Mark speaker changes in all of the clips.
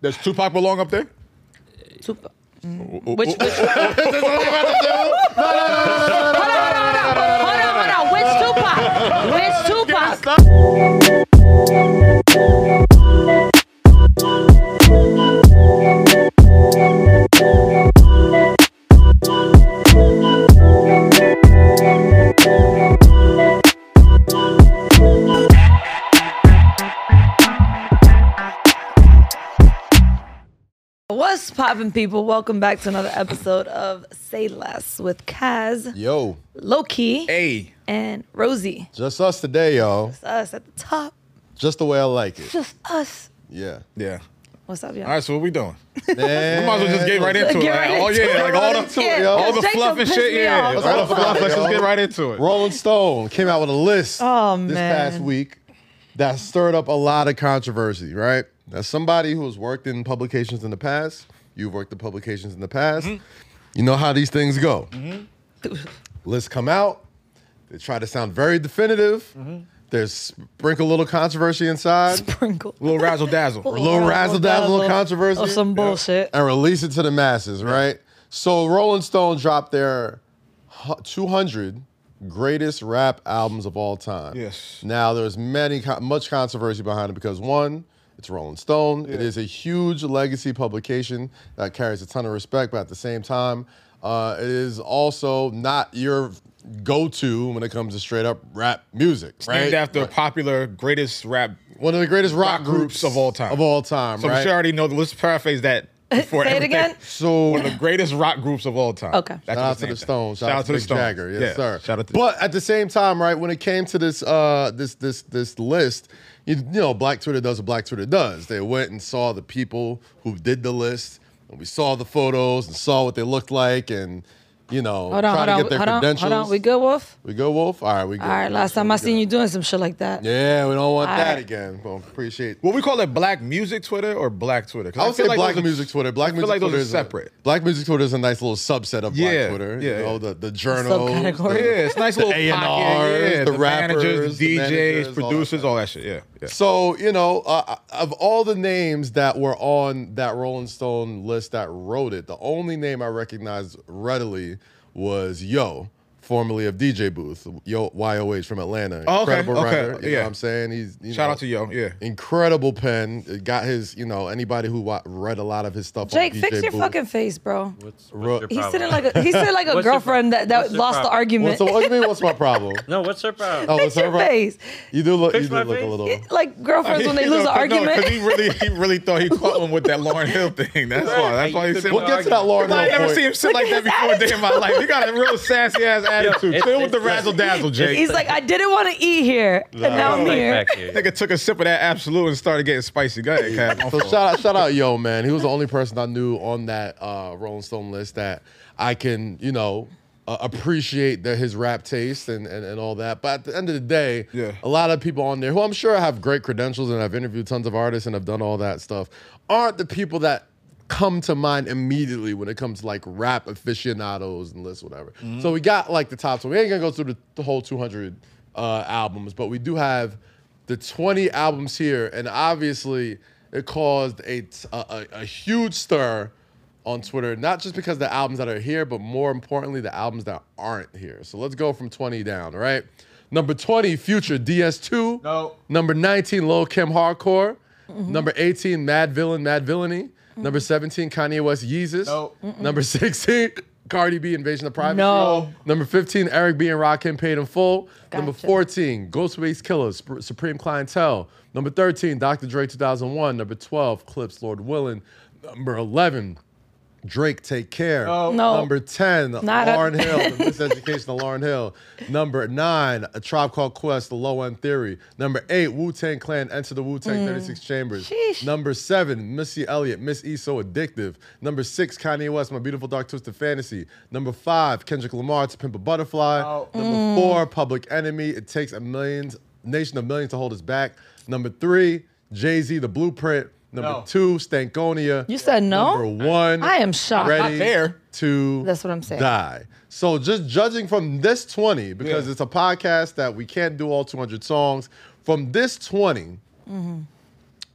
Speaker 1: Does Tupac belong up there?
Speaker 2: Tupac.
Speaker 1: Which,
Speaker 2: Hold on, hold on. Which Tupac? Which Tupac? What's poppin', people? Welcome back to another episode of Say Less with Kaz,
Speaker 1: Yo,
Speaker 2: Loki,
Speaker 3: Hey,
Speaker 2: and Rosie.
Speaker 1: just us today, y'all.
Speaker 2: It's us at the top.
Speaker 1: Just the way I like it.
Speaker 2: Just us.
Speaker 1: Yeah.
Speaker 3: yeah.
Speaker 2: What's up,
Speaker 3: All
Speaker 2: y'all?
Speaker 3: right, so what we doing?
Speaker 1: Man.
Speaker 3: We might as well just get right into it.
Speaker 2: Get
Speaker 3: Like,
Speaker 2: right
Speaker 3: oh
Speaker 2: into
Speaker 3: yeah,
Speaker 2: it.
Speaker 3: like all
Speaker 1: Right
Speaker 3: the
Speaker 1: into it,
Speaker 2: Yeah,
Speaker 1: y'all.
Speaker 3: all the
Speaker 2: 'cause Jacob
Speaker 3: fluff and
Speaker 2: pissed
Speaker 3: shit.
Speaker 2: me
Speaker 3: Yeah,
Speaker 2: off.
Speaker 3: all the fluff. Let's just
Speaker 1: Yo.
Speaker 3: get right into it.
Speaker 1: Rolling Stone came out with a list
Speaker 2: Oh,
Speaker 1: this
Speaker 2: man.
Speaker 1: past week that stirred up a lot of controversy, right? As somebody who has worked in publications in the past, you've worked in publications in the past,
Speaker 3: Mm-hmm.
Speaker 1: you know how these things go. Lists come out, they try to sound very definitive.
Speaker 3: Mm-hmm.
Speaker 1: There's sprinkle a little controversy inside,
Speaker 2: Sprinkle.
Speaker 3: Little razzle dazzle.
Speaker 1: a little razzle dazzle of controversy.
Speaker 2: Or some bullshit.
Speaker 1: and release it to the masses, right? So Rolling Stone dropped their hu- 200 greatest rap albums of all time.
Speaker 3: Yes.
Speaker 1: Now there's many co- much controversy behind it because one, it's Rolling Stone. It is a huge legacy publication that carries a ton of respect, but at the same time, uh, it is also not your go-to when it comes to straight up rap music, right?
Speaker 3: Named after popular greatest rap.
Speaker 1: One of the greatest rock,
Speaker 3: Rock groups of all time.
Speaker 1: Of all time,
Speaker 3: So we
Speaker 1: right?
Speaker 3: should already know. Let's paraphrase that. Before
Speaker 2: Say it
Speaker 3: everything.
Speaker 2: again.
Speaker 1: so
Speaker 3: One of the greatest rock groups of all time.
Speaker 2: Okay.
Speaker 3: That's
Speaker 1: Shout
Speaker 3: what
Speaker 1: out
Speaker 3: it's
Speaker 1: to the
Speaker 3: named
Speaker 1: Stones.
Speaker 3: after.
Speaker 1: Shout, out to Mick
Speaker 3: Stones.
Speaker 1: Jagger. Yes,
Speaker 3: Yeah.
Speaker 1: sir.
Speaker 3: Shout out to.
Speaker 1: but at the same time, right, when it came to this uh this this this list, you, you know, Black Twitter does what Black Twitter does. They went and saw the people who did the list, and we saw the photos and saw what they looked like and you know,
Speaker 2: Hold on,
Speaker 1: try
Speaker 2: hold
Speaker 1: to
Speaker 2: on,
Speaker 1: get their
Speaker 2: hold on,
Speaker 1: credentials.
Speaker 2: hold on. We good, Wolf?
Speaker 1: We go, Wolf? All right, we go.
Speaker 2: All right, last time I seen you doing some shit like that.
Speaker 1: Yeah, we don't want
Speaker 2: All
Speaker 1: that
Speaker 2: right.
Speaker 1: again. Well, appreciate
Speaker 3: what we call it, black music Twitter or black Twitter? 'Cause
Speaker 1: I would say
Speaker 3: feel like
Speaker 1: Black
Speaker 3: those are-
Speaker 1: Music Twitter.
Speaker 3: I
Speaker 1: Black
Speaker 3: feel
Speaker 1: Music
Speaker 3: like those
Speaker 1: Twitter
Speaker 3: are
Speaker 1: is
Speaker 3: separate.
Speaker 1: A, black Music Twitter is a nice little subset of Black
Speaker 3: Yeah,
Speaker 1: Twitter.
Speaker 3: yeah,
Speaker 1: You know,
Speaker 3: yeah.
Speaker 1: the the journals,
Speaker 2: Subcategory.
Speaker 3: Yeah, it's nice little
Speaker 1: A&Rs,
Speaker 3: pocket, yeah,
Speaker 1: the rappers,
Speaker 3: managers, DJs,
Speaker 1: the managers, all that
Speaker 3: producers,
Speaker 1: stuff.
Speaker 3: all that shit. Yeah, yeah.
Speaker 1: So you know, uh, of all the names that were on that Rolling Stone list that wrote it, the only name I recognized readily was Yo, formerly of DJ Booth, Yo YOH from Atlanta.
Speaker 3: Oh, okay,
Speaker 1: Incredible
Speaker 3: okay,
Speaker 1: writer. You know
Speaker 3: yeah.
Speaker 1: what I'm saying? He's you
Speaker 3: Shout
Speaker 1: know,
Speaker 3: out to yo. Yeah.
Speaker 1: Incredible pen. It Got his, you know, anybody who wa- read a lot of his stuff.
Speaker 2: Jake,
Speaker 1: on DJ
Speaker 2: fix your
Speaker 1: Booth.
Speaker 2: fucking face, bro.
Speaker 4: What's,
Speaker 1: Ro-
Speaker 4: what's your
Speaker 2: He's
Speaker 4: problem?
Speaker 2: sitting like a he's sitting like a
Speaker 4: What's your
Speaker 2: girlfriend
Speaker 4: pro-
Speaker 2: that, that
Speaker 4: what's your
Speaker 2: lost the
Speaker 4: problem?
Speaker 2: argument.
Speaker 1: What's, the- what do you mean? What's my problem?
Speaker 4: no, what's your problem?
Speaker 1: Oh,
Speaker 2: fix your
Speaker 1: what's her-
Speaker 2: face.
Speaker 1: You do look.
Speaker 4: Fix
Speaker 1: You do
Speaker 4: my
Speaker 1: look a
Speaker 4: face?
Speaker 1: little.
Speaker 2: It- like girlfriends when they lose an
Speaker 3: because
Speaker 2: argument.
Speaker 3: he really, he really thought he caught him with that Lauren Hill thing. That's why. That's why he said.
Speaker 1: We'll get to that Lauren
Speaker 3: I
Speaker 1: Hill
Speaker 3: ain't never
Speaker 1: point.
Speaker 3: seen him sit like that before a day in my life. You got a real sassy ass attitude.
Speaker 4: it's-
Speaker 3: Still with the
Speaker 4: it's-
Speaker 3: razzle dazzle, Jake.
Speaker 2: He's like, I didn't want to eat here, and now I'm
Speaker 1: oh,
Speaker 4: Stay
Speaker 2: here.
Speaker 4: back here.
Speaker 3: Nigga took a sip of that absolute and started getting spicy. Go ahead, Cap.
Speaker 1: So shout out, shout out, yo, man. He was the only person I knew on that uh, Rolling Stone list that I can, you know, uh, appreciate the, his rap taste and, and and all that. But at the end of the day,
Speaker 3: Yeah.
Speaker 1: a lot of people on there who I'm sure have great credentials and have interviewed tons of artists and have done all that stuff aren't the people that come to mind immediately when it comes to like rap aficionados and lists whatever. So we got like the top 20. We ain't gonna go through the, the whole 200 uh, albums, but we do have the 20 albums here, and obviously it caused a t- a- a- a huge stir on Twitter, not just because the albums that are here, but more importantly, the albums that aren't here. So let's go from 20 down, all right? Number 20, Future DS2.
Speaker 3: No.
Speaker 1: Number 19, Lil Kim Hardcore.
Speaker 2: Mm-hmm.
Speaker 1: Number 18, Mad Villain, Mad Villainy. Number 17, Kanye West Yeezus.
Speaker 3: No.
Speaker 1: Number 16, Cardi B Invasion of Privacy.
Speaker 2: No.
Speaker 1: Number 15, Eric B and Rakim Paid in Full. Number
Speaker 2: Gotcha.
Speaker 1: 14, Ghostface Killer, Sp- Supreme Clientele. Number 13, Dr. Dre 2001. Number 12, Clips, Lord Willin. Number 11, Drake, Take Care.
Speaker 2: No.
Speaker 1: Number 10,
Speaker 2: a-
Speaker 1: Lauren Hill, The Miseducation of Lauren Hill. Number 9, A Tribe Called Quest, The Low End Theory. Number 8, Wu Tang Clan, Enter the Wu Tang 36 Chambers.
Speaker 2: Mm. Sheesh.
Speaker 1: Number 7, Missy Elliott, Miss E, So Addictive. Number 6, Kanye West, My Beautiful Dark Twisted Fantasy. Number 5, Kendrick Lamar, To Pimp a Butterfly. Number
Speaker 2: Mm.
Speaker 1: 4, Public Enemy, It Takes a Millions, Nation of Millions to Hold Us Back. Number 3, Jay Z, The Blueprint. Number
Speaker 3: No.
Speaker 1: two, Stankonia.
Speaker 2: You said no?
Speaker 1: Number one.
Speaker 2: I am shocked.
Speaker 1: Ready
Speaker 3: Not fair.
Speaker 1: to
Speaker 2: That's what I'm saying.
Speaker 1: die. So just judging from this 20, because
Speaker 3: Yeah.
Speaker 1: it's a
Speaker 2: Mm-hmm.
Speaker 1: podcast that we can't do all 200 songs, from this 20,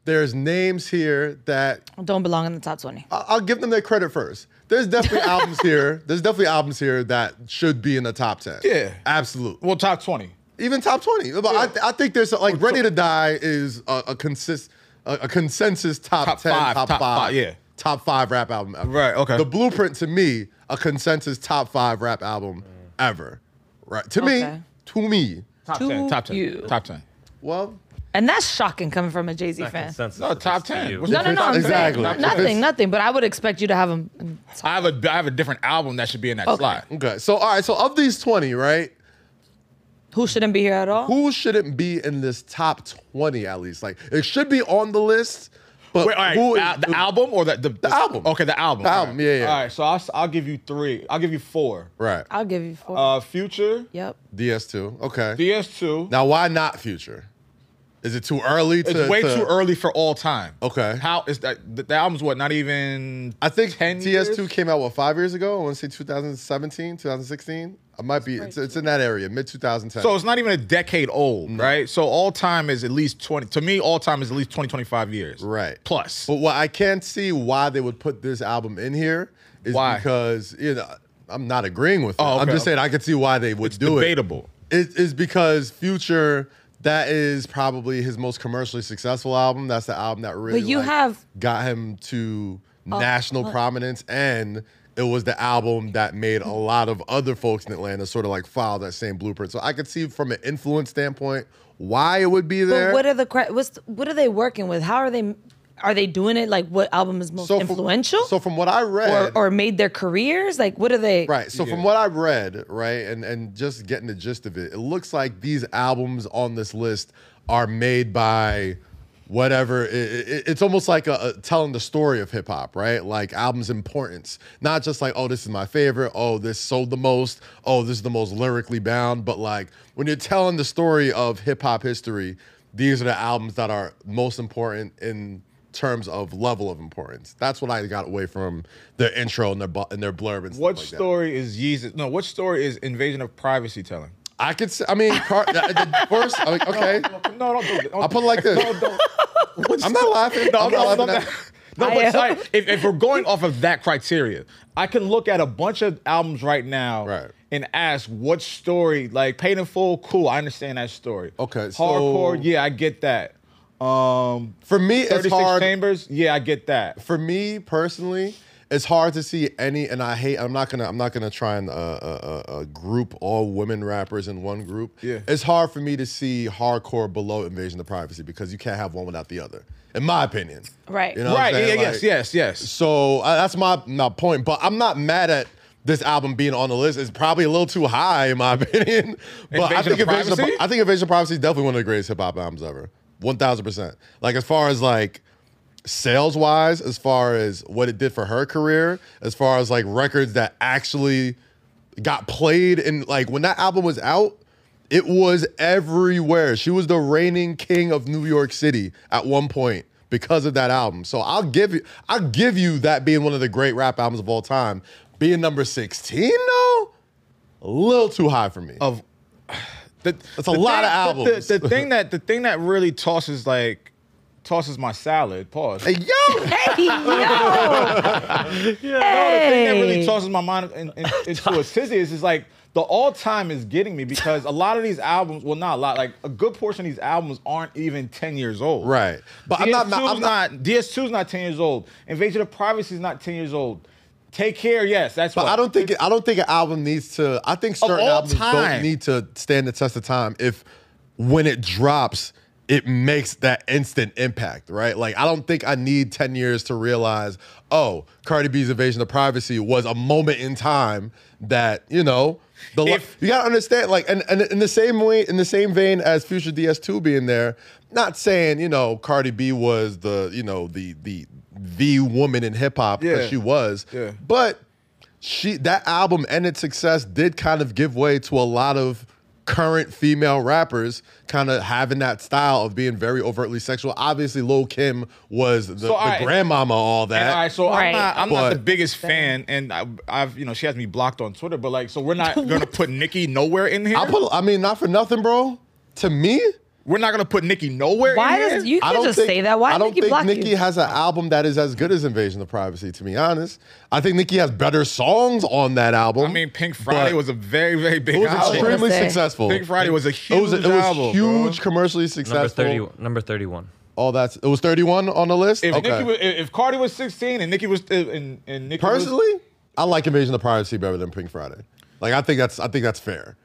Speaker 1: There's names here that
Speaker 2: Don't belong in the top 20.
Speaker 1: I- I'll give them their credit first. There's definitely albums here. There's definitely albums here that should be in the top ten.
Speaker 3: Yeah.
Speaker 1: absolutely.
Speaker 3: Well, top twenty.
Speaker 1: Even top twenty. But I, th- I think there's like Ready to Die is a, a consist a, a consensus top,
Speaker 3: Top
Speaker 1: ten,
Speaker 3: five,
Speaker 1: top,
Speaker 3: top
Speaker 1: five,
Speaker 3: five, yeah.
Speaker 1: top five rap album. Ever.
Speaker 3: Right, okay.
Speaker 1: The Blueprint to me a consensus top five rap album ever. Right to me,
Speaker 2: Okay.
Speaker 1: to me.
Speaker 3: Top
Speaker 2: To
Speaker 3: ten. Top ten.
Speaker 2: you.
Speaker 3: Top ten.
Speaker 1: Well,
Speaker 2: And that's shocking coming from a Jay Z fan.
Speaker 4: Consensus
Speaker 3: No,
Speaker 4: if it's
Speaker 3: top
Speaker 4: to
Speaker 3: 10.
Speaker 4: you.
Speaker 3: What's
Speaker 2: No, no, no. I'm
Speaker 1: Exactly.
Speaker 2: saying, nothing,
Speaker 1: It's-
Speaker 2: nothing. But I would expect you to have him.
Speaker 3: I have a I have a different album that should be in that slot.
Speaker 1: okay. So all right. So of these twenty, right?
Speaker 2: Who shouldn't be here at all?
Speaker 1: who shouldn't be in this top 20 at least? Like it should be on the list, but
Speaker 3: Wait, all right,
Speaker 1: who
Speaker 3: the,
Speaker 1: is-
Speaker 3: al- the album or the, the
Speaker 1: album.
Speaker 3: Okay, the album.
Speaker 1: The
Speaker 3: All
Speaker 1: album,
Speaker 3: right.
Speaker 1: yeah, yeah.
Speaker 3: All right, so I'll, s- I'll give you three. I'll give you four.
Speaker 1: Right.
Speaker 2: I'll give you four.
Speaker 3: Uh, Future,
Speaker 2: yep.
Speaker 1: DS2. Okay.
Speaker 3: DS2.
Speaker 1: now why not future? Is it too early to
Speaker 3: it's way
Speaker 1: to-
Speaker 3: too early for all time.
Speaker 1: Okay.
Speaker 3: How is that? The, the album's what? Not even.
Speaker 1: I think
Speaker 3: 10
Speaker 1: DS2
Speaker 3: years?
Speaker 1: came out what five years ago? I want to say 2017, 2016. I might be it's, it's in that area, mid 2010.
Speaker 3: So it's not even a decade old,
Speaker 1: Mm-hmm.
Speaker 3: right? So all time is at least 20. To me, all time is at least 20, 25 years.
Speaker 1: Right.
Speaker 3: Plus.
Speaker 1: But what I can't see why they would put this album in here is
Speaker 3: Why?
Speaker 1: because you know I'm not agreeing with it.
Speaker 3: Oh,
Speaker 1: I'm
Speaker 3: okay.
Speaker 1: just saying I could see why they would
Speaker 3: It's
Speaker 1: do
Speaker 3: debatable.
Speaker 1: it. It is because Future that is probably his most commercially successful album. That's the album that really
Speaker 2: But you
Speaker 1: like,
Speaker 2: have- Oh,
Speaker 1: got him to national prominence and it was the album that made a lot of other folks in Atlanta sort of like follow that same blueprint. So I could see from an influence standpoint why it would be there.
Speaker 2: But what are the cra- what's what are they working with? How are they are they doing it? Like what album is most
Speaker 1: so from-
Speaker 2: influential?
Speaker 1: so from what I read,
Speaker 2: or, or made their careers? Like what are they?
Speaker 1: Right. So from
Speaker 3: Yeah.
Speaker 1: what I read, right, and and just getting the gist of it, it looks like these albums on this list are made by whatever. i- i- i- it's almost like a, a telling the story of hip hop, right? Like albums' importance, not just like oh this is my favorite, oh this sold the most, oh this is the most lyrically bound, but like when you're telling the story of hip hop history, these are the albums that are most important in terms of level of importance. That's what I got away from their intro and their bu- and their blurb and stuff
Speaker 3: What
Speaker 1: like that.
Speaker 3: story is Jesus? No, what story is Invasion of Privacy telling?
Speaker 1: I could. Say, I mean, car, the, the first. I mean, okay,
Speaker 3: No, don't do it.
Speaker 1: I'll put it like this. I'm not laughing.
Speaker 3: No,
Speaker 1: I'm not laughing. at-
Speaker 3: No,
Speaker 2: I
Speaker 3: but
Speaker 2: am.
Speaker 3: sorry, if, if we're going off of that criteria, I can look at a bunch of albums right now
Speaker 1: Right.
Speaker 3: and ask what story, like Paid in Full, cool, I understand that story.
Speaker 1: Okay, so-
Speaker 3: Hardcore, yeah, I get that. Um,
Speaker 1: For me, it's
Speaker 3: 36
Speaker 1: hard.
Speaker 3: Chambers, yeah, I get that.
Speaker 1: For me personally, it's hard to see any. And I hate. I'm not gonna. I'm not gonna try and uh, uh, uh, uh, group all women rappers in one group.
Speaker 3: Yeah.
Speaker 1: It's hard for me to see hardcore below Invasion of Privacy because you can't have one without the other. In my opinion.
Speaker 2: Right.
Speaker 1: You know what I'm
Speaker 3: Right, yeah,
Speaker 1: saying?
Speaker 3: yes,
Speaker 1: Like-
Speaker 3: yes, yes.
Speaker 1: So uh, that's my my point. But I'm not mad at this album being on the list. It's probably a little too high in my opinion. But I
Speaker 3: Invasion
Speaker 1: think
Speaker 3: of
Speaker 1: Invasion of,
Speaker 3: Privacy?
Speaker 1: I think Invasion of Privacy is definitely one of the greatest hip hop albums ever. One thousand percent. Like as far as like sales wise, as far as what it did for her career, as far as like records that actually got played and like when that album was out. It was everywhere. She was the reigning king of New York City at one point because of that album. So I'll give you, I'll give you that being one of the great rap albums of all time. Being number sixteen though, a little too high for me.
Speaker 3: Of the,
Speaker 1: That's a lot of
Speaker 3: Oh. the- the-
Speaker 1: albums.
Speaker 3: The, thing that the thing that really tosses like tosses my salad. Pause.
Speaker 1: Hey, yo,
Speaker 2: Hey yo.
Speaker 3: the thing that
Speaker 2: Hey.
Speaker 3: really tosses my mind in, in, into a tizzy is, is like the all time is getting me because a lot of these albums, well, not a lot, like a good portion of these albums aren't even ten years old.
Speaker 1: right? But
Speaker 3: I'm
Speaker 1: I'm not.
Speaker 3: DS2's
Speaker 1: ma-
Speaker 3: not,
Speaker 1: I'm not.
Speaker 3: DS2's not ten years old. Invasion of Privacy is not ten years old. Take care. Yes, that's.
Speaker 1: But
Speaker 3: what.
Speaker 1: I don't think. I don't think an album needs to. I think certain
Speaker 3: all
Speaker 1: albums don't
Speaker 3: time.
Speaker 1: need to stand the test of time. If when it drops, it makes that instant impact, right? Like I don't think I need ten years to realize. Oh, Cardi B's invasion of privacy was a moment in time that you know. The li-
Speaker 3: If-
Speaker 1: you gotta understand, like, and, and in the same way, in the same vein as Future DS2 being there, not saying you know Cardi B was the you know the the the woman in hip hop because
Speaker 3: Yeah.
Speaker 1: she was,
Speaker 3: Yeah.
Speaker 1: but she that album and its success did kind of give way to a lot of current female rappers kind of having that style of being very overtly sexual. Obviously, Lil Kim was the, the
Speaker 3: all right.
Speaker 1: grandmama, of all that.
Speaker 3: And, all right, so
Speaker 2: Right.
Speaker 3: I'm not I'm not
Speaker 1: But-
Speaker 3: the biggest fan, and I, I've you know she has me blocked on Twitter, but like so we're not gonna put Nikki nowhere in here.
Speaker 1: I put, I mean, not for nothing, bro. To me,
Speaker 3: We're not gonna put Nicki nowhere.
Speaker 2: Why
Speaker 3: in
Speaker 2: does
Speaker 3: here?
Speaker 2: you could just say that? Why
Speaker 1: I
Speaker 2: did
Speaker 1: don't
Speaker 2: Nicki
Speaker 1: think
Speaker 2: block
Speaker 1: Nicki
Speaker 2: you?
Speaker 1: has an album that is as good as Invasion of Privacy. To be honest, I think Nicki has better songs on that album.
Speaker 3: I mean, Pink Friday
Speaker 1: But-
Speaker 3: was a very, very big
Speaker 1: it was
Speaker 3: album.
Speaker 1: extremely
Speaker 2: Say.
Speaker 1: successful.
Speaker 3: Pink Friday was a
Speaker 1: It was, it
Speaker 3: huge
Speaker 1: was
Speaker 3: album,
Speaker 1: huge,
Speaker 3: bro.
Speaker 1: commercially
Speaker 4: Number
Speaker 1: successful.
Speaker 4: thirty. Number thirty-one.
Speaker 1: All that's it was 31 on the list.
Speaker 3: If
Speaker 1: okay.
Speaker 3: Nicki was, if if Cardi was 16 and Nicki was uh, and and Nicki was-
Speaker 1: Personally, I like Invasion of Privacy better than Pink Friday. Like I think that's I think that's fair.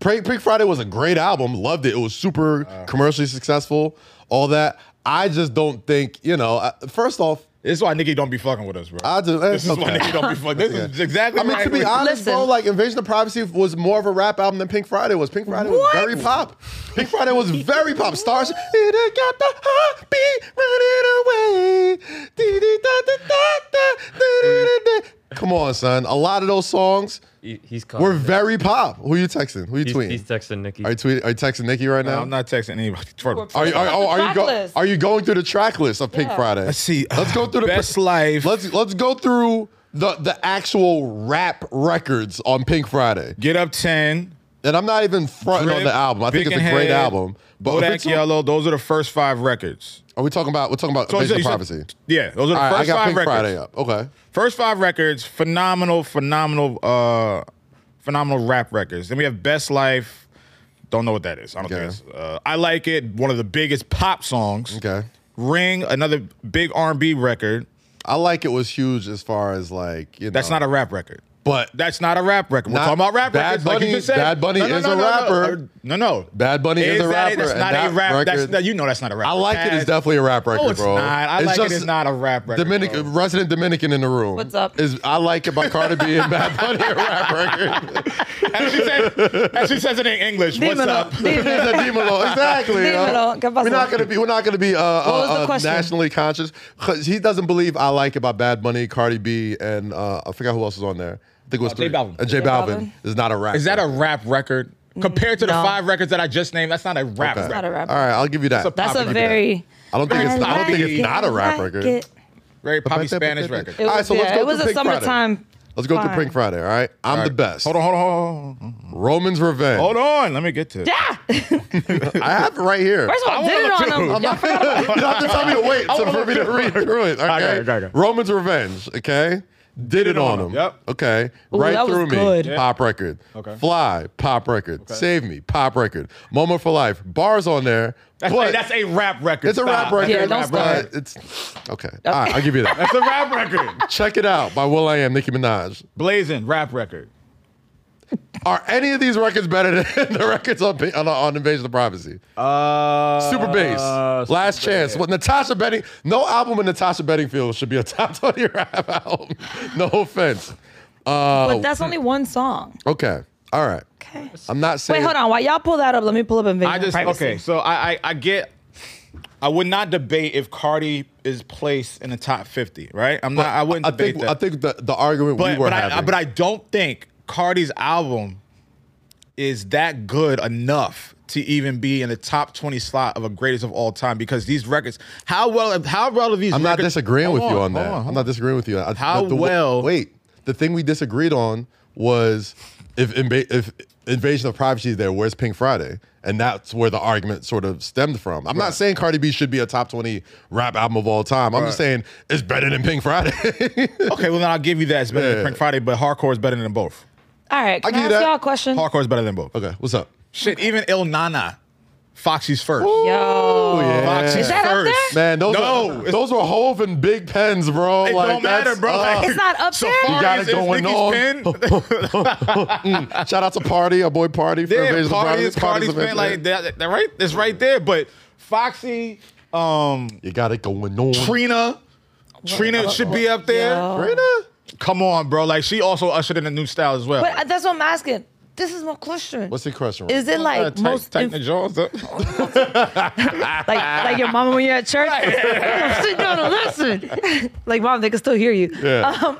Speaker 1: Pra- Pink Friday was a great album. Loved it. It was super
Speaker 3: Uh.
Speaker 1: commercially successful. All that. I just don't think you know. I, first off,
Speaker 3: this is why Nicki don't be fucking with us, bro.
Speaker 1: I just eh,
Speaker 3: this is why Nicki don't be fucking. This is exactly.
Speaker 1: I mean,
Speaker 3: right
Speaker 1: to be
Speaker 3: with-
Speaker 1: honest, bro,
Speaker 2: Listen.
Speaker 1: like Invasion of Privacy was more of a rap album than Pink Friday was. Pink Friday was
Speaker 2: What?
Speaker 1: very pop. Pink Friday was very pop. Stars, it got the heartbeat running away. Dee dee da da da da, dee dee da da. Come on, son. A lot of those songs
Speaker 4: He, he's caught.
Speaker 1: were very pop. Who you texting? Who you
Speaker 4: He's,
Speaker 1: tweeting?
Speaker 4: he's texting Nikki.
Speaker 1: are you tweeting? Are you texting Nikki right now?
Speaker 3: I'm not texting anybody. Twerk.
Speaker 1: Are you, are, oh, are you
Speaker 2: Track
Speaker 1: go,
Speaker 2: list.
Speaker 1: Are you going through the track list of Pink
Speaker 2: Yeah.
Speaker 1: Friday?
Speaker 3: Let's see.
Speaker 1: Let's go through the
Speaker 3: Best Life.
Speaker 1: Let's let's go through the the actual rap records on Pink Friday.
Speaker 3: Get up 10.
Speaker 1: And I'm not even fronting on
Speaker 3: Drip,
Speaker 1: the album. I think
Speaker 3: Big
Speaker 1: it's a
Speaker 3: and
Speaker 1: great
Speaker 3: Head,
Speaker 1: album. But if
Speaker 3: Bodak
Speaker 1: it's-
Speaker 3: Yellow. Those are the first five records.
Speaker 1: are we talking about? We're talking about
Speaker 3: you
Speaker 1: Invasion
Speaker 3: said-
Speaker 1: of
Speaker 3: you said-
Speaker 1: Privacy.
Speaker 3: Yeah, those are the
Speaker 1: All right, I
Speaker 3: first
Speaker 1: got
Speaker 3: five
Speaker 1: Pink
Speaker 3: records.
Speaker 1: Friday up. Okay.
Speaker 3: First five records, phenomenal, phenomenal, uh, phenomenal rap records. Then we have Best Life. Don't know what that is. I don't
Speaker 1: Okay.
Speaker 3: think it's. Uh, I like it. One of the biggest pop songs.
Speaker 1: Okay.
Speaker 3: Ring, another big R and B record.
Speaker 1: I like it was huge as far as like you know.
Speaker 3: That's not a rap record.
Speaker 1: But
Speaker 3: That's not a rap record. We're
Speaker 1: Not-
Speaker 3: talking about rap
Speaker 1: Oh. Bad
Speaker 3: records. like
Speaker 1: Bunny-
Speaker 3: you just said.
Speaker 1: Bad Bunny is a rapper.
Speaker 3: No, no.
Speaker 1: Bad Bunny is a
Speaker 3: that it?
Speaker 1: rapper,
Speaker 3: That's
Speaker 1: and
Speaker 3: not
Speaker 1: that
Speaker 3: a rap. That's
Speaker 1: record-
Speaker 3: not, you know that's not a rap.
Speaker 1: I like it. It's
Speaker 3: Taz,
Speaker 1: definitely a rap record,
Speaker 3: it's
Speaker 1: bro.
Speaker 3: not. I like it, it's not a rap record,
Speaker 1: Dominican,
Speaker 3: bro.
Speaker 1: resident Dominican in the room.
Speaker 2: What's up?
Speaker 1: Is I like it by Cardi B and Bad Bunny a rap record.
Speaker 3: And she, said, and she says it in English. What's
Speaker 2: Dímelo,
Speaker 3: up?
Speaker 1: It's
Speaker 2: dímelo.
Speaker 1: a dímelo. Exactly. yo.
Speaker 2: Dímelo. ¿Qué pasó?
Speaker 1: We're not gonna be. We're not gonna be uh,
Speaker 2: was the
Speaker 1: uh, uh,
Speaker 2: question?
Speaker 1: nationally conscious. 'Cause He doesn't believe I like it by Bad Bunny, Cardi B, and uh, I forgot who else was on there. I think it was
Speaker 3: Uh, J
Speaker 1: three.
Speaker 3: Balvin.
Speaker 1: Uh, J
Speaker 2: J Balvin.
Speaker 1: Balvin is not a rap.
Speaker 3: Is that a rap record? Compared to the
Speaker 2: Mm, No.
Speaker 3: five records that I just named, that's not a rap
Speaker 1: Okay.
Speaker 3: record.
Speaker 2: not a rap
Speaker 1: All right, I'll give you that.
Speaker 3: It's a
Speaker 2: That's a
Speaker 3: Probably
Speaker 2: very.
Speaker 1: I don't think it's. I don't think
Speaker 3: like
Speaker 1: it's not a rap
Speaker 2: like
Speaker 1: record.
Speaker 2: it.
Speaker 3: Very poppy Spanish record.
Speaker 2: It
Speaker 1: All right,
Speaker 2: was-
Speaker 1: so let's
Speaker 2: yeah,
Speaker 1: go
Speaker 2: it was
Speaker 1: through
Speaker 2: a
Speaker 1: Pink Friday.
Speaker 2: summertime
Speaker 1: Let's go through
Speaker 2: Fine.
Speaker 1: Pink Friday. All right, I'm the best.
Speaker 3: Hold on, hold on, hold on.
Speaker 1: Roman's Revenge.
Speaker 3: Hold on, let me get to it.
Speaker 2: Yeah. Ah, First
Speaker 1: I have it right here.
Speaker 2: of all,
Speaker 3: I
Speaker 2: did it
Speaker 3: wanna
Speaker 2: on
Speaker 3: too.
Speaker 2: them.
Speaker 3: I'm
Speaker 2: Y'all forgot about
Speaker 1: you don't have to tell me to wait to, for me to read through it. Okay.
Speaker 3: Okay, okay, okay.
Speaker 1: Roman's Revenge. Okay. Did, it on him.
Speaker 3: Yep.
Speaker 1: Okay. right
Speaker 2: that was
Speaker 1: through me.
Speaker 2: good.
Speaker 1: Pop record.
Speaker 3: Okay.
Speaker 1: Fly. Pop record. Save me. Pop record. Moment for life. Bars on there.
Speaker 3: That's,
Speaker 1: but
Speaker 3: a, that's a rap record.
Speaker 1: it's a
Speaker 3: Stop.
Speaker 1: rap record.
Speaker 2: Yeah, don't
Speaker 1: but
Speaker 2: stop.
Speaker 1: It's okay. All right, I'll give you that.
Speaker 3: That's a rap record.
Speaker 1: Check it out by Will I Am, Nicki Minaj.
Speaker 3: Blazing rap record.
Speaker 1: Are any of these records better than the records on on, on Invasion of Privacy?
Speaker 3: Uh,
Speaker 1: Super bass. Last chance. What Natasha Betting? No album in Natasha Bedingfield should be a top twenty rap album. No offense. Oh.
Speaker 2: But that's only one song.
Speaker 1: Okay. All right.
Speaker 2: Okay.
Speaker 1: I'm not saying.
Speaker 2: Wait, hold on. While y'all pull that up, let me pull up Invasion
Speaker 3: I just
Speaker 2: of Privacy.
Speaker 3: okay. So I, I I get. I would not debate if Cardi is placed in the top fifty, right? I'm not. I wouldn't
Speaker 1: I
Speaker 3: debate
Speaker 1: think.
Speaker 3: that.
Speaker 1: I think the, the argument
Speaker 3: but
Speaker 1: we were
Speaker 3: but
Speaker 1: having.
Speaker 3: I but I don't think Cardi's album is that good enough to even be in the top twenty slot of a greatest of all time because these records. How well? How well are these?
Speaker 1: I'm not
Speaker 3: records-
Speaker 1: disagreeing
Speaker 3: Hold
Speaker 1: with you on
Speaker 3: hold
Speaker 1: that.
Speaker 3: hold
Speaker 1: I'm not disagreeing with you. I-
Speaker 3: How
Speaker 1: the- the-
Speaker 3: well-
Speaker 1: Wait, the thing we disagreed on was if inva- if invasion of privacy is there, where's Pink Friday? And that's where the argument sort of stemmed from. I'm not saying Cardi B should be a top 20 rap album of all time. I'm just saying it's better than Pink Friday.
Speaker 3: Okay, well then I'll give you that. It's better
Speaker 1: Yeah.
Speaker 3: than Pink Friday, but Hardcore is better than both.
Speaker 2: All right. Can I,
Speaker 1: give you
Speaker 2: ask
Speaker 1: that.
Speaker 2: y'all a question?
Speaker 3: Hardcore is better than both.
Speaker 1: okay, what's up?
Speaker 3: Shit, even Il Nana, Foxy's first.
Speaker 2: Yo.
Speaker 3: Foxy's
Speaker 2: Is that up
Speaker 3: first.
Speaker 2: there?
Speaker 1: Man, those
Speaker 3: No,
Speaker 1: are,
Speaker 3: it's-
Speaker 1: those were Hove and Big Pens, bro.
Speaker 3: It
Speaker 1: like,
Speaker 3: don't matter,
Speaker 1: that's-
Speaker 3: bro.
Speaker 1: uh,
Speaker 3: Like,
Speaker 2: It's not up there?
Speaker 3: Safari
Speaker 1: You got
Speaker 3: is
Speaker 1: it
Speaker 3: in
Speaker 1: going
Speaker 3: Nicki's
Speaker 1: on.
Speaker 3: pen.
Speaker 1: uh, shout out to Party, our boy Party for
Speaker 3: Yeah,
Speaker 1: Invasion of
Speaker 3: party
Speaker 1: Privacy.
Speaker 3: is party's
Speaker 1: Party's
Speaker 3: been like that, that right? It's right there. But Foxy, um,
Speaker 1: You got it going on.
Speaker 3: Trina, Trina should be up there.
Speaker 2: Yo.
Speaker 1: Trina?
Speaker 3: Come on, bro. Like she also ushered in a new style as well.
Speaker 2: But I- that's what I'm asking. This is my question.
Speaker 1: What's the question?
Speaker 2: Is it like
Speaker 3: Uh, tight-
Speaker 2: most
Speaker 3: tighten
Speaker 2: inf-
Speaker 3: the jaws up.
Speaker 2: like like your mama when you're at church? Sit down and listen. like mom, they can still hear you.
Speaker 1: Yeah.
Speaker 2: Um,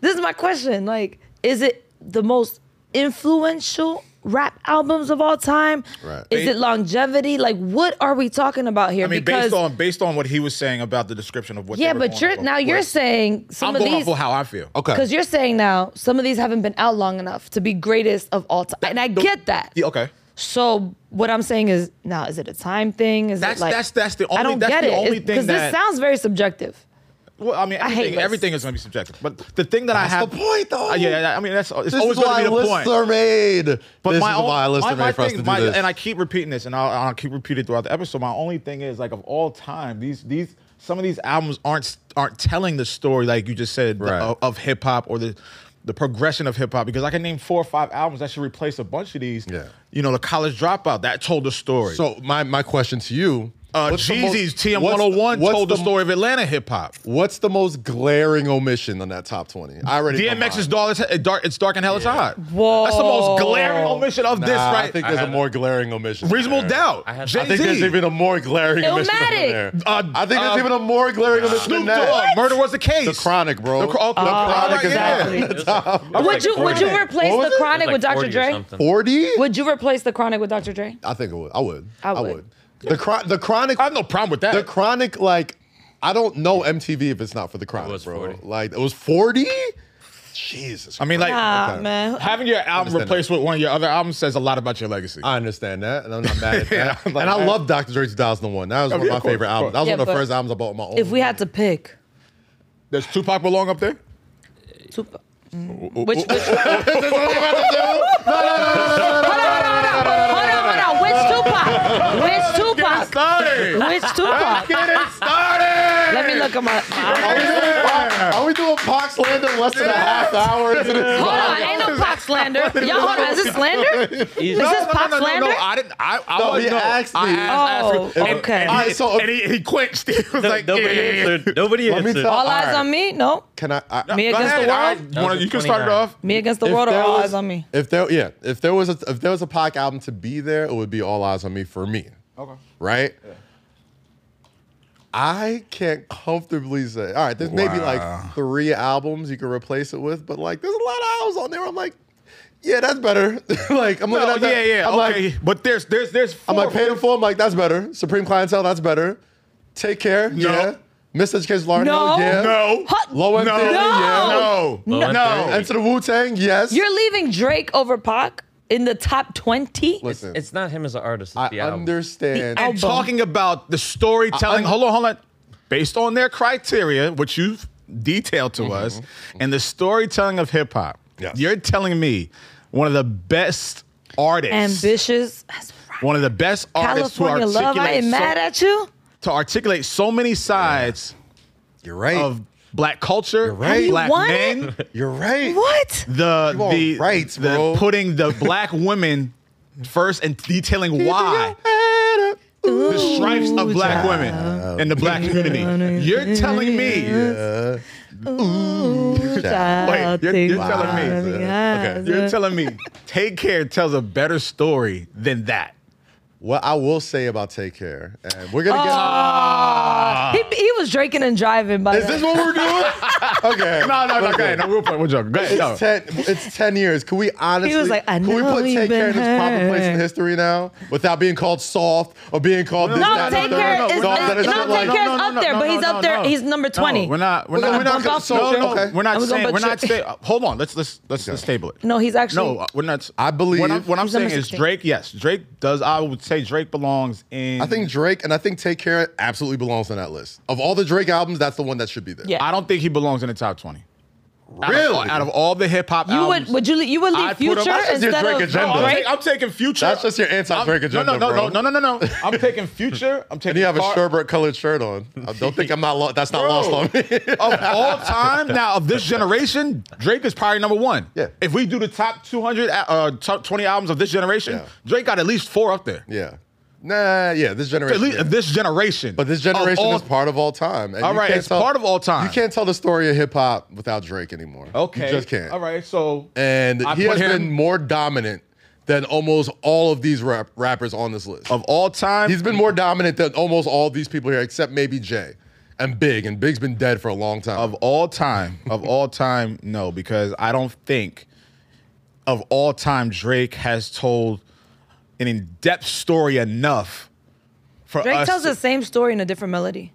Speaker 2: this is my question. Like, is it the most influential rap albums of all time?
Speaker 1: Right.
Speaker 2: Is it longevity? Like, what are we talking about here?
Speaker 3: I mean, based on based on what he was saying about the description of what.
Speaker 2: yeah,
Speaker 3: they were
Speaker 2: but
Speaker 3: going
Speaker 2: you're
Speaker 3: off of.
Speaker 2: now you're
Speaker 3: Right.
Speaker 2: saying
Speaker 3: I'm
Speaker 2: some of
Speaker 3: going
Speaker 2: these
Speaker 3: off of how I feel.
Speaker 1: okay.
Speaker 2: because you're saying now some of these haven't been out long enough to be greatest of all time, and I get that.
Speaker 3: Yeah, okay.
Speaker 2: So what I'm saying is, now is it a time thing? Is
Speaker 3: That's-
Speaker 2: it like
Speaker 3: that's- that's the
Speaker 2: I
Speaker 3: only-
Speaker 2: don't
Speaker 3: that's
Speaker 2: get
Speaker 3: the
Speaker 2: it
Speaker 3: only
Speaker 2: It's-
Speaker 3: thing that-
Speaker 2: this sounds very subjective.
Speaker 3: Well, I mean,
Speaker 2: I hate
Speaker 3: everything,
Speaker 2: lists.
Speaker 3: everything is going to be subjective. But the thing that I
Speaker 1: That's
Speaker 3: have
Speaker 1: the point, though.
Speaker 3: Uh, yeah, yeah, I mean, that's it's
Speaker 1: This
Speaker 3: always
Speaker 1: is
Speaker 3: going
Speaker 1: why
Speaker 3: to be the
Speaker 1: lists
Speaker 3: point.
Speaker 1: are made.
Speaker 3: But
Speaker 1: this
Speaker 3: my
Speaker 1: is
Speaker 3: own-
Speaker 1: why lists
Speaker 3: my-
Speaker 1: are
Speaker 3: my
Speaker 1: made for us
Speaker 3: thing-
Speaker 1: to do
Speaker 3: my-
Speaker 1: this.
Speaker 3: And I keep repeating this, and I'll, I'll keep repeating throughout the episode. My only thing is, like, of all time, these these some of these albums aren't aren't telling the story like you just said
Speaker 1: Right.
Speaker 3: of, of hip hop or the the progression of hip hop. Because I can name four or five albums that should replace a bunch of these.
Speaker 1: Yeah.
Speaker 3: You know, the College Dropout that told the story.
Speaker 1: so my my question to you:
Speaker 3: uh,
Speaker 1: what's the most-
Speaker 3: Jeezy's TM
Speaker 1: what's oh the-
Speaker 3: 101
Speaker 1: what's
Speaker 3: told the,
Speaker 1: mo-
Speaker 3: story of Atlanta hip hop.
Speaker 1: What's the most glaring omission on that top twenty? I already know
Speaker 3: DMX's
Speaker 1: mine.
Speaker 3: dark, it's dark, it's dark and hell is hot.
Speaker 2: Whoa.
Speaker 3: That's the most glaring omission of this,
Speaker 1: Nah,
Speaker 3: right?
Speaker 1: I think there's a
Speaker 4: haven't-
Speaker 1: more glaring omission.
Speaker 3: Reasonable
Speaker 1: there.
Speaker 3: doubt.
Speaker 4: I have-
Speaker 3: Jay-Z.
Speaker 1: I think there's even a more glaring omission over
Speaker 2: Illmatic.
Speaker 1: there.
Speaker 3: Uh,
Speaker 1: I think
Speaker 3: uh,
Speaker 1: there's even a more glaring omission
Speaker 3: Snoop
Speaker 1: than that.
Speaker 3: Dogg, murder was the case.
Speaker 1: The Chronic, bro.
Speaker 3: The, Chro- oh, the Chronic,
Speaker 2: exactly.
Speaker 3: yeah.
Speaker 4: It was like- it was
Speaker 2: Would
Speaker 4: like
Speaker 2: you would
Speaker 4: 40.
Speaker 2: you replace
Speaker 1: What was
Speaker 2: the
Speaker 1: it?
Speaker 2: chronic
Speaker 4: It was
Speaker 2: with Dr.
Speaker 4: like 40 or
Speaker 2: Dre?
Speaker 4: something.
Speaker 1: Forty?
Speaker 2: Would you replace the chronic with Dr. Dre?
Speaker 1: I think I would. I would.
Speaker 2: I
Speaker 1: I
Speaker 2: would.
Speaker 1: would. The chron- the chronic.
Speaker 3: I have no problem with that.
Speaker 1: The chronic, like, I don't know MTV if it's not for the chronic,
Speaker 4: was
Speaker 1: bro.
Speaker 4: 40.
Speaker 1: Like, it was forty. Jesus.
Speaker 3: I mean, like
Speaker 2: Nah,
Speaker 1: Okay.
Speaker 2: man.
Speaker 3: having your album
Speaker 1: Understand
Speaker 3: replaced with one of your other albums says a lot about your legacy.
Speaker 1: I understand that, and I'm not mad at that.
Speaker 3: Yeah, I'm like,
Speaker 1: and I
Speaker 3: man.
Speaker 1: love Dr. Dre 2001. That was one of
Speaker 3: yeah,
Speaker 1: my
Speaker 3: of course,
Speaker 1: favorite
Speaker 3: of
Speaker 1: albums. That was
Speaker 2: course.
Speaker 1: one of the
Speaker 2: Yeah, but
Speaker 1: first albums I bought on my own.
Speaker 2: If we had to pick,
Speaker 3: Does Tupac belong up there?
Speaker 2: two, mm, which which hold on, hold on, hold on, which Tupac? Which Tupac?
Speaker 3: Started.
Speaker 2: Which Tupac?
Speaker 3: Get it started.
Speaker 2: Let me look at my. my-
Speaker 1: Are we doing Pox Land in less than a half hour into this?
Speaker 2: Hold on, ain't no Pac slander. Y'all, hold on, is this slander? Is
Speaker 3: No,
Speaker 2: this
Speaker 3: no,
Speaker 2: Pac
Speaker 3: no, no, no,
Speaker 2: slander?
Speaker 3: no, I didn't. I, I
Speaker 1: No,
Speaker 3: was,
Speaker 1: he
Speaker 3: no,
Speaker 1: asked
Speaker 3: I
Speaker 1: me.
Speaker 3: asked,
Speaker 2: Oh,
Speaker 3: asked and-
Speaker 2: okay.
Speaker 3: And,
Speaker 1: All right,
Speaker 3: he,
Speaker 1: so-
Speaker 3: and he, he quenched. He was
Speaker 4: No-
Speaker 3: like,
Speaker 4: Nobody
Speaker 3: yeah.
Speaker 4: answered. Nobody
Speaker 1: Let me
Speaker 4: answered.
Speaker 1: tell-
Speaker 2: All eyes
Speaker 1: Alright.
Speaker 2: on me? No.
Speaker 1: Can I? I
Speaker 2: Me
Speaker 3: Go
Speaker 2: against
Speaker 3: ahead,
Speaker 2: the
Speaker 3: all right,
Speaker 2: world?
Speaker 3: you wanna-
Speaker 4: Those
Speaker 3: you
Speaker 4: are
Speaker 3: can start it
Speaker 4: 29.
Speaker 3: off.
Speaker 2: Me against the
Speaker 1: if
Speaker 2: world or
Speaker 1: there
Speaker 2: all
Speaker 1: was-
Speaker 2: eyes on me?
Speaker 1: If there, yeah, if there was a if there was a Pac album to be there, it would be All Eyes on Me for me. Okay. Right. I can't comfortably say. All right, there's maybe
Speaker 3: Wow.
Speaker 1: like three albums you can replace it with, but like there's a lot of albums on there. I'm like, yeah, that's better. like I'm looking
Speaker 3: No,
Speaker 1: at that.
Speaker 3: yeah, yeah.
Speaker 1: I'm like,
Speaker 3: okay, but there's, there's, there's.
Speaker 1: I'm
Speaker 3: four-
Speaker 1: like paid in full. I'm like, that's better. Supreme clientele, that's better. Take care. Yeah. Miseducation Lauren
Speaker 2: No.
Speaker 1: Hill, yeah.
Speaker 3: No.
Speaker 2: Huh?
Speaker 1: Low end
Speaker 3: No.
Speaker 1: theory, yeah.
Speaker 3: No.
Speaker 4: Low
Speaker 3: No.
Speaker 4: end
Speaker 3: no.
Speaker 4: theory.
Speaker 1: Enter the Wu Tang, yes.
Speaker 2: You're leaving Drake over Pac in the top 20?
Speaker 1: Listen,
Speaker 4: It's not him as an artist. It's
Speaker 1: I
Speaker 4: the album.
Speaker 1: understand.
Speaker 2: The
Speaker 3: and
Speaker 2: album.
Speaker 3: talking about the storytelling.
Speaker 1: I-
Speaker 3: hold on, hold on. Based on their criteria, which you've detailed to us, and the storytelling of hip hop,
Speaker 1: Yes.
Speaker 3: you're telling me one of the best artists,
Speaker 2: Ambitious. That's right.
Speaker 3: one of the best artists to
Speaker 2: California
Speaker 3: articulate,
Speaker 2: love. I ain't
Speaker 3: so,
Speaker 2: mad at you.
Speaker 3: to articulate so many sides
Speaker 1: You're right.
Speaker 3: of black culture,
Speaker 1: right.
Speaker 3: black
Speaker 2: Have you won
Speaker 3: men.
Speaker 1: You're right.
Speaker 2: What?
Speaker 3: the
Speaker 1: You all
Speaker 3: the,
Speaker 1: right,
Speaker 3: the
Speaker 1: bro.
Speaker 3: putting the black women first and detailing why the stripes of black women in the black community. You're telling me. Wait, you're, you're telling me. Okay. You're telling me. Take care tells a better story than that.
Speaker 1: What I will say about Take Care, and we're gonna
Speaker 2: Ah.
Speaker 3: Ah.
Speaker 2: He, he was drinking and driving by
Speaker 1: get. Is this what we're doing? okay.
Speaker 3: No, no, no. Go ahead. No, we'll play. We'll joke. Go ahead.
Speaker 1: It's
Speaker 3: No.
Speaker 1: ten. It's ten years. Can we honestly?
Speaker 2: like, I
Speaker 1: can we
Speaker 2: know
Speaker 1: put
Speaker 2: you've
Speaker 1: Take Care in
Speaker 2: been
Speaker 1: its proper place in
Speaker 2: hurt.
Speaker 1: history now, without being called soft or being called this,
Speaker 2: No,
Speaker 1: that,
Speaker 2: Take
Speaker 1: and the third?
Speaker 2: Care
Speaker 1: No,
Speaker 2: is-
Speaker 1: no,
Speaker 2: is-
Speaker 1: that is
Speaker 2: no,
Speaker 1: not
Speaker 2: Take
Speaker 1: like-
Speaker 2: Care is up there, but he's up there- he's number 20.
Speaker 3: No, we're not. We're
Speaker 1: We're
Speaker 3: not.
Speaker 1: gonna
Speaker 2: bump
Speaker 1: gonna-
Speaker 2: up
Speaker 1: so-
Speaker 2: Future.
Speaker 3: No, no,
Speaker 1: okay.
Speaker 3: we're
Speaker 2: I
Speaker 3: not
Speaker 2: was gonna
Speaker 3: saying. We're
Speaker 2: put
Speaker 3: not
Speaker 2: you-
Speaker 3: saying. Hold on. Let's let's let's, let's stable it.
Speaker 2: No, he's actually.
Speaker 3: No, we're not.
Speaker 1: I believe-
Speaker 3: What I'm, what I'm
Speaker 2: He's number
Speaker 3: saying is
Speaker 2: 16.
Speaker 3: Drake. Yes, Drake does. I would say Drake belongs in.
Speaker 1: I think Drake and I think Take Care absolutely belongs on that list of all the Drake albums. That's the one that should be there.
Speaker 2: Yeah.
Speaker 3: I don't think he belongs in the top twenty. Out of- Out
Speaker 1: Really?
Speaker 3: of, all the hip hop,
Speaker 2: you would,
Speaker 3: albums,
Speaker 2: would you, le- you would leave
Speaker 3: I'd put him-
Speaker 2: Future
Speaker 1: that's just your
Speaker 2: instead
Speaker 1: Drake
Speaker 2: of
Speaker 1: agenda.
Speaker 3: I'm,
Speaker 1: Drake?
Speaker 3: take- I'm taking Future.
Speaker 1: That's just your anti-Drake
Speaker 3: I'm-
Speaker 1: agenda,
Speaker 3: No, no,
Speaker 1: bro.
Speaker 3: no, no, no, no, no. I'm taking Future. I'm taking.
Speaker 1: And you have a
Speaker 3: Car-
Speaker 1: sherbet colored shirt on. I don't think I'm not. Lo- that's not
Speaker 3: Bro.
Speaker 1: lost on me.
Speaker 3: of all time now of this generation, Drake is probably number one.
Speaker 1: Yeah.
Speaker 3: If we do the top 200, uh, top 20 albums of this generation,
Speaker 1: Yeah.
Speaker 3: Drake got at least four up there.
Speaker 1: yeah. Nah. Yeah. This generation.
Speaker 3: At least
Speaker 1: yeah.
Speaker 3: of this generation.
Speaker 1: But this generation
Speaker 3: Of Oh, all-
Speaker 1: is part of all time. and
Speaker 3: All
Speaker 1: you
Speaker 3: right,
Speaker 1: can't
Speaker 3: it's part of all time.
Speaker 1: You can't tell the story of hip hop without Drake anymore.
Speaker 3: Okay.
Speaker 1: you just can't.
Speaker 3: All right. So
Speaker 1: and
Speaker 3: I
Speaker 1: he
Speaker 3: put
Speaker 1: has
Speaker 3: him-
Speaker 1: been more dominant than almost all of these rap- rappers on this list.
Speaker 3: of all time,
Speaker 1: He's been more dominant than almost all these people here, except maybe Jay and Big. And Big's been dead for a long time.
Speaker 3: of all time, of all time, no, because I don't think of all time Drake has told an in-depth story enough for
Speaker 2: Drake
Speaker 3: us.
Speaker 2: tells
Speaker 3: to-
Speaker 2: the same story in a different melody.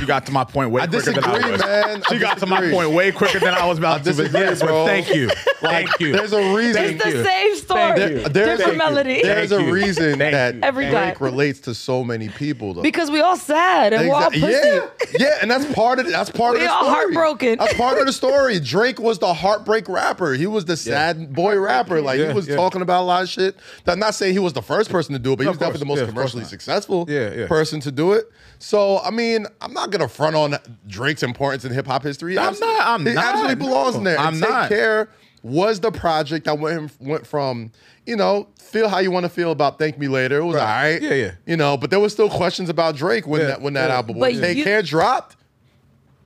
Speaker 3: You got to my point way
Speaker 1: I
Speaker 3: quicker than I
Speaker 1: disagree,
Speaker 3: was.
Speaker 1: man. I
Speaker 3: She got to my
Speaker 1: disagree.
Speaker 3: point way quicker than I was about
Speaker 1: I
Speaker 3: to. But
Speaker 1: disagree,
Speaker 3: yes, but
Speaker 1: bro.
Speaker 3: thank you.
Speaker 1: Like,
Speaker 4: you.
Speaker 1: There's a reason.
Speaker 2: It's the same story,
Speaker 4: Thank you.
Speaker 1: There's
Speaker 2: different
Speaker 1: a,
Speaker 2: melody.
Speaker 1: There's
Speaker 4: Thank
Speaker 1: a
Speaker 4: you.
Speaker 1: reason
Speaker 4: Thank
Speaker 1: that
Speaker 4: you.
Speaker 2: Every
Speaker 1: Drake
Speaker 2: guy.
Speaker 1: relates to so many people, though.
Speaker 2: because we all sad and we're all
Speaker 1: Exact-
Speaker 2: pussy.
Speaker 1: Yeah, yeah, and that's part of the, that's part of
Speaker 2: We
Speaker 1: the
Speaker 2: all
Speaker 1: story.
Speaker 2: heartbroken.
Speaker 1: That's part of the story. Drake was the heartbreak rapper. He was the sad boy rapper. Like
Speaker 3: Yeah,
Speaker 1: he was
Speaker 3: yeah.
Speaker 1: talking about a lot of shit. I'm not saying he was the first person to do it, but he
Speaker 3: No,
Speaker 1: was
Speaker 3: of course.
Speaker 1: definitely the most
Speaker 3: Yeah, of course
Speaker 1: commercially
Speaker 3: not.
Speaker 1: successful
Speaker 3: Yeah, yeah.
Speaker 1: person to do it. So I mean, I'm not gonna front on Drake's importance in hip hop history.
Speaker 3: I'm
Speaker 1: Absolutely-
Speaker 3: not- I'm
Speaker 1: he
Speaker 3: not.
Speaker 1: absolutely belongs in there.
Speaker 3: I'm
Speaker 1: and Take
Speaker 3: not.
Speaker 1: Care was the project that went him went from you know feel how you want to feel about Thank Me Later. It was all right.
Speaker 3: Yeah, yeah.
Speaker 1: You know, but there was still questions about Drake when
Speaker 3: Yeah,
Speaker 1: that when that
Speaker 3: yeah.
Speaker 1: album
Speaker 2: But
Speaker 1: was. Take
Speaker 2: you-
Speaker 1: Care dropped.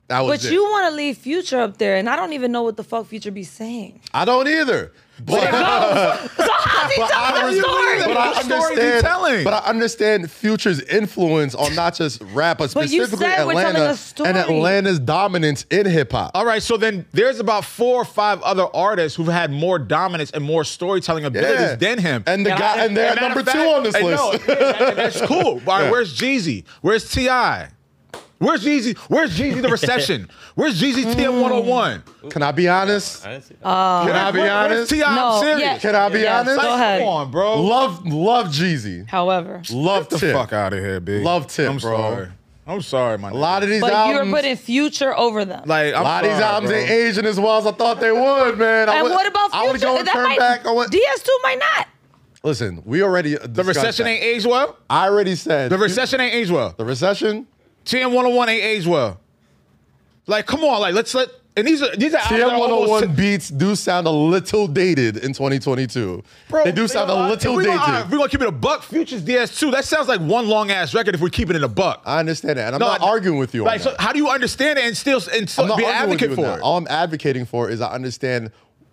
Speaker 1: That was
Speaker 2: But
Speaker 1: it.
Speaker 2: you want to leave Future up there, and I don't even know what the fuck Future be saying.
Speaker 1: I don't either. But,
Speaker 2: So how's he telling
Speaker 1: I,
Speaker 2: the story?
Speaker 1: but I
Speaker 3: What story is he
Speaker 1: understand.
Speaker 3: telling?
Speaker 1: But I understand Future's influence on not just rap, but
Speaker 2: But you
Speaker 1: specifically
Speaker 2: said we're telling
Speaker 1: Atlanta
Speaker 2: a story.
Speaker 1: and Atlanta's dominance in hip hop.
Speaker 3: All right, so then there's about four or five other artists who've had more dominance and more storytelling abilities than him.
Speaker 1: and the
Speaker 2: And
Speaker 1: guy
Speaker 2: I-
Speaker 1: and they're
Speaker 3: And matter
Speaker 1: number
Speaker 3: of
Speaker 1: two
Speaker 3: fact-
Speaker 1: on this
Speaker 3: I know,
Speaker 1: list.
Speaker 3: yeah, that's cool. All right, where's Jeezy? Where's Ti? Where's Jeezy? Where's Jeezy the recession? Where's Jeezy TM 101?
Speaker 1: Can I be honest?
Speaker 4: I didn't see that.
Speaker 1: Mm.
Speaker 2: Uh,
Speaker 3: Uh,
Speaker 1: Can I be honest?
Speaker 3: Ti,
Speaker 2: No,
Speaker 3: I'm serious.
Speaker 2: yeah.
Speaker 1: Can I be
Speaker 2: Yes,
Speaker 1: honest?
Speaker 2: Go
Speaker 3: Like,
Speaker 2: ahead.
Speaker 3: Come on, bro.
Speaker 1: Love, love Jeezy.
Speaker 2: However,
Speaker 1: Love
Speaker 3: Get the
Speaker 1: Tip.
Speaker 3: fuck out of here, big.
Speaker 1: Love Tip,
Speaker 3: I'm
Speaker 1: bro.
Speaker 3: sorry. I'm sorry, my
Speaker 1: A lot of these
Speaker 2: but
Speaker 1: albums,
Speaker 2: you were putting Future over them.
Speaker 3: like I'm
Speaker 1: a lot of these
Speaker 3: sorry,
Speaker 1: albums
Speaker 3: bro.
Speaker 1: ain't aging as well as I thought they would, man. I
Speaker 2: and
Speaker 1: would-
Speaker 2: what about
Speaker 1: I would
Speaker 2: Future?
Speaker 1: go and
Speaker 2: That
Speaker 1: turn
Speaker 2: might-
Speaker 1: back. I would,
Speaker 2: DS2 might not.
Speaker 1: listen, we already
Speaker 3: The recession ain't aged well.
Speaker 1: I already said
Speaker 3: The recession ain't aged well.
Speaker 1: The recession.
Speaker 3: TM 101 ain't aged well. Like, come on, like let's let. And these are these are albums that
Speaker 1: TM
Speaker 3: are almost-
Speaker 1: 101 beats do sound a little dated in 2022. they do sound a little
Speaker 3: we
Speaker 1: dated.
Speaker 3: Gonna, if we gonna keep it a buck. Futures DS2. That sounds like one long ass record if we're keeping it a buck.
Speaker 1: I understand that, and I'm
Speaker 3: No,
Speaker 1: not
Speaker 3: I-
Speaker 1: arguing with you. on
Speaker 3: Like, so
Speaker 1: that.
Speaker 3: how do you understand it and still and still
Speaker 1: I'm not
Speaker 3: be an
Speaker 1: arguing with
Speaker 3: advocate
Speaker 1: you
Speaker 3: for
Speaker 1: on that.
Speaker 3: it?
Speaker 1: All I'm advocating for is I understand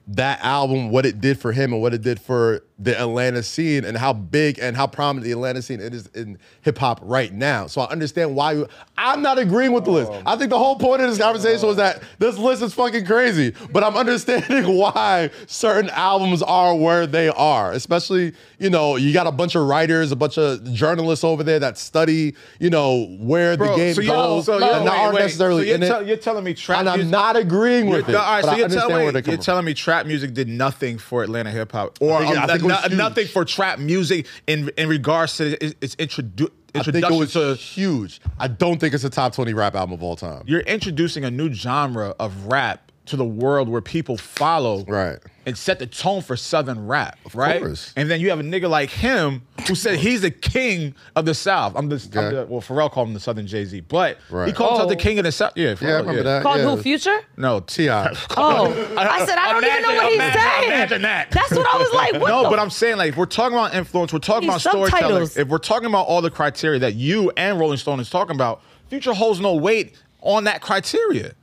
Speaker 1: that album, what it did for him, and what it did for the Atlanta scene, and how big and how prominent the Atlanta scene it is in hip hop right now. So I understand why you. I'm not agreeing with the list.
Speaker 3: Um,
Speaker 1: I think the whole point of this conversation was that this list is fucking crazy, but I'm understanding why certain albums are where they are. Especially, you know, you got a bunch of writers, a bunch of journalists over there that study, you know, where the game
Speaker 3: you're-
Speaker 1: goes,
Speaker 3: so
Speaker 1: and
Speaker 3: you're-
Speaker 1: not
Speaker 3: wait,
Speaker 1: aren't
Speaker 3: wait.
Speaker 1: necessarily
Speaker 3: So you're
Speaker 1: in it
Speaker 3: tell- You're telling me trap
Speaker 1: and I'm
Speaker 3: music-
Speaker 1: not agreeing with it.
Speaker 3: All right,
Speaker 1: but
Speaker 3: so
Speaker 1: I
Speaker 3: you're,
Speaker 1: understand
Speaker 3: telling,
Speaker 1: where
Speaker 3: wait,
Speaker 1: they come
Speaker 3: you're
Speaker 1: from.
Speaker 3: telling me trap music did nothing for Atlanta hip hop, or
Speaker 1: think it-
Speaker 3: um,
Speaker 1: I think it was
Speaker 3: no-
Speaker 1: huge.
Speaker 3: nothing for trap music in in regards to its, its introdu-
Speaker 1: I think it
Speaker 3: introduction
Speaker 1: was
Speaker 3: to.
Speaker 1: huge. I don't think it's a top 20 rap album of all time.
Speaker 3: You're introducing a new genre of rap to the world where people follow,
Speaker 1: Right.
Speaker 3: and set the tone for Southern rap, right?
Speaker 1: course.
Speaker 3: And then you have a nigga like him who said he's the king of the South. I'm the, I'm
Speaker 1: Okay.
Speaker 3: the- well, Pharrell called him the Southern Jay Z, but he
Speaker 1: Right.
Speaker 3: called himself
Speaker 2: Oh.
Speaker 3: the king of the South. Yeah, Pharrell,
Speaker 1: yeah, I remember that.
Speaker 2: Called
Speaker 1: Uh, yeah.
Speaker 2: who? Future?
Speaker 3: No, T.
Speaker 1: T.I.
Speaker 2: Oh, I said I don't even know what he's
Speaker 3: Imagine-
Speaker 2: saying.
Speaker 3: imagine that.
Speaker 2: That's what I was like. What
Speaker 3: no,
Speaker 2: the
Speaker 3: but I'm saying like if we're talking about influence, we're talking
Speaker 2: Need
Speaker 3: about storytelling.
Speaker 2: subtitles.
Speaker 3: If we're talking about all the criteria that you and Rolling Stone is talking about, Future holds no weight on that criteria.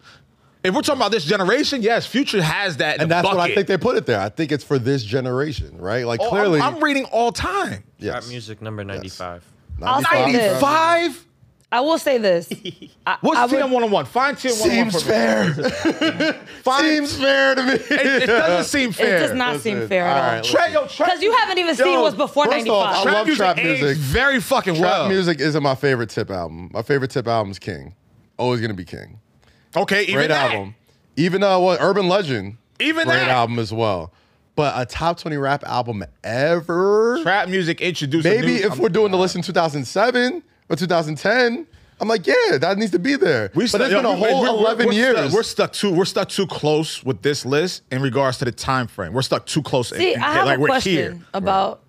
Speaker 3: If we're talking about this generation, yes, Future has that. in
Speaker 1: And
Speaker 3: the
Speaker 1: that's what I
Speaker 3: bucket.
Speaker 1: think they put it there. I think it's for this generation, right? Like
Speaker 3: Oh, I'm-
Speaker 1: clearly.
Speaker 3: I'm, reading all time.
Speaker 1: yes.
Speaker 4: Rap music number 95.
Speaker 2: I'll say this.
Speaker 3: 95.
Speaker 2: I will say this. I,
Speaker 3: What's
Speaker 2: I
Speaker 3: TM
Speaker 2: would,
Speaker 3: 101? Find TM 101
Speaker 1: Seems
Speaker 3: for me.
Speaker 1: fair. Seems fair to me.
Speaker 3: It, it doesn't seem fair.
Speaker 2: It does not seem fair
Speaker 1: All
Speaker 2: at
Speaker 1: right,
Speaker 2: all.
Speaker 1: listen.
Speaker 3: Trap, yo, trap,
Speaker 2: Because you haven't even seen
Speaker 3: Yo,
Speaker 2: what's before
Speaker 1: first off,
Speaker 2: 95.
Speaker 1: I
Speaker 3: trap
Speaker 1: love
Speaker 3: music
Speaker 1: trap
Speaker 3: aged
Speaker 1: music.
Speaker 3: very fucking well.
Speaker 1: Trap music isn't my favorite tip album. My favorite tip album is King. Always gonna be King.
Speaker 3: Okay, even
Speaker 1: Great
Speaker 3: that.
Speaker 1: album. Even uh, what Urban Legend.
Speaker 3: Even
Speaker 1: great
Speaker 3: that.
Speaker 1: album as well. But a top twenty rap album ever?
Speaker 3: Trap music introduced. a
Speaker 1: Maybe
Speaker 3: new-
Speaker 1: if
Speaker 3: I'm-
Speaker 1: we're doing the list in 2007 or 2010, I'm like, yeah, that needs to be there.
Speaker 3: We
Speaker 1: but
Speaker 3: stuck-
Speaker 1: it's
Speaker 3: yo,
Speaker 1: been a
Speaker 3: we-
Speaker 1: whole
Speaker 3: we're- we're-
Speaker 1: 11
Speaker 3: we're
Speaker 1: years.
Speaker 3: Stuck, we're stuck too. We're stuck too close with this list in regards to the time frame. We're stuck too close. in-
Speaker 2: See,
Speaker 3: in-
Speaker 2: I have
Speaker 3: like
Speaker 2: a
Speaker 3: we're
Speaker 2: question
Speaker 3: here.
Speaker 2: about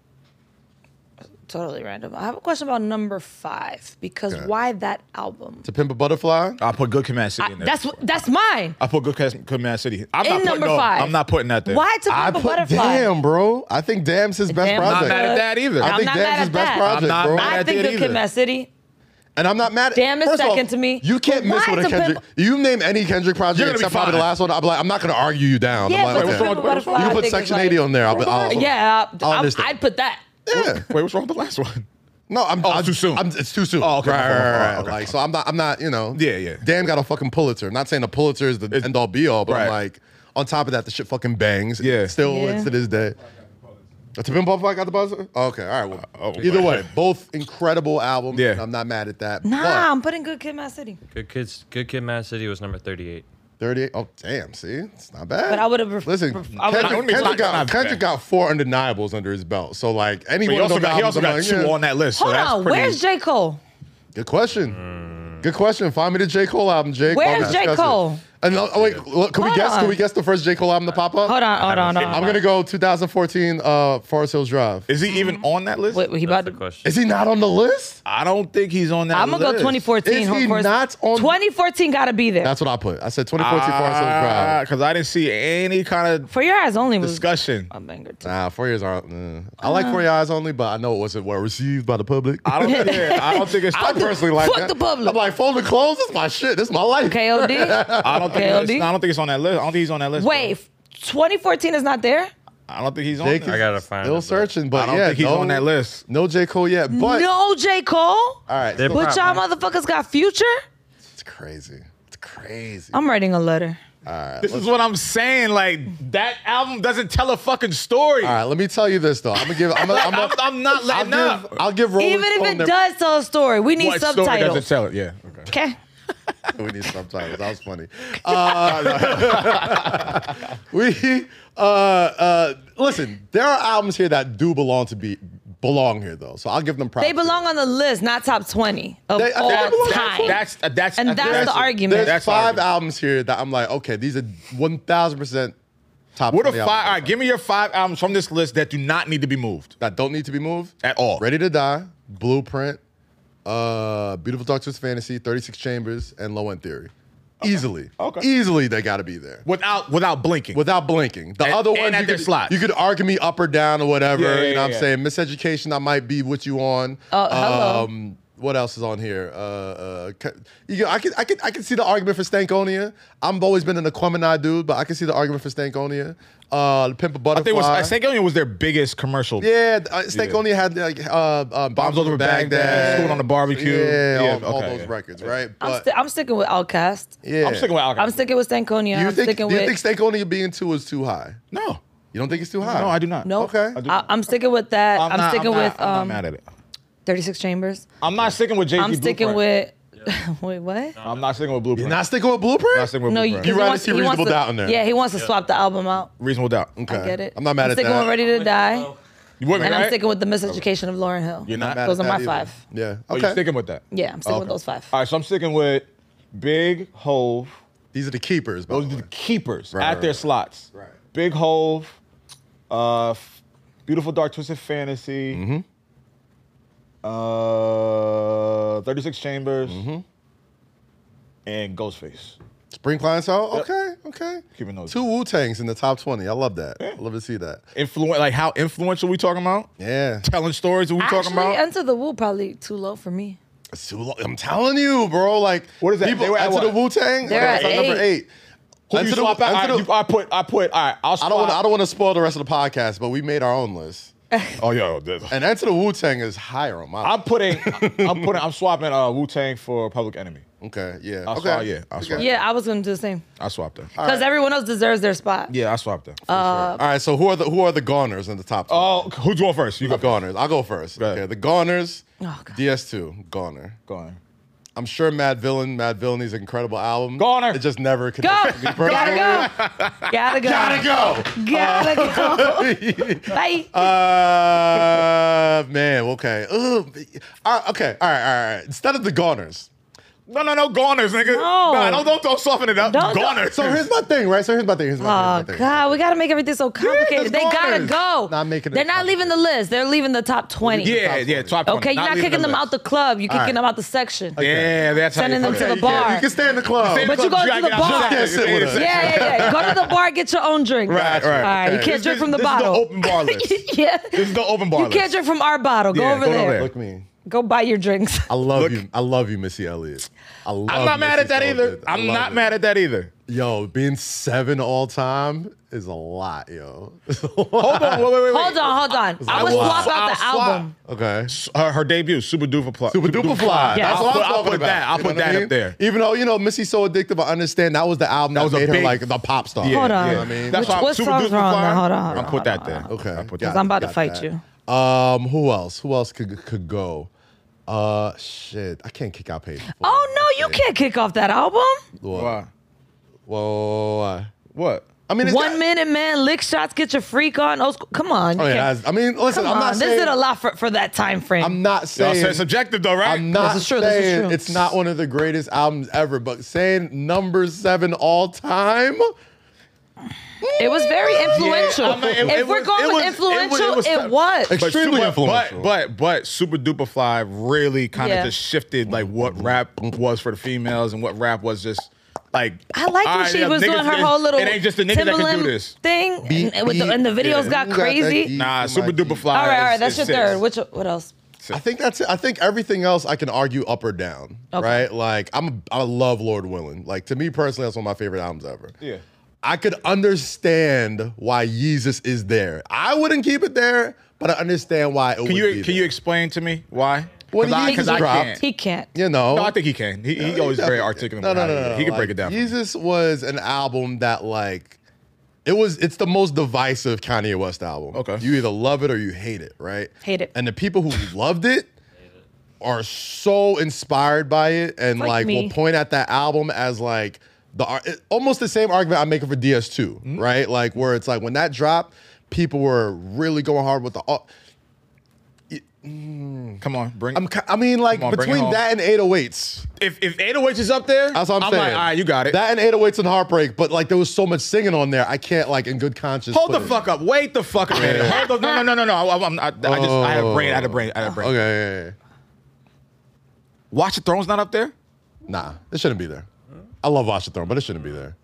Speaker 2: totally random. I have a question about number five because why that album?
Speaker 1: to Pimp a Butterfly.
Speaker 3: I put Good Command City
Speaker 2: I,
Speaker 3: in there.
Speaker 2: that's wh- that's mine.
Speaker 3: I put Good Cas- Command City. I'm
Speaker 2: In
Speaker 3: not putting,
Speaker 2: number
Speaker 3: no,
Speaker 2: five.
Speaker 3: I'm not putting that there.
Speaker 2: Why to
Speaker 1: I
Speaker 2: put a
Speaker 1: put
Speaker 2: butterfly?
Speaker 1: Damn, bro. I think Damn's his best
Speaker 2: Damn
Speaker 1: project.
Speaker 2: was
Speaker 3: I'm not mad at
Speaker 2: good.
Speaker 3: that either. I
Speaker 1: I
Speaker 2: I'm
Speaker 1: think
Speaker 2: not
Speaker 1: Damn's
Speaker 2: mad
Speaker 1: his
Speaker 2: at
Speaker 1: best
Speaker 2: that.
Speaker 1: project,
Speaker 3: not
Speaker 1: bro.
Speaker 3: mad
Speaker 2: I
Speaker 3: at
Speaker 2: think
Speaker 3: that
Speaker 2: Good
Speaker 3: either.
Speaker 2: Kid, Mad City.
Speaker 1: and I'm not mad at
Speaker 2: Damn is
Speaker 1: First
Speaker 2: second
Speaker 1: off,
Speaker 2: to me.
Speaker 1: You can't
Speaker 2: But
Speaker 1: miss
Speaker 2: why
Speaker 1: with a
Speaker 2: to Pimp-
Speaker 1: Kendrick. You name any Kendrick project
Speaker 3: You're gonna be
Speaker 1: except probably the
Speaker 3: fine.
Speaker 1: last one. I'm like, I'm not gonna argue you down.
Speaker 2: Yeah, but
Speaker 1: I'm like,
Speaker 2: to
Speaker 1: okay.
Speaker 2: Pimp a Butterfly.
Speaker 1: you
Speaker 2: I
Speaker 1: put
Speaker 2: think
Speaker 1: Section
Speaker 2: is like-
Speaker 1: 80 on there. I'll be. I'll,
Speaker 2: Yeah, I-
Speaker 1: I'll
Speaker 2: I,
Speaker 1: understand.
Speaker 2: I'd put that.
Speaker 1: yeah.
Speaker 3: Wait, what's wrong with the last one?
Speaker 1: No, I'm.
Speaker 3: Oh,
Speaker 1: I'm
Speaker 3: it's too soon.
Speaker 1: I'm, it's too soon.
Speaker 3: Oh, okay.
Speaker 1: Right, right, right, right.
Speaker 3: Okay.
Speaker 1: Like, so I'm not. I'm not. You know.
Speaker 3: Yeah, yeah.
Speaker 1: Damn, got a fucking Pulitzer. Not saying the Pulitzer is the end all be all, but
Speaker 3: right.
Speaker 1: I'm like, on top of that, the shit fucking bangs.
Speaker 3: Yeah.
Speaker 1: Still
Speaker 2: Yeah.
Speaker 1: to this day. To Pimp a Butterfly got the buzzer. Okay, all right. Well,
Speaker 3: Oh, okay.
Speaker 1: either way, both incredible albums.
Speaker 3: Yeah.
Speaker 1: and I'm not mad at that.
Speaker 2: Nah,
Speaker 1: but
Speaker 2: I'm putting Good Kid, Mad City.
Speaker 4: Good Kids, Good Kid, Mad City was number 38.
Speaker 1: 38. Oh, damn. See, it's not bad.
Speaker 5: But I would've pref-
Speaker 1: Listen,
Speaker 5: pref-
Speaker 1: Kendrick,
Speaker 5: I would've-
Speaker 1: Kendrick
Speaker 3: It's not-
Speaker 1: got,
Speaker 3: not bad.
Speaker 1: Kendrick got four undeniables under his belt. So, like, any
Speaker 3: But he
Speaker 1: one of
Speaker 3: also
Speaker 1: those
Speaker 3: got, he
Speaker 1: albums,
Speaker 3: also
Speaker 1: I'm
Speaker 3: got
Speaker 1: like,
Speaker 3: two
Speaker 1: yeah.
Speaker 3: on that list. So
Speaker 5: Hold
Speaker 3: that's
Speaker 5: on,
Speaker 3: pretty,
Speaker 5: where's J. Cole?
Speaker 1: Good question. Good question. Find me the J. Cole album, Jake.
Speaker 5: Where's J. Cole?
Speaker 1: And, oh, wait, look, can we
Speaker 5: Hold
Speaker 1: guess?
Speaker 5: on.
Speaker 1: Can we guess the first J. Cole album to pop up?
Speaker 5: Hold on, hold on, hold on.
Speaker 1: I'm gonna go 2014 uh, Forest Hills Drive.
Speaker 3: Is he even on that list?
Speaker 5: Wait, he
Speaker 4: That's
Speaker 5: about
Speaker 4: the
Speaker 5: to,
Speaker 4: question.
Speaker 1: Is he not on the list?
Speaker 3: I don't think he's on that
Speaker 5: I'm gonna go
Speaker 3: list.
Speaker 5: 2014.
Speaker 1: Is he
Speaker 5: Hold first.
Speaker 1: not on-
Speaker 5: 2014 gotta be there.
Speaker 1: That's what I put. I said 2014 Forest
Speaker 3: Ah.
Speaker 1: Hills Drive.
Speaker 3: Because I didn't see any kind of
Speaker 5: For your eyes only was
Speaker 3: discussion.
Speaker 5: a banger too.
Speaker 1: Nah, four years aren't. mm.
Speaker 5: Ah.
Speaker 1: I like four years only, but I know it wasn't well received by the public.
Speaker 3: I don't, yeah, I don't think it's.
Speaker 1: I personally like
Speaker 5: fuck
Speaker 1: that.
Speaker 5: the public.
Speaker 1: I'm like folding clothes. This is my shit. This is my life.
Speaker 5: KOD.
Speaker 3: I don't think.
Speaker 5: KLD?
Speaker 3: It's, I don't think it's on that list. I don't think he's on that list.
Speaker 5: Wait, 2014 is not there?
Speaker 3: bro. I don't think he's on.
Speaker 1: Jake
Speaker 3: that.
Speaker 1: is
Speaker 4: I gotta find
Speaker 1: still
Speaker 4: it, but
Speaker 1: searching, but
Speaker 3: I don't
Speaker 1: yeah,
Speaker 3: think he's
Speaker 1: no-
Speaker 3: on that list.
Speaker 1: No J Cole yet, but
Speaker 5: no J. Cole?
Speaker 1: all right,
Speaker 4: They're
Speaker 1: so
Speaker 5: But y'all motherfuckers got future?
Speaker 1: it's crazy. It's crazy.
Speaker 5: I'm writing a letter.
Speaker 3: This is what I'm saying. Like that album doesn't tell a fucking story.
Speaker 1: all right, let me tell you this though. I'm gonna give. I'm, gonna, I'm,
Speaker 3: I'm,
Speaker 1: gonna,
Speaker 3: I'm not
Speaker 1: I'll
Speaker 3: letting
Speaker 1: give.
Speaker 3: up.
Speaker 1: I'll give. Rolling
Speaker 5: Even if
Speaker 1: Stone
Speaker 5: it
Speaker 1: their-
Speaker 5: does tell a story, we need subtitles.
Speaker 3: tell it? Yeah. Okay.
Speaker 5: okay.
Speaker 1: we need subtitles. That was funny. Uh, no. we uh, uh, listen. There are albums here that do belong to be belong here though, so I'll give them props.
Speaker 5: They belong on the list, not top 20 of
Speaker 1: They- I think they
Speaker 5: all
Speaker 1: belong on top
Speaker 5: time.
Speaker 1: 20.
Speaker 3: That's uh, that's
Speaker 5: And
Speaker 3: I think
Speaker 5: that's the
Speaker 3: it.
Speaker 5: argument.
Speaker 1: There's
Speaker 3: That's
Speaker 1: five
Speaker 3: argument.
Speaker 1: albums here that I'm like, okay, these are one thousand percent top.
Speaker 3: What a
Speaker 1: 20
Speaker 3: five!
Speaker 1: albums
Speaker 3: All right, give me your five albums from this list that do not need to be moved
Speaker 1: that don't need to be moved.
Speaker 3: at all.
Speaker 1: Ready to Die, Blueprint, uh, Beautiful Dark Twisted Fantasy, Thirty Six Chambers, and Low End Theory. Easily,
Speaker 3: Okay.
Speaker 1: easily, they got to be there.
Speaker 3: Without without blinking.
Speaker 1: without blinking. The
Speaker 3: And-
Speaker 1: other
Speaker 3: and
Speaker 1: one,
Speaker 3: at
Speaker 1: you
Speaker 3: their
Speaker 1: could,
Speaker 3: slots.
Speaker 1: you could argue me up or down or whatever.
Speaker 3: Yeah, yeah,
Speaker 1: you know what
Speaker 3: yeah,
Speaker 1: I'm saying? Miseducation, I might be with you on.
Speaker 5: Oh, hello.
Speaker 1: Um, what else is on here? Uh, uh, ca- you know, I can, I can, I can see the argument for Stankonia. I've always been an Aquemini dude, but I can see the argument for Stankonia. Uh, the Pimp a
Speaker 3: I
Speaker 1: Butterfly.
Speaker 3: think it was I think it was their biggest commercial.
Speaker 1: yeah, uh, Stankonia had like uh, uh, Bombs,
Speaker 3: Over
Speaker 1: Over
Speaker 3: Baghdad,
Speaker 1: Baghdad,
Speaker 3: School on the Barbecue.
Speaker 1: Yeah,
Speaker 3: Yeah,
Speaker 1: all, all
Speaker 3: okay,
Speaker 1: those
Speaker 3: yeah.
Speaker 1: records, right?
Speaker 5: I'm,
Speaker 1: But
Speaker 5: sti- I'm sticking with Outcast.
Speaker 1: yeah,
Speaker 3: I'm sticking with Alchemist.
Speaker 5: I'm sticking with Stankonia.
Speaker 1: Do you
Speaker 5: I'm
Speaker 1: think,
Speaker 5: sticking
Speaker 1: do you
Speaker 5: with.
Speaker 1: think Stankonia being two is too high?
Speaker 3: No,
Speaker 1: You don't think it's too high?
Speaker 3: no, I do not.
Speaker 5: no.
Speaker 1: Okay.
Speaker 3: I do.
Speaker 5: I, am sticking with that. I'm,
Speaker 3: not-
Speaker 5: sticking
Speaker 3: I'm not-
Speaker 5: with
Speaker 3: I'm not
Speaker 5: um,
Speaker 3: mad at it.
Speaker 5: 36 Chambers.
Speaker 3: I'm not sticking with Jay.
Speaker 5: I'm sticking with. Wait, what?
Speaker 3: I'm not sticking with Blueprint.
Speaker 1: You're not sticking with Blueprint.
Speaker 3: I'm not sticking with
Speaker 5: No, you,
Speaker 3: Blueprint.
Speaker 1: You rather see
Speaker 5: he
Speaker 1: Reasonable
Speaker 5: wants to-
Speaker 1: Doubt in there.
Speaker 5: Yeah, he wants to swap the album out.
Speaker 3: Reasonable doubt. Okay.
Speaker 5: I get it.
Speaker 1: I'm not mad
Speaker 5: I'm
Speaker 1: at
Speaker 5: sticking
Speaker 1: that.
Speaker 5: with Ready to Die,
Speaker 3: You with me,
Speaker 5: and I'm
Speaker 3: right?
Speaker 5: sticking with The Miseducation of Lauren Hill.
Speaker 3: You're not.
Speaker 1: Mad
Speaker 5: Those
Speaker 1: at
Speaker 5: are my
Speaker 1: that either.
Speaker 5: five.
Speaker 1: Yeah.
Speaker 3: Oh,
Speaker 1: Okay.
Speaker 3: you're sticking with that.
Speaker 5: Yeah, I'm sticking with
Speaker 3: Okay.
Speaker 5: those five.
Speaker 3: All right, so I'm sticking with Big Hove.
Speaker 1: These are the keepers. By
Speaker 3: Those
Speaker 1: the
Speaker 3: are
Speaker 1: way.
Speaker 3: the keepers
Speaker 1: Right,
Speaker 3: at
Speaker 1: right,
Speaker 3: their
Speaker 1: right.
Speaker 3: slots.
Speaker 1: Right.
Speaker 3: Big Hove, uh, F- Beautiful Dark Twisted Fantasy,
Speaker 1: Mm-hmm.
Speaker 3: uh, 36 Chambers,
Speaker 1: Mm-hmm.
Speaker 3: and Ghostface.
Speaker 1: Spring Clientele. Okay. Okay.
Speaker 3: Keeping those.
Speaker 1: Two Wu Tangs in the top twenty. I love that. I love to see that.
Speaker 3: Influen- like how influential we talking about?
Speaker 1: Yeah.
Speaker 3: Telling stories are we
Speaker 5: Actually,
Speaker 3: talking about?
Speaker 5: Enter the Woo probably too low for me.
Speaker 1: It's too long. I'm telling you, bro. Like
Speaker 3: What is that?
Speaker 1: People
Speaker 3: They were at
Speaker 1: into the Wu
Speaker 3: what?
Speaker 1: Tang.
Speaker 5: They're at
Speaker 1: number eight.
Speaker 3: Who you
Speaker 1: Into the-
Speaker 3: swap out? All
Speaker 1: into
Speaker 3: right, you-
Speaker 1: the-
Speaker 3: I put, I put, all right, I'll
Speaker 1: I
Speaker 3: swap.
Speaker 1: don't want. I don't want to spoil the rest of the podcast, but we made our own list,
Speaker 3: Oh, yo. this-
Speaker 1: and Enter the Wu Tang is higher on my.
Speaker 3: I'm putting, I'm putting, I'm swapping uh, Wu Tang for Public Enemy.
Speaker 1: okay. Yeah.
Speaker 3: I'll
Speaker 1: okay.
Speaker 3: swap- yeah, I'll swap.
Speaker 1: Okay.
Speaker 5: Yeah, I was gonna do the same
Speaker 3: I swapped them.
Speaker 5: because everyone else deserves their spot.
Speaker 3: Yeah, I swapped them.
Speaker 1: All right. So who are the who are the goners in the top? 20?
Speaker 3: oh, who's going first? You
Speaker 1: the
Speaker 3: go.
Speaker 1: goners. I'll go first.
Speaker 3: Go ahead.
Speaker 1: Okay. The goners.
Speaker 5: Oh, God.
Speaker 1: DS2 goner.
Speaker 3: Going.
Speaker 1: I'm sure Mad Villain, Mad Villainy's an incredible album.
Speaker 3: Goner.
Speaker 1: It just never
Speaker 5: Go,
Speaker 1: connected to me
Speaker 5: gotta
Speaker 1: personally.
Speaker 5: go, gotta go,
Speaker 1: Gotta go.
Speaker 5: gotta go. Bye. Oh,
Speaker 1: Uh, man, okay. Ugh. Uh, okay, all right, all right, all right. Instead of the goners.
Speaker 3: No, no, no, goners, nigga.
Speaker 5: No.
Speaker 3: Nah, don't, don't, don't soften it up.
Speaker 5: Don't-
Speaker 3: goners.
Speaker 1: So here's my thing, right? So here's my thing. Here's my,
Speaker 5: Oh
Speaker 1: here's my thing.
Speaker 5: God, we gotta make everything so complicated. they gotta
Speaker 1: goners.
Speaker 5: go.
Speaker 1: Not making it
Speaker 5: They're not leaving the list. They're leaving the top twenty.
Speaker 3: yeah, yeah, top 20.
Speaker 5: Okay, you're not
Speaker 3: leaving
Speaker 5: kicking
Speaker 3: the
Speaker 5: them
Speaker 3: list.
Speaker 5: out the club. You're kicking
Speaker 1: right.
Speaker 5: them out the section.
Speaker 3: Yeah, that's
Speaker 5: Sending
Speaker 3: how
Speaker 5: them
Speaker 3: you
Speaker 5: to
Speaker 3: fuck
Speaker 5: the
Speaker 3: it.
Speaker 1: Yeah,
Speaker 5: bar.
Speaker 1: you can stay in the club.
Speaker 5: But you go to the bar.
Speaker 1: Yeah,
Speaker 5: Yeah, yeah, yeah. Go to the bar, get your own drink.
Speaker 1: Right, right.
Speaker 5: All right, you
Speaker 1: Okay.
Speaker 5: can't drink from the
Speaker 3: this
Speaker 5: bottle.
Speaker 3: This is the open bar list. this
Speaker 5: yeah.
Speaker 3: is the open bar
Speaker 5: You
Speaker 3: list.
Speaker 5: can't drink from our bottle. Go
Speaker 3: Yeah,
Speaker 5: over
Speaker 3: go
Speaker 5: there.
Speaker 3: over
Speaker 1: Look at me.
Speaker 5: Go buy your drinks.
Speaker 1: I love
Speaker 3: Look.
Speaker 1: you. I love you, Missy Elliott. I love
Speaker 3: I'm not mad
Speaker 1: Missy
Speaker 3: at that
Speaker 1: so
Speaker 3: either.
Speaker 1: good. I
Speaker 3: I'm
Speaker 1: love
Speaker 3: not
Speaker 1: it.
Speaker 3: mad at that either.
Speaker 1: Yo, being seven all time is a lot, yo.
Speaker 3: Hold on, wait, wait, wait. wait.
Speaker 5: Hold on, hold on. I
Speaker 3: I'll
Speaker 5: would swap out
Speaker 3: swap-
Speaker 5: the
Speaker 3: I'll swap.
Speaker 5: album.
Speaker 1: okay.
Speaker 3: Her, her debut, Super Duper Fly.
Speaker 1: Super duper fly.
Speaker 5: Yeah.
Speaker 1: That's
Speaker 5: I'll
Speaker 1: what
Speaker 3: put-
Speaker 1: I'm
Speaker 3: I'll
Speaker 1: talking
Speaker 3: put
Speaker 1: about.
Speaker 3: that- I'll
Speaker 1: You know
Speaker 3: put
Speaker 1: what I
Speaker 3: that up
Speaker 1: mean?
Speaker 3: there.
Speaker 1: Even though you know Missy's so addictive, I understand that was the album that,
Speaker 3: was a
Speaker 1: made her
Speaker 3: big-
Speaker 1: like the pop star.
Speaker 3: Yeah,
Speaker 5: Hold on.
Speaker 1: You know what I mean?
Speaker 3: That's
Speaker 5: Which-
Speaker 3: why
Speaker 5: what
Speaker 3: Super
Speaker 5: song's
Speaker 3: Duper
Speaker 5: wrong?
Speaker 3: Fly.
Speaker 5: Hold on, hold
Speaker 3: I'll
Speaker 5: on,
Speaker 3: put that
Speaker 5: hold
Speaker 3: there.
Speaker 5: on.
Speaker 1: Okay.
Speaker 3: I'll put
Speaker 1: got
Speaker 3: that.
Speaker 5: I'm about to
Speaker 1: got
Speaker 5: fight
Speaker 1: that.
Speaker 5: you.
Speaker 1: Um, who else? Who else could could go? Uh, shit. I can't kick out Page.
Speaker 5: Oh no, you can't kick off that album.
Speaker 1: Well,
Speaker 3: Why?
Speaker 1: Whoa. why?
Speaker 3: What?
Speaker 1: I mean, it's
Speaker 5: One
Speaker 1: got-
Speaker 5: minute, man. Lick shots, get your freak on. Old school. Come on. you
Speaker 1: Oh, yeah,
Speaker 5: can't-
Speaker 1: that's- I mean, listen,
Speaker 5: Come
Speaker 1: I'm
Speaker 5: on.
Speaker 1: not
Speaker 5: This
Speaker 1: saying.
Speaker 5: did a lot for, for that time frame.
Speaker 1: I'm not
Speaker 3: Y'all said
Speaker 1: saying.
Speaker 3: subjective though, right?
Speaker 1: I'm not
Speaker 5: This is true, this is
Speaker 1: saying
Speaker 5: true.
Speaker 1: it's not one of the greatest albums ever, but saying number seven all time,
Speaker 5: it was very influential.
Speaker 3: I mean, it-
Speaker 5: if
Speaker 3: it
Speaker 5: we're
Speaker 3: was-
Speaker 5: going
Speaker 3: it
Speaker 5: with
Speaker 3: was- it was- it
Speaker 5: influential, it
Speaker 3: was-
Speaker 5: was.
Speaker 1: Ex- Extremely
Speaker 3: super,
Speaker 1: influential.
Speaker 3: But but but Super Duper Fly really kind of
Speaker 5: Yeah.
Speaker 3: just shifted like what rap was for the females and what rap was just like.
Speaker 5: I liked
Speaker 3: all
Speaker 5: when
Speaker 3: right,
Speaker 5: she
Speaker 3: yeah,
Speaker 5: was
Speaker 3: niggas-
Speaker 5: doing her whole little
Speaker 3: It ain't just the niggas that can
Speaker 5: Timbaland
Speaker 3: do this.
Speaker 5: thing,
Speaker 1: Beat,
Speaker 5: and, with the, and the
Speaker 1: beat,
Speaker 5: videos got
Speaker 1: yeah. You got that
Speaker 5: crazy.
Speaker 1: beat.
Speaker 3: Nah,
Speaker 1: Mikey.
Speaker 3: Super Duper Fly.
Speaker 5: all right, all right,
Speaker 3: is-
Speaker 5: that's your
Speaker 3: is
Speaker 5: third.
Speaker 3: six.
Speaker 5: Which what else?
Speaker 1: I think that's it. I think everything else I can argue up or down,
Speaker 5: Okay.
Speaker 1: right? Like I'm, I love Lord Willing. Like to me personally, that's one of my favorite albums ever.
Speaker 3: Yeah.
Speaker 1: I could understand why Yeezus is there. I wouldn't keep it there, but I understand why it would
Speaker 3: Can
Speaker 1: be
Speaker 3: you can you
Speaker 1: there.
Speaker 3: explain to me why?
Speaker 1: What do you
Speaker 3: I-
Speaker 1: think
Speaker 3: I
Speaker 1: he dropped?
Speaker 3: can't.
Speaker 5: He can't.
Speaker 1: You know,
Speaker 3: No, I think he can. He, he always very articulate.
Speaker 1: No,
Speaker 3: with
Speaker 1: no,
Speaker 3: how
Speaker 1: no,
Speaker 3: he-
Speaker 1: no, no.
Speaker 3: He can break
Speaker 1: Like,
Speaker 3: it down. for me.
Speaker 1: Jesus was an album that like it was it's the most divisive Kanye West album.
Speaker 3: Okay.
Speaker 1: You either love it or you hate it, right?
Speaker 5: Hate it.
Speaker 1: And the people who loved it are so inspired by it and
Speaker 5: Like
Speaker 1: like will
Speaker 5: me.
Speaker 1: point at that album as like the ar- it- almost the same argument I'm making for DS2,
Speaker 3: Mm-hmm.
Speaker 1: right? Like where it's like when that dropped, people were really going hard with the uh, au-
Speaker 3: Come on, bring.
Speaker 1: I'm, ki- I mean like
Speaker 3: Come on, bring it
Speaker 1: between
Speaker 3: home.
Speaker 1: that and 808s.
Speaker 3: if if 808 is up there,
Speaker 1: That's what I'm,
Speaker 3: I'm
Speaker 1: saying.
Speaker 3: like, all right, you got it.
Speaker 1: That and 808s and Heartbreak, but like there was so much singing on there, I can't like in good conscience.
Speaker 3: Hold
Speaker 1: put
Speaker 3: the
Speaker 1: it.
Speaker 3: fuck up. Wait the fuck a minute. Hold the, no, no, no, no, no. I, I'm, I, I just, I had a brain. I had a brain. I had a brain.
Speaker 1: Okay, yeah, yeah, yeah.
Speaker 3: Watch the Throne's not up there.
Speaker 1: nah, it shouldn't be there. I love Watch the Throne, but it shouldn't be there.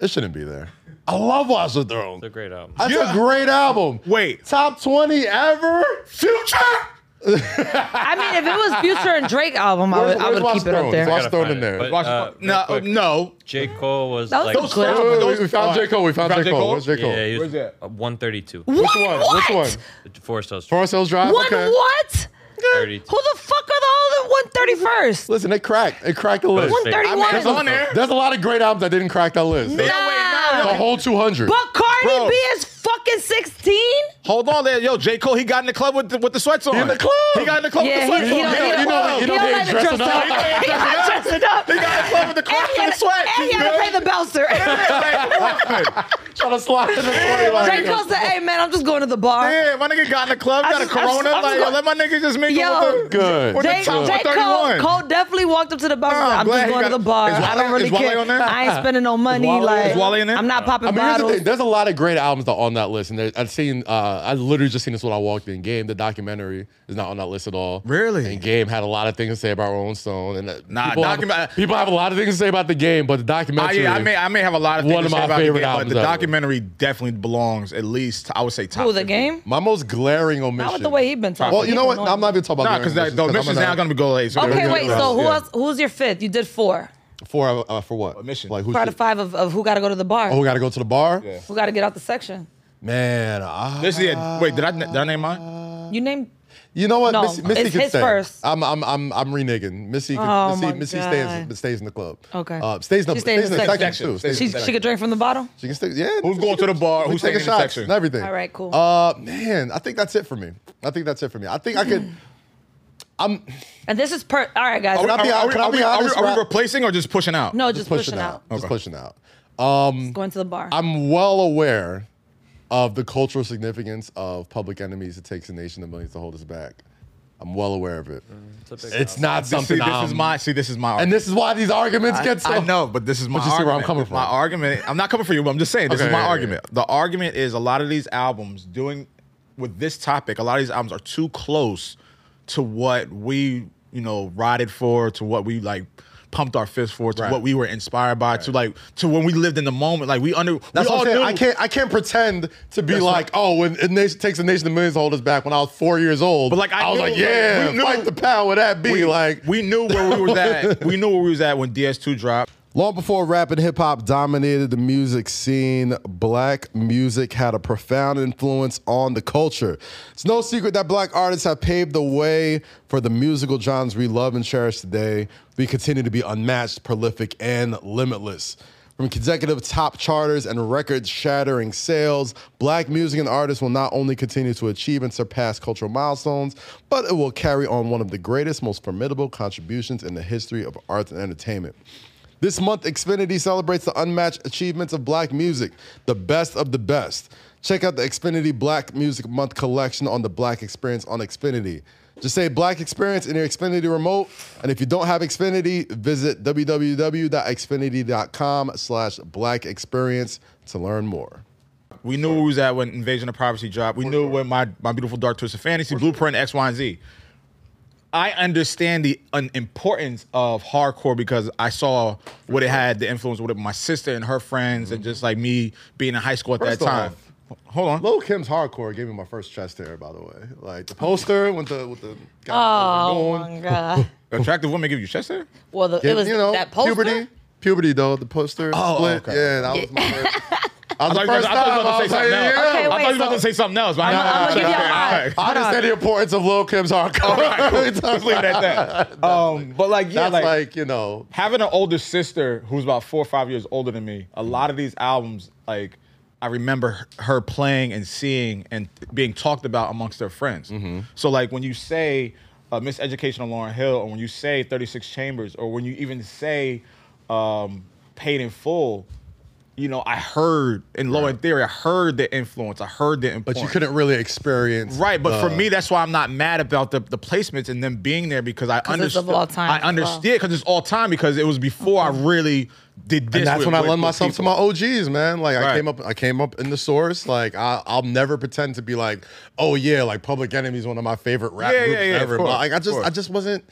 Speaker 1: It shouldn't be there. I love Watch the Throne.
Speaker 4: It's a great album.
Speaker 1: That's
Speaker 3: Yeah.
Speaker 1: a great album.
Speaker 3: Wait.
Speaker 1: top twenty ever?
Speaker 3: Future.
Speaker 5: I mean, if it was Future and Drake album, I would, I would
Speaker 1: Watch
Speaker 5: keep
Speaker 1: the
Speaker 5: it
Speaker 1: Throne?
Speaker 5: up there.
Speaker 1: Watch
Speaker 4: Gotta
Speaker 1: the Throne
Speaker 4: find
Speaker 1: in
Speaker 4: it,
Speaker 1: there.
Speaker 4: but-
Speaker 3: Watch
Speaker 4: Uh,
Speaker 3: the, no,
Speaker 4: real quick.
Speaker 3: no.
Speaker 4: J. Cole was
Speaker 5: That was
Speaker 4: like
Speaker 5: so close.
Speaker 1: Wait, wait, wait, we found
Speaker 3: Those-
Speaker 1: J Cole. We found
Speaker 3: Found J.
Speaker 1: J Cole.
Speaker 3: Cole?
Speaker 1: Where's J Cole?
Speaker 4: Yeah, he was
Speaker 3: Where's that?
Speaker 4: uh, 132.
Speaker 1: Which one? Which one?
Speaker 4: The Forest Hills.
Speaker 1: Forest Hills Drive.
Speaker 5: One
Speaker 1: okay.
Speaker 5: what?
Speaker 4: 32.
Speaker 5: Who the fuck are the whole one thirty first?
Speaker 1: Listen, it cracked. It cracked the list.
Speaker 4: One thirty-
Speaker 3: it's on
Speaker 5: 131.
Speaker 3: there.
Speaker 1: There's a lot of great albums that didn't crack that list.
Speaker 5: Nah.
Speaker 1: The whole two hundred.
Speaker 5: But Cardi
Speaker 3: Bro.
Speaker 5: B is fucking 16?
Speaker 3: Hold on there, yo. J Cole, he got in the club with the, with the sweats on.
Speaker 1: in the club.
Speaker 3: He got in the club
Speaker 5: Yeah,
Speaker 3: with the
Speaker 5: he,
Speaker 3: sweats on.
Speaker 5: he don't, he
Speaker 1: You
Speaker 5: don't,
Speaker 1: know-
Speaker 5: he
Speaker 1: you know they
Speaker 5: don't
Speaker 1: ain't
Speaker 5: let it
Speaker 1: dressing
Speaker 5: dress
Speaker 1: up.
Speaker 5: up. He not dressing up.
Speaker 3: He got in the club with the
Speaker 5: And
Speaker 3: clubs
Speaker 5: he
Speaker 3: and
Speaker 5: had
Speaker 3: the
Speaker 5: to-
Speaker 3: sweats.
Speaker 5: and he had to pay the bouncer.
Speaker 1: Trying to slide in the 20 like-
Speaker 5: Drake Cole said, hey, man, I'm just going to the bar.
Speaker 3: Yeah, my nigga got in the club,
Speaker 5: I
Speaker 3: got a
Speaker 5: just- I just-
Speaker 3: Corona.
Speaker 5: I just
Speaker 3: like, yo,
Speaker 5: got-
Speaker 3: let my nigga just mingle
Speaker 5: Yo.
Speaker 3: with the
Speaker 1: Good.
Speaker 3: With
Speaker 5: Jay,
Speaker 3: the top
Speaker 5: Jay Cole,
Speaker 3: 31.
Speaker 5: Cole definitely walked up to the bar. and
Speaker 3: Oh,
Speaker 5: said,
Speaker 3: I'm
Speaker 5: I'm
Speaker 3: glad
Speaker 5: just
Speaker 3: he
Speaker 5: going to
Speaker 3: got-
Speaker 5: the bar.
Speaker 3: Is
Speaker 5: I don't
Speaker 3: Wale-
Speaker 5: really
Speaker 3: is Wale
Speaker 5: care.
Speaker 3: on there?
Speaker 5: I ain't spending no money.
Speaker 1: Wale-
Speaker 5: like,
Speaker 3: is Wale in there?
Speaker 5: I'm not popping
Speaker 1: I mean, here's the
Speaker 5: bottles.
Speaker 1: thing. There's a lot of great albums that are on that list, and there- I've seen. Uh, I literally just seen this when I walked in. Game, the documentary, is not on that list at all.
Speaker 3: Really?
Speaker 1: And Game had a lot of things to say about Rolling Stone, and uh,
Speaker 3: Nah,
Speaker 1: people, have,
Speaker 3: docu-
Speaker 1: people have a lot of things to say about the game, but the
Speaker 3: I,
Speaker 1: documentary.
Speaker 3: yeah, I may I may have a lot of things
Speaker 1: One
Speaker 3: to
Speaker 1: of
Speaker 3: say
Speaker 1: my
Speaker 3: about the
Speaker 1: favorite
Speaker 3: game, but
Speaker 1: albums
Speaker 3: the
Speaker 1: ever.
Speaker 3: documentary definitely belongs at least I would say top.
Speaker 5: Who, the
Speaker 3: 50.
Speaker 5: game?
Speaker 1: my most glaring omission.
Speaker 5: Not with the way he'd been talking.
Speaker 1: Well, you know what?
Speaker 5: He's
Speaker 1: I'm not even talking about.
Speaker 3: Nah, because
Speaker 1: glaring
Speaker 3: the
Speaker 1: omissions, 'cause I'm
Speaker 3: mission's now gonna be go late. So
Speaker 5: annoying. Okay,
Speaker 1: Yeah,
Speaker 5: wait.
Speaker 1: yeah,
Speaker 5: So who
Speaker 1: yeah.
Speaker 5: else? Who's your fifth? You did four.
Speaker 1: for uh, for what?
Speaker 3: Omission.
Speaker 1: Like who's
Speaker 5: Part of five of, of who got to go to the bar.
Speaker 1: Oh, we gotta go to the bar.
Speaker 3: Yeah.
Speaker 5: Who got to get out the section?
Speaker 1: Man, ah.
Speaker 3: This is it. Wait, did I did I name mine?
Speaker 5: You named.
Speaker 1: You know what?
Speaker 5: No,
Speaker 1: Missy, Missy
Speaker 5: it's
Speaker 1: can
Speaker 5: his
Speaker 1: stay.
Speaker 5: first.
Speaker 1: I'm I'm I'm I'm reneging. Missy can,
Speaker 5: Oh,
Speaker 1: Missy,
Speaker 5: my
Speaker 1: Missy
Speaker 5: God.
Speaker 1: stays stays in the club.
Speaker 5: Okay.
Speaker 1: Uh, stays in the
Speaker 5: She stays in the
Speaker 1: section,
Speaker 3: section.
Speaker 1: too. Stays
Speaker 5: She,
Speaker 1: in the
Speaker 5: she could drink from the bottle.
Speaker 1: She can stay. Yeah.
Speaker 3: Who's going to the bar? Who's taking
Speaker 1: taking
Speaker 3: the
Speaker 1: shots
Speaker 3: section?
Speaker 1: and everything?
Speaker 5: All right, cool.
Speaker 1: Uh, man, I think that's it for me. I think that's it for me. I think I could. I'm.
Speaker 5: and this is per. All right, guys.
Speaker 1: Are we-
Speaker 3: Are, we- are, we-
Speaker 1: Can I
Speaker 3: are
Speaker 1: be
Speaker 3: we- are we-
Speaker 1: honest,
Speaker 3: are we
Speaker 1: Rob?
Speaker 3: replacing or just pushing out?
Speaker 5: no, just pushing, out.
Speaker 1: Just pushing out.
Speaker 5: Going to the bar.
Speaker 1: I'm well aware of the cultural significance of Public Enemies. It takes a nation of millions to hold us back. I'm well aware of it.
Speaker 3: Mm,
Speaker 4: It's a big
Speaker 1: It's
Speaker 4: album.
Speaker 1: not
Speaker 3: See,
Speaker 1: something.
Speaker 3: this
Speaker 1: I'm,
Speaker 3: is my see. This is my.
Speaker 1: And this is why these arguments
Speaker 3: I,
Speaker 1: get so.
Speaker 3: I know, but this is my.
Speaker 1: But you see
Speaker 3: argument.
Speaker 1: where I'm coming from.
Speaker 3: My argument. I'm not coming for you. But I'm just saying this
Speaker 1: Okay,
Speaker 3: is my
Speaker 1: yeah, yeah,
Speaker 3: argument. The argument is a lot of these albums doing with this topic. A lot of these albums are too close to what we you know rotted for, to what we like pumped our fists for, to
Speaker 1: Right.
Speaker 3: what we were inspired by, to like to when we lived in the moment. Like we under.
Speaker 1: That's
Speaker 3: we
Speaker 1: what
Speaker 3: all
Speaker 1: I'm saying.
Speaker 3: knew.
Speaker 1: I can't. I can't pretend to be
Speaker 3: That's
Speaker 1: like, oh, when it nation, takes a nation of millions to hold us back. When I was four years old,
Speaker 3: But, like, I
Speaker 1: was
Speaker 3: knew,
Speaker 1: like,
Speaker 3: like,
Speaker 1: yeah,
Speaker 3: we knew-
Speaker 1: fight the power. Would that be like?
Speaker 3: we knew where we was at. we knew where we was at when DS2 dropped.
Speaker 1: Long before rap and hip hop dominated the music scene, black music had a profound influence on the culture. It's no secret that black artists have paved the way for the musical genres we love and cherish today. We continue to be unmatched, prolific, and limitless. From consecutive top charters and record shattering sales, black music and artists will not only continue to achieve and surpass cultural milestones, but it will carry on one of the greatest, most formidable contributions in the history of arts and entertainment. This month, Xfinity celebrates the unmatched achievements of black music, the best of the best. Check out the Xfinity Black Music Month collection on the Black Experience on Xfinity. Just say Black Experience in your Xfinity remote. And if you don't have Xfinity, visit www.xfinity.com slash black experience to learn more.
Speaker 3: We knew where we was at when Invasion of Privacy dropped. We knew when my, my beautiful dark twisted fantasy blueprint X, Y, and Z. I understand the un- importance of hardcore because I saw what it had, the influence with it, my sister and her friends, and just like me being in high school at
Speaker 1: Mm-hmm. First
Speaker 3: that time. Hold on.
Speaker 1: Lil Kim's hardcore gave me my first chest hair, by the way. Like the poster with the with the guy
Speaker 2: Oh
Speaker 1: going.
Speaker 2: my god.
Speaker 3: Attractive women give you chest hair?
Speaker 5: Well, the, it was
Speaker 1: you know,
Speaker 5: that poster.
Speaker 1: puberty. Puberty though, the poster.
Speaker 3: Oh,
Speaker 1: split.
Speaker 3: okay.
Speaker 1: Yeah, that was my first. I was
Speaker 3: I thought
Speaker 1: the
Speaker 3: you was
Speaker 1: first
Speaker 3: about- I thought you was
Speaker 1: time.
Speaker 3: about
Speaker 1: I
Speaker 3: to say
Speaker 1: was like,
Speaker 3: something else.
Speaker 1: yeah.
Speaker 3: I
Speaker 5: Okay,
Speaker 3: thought you was about to say something else, but I didn't-
Speaker 5: wait, so- I'ma- I'ma give y'all
Speaker 3: Okay, all
Speaker 5: eyes.
Speaker 3: right.
Speaker 1: I understand the importance of Lil Kim's hardcore.
Speaker 3: Let's leave it at that. Um, but like, yeah,
Speaker 1: That's like,
Speaker 3: like,
Speaker 1: you know,
Speaker 3: having an older sister who's about four or five years older than me.
Speaker 1: Mm-hmm.
Speaker 3: A lot of these albums, like, I remember her playing and seeing and being talked about amongst her friends.
Speaker 1: Mm-hmm.
Speaker 3: So like, when you say uh, Miseducation of Lauren Hill, or when you say Thirty Six Chambers, or when you even say um, Paid in Full. You know, I heard in Low End Theory, I heard the influence, I heard the
Speaker 1: but
Speaker 3: importance.
Speaker 1: you couldn't really experience.
Speaker 3: Right, but for
Speaker 1: the-
Speaker 3: me, that's why I'm not mad about the, the placements and them being there because I
Speaker 5: it's
Speaker 3: understand.
Speaker 5: of all time
Speaker 3: I
Speaker 5: as well.
Speaker 3: understand because it's all time because it was before I really did this.
Speaker 1: And that's
Speaker 3: with-
Speaker 1: when I
Speaker 3: with-
Speaker 1: lend
Speaker 3: with
Speaker 1: myself to
Speaker 3: people.
Speaker 1: my OGs, man. Like
Speaker 3: Right.
Speaker 1: I came up, I came up in the source. Like I, I'll never pretend to be like, oh yeah, like Public Enemy's one of my favorite rap
Speaker 3: Yeah, yeah,
Speaker 1: groups
Speaker 3: yeah, of
Speaker 1: ever.
Speaker 3: course,
Speaker 1: but like I
Speaker 3: of
Speaker 1: just,
Speaker 3: course.
Speaker 1: I just wasn't.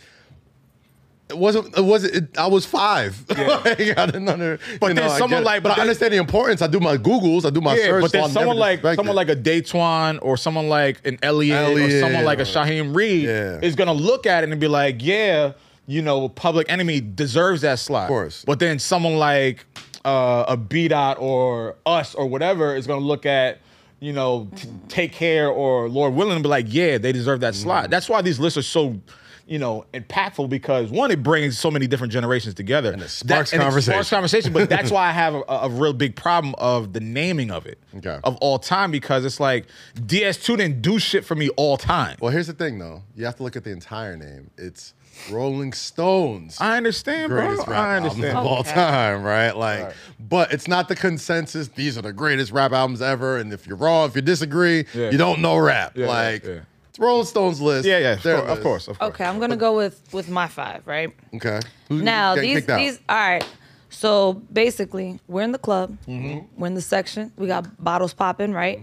Speaker 1: It wasn't. It wasn't. It, I was five. Like, I didn't under,
Speaker 3: But
Speaker 1: you know,
Speaker 3: there's
Speaker 1: I
Speaker 3: someone
Speaker 1: get it.
Speaker 3: like-
Speaker 1: but,
Speaker 3: but
Speaker 1: I
Speaker 3: there-
Speaker 1: understand the importance. I do my Googles. I do my
Speaker 3: Yeah,
Speaker 1: search.
Speaker 3: but
Speaker 1: so
Speaker 3: then
Speaker 1: I'll
Speaker 3: someone
Speaker 1: never
Speaker 3: like
Speaker 1: disrespect
Speaker 3: someone
Speaker 1: it.
Speaker 3: like a Daytwan or someone like an Elliot, or
Speaker 1: Elliot
Speaker 3: someone like a
Speaker 1: or-
Speaker 3: Shaheem Reed
Speaker 1: Yeah.
Speaker 3: is gonna look at it and be like, yeah, you know, Public Enemy deserves that slot. Of
Speaker 1: course.
Speaker 3: But then someone like uh, a B Dot or us or whatever is gonna look at. You know, t- take care or Lord willing, and be like, yeah, they deserve that
Speaker 1: Mm-hmm.
Speaker 3: slot. That's why these lists are so, you know, impactful because one, it brings so many different generations together. And
Speaker 1: it sparks conversation.
Speaker 3: conversation, but that's why I have a, a real big problem of the naming of it
Speaker 1: Okay.
Speaker 3: of all time because it's like DS2 didn't do shit for me all time.
Speaker 1: Well, here's the thing though. You have to look at the entire name. It's Rolling Stones.
Speaker 3: I understand, bro.
Speaker 1: greatest rap
Speaker 3: Oh, I
Speaker 1: albums of
Speaker 3: understand.
Speaker 1: all
Speaker 2: Okay.
Speaker 1: time, right? Like, but it's not the consensus. These are the greatest rap albums ever. And if you're wrong, if you disagree,
Speaker 3: Yeah.
Speaker 1: you don't know rap.
Speaker 3: Yeah,
Speaker 1: like,
Speaker 3: yeah.
Speaker 1: it's Rolling Stones list.
Speaker 3: Yeah, yeah, of
Speaker 1: their
Speaker 3: course, of
Speaker 1: list.
Speaker 3: course, of course.
Speaker 5: Okay, I'm gonna go with with my five. Right
Speaker 1: Okay. Who- who
Speaker 5: now,
Speaker 1: getting
Speaker 5: these
Speaker 1: kicked out?
Speaker 5: these all right. So basically, we're in the club.
Speaker 1: Mm-hmm.
Speaker 5: We're in the section. We got bottles popping. Right.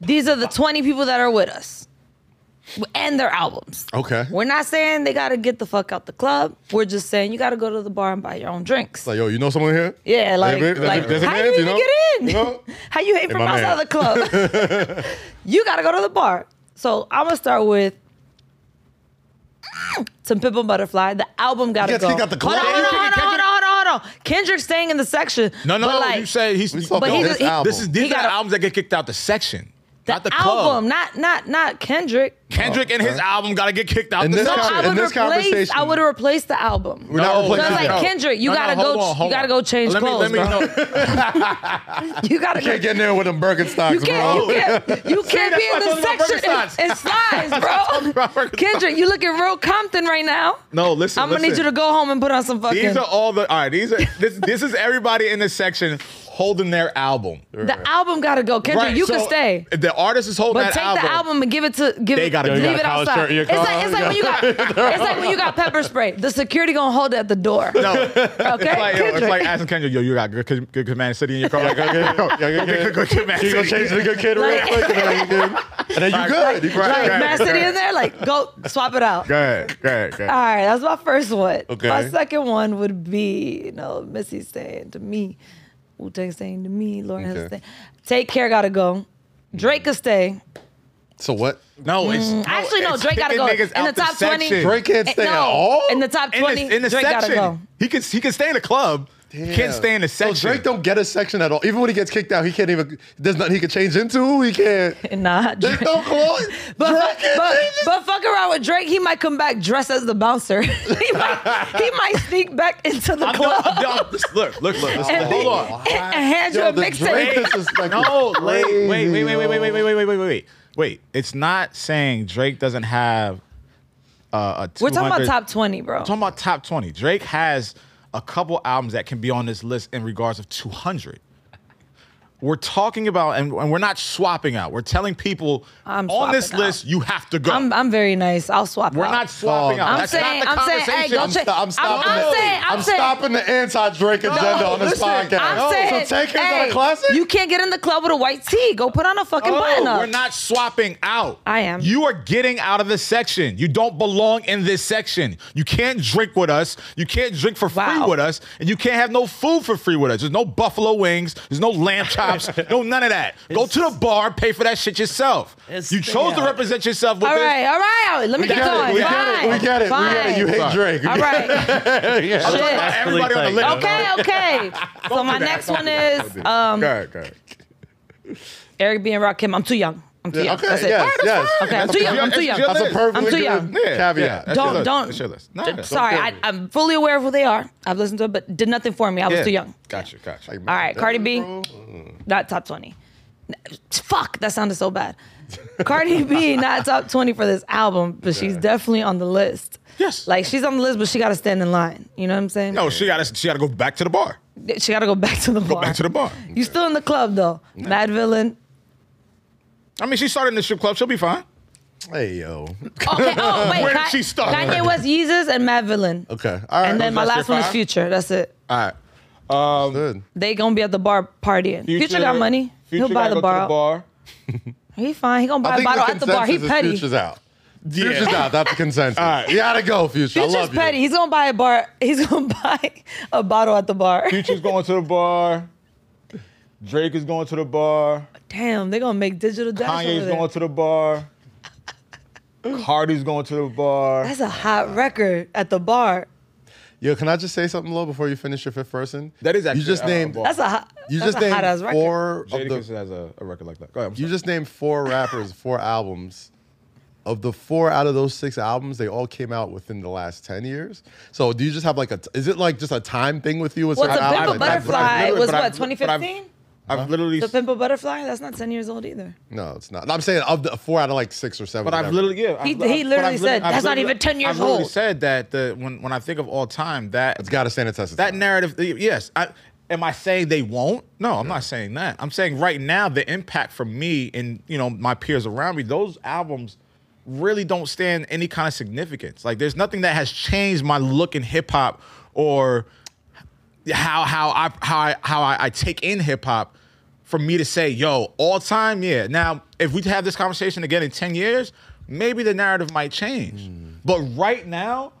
Speaker 5: These are the 20 people that are with us, and their albums.
Speaker 1: Okay.
Speaker 5: We're not saying they gotta get the fuck out the club. We're just saying you gotta go to the bar and buy your own drinks.
Speaker 1: Like, yo, you know someone here?
Speaker 5: Yeah, like,
Speaker 1: babe, there's a-
Speaker 5: like
Speaker 1: there's a
Speaker 5: how
Speaker 1: man,
Speaker 5: you
Speaker 1: you
Speaker 5: even
Speaker 1: know?
Speaker 5: get in?
Speaker 1: You know?
Speaker 5: how you hate from
Speaker 1: my man.
Speaker 5: outside the club? you gotta go to the bar. So I'm gonna start with some Pimp and Butterfly. The album gotta
Speaker 1: You guys
Speaker 5: go.
Speaker 1: kicked out the club?
Speaker 5: Hold on, hold on,
Speaker 3: Yeah, you
Speaker 5: hold
Speaker 3: kicking
Speaker 5: on, hold on, hold on, hold on. Kendrick's staying in the section.
Speaker 3: No, no,
Speaker 5: but like,
Speaker 3: you say he's
Speaker 1: We talking
Speaker 5: But he
Speaker 1: about
Speaker 5: just-
Speaker 1: this
Speaker 5: he-
Speaker 1: album.
Speaker 3: this is these
Speaker 5: He
Speaker 3: are
Speaker 5: got
Speaker 3: the
Speaker 5: a-
Speaker 3: albums that get kicked out the section,
Speaker 5: the,
Speaker 3: not the
Speaker 5: album,
Speaker 3: club.
Speaker 5: not not not Kendrick.
Speaker 3: Kendrick and his album got to get kicked out
Speaker 1: And
Speaker 3: the
Speaker 1: this
Speaker 5: No,
Speaker 1: con-
Speaker 3: section.
Speaker 5: I
Speaker 1: in
Speaker 5: would
Speaker 1: this
Speaker 5: replace.
Speaker 1: conversation-
Speaker 5: I would replace the album.
Speaker 1: We're not
Speaker 3: No,
Speaker 1: replacing
Speaker 5: Because, like,
Speaker 1: that.
Speaker 3: no.
Speaker 5: Kendrick, you gotta
Speaker 3: hold
Speaker 5: go-
Speaker 3: on, hold
Speaker 5: you gotta
Speaker 3: on.
Speaker 5: go change
Speaker 3: let me, Let
Speaker 5: clothes,
Speaker 3: me
Speaker 5: bro.
Speaker 3: know.
Speaker 5: You gotta
Speaker 1: Can't get in there with them Birkenstocks,
Speaker 5: You can't,
Speaker 1: bro.
Speaker 5: you can't, you can't
Speaker 3: that's
Speaker 5: be
Speaker 3: why I
Speaker 5: in
Speaker 3: told
Speaker 5: the
Speaker 3: you about Birkenstocks.
Speaker 5: section and, and slides,
Speaker 3: you about
Speaker 5: bro.
Speaker 3: Birkenstocks.
Speaker 5: Kendrick, you looking real Compton right now.
Speaker 3: No, listen,
Speaker 5: I'm gonna need
Speaker 3: listen.
Speaker 5: you to go home and put on some fucking.
Speaker 3: These are all the all right. These are this. This is everybody in this section holding their album.
Speaker 5: the album gotta go. Kendrick, you
Speaker 3: so
Speaker 5: can stay.
Speaker 3: If the artist is holding
Speaker 5: But
Speaker 3: that
Speaker 5: take the album and give it to give
Speaker 3: They
Speaker 5: it,
Speaker 3: gotta
Speaker 5: leave
Speaker 3: go.
Speaker 5: it
Speaker 1: Got a college
Speaker 5: outside.
Speaker 1: shirt in your
Speaker 5: It's like
Speaker 1: car?
Speaker 5: it's like when you got it's like when you got pepper spray. The security gonna hold it at the door.
Speaker 3: No,
Speaker 5: Okay,
Speaker 3: It's like, yo, it's
Speaker 5: Kendrick.
Speaker 3: like asking Kendrick, yo, you got good, good, good Command City in your car. Like, okay, go,
Speaker 1: Yeah, yeah, yeah.
Speaker 3: good, good Command
Speaker 1: You gonna
Speaker 3: City.
Speaker 1: change the good kid real
Speaker 5: Like-
Speaker 1: quick, and then you good. And then you good. You
Speaker 3: Right,
Speaker 5: like
Speaker 1: good.
Speaker 3: right.
Speaker 5: Mad City in there, like go swap it out.
Speaker 3: Go ahead, go ahead, go ahead.
Speaker 5: All right, that's my first one.
Speaker 1: Okay.
Speaker 5: My second one would be, you know, Missy saying to me, Wu Tang saying to me, Lauren Hill
Speaker 1: Okay.
Speaker 5: saying, Take care, gotta go. Drake could stay.
Speaker 1: So what?
Speaker 3: No, it's
Speaker 5: Mm, Actually, no,
Speaker 3: it's
Speaker 5: Drake gotta
Speaker 3: kicking
Speaker 5: go.
Speaker 3: niggas
Speaker 5: In the
Speaker 3: out
Speaker 5: top 20.
Speaker 3: section.
Speaker 1: Drake can't
Speaker 5: Eh,
Speaker 1: stay
Speaker 5: no,
Speaker 1: at all.
Speaker 5: In the top
Speaker 3: in the,
Speaker 5: 20,
Speaker 3: in the
Speaker 5: Drake
Speaker 3: section.
Speaker 5: gotta go.
Speaker 3: He can he can stay in the club. He
Speaker 1: Damn.
Speaker 3: can't stay in the section.
Speaker 1: So Drake don't get a section at all. Even when he gets kicked out, he can't even. There's nothing he can change into. He can't.
Speaker 5: Nah,
Speaker 1: There's
Speaker 5: Drake.
Speaker 1: no clothes.
Speaker 5: But,
Speaker 1: Drake can't
Speaker 5: but,
Speaker 1: change it.
Speaker 5: but fuck around with Drake, he might come back dressed as the bouncer. he, might, he might sneak back into the
Speaker 3: I'm
Speaker 5: club
Speaker 3: not, I'm- just look, look, look. listen,
Speaker 5: And
Speaker 3: hold
Speaker 5: be-
Speaker 3: on.
Speaker 5: and hand you
Speaker 1: Yo,
Speaker 5: a
Speaker 1: the Drake
Speaker 5: mixtape.
Speaker 1: disrespect
Speaker 3: No,
Speaker 1: is
Speaker 3: wait,
Speaker 1: crazy,
Speaker 3: wait, wait, wait, wait, wait, wait,
Speaker 1: yo.
Speaker 3: wait, wait, wait, wait, wait. It's not saying Drake doesn't have uh, a.
Speaker 5: We're talking about
Speaker 3: 200
Speaker 5: top 20, bro.
Speaker 3: talking about top 20. Drake has a couple albums that can be on this list in regards of 200. We're talking about, and, and we're not swapping out. We're telling people
Speaker 5: I'm
Speaker 3: on this
Speaker 5: swapping out.
Speaker 3: list, you have to go.
Speaker 5: I'm, I'm very nice. I'll swap.
Speaker 3: we're
Speaker 5: out.
Speaker 3: not swapping out.
Speaker 5: I'm
Speaker 3: That's
Speaker 5: saying-
Speaker 3: not the
Speaker 5: I'm saying, hey,
Speaker 3: conversation.
Speaker 5: go
Speaker 1: I'm,
Speaker 5: check-
Speaker 1: sto- I'm
Speaker 5: I'm-
Speaker 1: stopping.
Speaker 5: I'm
Speaker 1: the-
Speaker 5: saying- I'm saying-
Speaker 1: stopping the anti-Drake agenda on this
Speaker 3: listen,
Speaker 1: podcast.
Speaker 5: I'm
Speaker 1: No,
Speaker 5: saying,
Speaker 1: so take him to
Speaker 5: hey,
Speaker 1: the classic.
Speaker 5: You can't get in the club with a white tee. Go put on a fucking button
Speaker 3: No,
Speaker 5: up.
Speaker 3: Oh, we're not swapping out.
Speaker 5: I am.
Speaker 3: You are getting out of the section. You don't belong in this section. You can't drink with us. You can't drink for free
Speaker 5: Wow.
Speaker 3: with us. And you can't have no food for free with us. There's no buffalo wings. There's no lamb chops. no none of that. Go to the bar and pay for that shit yourself.
Speaker 4: It's-
Speaker 3: You chose to
Speaker 4: yeah.
Speaker 3: represent yourself with
Speaker 5: All
Speaker 3: this.
Speaker 5: right, all right, all right. Let me
Speaker 1: we
Speaker 5: keep
Speaker 1: get
Speaker 5: going.
Speaker 1: it. We
Speaker 5: Fine.
Speaker 1: get it. We get it.
Speaker 5: Fine.
Speaker 1: We get it. You hate
Speaker 3: Fine.
Speaker 1: Drake.
Speaker 5: All right.
Speaker 1: Yeah.
Speaker 5: Shit.
Speaker 3: Everybody on the
Speaker 4: Absolutely
Speaker 3: list.
Speaker 4: tight.
Speaker 5: Okay, okay. So
Speaker 3: do
Speaker 5: my
Speaker 3: that.
Speaker 5: next
Speaker 3: Don't
Speaker 5: one
Speaker 3: do that.
Speaker 5: is um,
Speaker 1: Go ahead, go ahead.
Speaker 5: Eric B and Rakim. I'm too young. I'm too
Speaker 1: Yeah,
Speaker 5: young.
Speaker 1: okay,
Speaker 5: That's it.
Speaker 1: yes, yes.
Speaker 5: Okay, I'm
Speaker 1: That's
Speaker 5: too
Speaker 1: a-
Speaker 5: young. I'm
Speaker 3: it's
Speaker 5: too
Speaker 3: your
Speaker 5: young.
Speaker 3: list.
Speaker 1: That's a
Speaker 3: I'm
Speaker 1: perfectly
Speaker 5: too
Speaker 1: good
Speaker 5: young.
Speaker 3: Yeah, yeah,
Speaker 1: caveat.
Speaker 3: that's
Speaker 5: Don't-
Speaker 3: your list.
Speaker 5: don't-
Speaker 3: That's your list. No, don't
Speaker 5: Sorry,
Speaker 3: kill
Speaker 5: I,
Speaker 3: me.
Speaker 5: I'm fully aware of who they are. I've listened to it, but did nothing for me. I was
Speaker 3: Yeah.
Speaker 5: too young.
Speaker 3: Gotcha, gotcha.
Speaker 1: Like,
Speaker 5: All right, Cardi B,
Speaker 1: bro.
Speaker 5: not top 20. N- Fuck, that sounded so bad. Cardi B, not top 20 for this album, but she's definitely on the list.
Speaker 3: Yes.
Speaker 5: Like she's on the list, but she got to stand in line. You know what I'm saying?
Speaker 3: no, she got to she got to go back to the bar.
Speaker 5: She got to go back to the bar.
Speaker 3: Go back to the bar.
Speaker 5: You still in the club though. Mad Villain.
Speaker 3: I mean, she started in the strip club. She'll be fine.
Speaker 1: Hey yo.
Speaker 5: Okay, oh, wait.
Speaker 3: Where did
Speaker 5: Ka-
Speaker 3: she start?
Speaker 5: Kanye West, Yeezus, and Mad Villain.
Speaker 1: Okay. All right.
Speaker 5: And then my
Speaker 3: That's your
Speaker 5: last one is
Speaker 3: five?
Speaker 5: Future. That's it.
Speaker 3: All right.
Speaker 1: Good.
Speaker 5: They gonna be at the bar partying. Future, got money.
Speaker 3: Future
Speaker 5: He'll buy
Speaker 3: gotta go
Speaker 5: the
Speaker 3: to
Speaker 5: bar. out. He fine. He gonna buy a bottle at the bar. He
Speaker 1: consensus is
Speaker 5: petty.
Speaker 1: Future's out. Future's out. That's the consensus.
Speaker 3: right.
Speaker 1: You gotta go, Future. I
Speaker 5: Future's
Speaker 1: love you.
Speaker 5: petty. He's gonna buy a bar. He's gonna buy a bottle at the bar.
Speaker 3: Future's going to the bar. Drake is going to the bar.
Speaker 5: Damn, they gonna make digital dash over
Speaker 3: Kanye's
Speaker 5: there.
Speaker 3: going to the bar. Cardi's going to the bar.
Speaker 5: That's a hot record at the bar.
Speaker 1: Yo, can I just say something low before you finish your fifth person?
Speaker 3: That is actually
Speaker 1: you just
Speaker 3: a- uh, a
Speaker 1: named
Speaker 3: bar.
Speaker 5: That's a hot.
Speaker 1: you
Speaker 5: that's
Speaker 1: just
Speaker 5: a hot ass
Speaker 1: named
Speaker 5: record.
Speaker 1: four of
Speaker 3: Jadakiss
Speaker 1: the,
Speaker 3: has a, a record like that. Go ahead. I'm
Speaker 1: you
Speaker 3: sorry.
Speaker 1: just named four rappers, four albums. Of the four out of those six albums, they all came out within the last ten years. So do you just have like a? Is it like just a time thing with you? with
Speaker 5: What's
Speaker 1: certain
Speaker 5: a Pimp a
Speaker 1: albums? Like, that's what I-
Speaker 5: Butterfly?
Speaker 3: literally-
Speaker 5: was
Speaker 3: but I've-
Speaker 5: what,
Speaker 3: but I've-
Speaker 5: 2015?
Speaker 3: I've, literally,
Speaker 5: The Pimple Butterfly. That's not ten years old either.
Speaker 1: No, it's not. I'm saying of the four out of like six or seven.
Speaker 3: but I've
Speaker 1: whatever.
Speaker 3: literally, yeah.
Speaker 5: He-
Speaker 3: I've, I've-
Speaker 5: he
Speaker 3: but
Speaker 5: literally
Speaker 3: I've
Speaker 5: said,
Speaker 3: I've
Speaker 5: "That's not
Speaker 3: literally-
Speaker 5: even 10 years
Speaker 3: I've literally
Speaker 5: old."
Speaker 3: said that the, when when I think of all time, that
Speaker 1: it's got to stand a test. of
Speaker 3: that
Speaker 1: time.
Speaker 3: narrative yes I, am i saying they won't no i'm not saying that i'm saying right now the impact for me and you know my peers around me those albums really don't stand any kind of significance like there's nothing that has changed my look in hip-hop or how how i how i how i, I take in hip-hop for me to say yo all time yeah now if we have this conversation again in 10 years maybe the narrative might change
Speaker 1: Hmm.
Speaker 3: but right now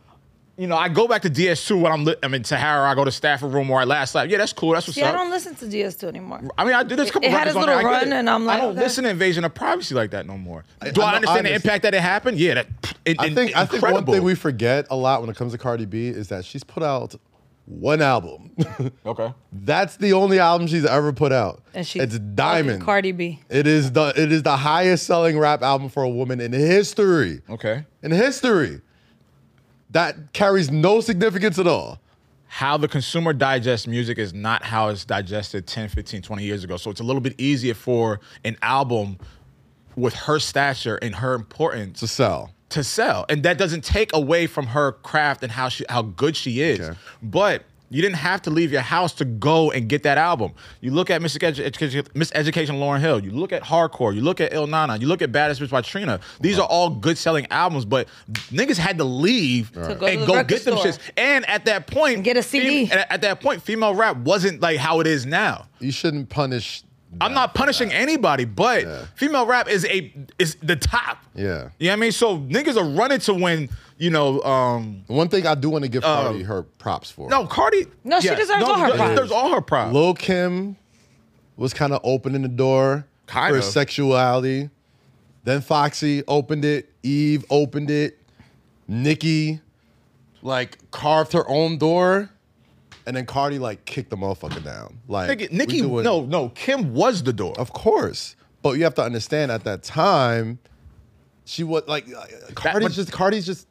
Speaker 3: you know, I go back to DS2 when I'm li- I'm in Tahara. I go to Stafford Room where I last lap. Yeah, that's cool. That's what's
Speaker 5: See, I
Speaker 3: up.
Speaker 5: don't listen to DS2 anymore.
Speaker 3: I mean, I did this a couple
Speaker 5: It had
Speaker 3: records
Speaker 5: its
Speaker 3: on
Speaker 5: little
Speaker 3: there, I get
Speaker 5: run,
Speaker 3: it.
Speaker 5: and I'm like,
Speaker 3: I don't
Speaker 5: okay.
Speaker 3: listen to Invasion of Privacy like that no more. Do I,
Speaker 1: I'm not
Speaker 3: understand the
Speaker 1: honest.
Speaker 3: impact that it happened? Yeah, that it,
Speaker 1: I
Speaker 3: it-
Speaker 1: think I think one
Speaker 3: incredible.
Speaker 1: thing we forget a lot when it comes to Cardi B is that she's put out one album.
Speaker 3: okay.
Speaker 1: That's the only album she's ever put out.
Speaker 5: And she
Speaker 1: it's Diamond.
Speaker 5: fucking Cardi B.
Speaker 1: It is the it is the highest selling rap album for a woman in history.
Speaker 3: Okay.
Speaker 1: In history. That carries no significance at all.
Speaker 3: How the consumer digests music is not how it's digested 10, 15, 20 years ago. So it's a little bit easier for an album with her stature and her importance
Speaker 1: To sell.
Speaker 3: to sell, and that doesn't take away from her craft and how she how good she is.
Speaker 1: Okay.
Speaker 3: But you didn't have to leave your house to go and get that album. You look at Miss Education, Miss Education Lauren Hill. You look at Hardcore. You look at Il Nana. You look at Baddest Bitch by Trina. These are all good selling albums, but niggas had to leave
Speaker 5: go to
Speaker 3: and
Speaker 5: the
Speaker 3: go
Speaker 5: record
Speaker 3: get them
Speaker 5: store.
Speaker 3: shits. And at that point,
Speaker 5: get a
Speaker 3: fem-
Speaker 5: CD.
Speaker 3: at- at that point, female rap wasn't like how it is now.
Speaker 1: You shouldn't punish
Speaker 3: I'm not punishing anybody, but
Speaker 1: Yeah.
Speaker 3: female rap is a is the top.
Speaker 1: Yeah.
Speaker 3: You know what I mean? So niggas are running to when, you know, um
Speaker 1: one thing I do want to give Cardi her props for.
Speaker 3: no, Cardi.
Speaker 5: No, she deserves all her
Speaker 3: she
Speaker 5: props.
Speaker 3: deserves all her props.
Speaker 1: Lil Kim was kind of opening the door
Speaker 3: Kind
Speaker 1: for
Speaker 3: of.
Speaker 1: sexuality. Then Foxy opened it. Eve opened it. Nikki like carved her own door, and then Cardi like kicked the motherfucker down. Like
Speaker 3: Nigga,
Speaker 1: we
Speaker 3: Nicki,
Speaker 1: doing-
Speaker 3: no, no, Kim was the door.
Speaker 1: of course. But you have to understand at that time, she was like Cardi's
Speaker 3: but-
Speaker 1: just Cardi's just.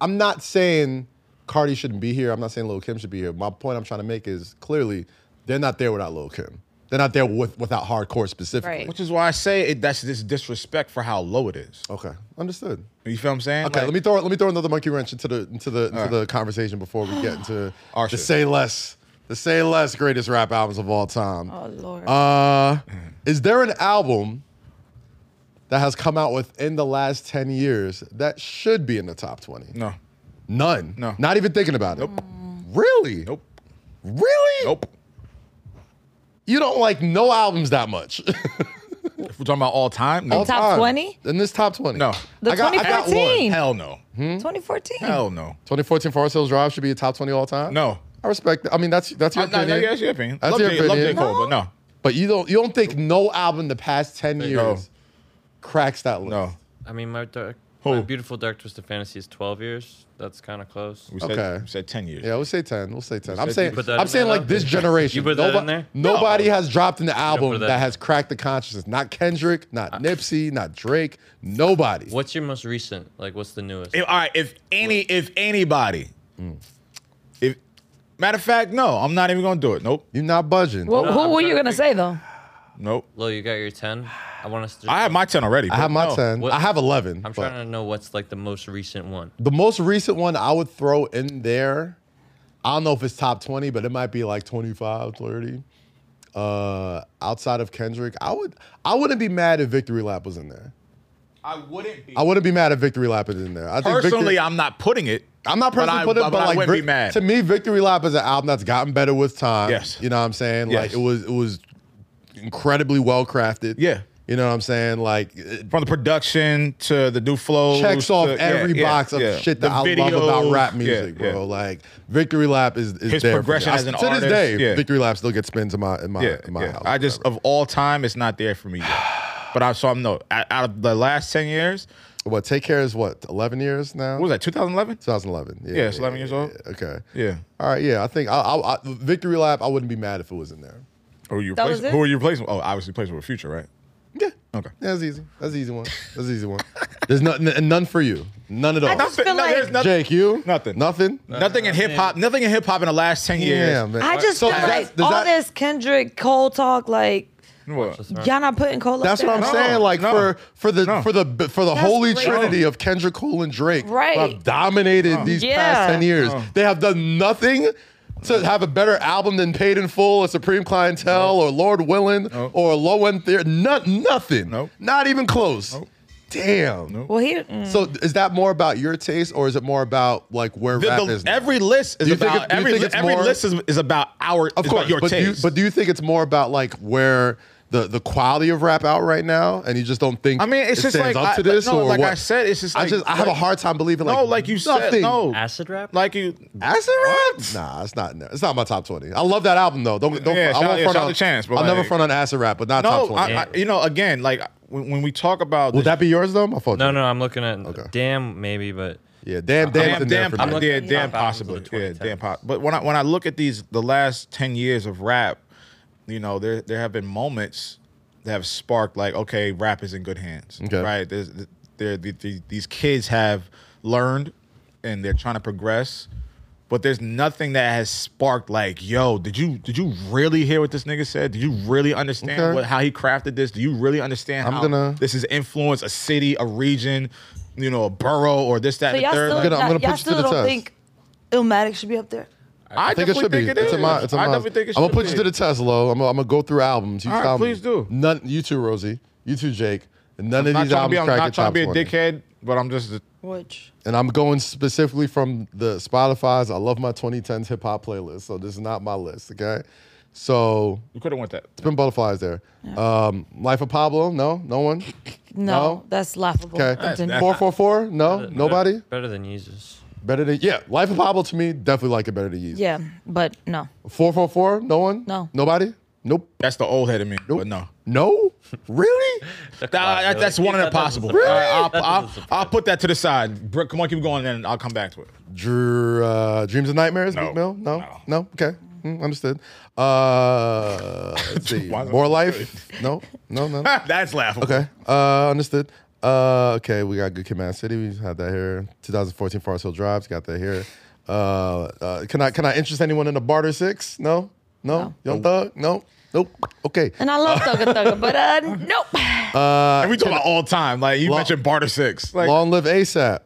Speaker 1: I'm not saying Cardi shouldn't be here. I'm not saying Lil Kim should be here. My point I'm trying to make is clearly they're not there without Lil Kim. They're not there with, without hardcore specifically.
Speaker 5: Right.
Speaker 3: Which is why I say it, that's this disrespect for how low it is.
Speaker 1: Okay, understood.
Speaker 3: You feel what I'm saying?
Speaker 1: Oh. Okay,
Speaker 3: Like,
Speaker 1: let me throw let me throw another monkey wrench into the into the into the conversation before we get into
Speaker 3: Our
Speaker 1: the
Speaker 3: shit.
Speaker 1: say less the say less greatest rap albums of all time.
Speaker 5: Oh Lord.
Speaker 1: Uh, is there an album that has come out within the last ten years that should be in the top twenty?
Speaker 3: No.
Speaker 1: None.
Speaker 3: No.
Speaker 1: Not even thinking about it. Nope. Really?
Speaker 3: Nope.
Speaker 1: Really?
Speaker 3: Nope.
Speaker 1: You don't like no albums that much.
Speaker 3: If we're talking about all time, no.
Speaker 1: All
Speaker 5: Top
Speaker 1: time.
Speaker 5: 20?
Speaker 1: In this top 20.
Speaker 3: No.
Speaker 5: The
Speaker 1: I got- I got one.
Speaker 5: 2014.
Speaker 3: Hell no.
Speaker 5: 2014.
Speaker 3: Hell no.
Speaker 1: 2014 Forest Hills Drive should be a top 20 all time?
Speaker 3: No.
Speaker 1: I respect that. I mean, that's that's your
Speaker 3: I- no,
Speaker 1: opinion.
Speaker 3: no, yeah, that's your opinion.
Speaker 1: That's
Speaker 3: love
Speaker 1: your
Speaker 3: J, love J.
Speaker 1: opinion.
Speaker 3: Cole, but no.
Speaker 1: But you don't you don't think no album the past 10 years
Speaker 3: No.
Speaker 1: cracks that list.
Speaker 3: No.
Speaker 4: I mean, my dark,
Speaker 3: Who?
Speaker 4: my beautiful dark twisted fantasy is 12 years. That's kind of close.
Speaker 3: We said,
Speaker 1: Okay.
Speaker 3: we said 10 years.
Speaker 1: Yeah, we'll say 10. We'll say 10. I'm
Speaker 3: say-
Speaker 1: saying
Speaker 3: You
Speaker 4: put that
Speaker 1: I'm
Speaker 4: in
Speaker 1: saying
Speaker 4: there,
Speaker 1: like
Speaker 4: though?
Speaker 1: this generation.
Speaker 4: You put that
Speaker 1: Nobo-
Speaker 4: in there?
Speaker 1: Nobody has dropped an
Speaker 4: put
Speaker 1: album
Speaker 4: that
Speaker 1: that
Speaker 4: in.
Speaker 1: has cracked the consciousness. Not Kendrick, not Nipsey, not Drake, nobody.
Speaker 4: What's your most recent? Like, what's the newest?
Speaker 3: If- all right, if any, if anybody, if matter of fact, no, I'm not even gonna do it. Nope,
Speaker 1: You're not budging.
Speaker 5: Well,
Speaker 4: No,
Speaker 5: who
Speaker 4: I'm
Speaker 5: were
Speaker 4: trying
Speaker 5: you
Speaker 4: to
Speaker 5: gonna
Speaker 4: think.
Speaker 5: say though?
Speaker 3: nope.
Speaker 4: Low, you got your 10. I want us to.
Speaker 3: I have my ten already.
Speaker 1: I
Speaker 3: but
Speaker 1: have my
Speaker 3: no.
Speaker 1: 10.
Speaker 4: What-
Speaker 1: I have 11.
Speaker 4: I'm
Speaker 1: but-
Speaker 4: trying to know what's like the most recent one.
Speaker 1: The most recent one I would throw in there, I don't know if it's top 20, but it might be like 25, 30. Uh, outside of Kendrick, I would I wouldn't be mad if Victory Lap was in there.
Speaker 3: I wouldn't be.
Speaker 1: I wouldn't be mad if Victory Lap is in there. I think
Speaker 3: Personally,
Speaker 1: Victory,
Speaker 3: I'm not putting it.
Speaker 1: I'm not personally
Speaker 3: I-
Speaker 1: putting it,
Speaker 3: but
Speaker 1: but
Speaker 3: I
Speaker 1: like
Speaker 3: wouldn't be
Speaker 1: Vic-
Speaker 3: mad.
Speaker 1: to me, Victory Lap is an album that's gotten better with time.
Speaker 3: Yes.
Speaker 1: You know what I'm saying? Like
Speaker 3: Yes.
Speaker 1: it was it was incredibly well crafted.
Speaker 3: Yeah.
Speaker 1: You know what I'm saying? Like it-
Speaker 3: From the production to the new flow,
Speaker 1: checks off every box of shit that I love about rap music, bro. Like Victory Lap is, is
Speaker 3: His
Speaker 1: there for me.
Speaker 3: progression
Speaker 1: I-
Speaker 3: as an
Speaker 1: to
Speaker 3: artist,
Speaker 1: this day.
Speaker 3: yeah.
Speaker 1: Victory Lap still gets spins in my in my
Speaker 3: Yeah,
Speaker 1: in my
Speaker 3: yeah.
Speaker 1: house.
Speaker 3: I just
Speaker 1: whatever.
Speaker 3: of all time, it's not there for me yet. But I saw him. No, out out of the last ten years,
Speaker 1: what Take Care is what eleven years now.
Speaker 3: what was that? 2011.
Speaker 1: 2011. Yeah,
Speaker 3: Yeah, it's 11 years old.
Speaker 1: yeah, Okay.
Speaker 3: Yeah.
Speaker 1: All right. Yeah, I think I, I, I, Victory Lap. I wouldn't be mad if it was in there.
Speaker 3: Who you
Speaker 5: That was
Speaker 3: replacing?
Speaker 5: it?
Speaker 3: Who are you replacing? Oh, obviously replacing with Future, right?
Speaker 1: Yeah.
Speaker 3: Okay.
Speaker 1: Yeah, that's easy. That's an easy one. That's an easy one. There's nothing and none for you. None at all.
Speaker 5: just feel like-
Speaker 3: there's nothing,
Speaker 1: Jake, you
Speaker 3: Nothing.
Speaker 1: Nothing.
Speaker 3: nothing in hip hop. Nothing in hip hop in the last ten
Speaker 1: Yeah,
Speaker 3: years.
Speaker 1: man.
Speaker 5: I just
Speaker 1: So
Speaker 5: feel
Speaker 1: does that-
Speaker 5: like
Speaker 1: does
Speaker 5: all
Speaker 1: that-
Speaker 5: this Kendrick Cole talk, like
Speaker 3: What?
Speaker 5: y'all not putting Cole. up
Speaker 1: That's what
Speaker 5: there.
Speaker 1: I'm
Speaker 3: No,
Speaker 1: saying. Like
Speaker 3: no,
Speaker 1: for for the
Speaker 3: no.
Speaker 1: for the for the
Speaker 5: That's
Speaker 1: holy
Speaker 5: great.
Speaker 1: trinity of Kendrick Cole and Drake, who
Speaker 5: Right.
Speaker 1: have dominated these
Speaker 5: Yeah.
Speaker 1: past ten years. They have done nothing to have a better album than Paid in Full or Supreme Clientele or Lord Willin or Low End Theory. Not nothing.
Speaker 3: Nope.
Speaker 1: Not even close. Damn.
Speaker 5: Well, he. mm.
Speaker 1: So is that more about your taste or is it more about like where
Speaker 3: The-
Speaker 1: rap
Speaker 3: the-
Speaker 1: is? now?
Speaker 3: every list is
Speaker 1: Do you think
Speaker 3: about
Speaker 1: it- do you
Speaker 3: every,
Speaker 1: think
Speaker 3: li-
Speaker 1: it's
Speaker 3: every
Speaker 1: more-
Speaker 3: list is, is about our
Speaker 1: Of
Speaker 3: is
Speaker 1: course,
Speaker 3: about your
Speaker 1: but do you,
Speaker 3: taste.
Speaker 1: but do you think it's more about like where the the quality of rap out right now, and you just don't think?
Speaker 3: I mean, it's
Speaker 1: it
Speaker 3: just
Speaker 1: stands
Speaker 3: like
Speaker 1: up
Speaker 3: I-
Speaker 1: to this,
Speaker 3: no,
Speaker 1: or
Speaker 3: like
Speaker 1: what?
Speaker 3: I said, it's just
Speaker 1: I
Speaker 3: like-
Speaker 1: just I have a
Speaker 3: like-
Speaker 1: hard time believing like
Speaker 3: no, like you said,
Speaker 1: nothing.
Speaker 3: no
Speaker 4: Acid rap?
Speaker 3: Like you,
Speaker 1: Acid rap? Nah, it's not. in there. It's not my top twenty. I love that album though. Don't don't.
Speaker 3: Yeah,
Speaker 1: I
Speaker 3: shout-
Speaker 1: won't
Speaker 3: yeah,
Speaker 1: front
Speaker 3: shout
Speaker 1: on
Speaker 3: to Chance, but
Speaker 1: I'll never
Speaker 3: like-
Speaker 1: front on acid rap, but not top
Speaker 3: no,
Speaker 1: twenty.
Speaker 3: I, I, you know, again, like when, when we talk about
Speaker 1: Would
Speaker 3: this,
Speaker 1: that be yours though? My fault.
Speaker 4: No,
Speaker 1: Jay.
Speaker 4: no, I'm looking at damn maybe, but
Speaker 1: Yeah, damn, damn,
Speaker 3: damn,
Speaker 1: in there
Speaker 3: damn,
Speaker 1: for
Speaker 3: I'm
Speaker 1: me.
Speaker 3: looking- yeah,
Speaker 4: Top
Speaker 3: damn
Speaker 4: albums of
Speaker 3: possibly,
Speaker 4: the
Speaker 3: yeah,
Speaker 4: 2010s.
Speaker 3: damn pos- But when I when I look at these, the last ten years of rap, you know, there there have been moments that have sparked like, okay, rap is in good hands,
Speaker 1: Okay.
Speaker 3: right? There's there the, the, these kids have learned and they're trying to progress. But there's nothing that has sparked like, yo, did you did you really hear what this nigga said? Do you really understand
Speaker 1: Okay.
Speaker 3: what, how he crafted this? Do you really understand
Speaker 1: I'm
Speaker 3: how
Speaker 1: gonna-
Speaker 3: this has influenced a city, a region, you know, a borough, or this, that, and
Speaker 5: So
Speaker 3: the
Speaker 5: y'all
Speaker 3: third?
Speaker 5: still,
Speaker 1: I'm gonna- I'm
Speaker 5: y'all-
Speaker 1: gonna put
Speaker 5: y'all
Speaker 1: you to
Speaker 5: still
Speaker 1: the
Speaker 5: don't
Speaker 1: test.
Speaker 5: think Illmatic should be up there.
Speaker 1: I think it should be. it's a my, it's a
Speaker 3: I
Speaker 1: my.
Speaker 3: definitely think it should
Speaker 1: I'm gonna put
Speaker 3: be.
Speaker 1: you to the test, Lo. I'm gonna, I'm gonna go through albums. You
Speaker 3: All right,
Speaker 1: tell me.
Speaker 3: please do.
Speaker 1: None. You too, Rosie. You too, Jake. None
Speaker 3: I'm
Speaker 1: of
Speaker 3: not trying
Speaker 1: these
Speaker 3: to
Speaker 1: albums
Speaker 3: be, I'm
Speaker 1: crack the
Speaker 3: not trying to
Speaker 1: top
Speaker 3: be a
Speaker 1: 20.
Speaker 3: dickhead, but I'm just.
Speaker 5: Which
Speaker 1: and I'm going specifically from the Spotify's I Love My 2010s Hip Hop playlist. So this is not my list, okay? So
Speaker 3: You could have went that.
Speaker 1: Spin Butterflies there. Um, Life of Pablo, no, no one.
Speaker 5: no,
Speaker 1: No?
Speaker 5: Oh, that's laughable.
Speaker 1: Oh. Okay.
Speaker 5: I'm done.
Speaker 1: 444, no, nobody.
Speaker 4: Better than Jesus.
Speaker 1: Better than, yeah, Life of Pablo to me, definitely like it better than Yeezy.
Speaker 5: Yeah, but no.
Speaker 1: 444, no one?
Speaker 5: No.
Speaker 1: Nobody? Nope.
Speaker 3: That's the old head of me,
Speaker 1: Nope.
Speaker 3: but no.
Speaker 1: No? Really?
Speaker 3: That- that- that's one of the possible.
Speaker 4: Really?
Speaker 3: All right, I'll,
Speaker 4: That
Speaker 3: I'll-
Speaker 4: doesn't
Speaker 3: I'll put that to the side. Bro, come on, keep going, and I'll come back to it.
Speaker 1: Dr- uh, Dreams and Nightmares,
Speaker 3: No.
Speaker 1: Meek Mill? No. No.
Speaker 3: No.
Speaker 1: Okay. Mm, understood. Uh, let's see.
Speaker 3: Why is that
Speaker 1: More
Speaker 3: so
Speaker 1: Life? No. No, no.
Speaker 3: That's laughable.
Speaker 1: Okay. Uh, understood. Uh, okay, we got Good Kid, Man City. We had that here. 2014 Forest Hill Drives. Got that here. Uh, uh, can I can I interest anyone in a barter six? No. No, Young Thug. No, nope. Okay.
Speaker 5: And I love Thugga Thugga, but uh, nope.
Speaker 3: and we talk about all time. Like you
Speaker 1: Long-
Speaker 3: mentioned Barter Six. Like
Speaker 1: Long live ASAP.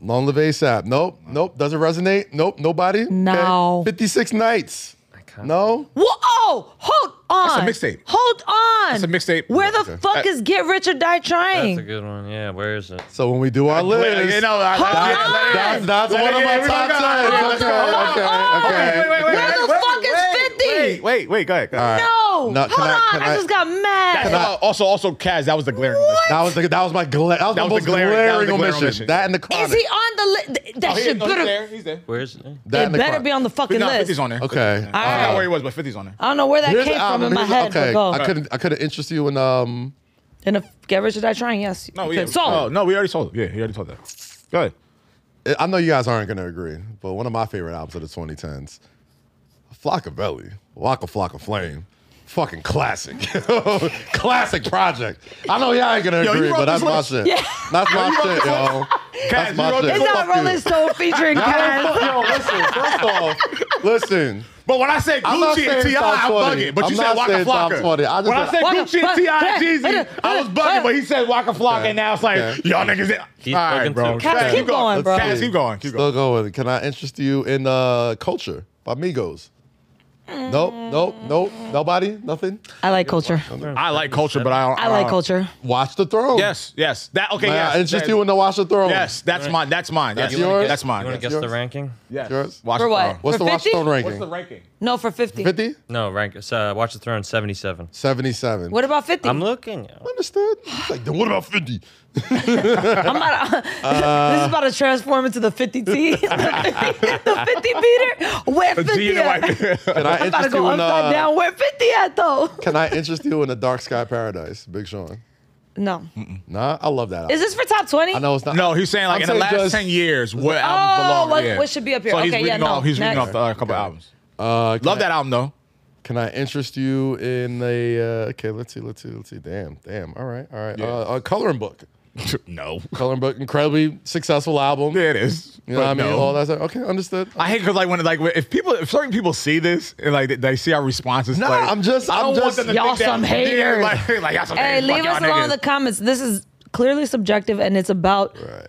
Speaker 1: Long live ASAP. Nope. Nope. Doesn't resonate. Nope. Nobody. Okay.
Speaker 5: No.
Speaker 1: 56 nights.
Speaker 4: can't-
Speaker 1: No.
Speaker 5: Whoa! oh, Hold on.
Speaker 3: That's a mixtape.
Speaker 5: Hold on.
Speaker 3: That's a mixtape.
Speaker 5: Where the
Speaker 1: Okay.
Speaker 5: fuck is Get Rich or Die
Speaker 4: That's a
Speaker 5: Trying?
Speaker 4: good one. Yeah, where is it?
Speaker 1: So when we do our list,
Speaker 3: you know, I-
Speaker 5: Hold
Speaker 3: I-
Speaker 5: on.
Speaker 1: that's, that's
Speaker 3: Let
Speaker 1: one
Speaker 3: it-
Speaker 1: of my
Speaker 3: here we
Speaker 1: top
Speaker 3: go.
Speaker 1: ten.
Speaker 5: Hold on.
Speaker 1: Okay. Okay.
Speaker 5: Hold on.
Speaker 1: Okay.
Speaker 3: Wait, wait, wait,
Speaker 5: Where the
Speaker 3: wait,
Speaker 5: fuck is
Speaker 3: wait,
Speaker 5: 50?
Speaker 3: Wait, wait, wait. Go ahead. Go ahead.
Speaker 5: No.
Speaker 1: No,
Speaker 5: Hold
Speaker 1: can I-
Speaker 5: on.
Speaker 1: can
Speaker 5: I,
Speaker 1: I-
Speaker 5: just got mad.
Speaker 3: That's all- also, also, Kaz. That was the glaring. list.
Speaker 1: That was the, that was my gla- that was
Speaker 3: That
Speaker 1: my
Speaker 3: was
Speaker 1: most
Speaker 3: the glaring-
Speaker 1: glaring,
Speaker 3: that was the glaring
Speaker 1: omission.
Speaker 3: omission.
Speaker 1: That and the
Speaker 5: Is
Speaker 1: chronic.
Speaker 5: he on the list? That
Speaker 3: Oh, he-
Speaker 5: shit
Speaker 3: oh, he's
Speaker 5: better.
Speaker 3: there. He's there.
Speaker 4: Where is it?
Speaker 1: that
Speaker 5: It
Speaker 1: and the
Speaker 5: better
Speaker 1: Chronic.
Speaker 5: be on the fucking
Speaker 3: No, 50's
Speaker 5: list.
Speaker 3: on there.
Speaker 1: Okay.
Speaker 3: I
Speaker 5: All
Speaker 3: forgot
Speaker 5: right.
Speaker 3: where he was, but 50's on there.
Speaker 5: I don't know where that
Speaker 1: Here's
Speaker 5: came
Speaker 1: the
Speaker 5: from
Speaker 1: album.
Speaker 5: in my
Speaker 1: Here's the-
Speaker 5: head.
Speaker 1: okay.
Speaker 5: But
Speaker 1: I
Speaker 5: go.
Speaker 1: couldn't I couldn't interest you in um
Speaker 5: And if Get Rich or Die Trying, yes.
Speaker 3: No,
Speaker 5: you
Speaker 3: yeah.
Speaker 5: could. So,
Speaker 3: oh, no, we already told. Yeah, he already told that. Go ahead.
Speaker 1: I know you guys aren't gonna agree, but one of my favorite albums of the 2010s, Flockavelli, Waka Flocka Flame. Fucking classic. classic project. I know y'all ain't gonna
Speaker 3: Yo, you
Speaker 1: agree,
Speaker 3: wrote
Speaker 1: but that's
Speaker 3: this
Speaker 1: my
Speaker 3: list?
Speaker 1: shit. That's my shit, yo. That's
Speaker 3: Kaz,
Speaker 1: my
Speaker 3: you wrote
Speaker 1: shit.
Speaker 3: this
Speaker 2: It's not
Speaker 1: Fuck you.
Speaker 2: Rolling Stone featuring
Speaker 1: Y'all ain't
Speaker 2: Kaz.
Speaker 1: fuck- Yo, listen, first off, listen.
Speaker 3: But when I say
Speaker 1: I'm not
Speaker 3: Gucci and
Speaker 1: saying
Speaker 3: Ti,
Speaker 1: top
Speaker 3: I'm
Speaker 1: 40.
Speaker 3: bugging. But
Speaker 1: I'm
Speaker 3: you
Speaker 1: not
Speaker 3: said Waka
Speaker 1: saying top
Speaker 3: Flocka.
Speaker 1: 40. I just
Speaker 3: when I
Speaker 1: said-
Speaker 3: said Gucci
Speaker 5: Waka
Speaker 3: and
Speaker 5: Flocka.
Speaker 3: Ti,
Speaker 5: Okay.
Speaker 3: Jeezy, I was bugging. But he said Waka Flocka, and now it's like
Speaker 1: Okay.
Speaker 3: y'all niggas. in-
Speaker 4: He's
Speaker 3: All right,
Speaker 4: bugging
Speaker 3: bro.
Speaker 4: too.
Speaker 5: Kaz,
Speaker 3: Kaz,
Speaker 5: keep going, bro.
Speaker 3: Kaz, keep going. Keep going.
Speaker 1: Still going. Can I interest you in uh, culture by Migos? Nope,
Speaker 3: Mm.
Speaker 1: nope, nope. Nobody, nothing.
Speaker 5: I like culture.
Speaker 3: I like culture, but I don't.
Speaker 5: I like
Speaker 3: don't-
Speaker 5: culture.
Speaker 1: Watch the throne.
Speaker 3: Yes, yes. That okay.
Speaker 1: May
Speaker 3: yes.
Speaker 1: I interest
Speaker 3: that-
Speaker 1: you in the Watch the Throne?
Speaker 3: Yes, that's mine. That's mine. Yes.
Speaker 1: You wanna yours? guess-
Speaker 3: That's mine.
Speaker 4: You want to
Speaker 3: yes.
Speaker 4: guess the
Speaker 1: Yours?
Speaker 4: ranking?
Speaker 3: Yes.
Speaker 1: Yours?
Speaker 3: Watch
Speaker 5: For
Speaker 3: the
Speaker 5: what?
Speaker 3: throne.
Speaker 1: What's
Speaker 5: For
Speaker 1: the Watch the
Speaker 5: 50?
Speaker 1: Throne ranking?
Speaker 3: What's the ranking?
Speaker 5: No, for 50.
Speaker 1: 50?
Speaker 4: No, rank. It's, uh, Watch the Throne, 77.
Speaker 1: 77.
Speaker 5: What about 50?
Speaker 4: I'm
Speaker 5: I'm,
Speaker 4: looking.
Speaker 1: Understood. It's like, then what about 50?
Speaker 5: about
Speaker 1: Uh,
Speaker 5: this is about to transform into the 50 T. the 50 beater? Where 50 at?
Speaker 1: Can I
Speaker 5: I'm about to
Speaker 1: interest you
Speaker 5: go
Speaker 1: in
Speaker 5: upside
Speaker 1: uh,
Speaker 5: down. Where 50 at, though?
Speaker 1: Can I interest you in a Dark Sky Paradise, Big Sean?
Speaker 5: No.
Speaker 1: Nah, I love that.
Speaker 5: Is this for top 20?
Speaker 1: I know it's not.
Speaker 3: No, he's saying like
Speaker 1: I'm
Speaker 3: in the
Speaker 1: saying
Speaker 3: last
Speaker 1: just-
Speaker 3: ten years, what
Speaker 5: Oh,
Speaker 3: albums belong?
Speaker 5: what-
Speaker 3: yeah.
Speaker 5: what should be up here.
Speaker 3: So he's
Speaker 5: Okay, yeah,
Speaker 3: reading
Speaker 5: no,
Speaker 3: off. He's reading
Speaker 5: next.
Speaker 3: off the, uh, a couple albums.
Speaker 1: Uh, can
Speaker 3: Love
Speaker 1: I-
Speaker 3: that album though.
Speaker 1: Can I interest you in a? Uh, okay, let's see, let's see, let's see. Damn, damn. All right, all right. Uh, a coloring book.
Speaker 3: no.
Speaker 1: Coloring book, incredibly successful album.
Speaker 3: Yeah, it is.
Speaker 1: You know what I
Speaker 3: But
Speaker 1: mean?
Speaker 3: no.
Speaker 1: All that stuff. Okay, understood.
Speaker 3: I hate because like when like if people if certain people see this and like they, they see our responses.
Speaker 1: Nah,
Speaker 3: like,
Speaker 1: I'm just-
Speaker 3: I don't
Speaker 1: I'm
Speaker 3: want
Speaker 1: just-
Speaker 3: them to
Speaker 5: Y'all
Speaker 3: think that-
Speaker 5: some haters.
Speaker 3: Yeah, like, like, y'all some
Speaker 5: Hey,
Speaker 3: haters. Fuck
Speaker 5: leave
Speaker 3: y'all
Speaker 5: us alone in the
Speaker 3: niggas.
Speaker 5: comments. This is clearly subjective, and it's about
Speaker 1: Right.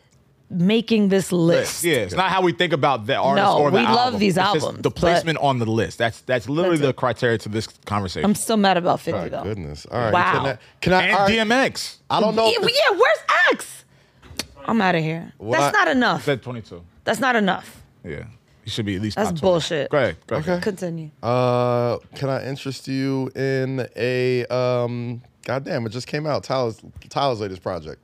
Speaker 5: making this list.
Speaker 3: Yeah, it's not how we think about the artist
Speaker 5: No,
Speaker 3: or the
Speaker 5: we love
Speaker 3: album.
Speaker 5: these
Speaker 3: It's just
Speaker 5: albums,
Speaker 3: the
Speaker 5: but-
Speaker 3: placement on the list. That's that's literally
Speaker 5: That's
Speaker 3: the criteria to this conversation.
Speaker 5: I'm still mad about 50,
Speaker 1: My
Speaker 5: though.
Speaker 1: Oh, goodness. All right.
Speaker 5: Wow.
Speaker 1: Can I? Can I, all right,
Speaker 3: and DMX
Speaker 1: I don't know.
Speaker 5: Yeah, yeah, where's X? I'm out of here.
Speaker 1: What
Speaker 5: That's
Speaker 1: I-
Speaker 5: not enough.
Speaker 3: said 22.
Speaker 5: That's not enough.
Speaker 3: Yeah, he should be at least.
Speaker 5: That's
Speaker 3: top 20.
Speaker 5: bullshit.
Speaker 3: Go ahead. Go ahead.
Speaker 5: Continue.
Speaker 1: Uh, can I interest you in a? Um, goddamn, it just came out. Tyler's Tyler's latest project.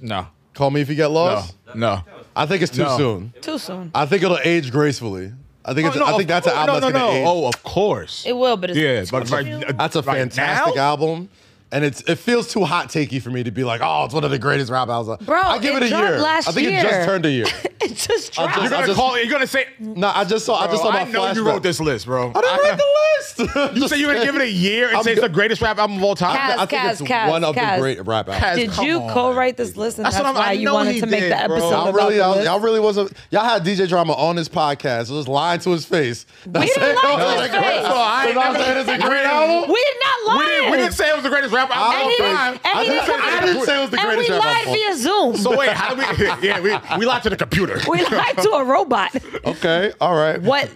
Speaker 3: No.
Speaker 1: Call me if you get
Speaker 3: No.
Speaker 1: lost.
Speaker 3: No.
Speaker 1: I think it's too
Speaker 3: No.
Speaker 1: soon.
Speaker 5: Too soon.
Speaker 1: I think it'll age gracefully. I think it's, I think that's an album
Speaker 3: no,
Speaker 1: that's gonna
Speaker 3: no,
Speaker 1: age.
Speaker 3: no. Oh, of course.
Speaker 5: It will, but it's
Speaker 3: yeah, but right,
Speaker 1: That's a
Speaker 3: right
Speaker 1: fantastic
Speaker 3: now?
Speaker 1: album. And it's it feels too hot takey for me to be like, oh, it's one of the greatest rap albums.
Speaker 5: Bro,
Speaker 1: I give
Speaker 5: it
Speaker 1: it, a
Speaker 5: dropped
Speaker 1: year.
Speaker 5: last
Speaker 1: I think
Speaker 5: year.
Speaker 1: it just turned a year.
Speaker 5: it just dropped.
Speaker 1: just-
Speaker 3: You're gonna
Speaker 1: I
Speaker 3: call. You're gonna say.
Speaker 1: no, I just saw I just
Speaker 3: Bro,
Speaker 1: saw my
Speaker 3: I know you
Speaker 1: flashback.
Speaker 3: wrote this list, bro.
Speaker 1: I didn't write the list.
Speaker 3: You say you're gonna give it a year and
Speaker 1: I'm
Speaker 3: say it's
Speaker 1: go-
Speaker 3: the greatest rap album of all time.
Speaker 5: Kaz,
Speaker 1: I think
Speaker 5: Kaz,
Speaker 1: it's
Speaker 5: Kaz,
Speaker 1: one of
Speaker 5: Kaz.
Speaker 1: the great rap albums.
Speaker 5: Did
Speaker 3: Come
Speaker 5: you
Speaker 3: on.
Speaker 5: co-write this list, and
Speaker 3: That's
Speaker 5: that's,
Speaker 3: what I'm-
Speaker 5: why
Speaker 3: I
Speaker 5: you
Speaker 3: know
Speaker 5: wanted
Speaker 3: he
Speaker 5: to make
Speaker 3: did,
Speaker 5: the
Speaker 3: bro.
Speaker 5: episode
Speaker 1: Y'all
Speaker 5: about
Speaker 1: really,
Speaker 5: the
Speaker 1: y'all,
Speaker 5: list?
Speaker 1: y'all really wasn't. Y'all had DJ Drama on his podcast. It was lying to his face. That's
Speaker 5: didn't
Speaker 1: it.
Speaker 5: lie to
Speaker 1: That's
Speaker 5: his
Speaker 1: a great-
Speaker 5: face.
Speaker 1: So I ain't never said it's a great album.
Speaker 5: We're not
Speaker 3: We
Speaker 5: lying.
Speaker 3: didn't, we didn't say it was the greatest rap
Speaker 1: I
Speaker 3: album of
Speaker 5: And
Speaker 1: don't
Speaker 5: he-
Speaker 3: all
Speaker 1: think-
Speaker 3: time.
Speaker 5: and
Speaker 1: I
Speaker 5: he
Speaker 1: didn't say-
Speaker 5: lied.
Speaker 1: I didn't say it was the
Speaker 5: and
Speaker 1: greatest
Speaker 5: we
Speaker 1: rap
Speaker 5: lied
Speaker 1: album.
Speaker 5: via Zoom.
Speaker 3: So wait, how do we? Yeah, we we lied to the computer.
Speaker 5: we lied to a robot.
Speaker 1: Okay, all right.
Speaker 5: What?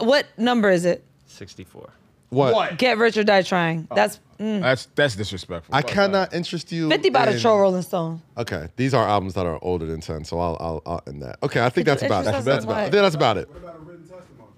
Speaker 5: What number is it?
Speaker 4: 64.
Speaker 1: What?
Speaker 5: Get rich or die trying. That's mm,
Speaker 3: That's that's disrespectful.
Speaker 1: I cannot interest you.
Speaker 5: fifty by the
Speaker 1: in-
Speaker 5: troll Rolling Stone.
Speaker 1: Okay, these are albums that are older than ten, so I'll I'll, I'll end that. Okay, I think
Speaker 5: It's
Speaker 1: that's about it.
Speaker 5: interesting
Speaker 1: That's about.
Speaker 5: why-
Speaker 1: I think that's about it.
Speaker 6: What about a written testimony?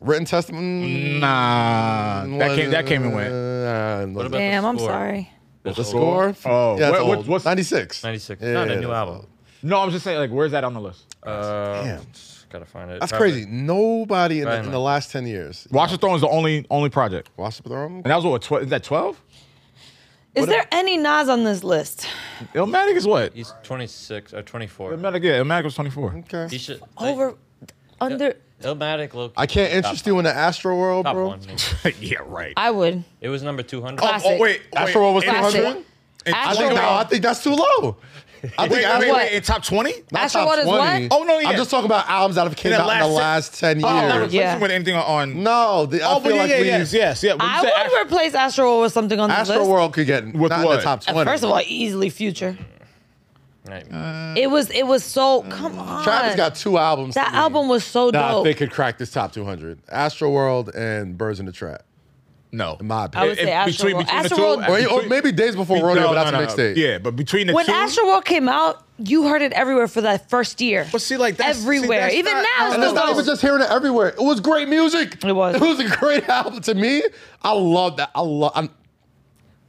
Speaker 1: Written testimony.
Speaker 3: Nah, Mm, that came that came and went.
Speaker 1: went.
Speaker 4: What about
Speaker 5: Damn,
Speaker 4: the
Speaker 5: I'm
Speaker 4: score?
Speaker 5: sorry.
Speaker 1: the score?
Speaker 3: Oh,
Speaker 1: yeah, it's
Speaker 3: what- what-
Speaker 1: old.
Speaker 3: what's-
Speaker 1: 96.
Speaker 4: 96. Not a new
Speaker 1: that's
Speaker 4: album.
Speaker 1: old.
Speaker 3: No, I'm just saying, like, where's that on the list?
Speaker 4: Uh,
Speaker 1: Damn.
Speaker 4: Gotta find it.
Speaker 1: That's
Speaker 4: Probably-
Speaker 1: crazy. Nobody in the,
Speaker 4: Right,
Speaker 1: in
Speaker 4: man.
Speaker 1: the last 10 years.
Speaker 3: Watch the Throne is the only only project,
Speaker 1: Watch the Throne?
Speaker 3: and that was what tw- is that twelve?
Speaker 5: Is there any Nas on this list?
Speaker 3: Illmatic is what?
Speaker 4: He's 26 or 24.
Speaker 3: Illmatic, yeah, Illmatic was 24.
Speaker 4: He
Speaker 1: Okay.
Speaker 4: should,
Speaker 5: Over, under.
Speaker 4: Illmatic low-key
Speaker 1: I can't interest you in the Astro World,
Speaker 4: top
Speaker 1: bro.
Speaker 4: one.
Speaker 3: yeah, right.
Speaker 5: I would.
Speaker 4: It was number 200.
Speaker 5: Classic.
Speaker 3: Oh, wait,
Speaker 1: Astro World was
Speaker 3: and-
Speaker 5: Classic.
Speaker 1: 200?
Speaker 3: and-
Speaker 1: I
Speaker 5: Astro
Speaker 1: think,
Speaker 5: World.
Speaker 1: no, I think that's too low. I think
Speaker 3: wait, wait,
Speaker 1: Astro,
Speaker 5: what?
Speaker 3: wait, in top 20?
Speaker 1: not
Speaker 5: Astro
Speaker 1: top
Speaker 5: World is what?
Speaker 1: 20.
Speaker 3: Oh, no, yeah.
Speaker 1: I'm just talking about albums that have came
Speaker 3: the
Speaker 1: out in the
Speaker 3: last
Speaker 1: last 10
Speaker 3: Oh, I'm not
Speaker 1: years.
Speaker 3: replacing
Speaker 5: Yeah.
Speaker 3: with anything on.
Speaker 1: No, the, I
Speaker 3: oh, but
Speaker 1: feel
Speaker 3: yeah,
Speaker 1: like
Speaker 3: yeah,
Speaker 1: we,
Speaker 3: yes, yes, yeah. When you
Speaker 5: I
Speaker 3: say
Speaker 5: would
Speaker 3: Astro-
Speaker 5: replace Astro World with something on the
Speaker 1: Astro
Speaker 5: list.
Speaker 1: World could get
Speaker 3: With
Speaker 1: not in
Speaker 3: what?
Speaker 1: the top
Speaker 5: Uh,
Speaker 1: 20.
Speaker 5: First of all, easily future.
Speaker 4: Right.
Speaker 1: Uh,
Speaker 5: It was it was so come on.
Speaker 1: Travis got two albums.
Speaker 5: that
Speaker 1: to me
Speaker 5: album was so
Speaker 1: that I
Speaker 5: dope.
Speaker 1: think could crack this top 200. Astro World and Birds in the Trap.
Speaker 3: no.
Speaker 1: In my
Speaker 5: I
Speaker 1: opinion.
Speaker 5: would say Astro World. Astro World-
Speaker 1: Or, or maybe Days Before Rodeo, but that's a mixtape.
Speaker 3: Yeah, but between the
Speaker 5: when
Speaker 3: two.
Speaker 5: Astro World came out, you heard it everywhere for that first year.
Speaker 3: But see, like, that's- see,
Speaker 5: everywhere.
Speaker 3: that's
Speaker 5: Even
Speaker 3: not-
Speaker 5: now,
Speaker 3: and
Speaker 5: it's
Speaker 1: And
Speaker 5: still
Speaker 1: it's not even
Speaker 5: goes.
Speaker 1: just hearing it everywhere. It was great music.
Speaker 5: It was.
Speaker 1: It was a great album to me. I love that. I love. I'm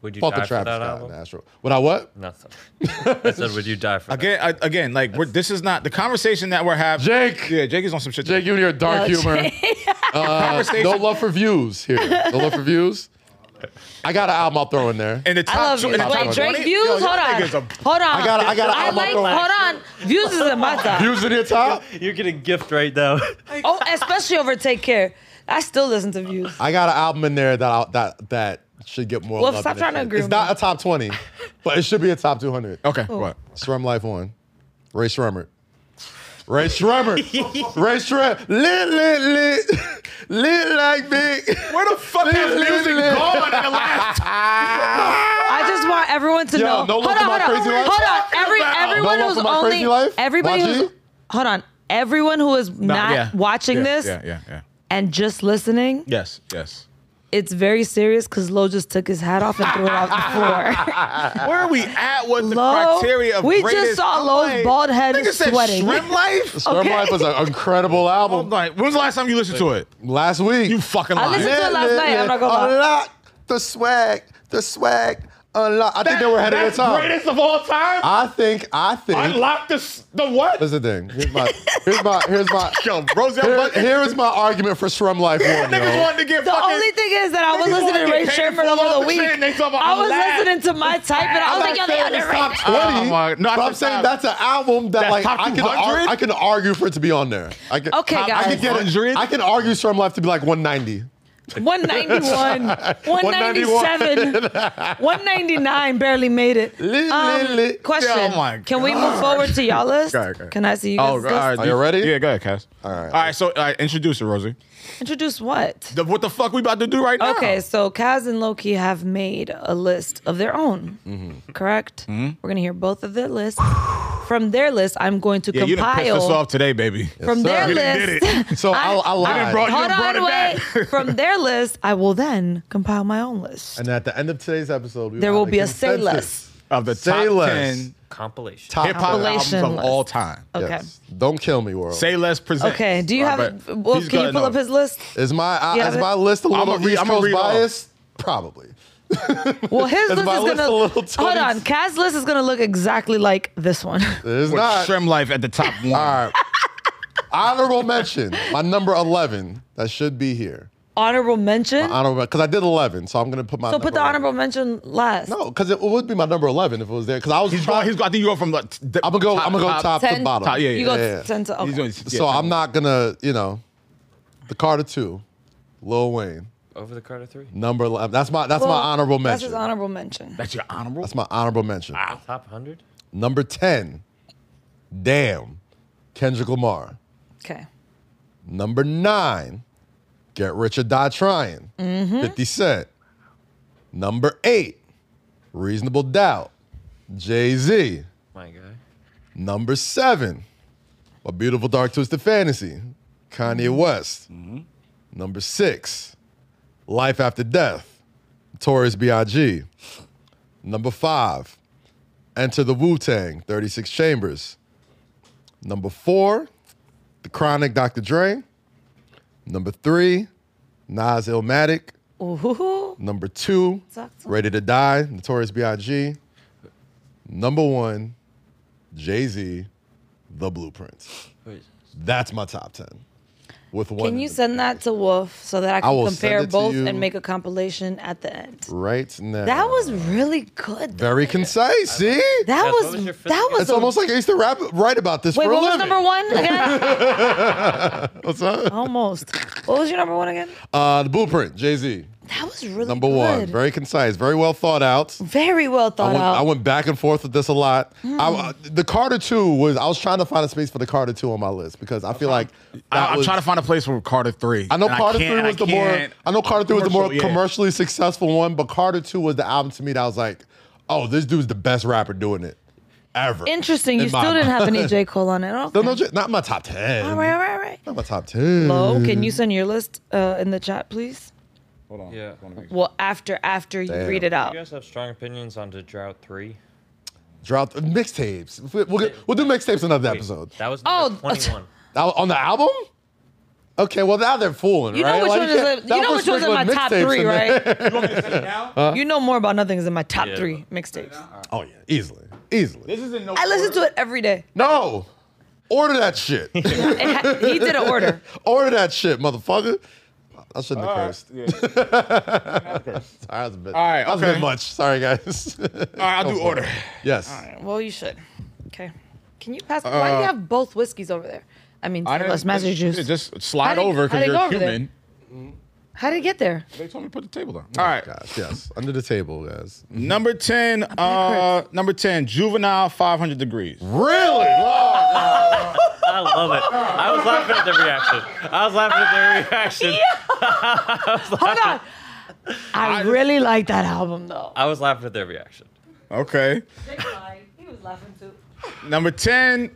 Speaker 4: Would you
Speaker 1: fucking
Speaker 4: die for
Speaker 1: Travis
Speaker 4: that
Speaker 1: Scott
Speaker 4: album?
Speaker 1: and Astro. Would I what?
Speaker 4: Nothing. I said, would you die for
Speaker 3: Again, I, again, like we're, this is not the conversation that we're having.
Speaker 1: Jake.
Speaker 3: yeah, Jake is on some shit.
Speaker 1: Jake, you and your dark
Speaker 5: Yeah,
Speaker 1: humor. Uh,
Speaker 3: Conversation-
Speaker 1: no love for views here. No love for views. I got an album I'll throw in there.
Speaker 3: in the
Speaker 5: I
Speaker 3: top,
Speaker 5: love
Speaker 3: two,
Speaker 5: you.
Speaker 3: in the top
Speaker 5: Wait, Drake
Speaker 3: 20?
Speaker 5: views?
Speaker 3: Yo, y'all
Speaker 5: hold on.
Speaker 3: niggas are-
Speaker 5: Hold on.
Speaker 1: I got- I got an
Speaker 5: I
Speaker 1: album
Speaker 5: like,
Speaker 1: on my-
Speaker 5: hold on. Views is in my top.
Speaker 1: views in your top.
Speaker 4: that? You're getting gift right now.
Speaker 5: Oh, especially over Take Care. I still listen to Views.
Speaker 1: I got an album in there that I, that that should get more.
Speaker 5: Well,
Speaker 1: love
Speaker 5: stop
Speaker 1: than it
Speaker 5: trying to
Speaker 1: should.
Speaker 5: agree
Speaker 1: It's
Speaker 5: with
Speaker 1: not
Speaker 5: me.
Speaker 1: a top twenty, but it should be a top two hundred.
Speaker 3: Okay,
Speaker 5: Oh.
Speaker 3: what?
Speaker 1: Shrum Life One, Ray Shremmert. Ray Shremmert. Ray Shremmert. Lit, lit, lit. Lit like big.
Speaker 3: Where the fuck has
Speaker 1: Lit, lit,
Speaker 3: music
Speaker 1: lit.
Speaker 3: gone in the last?
Speaker 5: I just want everyone to
Speaker 1: Yo,
Speaker 5: know.
Speaker 1: no
Speaker 5: hold on,
Speaker 1: love for my
Speaker 5: hold on,
Speaker 1: crazy life?
Speaker 5: hold on. Every,
Speaker 3: about?
Speaker 5: everyone
Speaker 1: No love
Speaker 5: who's
Speaker 1: for my
Speaker 5: only
Speaker 1: crazy life?
Speaker 5: everybody
Speaker 1: YG?
Speaker 5: who's hold on. Everyone who is not
Speaker 3: yeah.
Speaker 5: watching
Speaker 3: Yeah,
Speaker 5: this
Speaker 3: Yeah, yeah, yeah.
Speaker 5: and just listening,
Speaker 3: Yes, yes.
Speaker 5: it's very serious because Lo just took his hat off and threw it off the floor.
Speaker 3: Where are we at? What the
Speaker 5: Lo,
Speaker 3: criteria of
Speaker 5: we just
Speaker 3: greatest-
Speaker 5: saw
Speaker 3: I'm
Speaker 5: Lo's
Speaker 3: like,
Speaker 5: bald head
Speaker 3: nigga said
Speaker 5: sweating.
Speaker 3: Shrimp life.
Speaker 1: Shrum
Speaker 5: Okay.
Speaker 1: Life was an incredible
Speaker 3: I'm
Speaker 1: album.
Speaker 3: like, when was the last time you listened to it?
Speaker 1: Last week.
Speaker 3: You fucking
Speaker 5: I
Speaker 3: lying.
Speaker 5: listened to it last night. I'm not gonna lie.
Speaker 1: Unlock the swag. The swag. Unlock. I think they were ahead of their
Speaker 3: That's
Speaker 1: time.
Speaker 3: Greatest of all time.
Speaker 1: I think. I think.
Speaker 3: Unlock the s- the what?
Speaker 1: Here's the thing. Here's my. Here's my. Here's my.
Speaker 3: Yo, Roselle
Speaker 1: Here,
Speaker 3: Button.
Speaker 1: here is my argument for Shrum Life One.
Speaker 3: Niggas
Speaker 1: yo.
Speaker 3: wanted to get
Speaker 5: The
Speaker 3: fucking.
Speaker 5: only thing is that I was listening to Ray Sherman over the week. I was listening to my type, and I
Speaker 1: I'm
Speaker 5: was like,
Speaker 1: not
Speaker 5: yo, they
Speaker 1: saying it's top
Speaker 5: underrated.
Speaker 1: 20.
Speaker 3: Oh my- no, I
Speaker 1: but I'm
Speaker 3: think
Speaker 1: saying
Speaker 3: that-
Speaker 1: that's an album that
Speaker 3: That's
Speaker 1: like
Speaker 3: top
Speaker 1: I can, ar-
Speaker 3: 200?
Speaker 1: I can argue for it to be on there. I can,
Speaker 5: Okay,
Speaker 1: I- I
Speaker 5: guys.
Speaker 1: can get it.
Speaker 3: 100?
Speaker 1: I can argue Storm Life to be like 190.
Speaker 5: 191, 197, 199 barely made it. Um,
Speaker 1: Li- li- li-
Speaker 5: question.
Speaker 3: Oh my
Speaker 5: Can we move forward to y'all list?
Speaker 3: Okay, okay.
Speaker 5: Can I see you
Speaker 3: Oh,
Speaker 5: guys? list?
Speaker 1: Are you ready?
Speaker 3: Yeah, go ahead, Cass. All
Speaker 1: right.
Speaker 3: All right, so uh, introduce it, Rosie.
Speaker 5: Introduce what?
Speaker 3: The- what the fuck we about to do right now?
Speaker 5: Okay, so Kaz and Loki have made a list of their own,
Speaker 3: Mm-hmm.
Speaker 5: correct? We're going to hear both of their lists. From their list, I'm going to
Speaker 3: Yeah, you done pissed us
Speaker 5: compile.
Speaker 3: off today, baby.
Speaker 5: From their
Speaker 1: sir. You
Speaker 3: done did
Speaker 5: list,
Speaker 1: So I, I, lied.
Speaker 3: brought- you
Speaker 5: hold
Speaker 3: done brought
Speaker 5: on, wait.
Speaker 3: it
Speaker 5: From their list, I will then compile my own list.
Speaker 1: and at the end of today's episode, we
Speaker 5: There will
Speaker 1: have
Speaker 5: be a say
Speaker 1: consensus.
Speaker 5: less.
Speaker 3: Of the
Speaker 1: Say
Speaker 3: top
Speaker 1: less.
Speaker 3: 10
Speaker 4: Compilation.
Speaker 1: Top
Speaker 3: hip hop albums
Speaker 5: Compilation
Speaker 3: of
Speaker 5: list.
Speaker 3: all time.
Speaker 5: Okay.
Speaker 1: Yes. Don't kill me, world.
Speaker 3: Say less, present.
Speaker 5: Okay. Do you have?
Speaker 3: Robert,
Speaker 5: Well,
Speaker 3: he's
Speaker 5: can you
Speaker 3: got-
Speaker 5: pull
Speaker 3: no.
Speaker 5: up his list?
Speaker 1: is my I,
Speaker 5: Yeah,
Speaker 1: is
Speaker 5: but-
Speaker 1: my list a little
Speaker 3: I'ma read-
Speaker 1: East
Speaker 3: I'ma
Speaker 1: Coast
Speaker 3: read all.
Speaker 1: biased? Probably.
Speaker 5: Well, his
Speaker 1: Is
Speaker 5: list is
Speaker 1: my
Speaker 5: gonna.
Speaker 1: list a little
Speaker 5: hold
Speaker 1: tiny?
Speaker 5: on, Kaz's list is gonna look exactly like this one.
Speaker 1: It's
Speaker 3: With
Speaker 1: not.
Speaker 3: Shrimp Life at the top one.
Speaker 1: All right. Honorable mention. My number 11 that should be here.
Speaker 5: honorable mention.
Speaker 1: Honorable because I did 11, so I'm gonna put my.
Speaker 5: so put
Speaker 1: number
Speaker 5: the honorable mention last.
Speaker 1: No, because Oh, it would be my number eleven if it was there. Because I was.
Speaker 3: He's
Speaker 1: trying-
Speaker 3: going, he's, I think you go from like, the
Speaker 1: I'm gonna go. I'm gonna go top, to
Speaker 5: 10?
Speaker 1: bottom.
Speaker 3: Top, yeah, yeah,
Speaker 5: You go
Speaker 1: yeah.
Speaker 5: ten to. Okay.
Speaker 3: He's doing, yeah,
Speaker 1: so
Speaker 3: top
Speaker 1: I'm
Speaker 3: one.
Speaker 1: not gonna, you know, the Carter two, Lil Wayne,
Speaker 4: Over the Carter 3?
Speaker 1: number eleven. That's my that's
Speaker 5: Well,
Speaker 1: my honorable
Speaker 5: That's
Speaker 1: mention.
Speaker 5: his honorable mention.
Speaker 3: That's your honorable.
Speaker 1: That's my honorable mention.
Speaker 4: Top 100?
Speaker 1: Number ten, damn, Kendrick Lamar.
Speaker 5: Okay.
Speaker 1: Number nine, Get Rich or Die Trying,
Speaker 5: Mm-hmm.
Speaker 1: 50 Cent. Number eight, Reasonable Doubt, Jay Z.
Speaker 4: My guy.
Speaker 1: Number seven, A Beautiful Dark Twisted Fantasy, Kanye West. Number six, Life After Death, Taurus B.I.G. Number five, Enter the Wu Tang, 36 Chambers. Number four, The Chronic Dr. Dre. Number three, Nas Illmatic.
Speaker 5: Ooh,
Speaker 1: Number two,
Speaker 5: Talk to me.
Speaker 1: Ready to Die, Notorious B.I.G. Number one, Jay Z, The Blueprint.
Speaker 4: Wait.
Speaker 1: That's my top ten. With one,
Speaker 5: can you send that to Wolf so that I can
Speaker 1: will
Speaker 5: compare
Speaker 1: send it to
Speaker 5: both
Speaker 1: you.
Speaker 5: and make a compilation at the end?
Speaker 1: right now?
Speaker 5: That was really good. though.
Speaker 1: very concise. See,
Speaker 5: That
Speaker 4: Yes, what
Speaker 5: was
Speaker 4: was your fifth
Speaker 5: that
Speaker 4: one?
Speaker 5: was
Speaker 1: it's
Speaker 5: a-
Speaker 1: almost like I used to rap write about this
Speaker 5: Wait,
Speaker 1: for a
Speaker 5: what was
Speaker 1: living.
Speaker 5: number one again?
Speaker 1: What's up?
Speaker 5: Almost. What was your number one again?
Speaker 1: Uh, the Blueprint, Jay Z.
Speaker 5: That was really
Speaker 1: Number one,
Speaker 5: good.
Speaker 1: very concise, very well thought out.
Speaker 5: Very well
Speaker 1: I
Speaker 5: thought
Speaker 1: went,
Speaker 5: out. Hmm.
Speaker 1: I went back and forth with this a lot. I- uh, the Carter Two was I was trying to find a space for the Carter Two on my list because I feel like that
Speaker 3: I, am
Speaker 1: was-
Speaker 3: trying to find a place for Carter three.
Speaker 1: I know
Speaker 3: and
Speaker 1: Carter
Speaker 3: can't-
Speaker 1: Three
Speaker 3: and
Speaker 1: was the more.
Speaker 3: can't-
Speaker 1: I know Carter Three was the more
Speaker 3: Commercial, yeah.
Speaker 1: commercially successful one, but Carter Two was the album to me that I was like, oh, this dude's the best rapper doing it ever.
Speaker 5: Interesting. You
Speaker 1: In my
Speaker 5: still didn't
Speaker 1: mind.
Speaker 5: have any J. Cole on it. Okay.
Speaker 1: No, no, j- not my top ten.
Speaker 5: All right, all right, all right.
Speaker 1: Not my top ten.
Speaker 5: Lo, can you send your list uh, in the chat, please?
Speaker 3: Hold on.
Speaker 4: Yeah.
Speaker 5: Well, after after you read it out.
Speaker 4: You guys have strong opinions on the drought three.
Speaker 1: Drop mixtapes. We'll, we'll, we'll do mixtapes another episode.
Speaker 4: That was
Speaker 5: Oh,
Speaker 4: number twenty-one.
Speaker 1: Al- on the album? Okay, well now they're fooling,
Speaker 5: You know
Speaker 1: right?
Speaker 5: which
Speaker 1: Like,
Speaker 5: one
Speaker 1: can't-
Speaker 5: is in, you
Speaker 1: that
Speaker 5: know
Speaker 1: was
Speaker 5: which one's in my
Speaker 1: sprinkling
Speaker 5: top
Speaker 1: mixtapes
Speaker 5: three,
Speaker 1: in there.
Speaker 5: right?
Speaker 3: now?
Speaker 5: you know more about nothing is in my top
Speaker 4: Yeah.
Speaker 5: three mixtapes.
Speaker 1: Oh yeah, easily, easily.
Speaker 3: This is in no.
Speaker 5: I listen to
Speaker 3: order.
Speaker 5: it every day.
Speaker 1: No, order that shit.
Speaker 5: It ha- he did an order.
Speaker 1: order that shit, motherfucker. I shouldn't have
Speaker 3: All right.
Speaker 1: cursed.
Speaker 3: Yeah.
Speaker 1: Sorry, that's a bit.
Speaker 3: All right,
Speaker 1: that was a bit
Speaker 3: okay.
Speaker 1: much. Sorry, guys.
Speaker 3: All right, I'll do order.
Speaker 1: yes.
Speaker 5: Well, you should. Okay. Can you pass? why do
Speaker 1: Uh,
Speaker 5: you have both whiskeys over there? I mean,
Speaker 3: I
Speaker 5: let's
Speaker 3: didn't-
Speaker 5: message juice.
Speaker 3: Just
Speaker 5: How'd
Speaker 3: slide
Speaker 5: it-
Speaker 3: over
Speaker 5: how'd
Speaker 3: because
Speaker 5: it
Speaker 3: you're
Speaker 5: go
Speaker 3: a
Speaker 5: over there?
Speaker 3: human.
Speaker 5: How did it get there?
Speaker 3: They told me to put the table down. All right.
Speaker 1: Gosh, yes. Under the table, guys.
Speaker 3: Number 10, uh, number 10, juvenile 500 degrees.
Speaker 1: Really?
Speaker 4: I love it. I was laughing at the reaction. I was laughing at their reaction.
Speaker 5: Hold on. I, really like that album though.
Speaker 4: I was laughing at their reaction.
Speaker 3: Okay.
Speaker 5: He was laughing too.
Speaker 3: Number 10,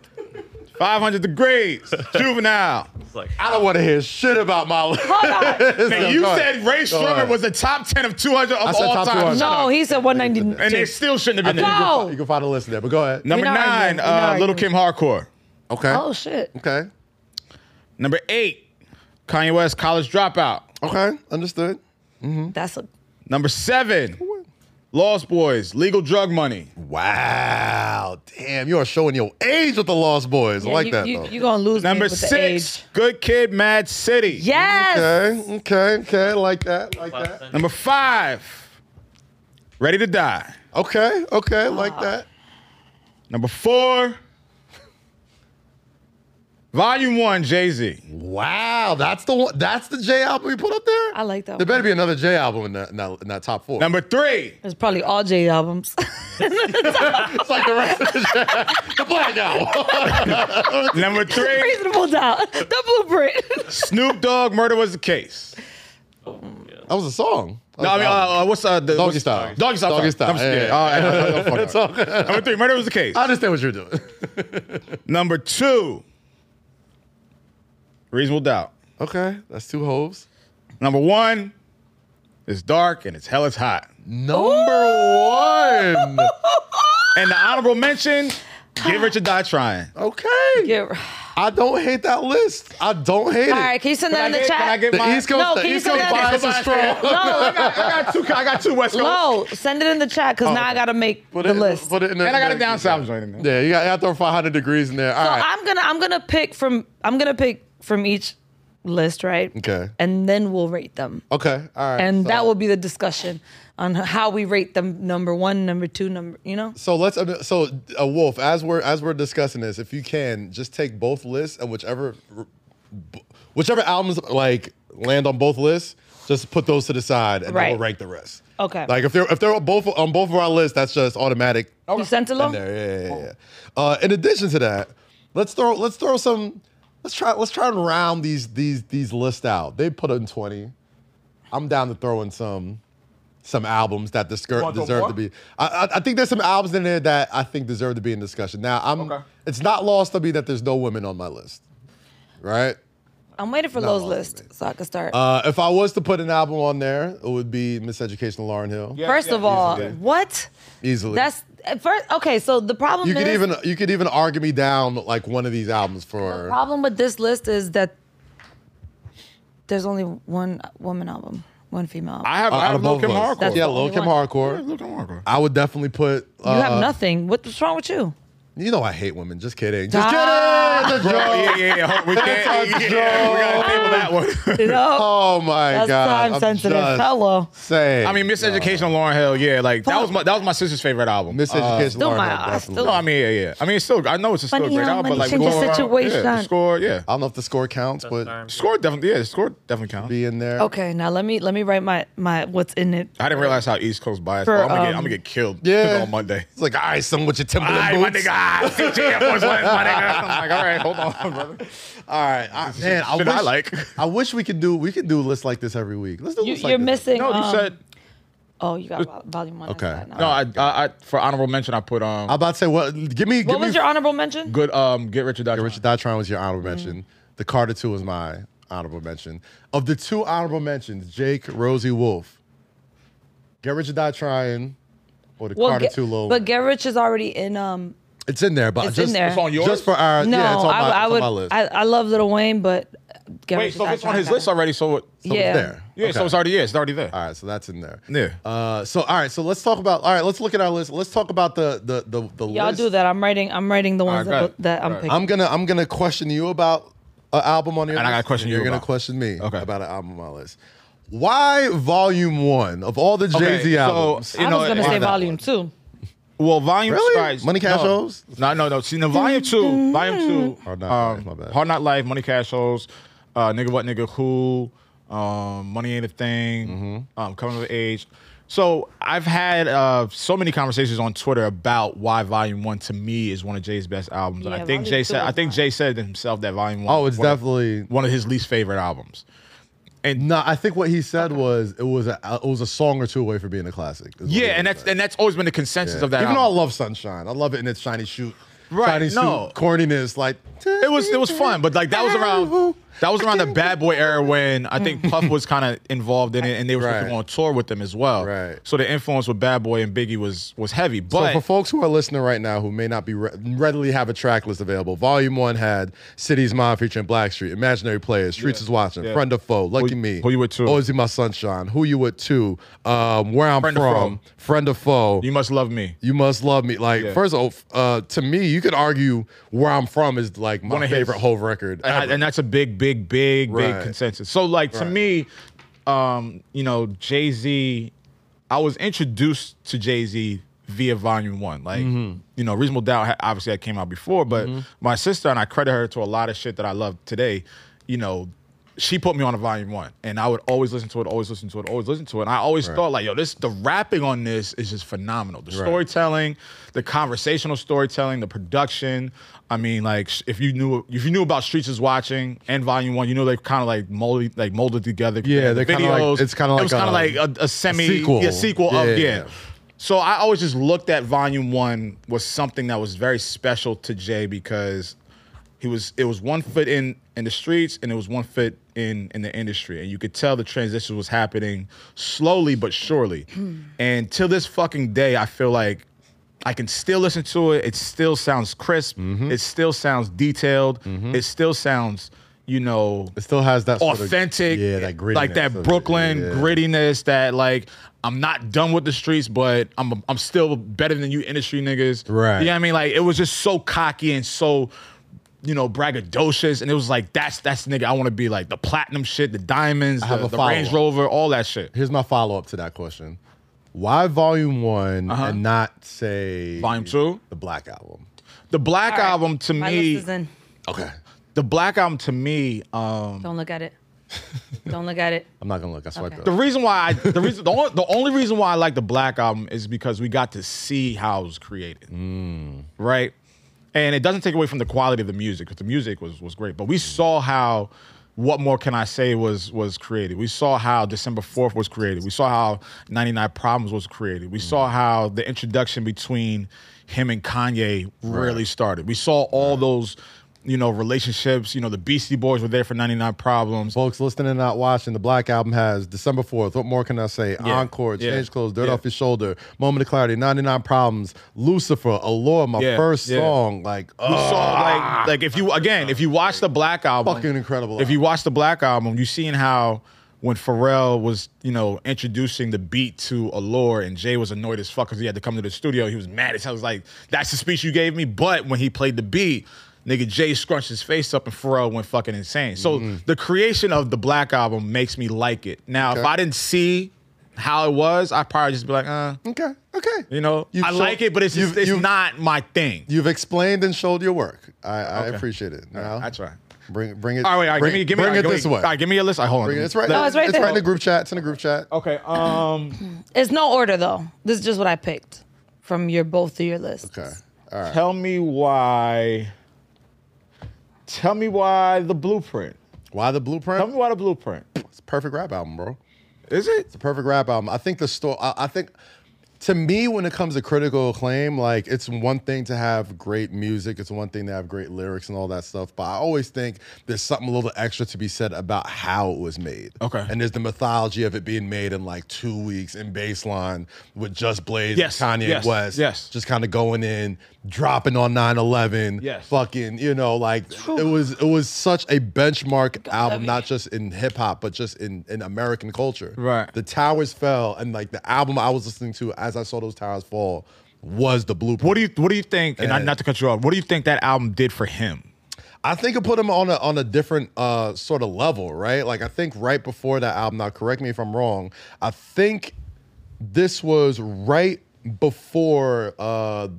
Speaker 3: 500 degrees, juvenile.
Speaker 4: It's like
Speaker 1: I don't want to hear shit about my life.
Speaker 3: Man, you said Ray
Speaker 1: ahead.
Speaker 3: Strummer was the top 10 of 200 of
Speaker 1: I said
Speaker 3: all
Speaker 1: top
Speaker 3: time.
Speaker 1: 200.
Speaker 3: Shut
Speaker 5: No,
Speaker 3: up.
Speaker 5: he said 190.
Speaker 3: And they still shouldn't have been there.
Speaker 5: No.
Speaker 1: You can find a list there, but go ahead.
Speaker 3: Number
Speaker 5: We're not
Speaker 3: nine,
Speaker 5: arguing. We're not
Speaker 3: uh, Little Kim
Speaker 5: arguing.
Speaker 3: Hardcore.
Speaker 1: Okay.
Speaker 5: Oh shit.
Speaker 1: Okay.
Speaker 3: Number eight, Kanye West, College Dropout.
Speaker 1: Okay. Understood.
Speaker 5: That's a
Speaker 3: Number seven, Lost Boys, Legal Drug Money.
Speaker 1: Wow. Damn, you are showing your age with the Lost Boys. I like
Speaker 5: you,
Speaker 1: that
Speaker 5: You,
Speaker 1: though.
Speaker 5: are gonna lose me
Speaker 3: Number
Speaker 5: with the age.
Speaker 3: six, Good Kid, Mad City.
Speaker 5: Yes.
Speaker 1: okay, okay, okay. I Like that. Like
Speaker 4: last
Speaker 1: that.
Speaker 4: thing.
Speaker 3: Number five, Ready to Die.
Speaker 1: Okay, okay. I
Speaker 5: Ah.
Speaker 1: Like that.
Speaker 3: Number four, Volume One, Jay Z.
Speaker 1: Wow, that's the one. That's the J album we put up there.
Speaker 5: I like that
Speaker 1: There
Speaker 5: one.
Speaker 1: better be another J album in that in that, in that top four.
Speaker 3: Number three,
Speaker 5: It's probably all J albums.
Speaker 1: it's like the rest of the J. The black album.
Speaker 3: number three,
Speaker 5: Reasonable doubt. The blueprint.
Speaker 3: Snoop Dogg, Murder Was the Case.
Speaker 1: that was a song.
Speaker 3: No, I mean, uh, uh, what's uh, the
Speaker 1: Doggy
Speaker 3: what's-
Speaker 1: Style.
Speaker 3: Doggy style.
Speaker 1: Doggy Style,
Speaker 3: I'm scared.
Speaker 1: yeah.
Speaker 3: All right, all right, all right, fuck
Speaker 1: It's
Speaker 3: it. number three, Murder Was the Case.
Speaker 1: I understand what you're doing.
Speaker 3: Number two, Reasonable Doubt.
Speaker 1: Okay, that's two hoes.
Speaker 3: Number one, it's dark and it's hell it's hot.
Speaker 1: Number one.
Speaker 3: And the honorable mention, Get Rich or Die Trying.
Speaker 1: Okay.
Speaker 5: Yeah. All
Speaker 1: I don't hate that list. I don't hate it.
Speaker 5: right, can you send that in the
Speaker 3: get-
Speaker 5: chat?
Speaker 3: can I get
Speaker 1: The
Speaker 3: my-
Speaker 1: East Coast,
Speaker 5: No,
Speaker 1: the
Speaker 5: can you
Speaker 1: East
Speaker 5: say
Speaker 1: Coast
Speaker 5: that?
Speaker 1: bias is strong.
Speaker 3: Oh, I got, I got two. I got two West Coast.
Speaker 5: No, send it in the chat because now I gotta make
Speaker 1: Oh, Put
Speaker 5: the
Speaker 1: it-
Speaker 5: list.
Speaker 1: put it in the-
Speaker 3: And I got a
Speaker 1: the-
Speaker 3: down south joint in there.
Speaker 1: Yeah, you got, you got to throw 500 degrees in there. All
Speaker 5: so
Speaker 1: right.
Speaker 5: I'm gonna I'm gonna pick from I'm gonna pick from each list, right?
Speaker 1: Okay.
Speaker 5: And then we'll rate them,
Speaker 1: okay. All right.
Speaker 5: and
Speaker 1: so,
Speaker 5: that will be the discussion on how we rate them number one, number two, number you know.
Speaker 1: So let's. So uh, Wolf, as we're as we're discussing this, if you can, just take both lists and whichever, whichever albums like land on both lists, just put those to the side and then we'll
Speaker 5: Right.
Speaker 1: rank the rest.
Speaker 5: Okay.
Speaker 1: Like if they're if they're on both on both of our lists, that's just automatic.
Speaker 5: You sent it along.
Speaker 1: in there. Yeah, yeah, yeah. yeah. Uh, in addition to that, let's throw let's throw some let's try let's try and round these these these lists out. They put in twenty. I'm down to throw in some some albums that deserve,
Speaker 3: Want to throw
Speaker 1: deserve
Speaker 3: more?
Speaker 1: to be. I, I, I think there's some albums in there that I think deserve to be in discussion. Now I'm
Speaker 3: Okay.
Speaker 1: it's not lost to me that there's no women on my list, right?
Speaker 5: I'm waiting for
Speaker 1: No,
Speaker 5: Lowe's
Speaker 1: I'll
Speaker 5: list so I can start.
Speaker 1: Uh, if I was to put an album on there, it would be Miseducation of Lauren Hill
Speaker 5: First
Speaker 3: yeah,
Speaker 5: of all,
Speaker 1: easily.
Speaker 5: what?
Speaker 1: easily.
Speaker 5: That's at first okay. So the problem
Speaker 1: you
Speaker 5: is
Speaker 1: could even you could even argue me down like one of these albums for.
Speaker 5: problem with this list is that there's only one woman album, one female. Album.
Speaker 3: I have, I
Speaker 1: out
Speaker 3: have
Speaker 1: of
Speaker 3: Lil
Speaker 1: both
Speaker 3: Kim
Speaker 1: of us.
Speaker 3: Hardcore.
Speaker 1: Yeah,
Speaker 5: the
Speaker 1: Lil
Speaker 5: only
Speaker 1: Kim
Speaker 5: one.
Speaker 3: Yeah,
Speaker 1: Hardcore.
Speaker 3: Lil Kim Hardcore.
Speaker 1: I would definitely put. Uh,
Speaker 5: you have nothing. What's wrong with you?
Speaker 1: You know I hate women. Just kidding. Just
Speaker 5: Ah.
Speaker 1: kidding. It's a
Speaker 3: Oh, yeah,
Speaker 1: joke.
Speaker 3: yeah, yeah. We can't.
Speaker 1: It's a
Speaker 3: yeah, we gotta
Speaker 1: joke.
Speaker 3: table that one.
Speaker 5: No,
Speaker 1: Oh my
Speaker 5: that's
Speaker 1: god.
Speaker 5: time
Speaker 1: I'm
Speaker 5: sensitive
Speaker 1: just
Speaker 5: fellow.
Speaker 1: Saying.
Speaker 3: I mean, Miss Education of Lauren Hill. Yeah, like that was my that was my sister's favorite album.
Speaker 1: Miss Education.
Speaker 5: still
Speaker 1: Lauren
Speaker 5: my-
Speaker 1: Hill,
Speaker 5: I
Speaker 1: definitely.
Speaker 5: still-
Speaker 3: No, I mean, yeah, yeah. I mean, it's still I know it's a still a
Speaker 5: Funny
Speaker 3: great
Speaker 5: how
Speaker 3: album, but
Speaker 5: money
Speaker 3: like
Speaker 5: changes
Speaker 3: going around- yeah, the
Speaker 5: situation.
Speaker 3: score, yeah,
Speaker 1: I don't know if the score counts, but
Speaker 3: score definitely, yeah, the score definitely counts.
Speaker 1: be in there.
Speaker 5: Okay, now let me let me write my my what's in it.
Speaker 3: I didn't realize how East Coast biased.
Speaker 5: For,
Speaker 3: oh, I'm, gonna get, I'm
Speaker 5: um,
Speaker 3: gonna get killed
Speaker 1: Yeah.
Speaker 3: on Monday.
Speaker 1: It's like, all right, son, with your Timberland
Speaker 3: All right, my
Speaker 1: boots.
Speaker 3: nigga, ah, CJ Air Force Ones, my nigga. I'm like, all right, hold on, brother.
Speaker 1: All right, I, man. I
Speaker 3: shit
Speaker 1: wish,
Speaker 3: I like.
Speaker 1: I wish we could do we could do lists like this every week. Let's do.
Speaker 5: You,
Speaker 1: lists like
Speaker 5: you're
Speaker 1: this.
Speaker 5: missing.
Speaker 3: No, you
Speaker 5: um,
Speaker 3: said
Speaker 5: Oh, you got vol- volume one.
Speaker 1: Okay.
Speaker 5: outside now.
Speaker 3: no. I, I, I for honorable mention, I put um
Speaker 1: I'm about to say what? give me. give
Speaker 5: what
Speaker 1: me
Speaker 5: was your Mm-hmm. honorable mention?
Speaker 3: good um get Richard Dodge.
Speaker 1: Richard Datron was your honorable mention. The Carter Two was my honorable mention. Of the two honorable mentions, Jake Rosie Wolf, Get Richard Die Trying, or the Carter
Speaker 5: Ge-
Speaker 1: Two Low.
Speaker 5: but Get Rich is already in. Um,
Speaker 1: it's in there, but
Speaker 5: it's
Speaker 1: just
Speaker 5: in there.
Speaker 3: It's on yours.
Speaker 1: just for our
Speaker 5: no,
Speaker 1: Uh, yeah, it's on my,
Speaker 5: I, I
Speaker 1: it's
Speaker 5: would.
Speaker 1: on my list.
Speaker 5: I, I love Little Wayne, but Get
Speaker 3: Wait,
Speaker 5: Rich
Speaker 3: so
Speaker 5: is
Speaker 3: if it's
Speaker 5: not
Speaker 3: on his
Speaker 5: trying
Speaker 3: list
Speaker 5: to-
Speaker 3: already. So what?
Speaker 1: So it's
Speaker 5: yeah.
Speaker 1: there.
Speaker 3: Yeah, so
Speaker 1: Okay.
Speaker 3: it's already yeah, it's already there.
Speaker 1: All right, so that's in there.
Speaker 3: Yeah.
Speaker 1: Uh, so all right, so let's talk about. All right, let's look at our list. Let's talk about the the the, the
Speaker 5: Y'all
Speaker 1: list.
Speaker 5: do that. I'm writing. I'm writing the ones
Speaker 3: right,
Speaker 5: that,
Speaker 3: good.
Speaker 5: that I'm
Speaker 3: All right.
Speaker 5: picking.
Speaker 1: I'm gonna I'm gonna question you about an album on your
Speaker 3: And I
Speaker 1: list,
Speaker 3: gotta question
Speaker 1: You're
Speaker 3: you
Speaker 1: gonna
Speaker 3: about-
Speaker 1: question me
Speaker 3: Okay.
Speaker 1: about an album on my list. Why Volume One of all the Jay Z
Speaker 3: so,
Speaker 1: albums?
Speaker 3: you
Speaker 5: I
Speaker 3: know,
Speaker 5: was gonna
Speaker 3: why
Speaker 5: say
Speaker 3: that
Speaker 5: volume two.
Speaker 3: Well, volume
Speaker 1: Really?
Speaker 3: Strides-
Speaker 1: Money Cash
Speaker 3: no.
Speaker 1: Hoes?
Speaker 3: No, no, no. See, no, volume two,
Speaker 5: Mm-hmm.
Speaker 3: volume two. Um,
Speaker 1: Hard Knock Life, my bad.
Speaker 3: Hard Not Life, Money Cash Hoes, uh, Nigga What Nigga Who, um, Money Ain't a Thing,
Speaker 1: Mm-hmm.
Speaker 3: um, Coming of Age. So I've had uh, so many conversations on Twitter about why Volume One to me is one of Jay's best albums, and I
Speaker 5: Yeah,
Speaker 3: think
Speaker 5: Volume
Speaker 3: Jay
Speaker 5: Two
Speaker 3: said I
Speaker 5: is
Speaker 3: think
Speaker 5: mine.
Speaker 3: Jay said himself that Volume One.
Speaker 1: oh, it's
Speaker 3: one of-
Speaker 1: definitely
Speaker 3: one of his least favorite albums.
Speaker 1: no. I think what he said was it was a it was a song or two away from being a classic. is what he
Speaker 3: Yeah,
Speaker 1: was
Speaker 3: and that's
Speaker 1: saying.
Speaker 3: and that's always been the consensus of that.
Speaker 1: Even though I
Speaker 3: album.
Speaker 1: love Sunshine, I love it in its shiny shoot,
Speaker 3: Right,
Speaker 1: shiny
Speaker 3: no.
Speaker 1: suit, corniness. Like
Speaker 3: it was it was fun, but like that was around that was around the Bad Boy era when I think Puff was kind of involved in it, and they were supposed to
Speaker 1: Right.
Speaker 3: go on tour with them as well.
Speaker 1: Right.
Speaker 3: So the influence with Bad Boy and Biggie was was heavy.
Speaker 1: So
Speaker 3: But
Speaker 1: for folks who are listening right now who may not be re- readily have a track list available, Volume One had City's Mind featuring Blackstreet, Imaginary Players, Streets is Watching,
Speaker 3: yeah.
Speaker 1: Friend of Foe, Lucky
Speaker 3: Who-
Speaker 1: Me,
Speaker 3: Who You With Too.
Speaker 1: Ozzy My Sunshine, Who You With Too, um, Where I'm
Speaker 3: Friend of
Speaker 1: From,
Speaker 3: Foe.
Speaker 1: Friend of Foe,
Speaker 3: you must love me.
Speaker 1: You Must Love Me. Like
Speaker 3: Yeah.
Speaker 1: first of all, uh, to me, you could argue Where I'm From is like
Speaker 3: One
Speaker 1: my
Speaker 3: of his.
Speaker 1: favorite whole record.
Speaker 3: and,
Speaker 1: ever.
Speaker 3: and that's a big, big, big,
Speaker 1: Right.
Speaker 3: big consensus. So like to me, um, you know, Jay Z, I was introduced to Jay Z via Volume One. Like,
Speaker 1: Mm-hmm.
Speaker 3: you know, Reasonable Doubt ha- obviously that came out before, but my sister and I credit her to a lot of shit that I love today. You know. She put me on a volume one, and I would always listen to it, always listen to it, always listen to it. And I always thought, like, yo, this the rapping on this is just phenomenal. The storytelling, the conversational storytelling, the production. I mean, like sh- if you knew if you knew about Streets is Watching and Volume One, you know they kind of like molded like molded together.
Speaker 1: Yeah,
Speaker 3: the
Speaker 1: they're kinda like-
Speaker 3: videos.
Speaker 1: it's kinda
Speaker 3: it was
Speaker 1: like
Speaker 3: kind of
Speaker 1: a-
Speaker 3: like a, a semi
Speaker 1: sequel.
Speaker 3: yeah, sequel of
Speaker 1: Yeah,
Speaker 3: yeah.
Speaker 1: yeah, yeah.
Speaker 3: So I always just looked at Volume One was something that was very special to Jay because he was it was one foot in in the streets and it was one foot in in the industry and you could tell the transition was happening slowly but surely and till this fucking day i feel like i can still listen to it it still sounds crisp it still sounds detailed it still sounds you know
Speaker 1: it still has that sort of-
Speaker 3: authentic
Speaker 1: yeah, that gritty,
Speaker 3: like that brooklyn grittiness that like i'm not done with the streets but i'm i'm still better than you industry niggas
Speaker 1: Right.
Speaker 3: you know what i mean like it was just so cocky and so you know, braggadocious, and it was like that's that's the nigga I want to be like the platinum shit, the diamonds,
Speaker 1: have
Speaker 3: the,
Speaker 1: a
Speaker 3: the Range
Speaker 1: follow-up.
Speaker 3: Rover, all that shit.
Speaker 1: Here's my follow up to that question. Why volume one and not say
Speaker 3: Uh-huh. Volume two?
Speaker 1: the black album?
Speaker 3: The Black
Speaker 5: All right.
Speaker 3: album to
Speaker 5: My
Speaker 3: me,
Speaker 5: list is in.
Speaker 1: Okay.
Speaker 3: the Black album to me, um,
Speaker 5: Don't look at it. Don't look at it.
Speaker 1: I'm not gonna look. I swiped
Speaker 5: Okay.
Speaker 1: it.
Speaker 3: the
Speaker 1: up.
Speaker 3: reason why I, the reason the only, the only reason why I like the Black album is because we got to see how it was created, right? And it doesn't take away from the quality of the music because the music was was great, but we saw how. What more can I say was was created? We saw how December 4th was created. We saw how 99 Problems was created. We saw how the introduction between him and Kanye really started. We saw all those, you know, relationships. You know, the Beastie Boys were there for 99 Problems.
Speaker 1: Folks listening and not watching, the Black Album has December 4th. What more can I say?
Speaker 3: Yeah.
Speaker 1: Encore,
Speaker 3: Yeah.
Speaker 1: Change Clothes, Dirt
Speaker 3: Yeah.
Speaker 1: Off Your Shoulder, Moment of Clarity, 99 Problems, Lucifer, Allure, my
Speaker 3: Yeah.
Speaker 1: first
Speaker 3: Yeah.
Speaker 1: song. Like,
Speaker 3: You
Speaker 1: oh,
Speaker 3: saw like like if you again if you watch the Black album,
Speaker 1: Fucking incredible
Speaker 3: If you watch the Black album, you seen how when Pharrell was you know introducing the beat to Allure and Jay was annoyed as fuck because he had to come to the studio. He was mad as hell. He was like, "That's the speech you gave me," but when he played the beat. Nigga Jay scrunched his face up and Pharrell went fucking insane. So the creation of the Black Album makes me like it. Now, if I didn't see how it was, I'd probably just be like, uh,
Speaker 1: Okay, okay.
Speaker 3: you know,
Speaker 1: You've
Speaker 3: I
Speaker 1: shown-
Speaker 3: like it, but it's, just,
Speaker 1: you've-
Speaker 3: it's
Speaker 1: you've-
Speaker 3: not my thing.
Speaker 1: You've explained and showed your work. I, I
Speaker 3: Okay.
Speaker 1: appreciate it. Now,
Speaker 3: I try.
Speaker 1: Bring bring it.
Speaker 3: All right, all right
Speaker 1: bring,
Speaker 3: give me, give me,
Speaker 1: bring
Speaker 3: all right,
Speaker 1: it
Speaker 3: give me-
Speaker 1: this way.
Speaker 3: All right, give me a list. I hold on.
Speaker 1: Bring it. It's right.
Speaker 5: No, it's right there.
Speaker 1: in the group chat. It's in the group chat.
Speaker 3: Okay. Um,
Speaker 5: It's no order though. This is just what I picked from your both of your lists.
Speaker 1: Okay.
Speaker 3: tell me why. Tell me why the blueprint.
Speaker 1: Why the
Speaker 3: Tell me
Speaker 1: blueprint?
Speaker 3: why the blueprint.
Speaker 1: It's a perfect rap album, bro.
Speaker 3: Is it?
Speaker 1: the perfect rap album. I think the story. I, I think to me, when it comes to critical acclaim, like it's one thing to have great music, it's one thing to have great lyrics and all that stuff. But I always think there's something a little extra to be said about how it was made.
Speaker 3: Okay.
Speaker 1: and there's the mythology of it being made in like two weeks in baseline with just Blaze,
Speaker 3: Yes,
Speaker 1: and Kanye
Speaker 3: yes,
Speaker 1: West,
Speaker 3: yes.
Speaker 1: just kind of going in, dropping on 9/11,
Speaker 3: Yes.
Speaker 1: fucking, you know, like it was it was such a benchmark album, not just in hip hop, but just in in American culture.
Speaker 3: Right.
Speaker 1: The towers fell, and like the album I was listening to as I saw those towers fall was the blueprint.
Speaker 3: What do you What do you think? And
Speaker 1: Uh,
Speaker 3: not, not to cut you off. What do you think that album did for him?
Speaker 1: I think it put him on a on a different uh sort of level, right? Like I think right before that album, now correct me if I'm wrong, I think this was right before uh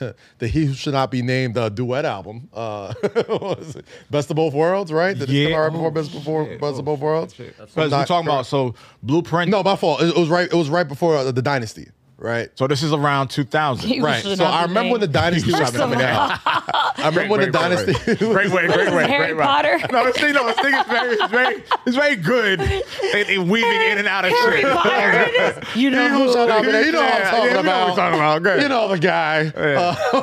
Speaker 1: the He Who Should Not Be Named uh, duet album. Uh what was it? Best of Both Worlds, right? Did it come out right
Speaker 3: Yeah. Oh,
Speaker 1: before Best before Best of Both Worlds?
Speaker 3: Because we're
Speaker 1: Not
Speaker 3: talking about
Speaker 1: correct.
Speaker 3: so blueprint.
Speaker 1: No, my fault. It, it was right it was right before uh, the Dynasty, right?
Speaker 3: So this is around 2000.
Speaker 5: You
Speaker 1: Right.
Speaker 5: should
Speaker 1: So
Speaker 5: not
Speaker 1: I
Speaker 5: be
Speaker 1: remember when the
Speaker 5: named.
Speaker 1: dynasty was
Speaker 5: First of
Speaker 1: coming out. I remember when the dynasty.
Speaker 3: Great way,
Speaker 5: What
Speaker 3: great
Speaker 5: is
Speaker 3: way,
Speaker 5: this, Harry
Speaker 3: great way.
Speaker 5: Potter?
Speaker 3: No, this thing, no, this thing is very, it's very, it's very good in, in weaving in and out of
Speaker 5: Harry
Speaker 3: shit.
Speaker 5: Potter it is.
Speaker 2: You know
Speaker 1: You
Speaker 2: who?
Speaker 1: know, you know what I'm
Speaker 3: Yeah,
Speaker 1: talking
Speaker 3: yeah, we know what
Speaker 1: about.
Speaker 3: we're talking about. Great.
Speaker 1: You know the guy.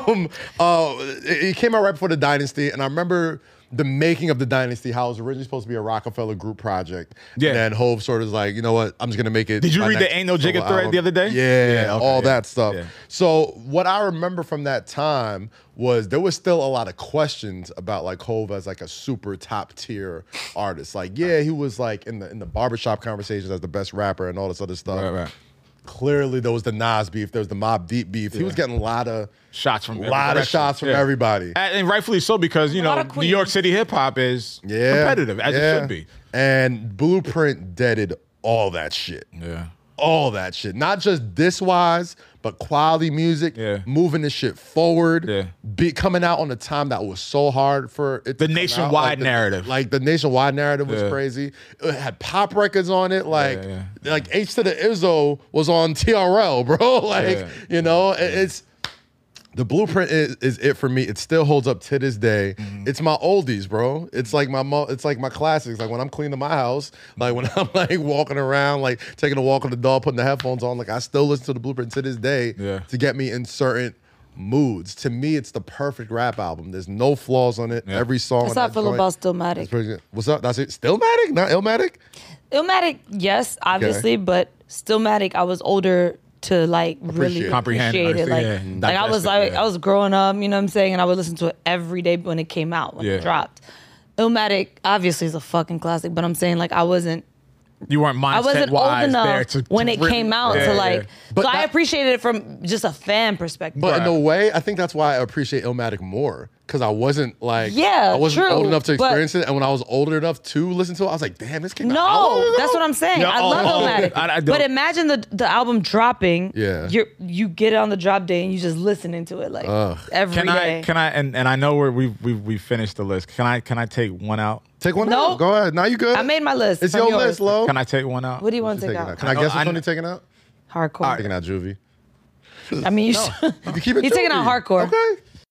Speaker 1: Um, uh, it it came out right before the Dynasty, and I remember the making of the Dynasty, how it was originally supposed to be a Rockefeller Group project.
Speaker 3: Yeah.
Speaker 1: And then Hove sort of was like, you know what? I'm just going to make it.
Speaker 3: Did you
Speaker 1: my
Speaker 3: read the
Speaker 1: next
Speaker 3: Ain't No Jigga
Speaker 1: solo
Speaker 3: thread
Speaker 1: album.
Speaker 3: the other day?
Speaker 1: Yeah,
Speaker 3: Yeah, okay,
Speaker 1: all
Speaker 3: yeah.
Speaker 1: that stuff.
Speaker 3: Yeah.
Speaker 1: So what I remember from that time was there was still a lot of questions about like Hove as like a super top tier artist. Like, yeah, he was like in the in the barbershop conversations as the best rapper and all this other stuff.
Speaker 3: Right, right.
Speaker 1: Clearly there was the Nas beef, there was the Mob Deep beef. He was getting a lot of
Speaker 3: Shots from
Speaker 1: a
Speaker 3: every
Speaker 1: lot of
Speaker 3: direction.
Speaker 1: shots from
Speaker 3: Yeah.
Speaker 1: everybody.
Speaker 3: And and rightfully so because you
Speaker 5: lot
Speaker 3: know
Speaker 5: of
Speaker 3: New
Speaker 5: queens.
Speaker 3: York City hip hop is
Speaker 1: Yeah.
Speaker 3: competitive as
Speaker 1: yeah.
Speaker 3: it should be.
Speaker 1: And Blueprint deaded all that shit.
Speaker 3: Yeah.
Speaker 1: all that shit. Not just this wise, but quality music,
Speaker 3: Yeah.
Speaker 1: moving this shit forward,
Speaker 3: Yeah.
Speaker 1: be, coming out on a time that was so hard for it.
Speaker 3: The
Speaker 1: to come out.
Speaker 3: nationwide
Speaker 1: Like the-
Speaker 3: narrative.
Speaker 1: like the nationwide narrative was
Speaker 3: Yeah.
Speaker 1: crazy. It had pop records on it, like
Speaker 3: Yeah,
Speaker 1: like H to the Izzo was on TRL, bro. Like
Speaker 3: Yeah.
Speaker 1: you know, it- it's. The blueprint is, is it for me. It still holds up to this day. It's my oldies, bro. It's like my mo- it's like my classics. Like when I'm cleaning my house, like when I'm like walking around, like taking a walk with the dog, putting the headphones on. Like I still listen to the blueprint to this day
Speaker 3: Yeah.
Speaker 1: to get me in certain moods. To me, it's the perfect rap album. There's no flaws on it. Every song.
Speaker 5: What's
Speaker 1: on
Speaker 5: I
Speaker 1: that
Speaker 5: feel
Speaker 1: joint
Speaker 5: about
Speaker 1: is
Speaker 5: Stillmatic?
Speaker 1: pretty good. What's up? That's it. Stillmatic, not Illmatic.
Speaker 5: Illmatic, yes, obviously, but Stillmatic, I was older to like
Speaker 1: Appreciate
Speaker 5: really
Speaker 1: it.
Speaker 5: comprehend
Speaker 3: Comprehend,
Speaker 5: it. Like,
Speaker 3: understand, yeah,
Speaker 5: like I was
Speaker 3: digest it,
Speaker 5: like
Speaker 3: yeah.
Speaker 5: I was growing up, you know what I'm saying, and I would listen to it every day when it came out, when
Speaker 3: Yeah.
Speaker 5: it dropped. Illmatic obviously is a fucking classic, but I'm saying like I wasn't
Speaker 3: You weren't mindset
Speaker 5: I wasn't
Speaker 3: wise
Speaker 5: old
Speaker 3: there
Speaker 5: enough
Speaker 3: to, to
Speaker 5: when it
Speaker 3: really-
Speaker 5: came out
Speaker 3: Yeah,
Speaker 5: to like
Speaker 3: yeah.
Speaker 1: But
Speaker 5: so I
Speaker 1: that-
Speaker 5: appreciated it from just a fan perspective.
Speaker 1: But in
Speaker 3: Right.
Speaker 1: a way, I think that's why I appreciate Illmatic more because I wasn't like
Speaker 5: Yeah,
Speaker 1: I wasn't
Speaker 5: true,
Speaker 1: old enough to
Speaker 5: but-
Speaker 1: experience it, and when I was older enough to listen to it, I was like, damn, this came out. how long
Speaker 5: No,
Speaker 1: ago?
Speaker 5: that's what I'm saying.
Speaker 3: No,
Speaker 5: I
Speaker 3: oh,
Speaker 5: love
Speaker 3: oh,
Speaker 5: Illmatic.
Speaker 3: I- I don't-
Speaker 5: but imagine the the album dropping.
Speaker 1: Yeah.
Speaker 5: You you get it on the drop day and you just listening to it like every day.
Speaker 3: Can I can I and, and I know we're we we we finished the list. Can I can I take one out?
Speaker 1: Take one.
Speaker 5: No.
Speaker 1: out. go ahead. Now you good.
Speaker 5: I made my list.
Speaker 1: It's
Speaker 5: From
Speaker 1: your
Speaker 5: yours.
Speaker 1: list, Lo.
Speaker 3: Can I take one out?
Speaker 5: What do you want
Speaker 1: She's
Speaker 5: to take
Speaker 1: taking
Speaker 5: out?
Speaker 1: Can I
Speaker 3: No,
Speaker 1: guess
Speaker 3: I-
Speaker 1: who's only taking out?
Speaker 5: Hardcore.
Speaker 1: Taking out Juvie.
Speaker 5: I mean, you should-
Speaker 1: You keep it.
Speaker 5: He's taking out
Speaker 1: Juvie.
Speaker 5: hardcore.
Speaker 1: Okay.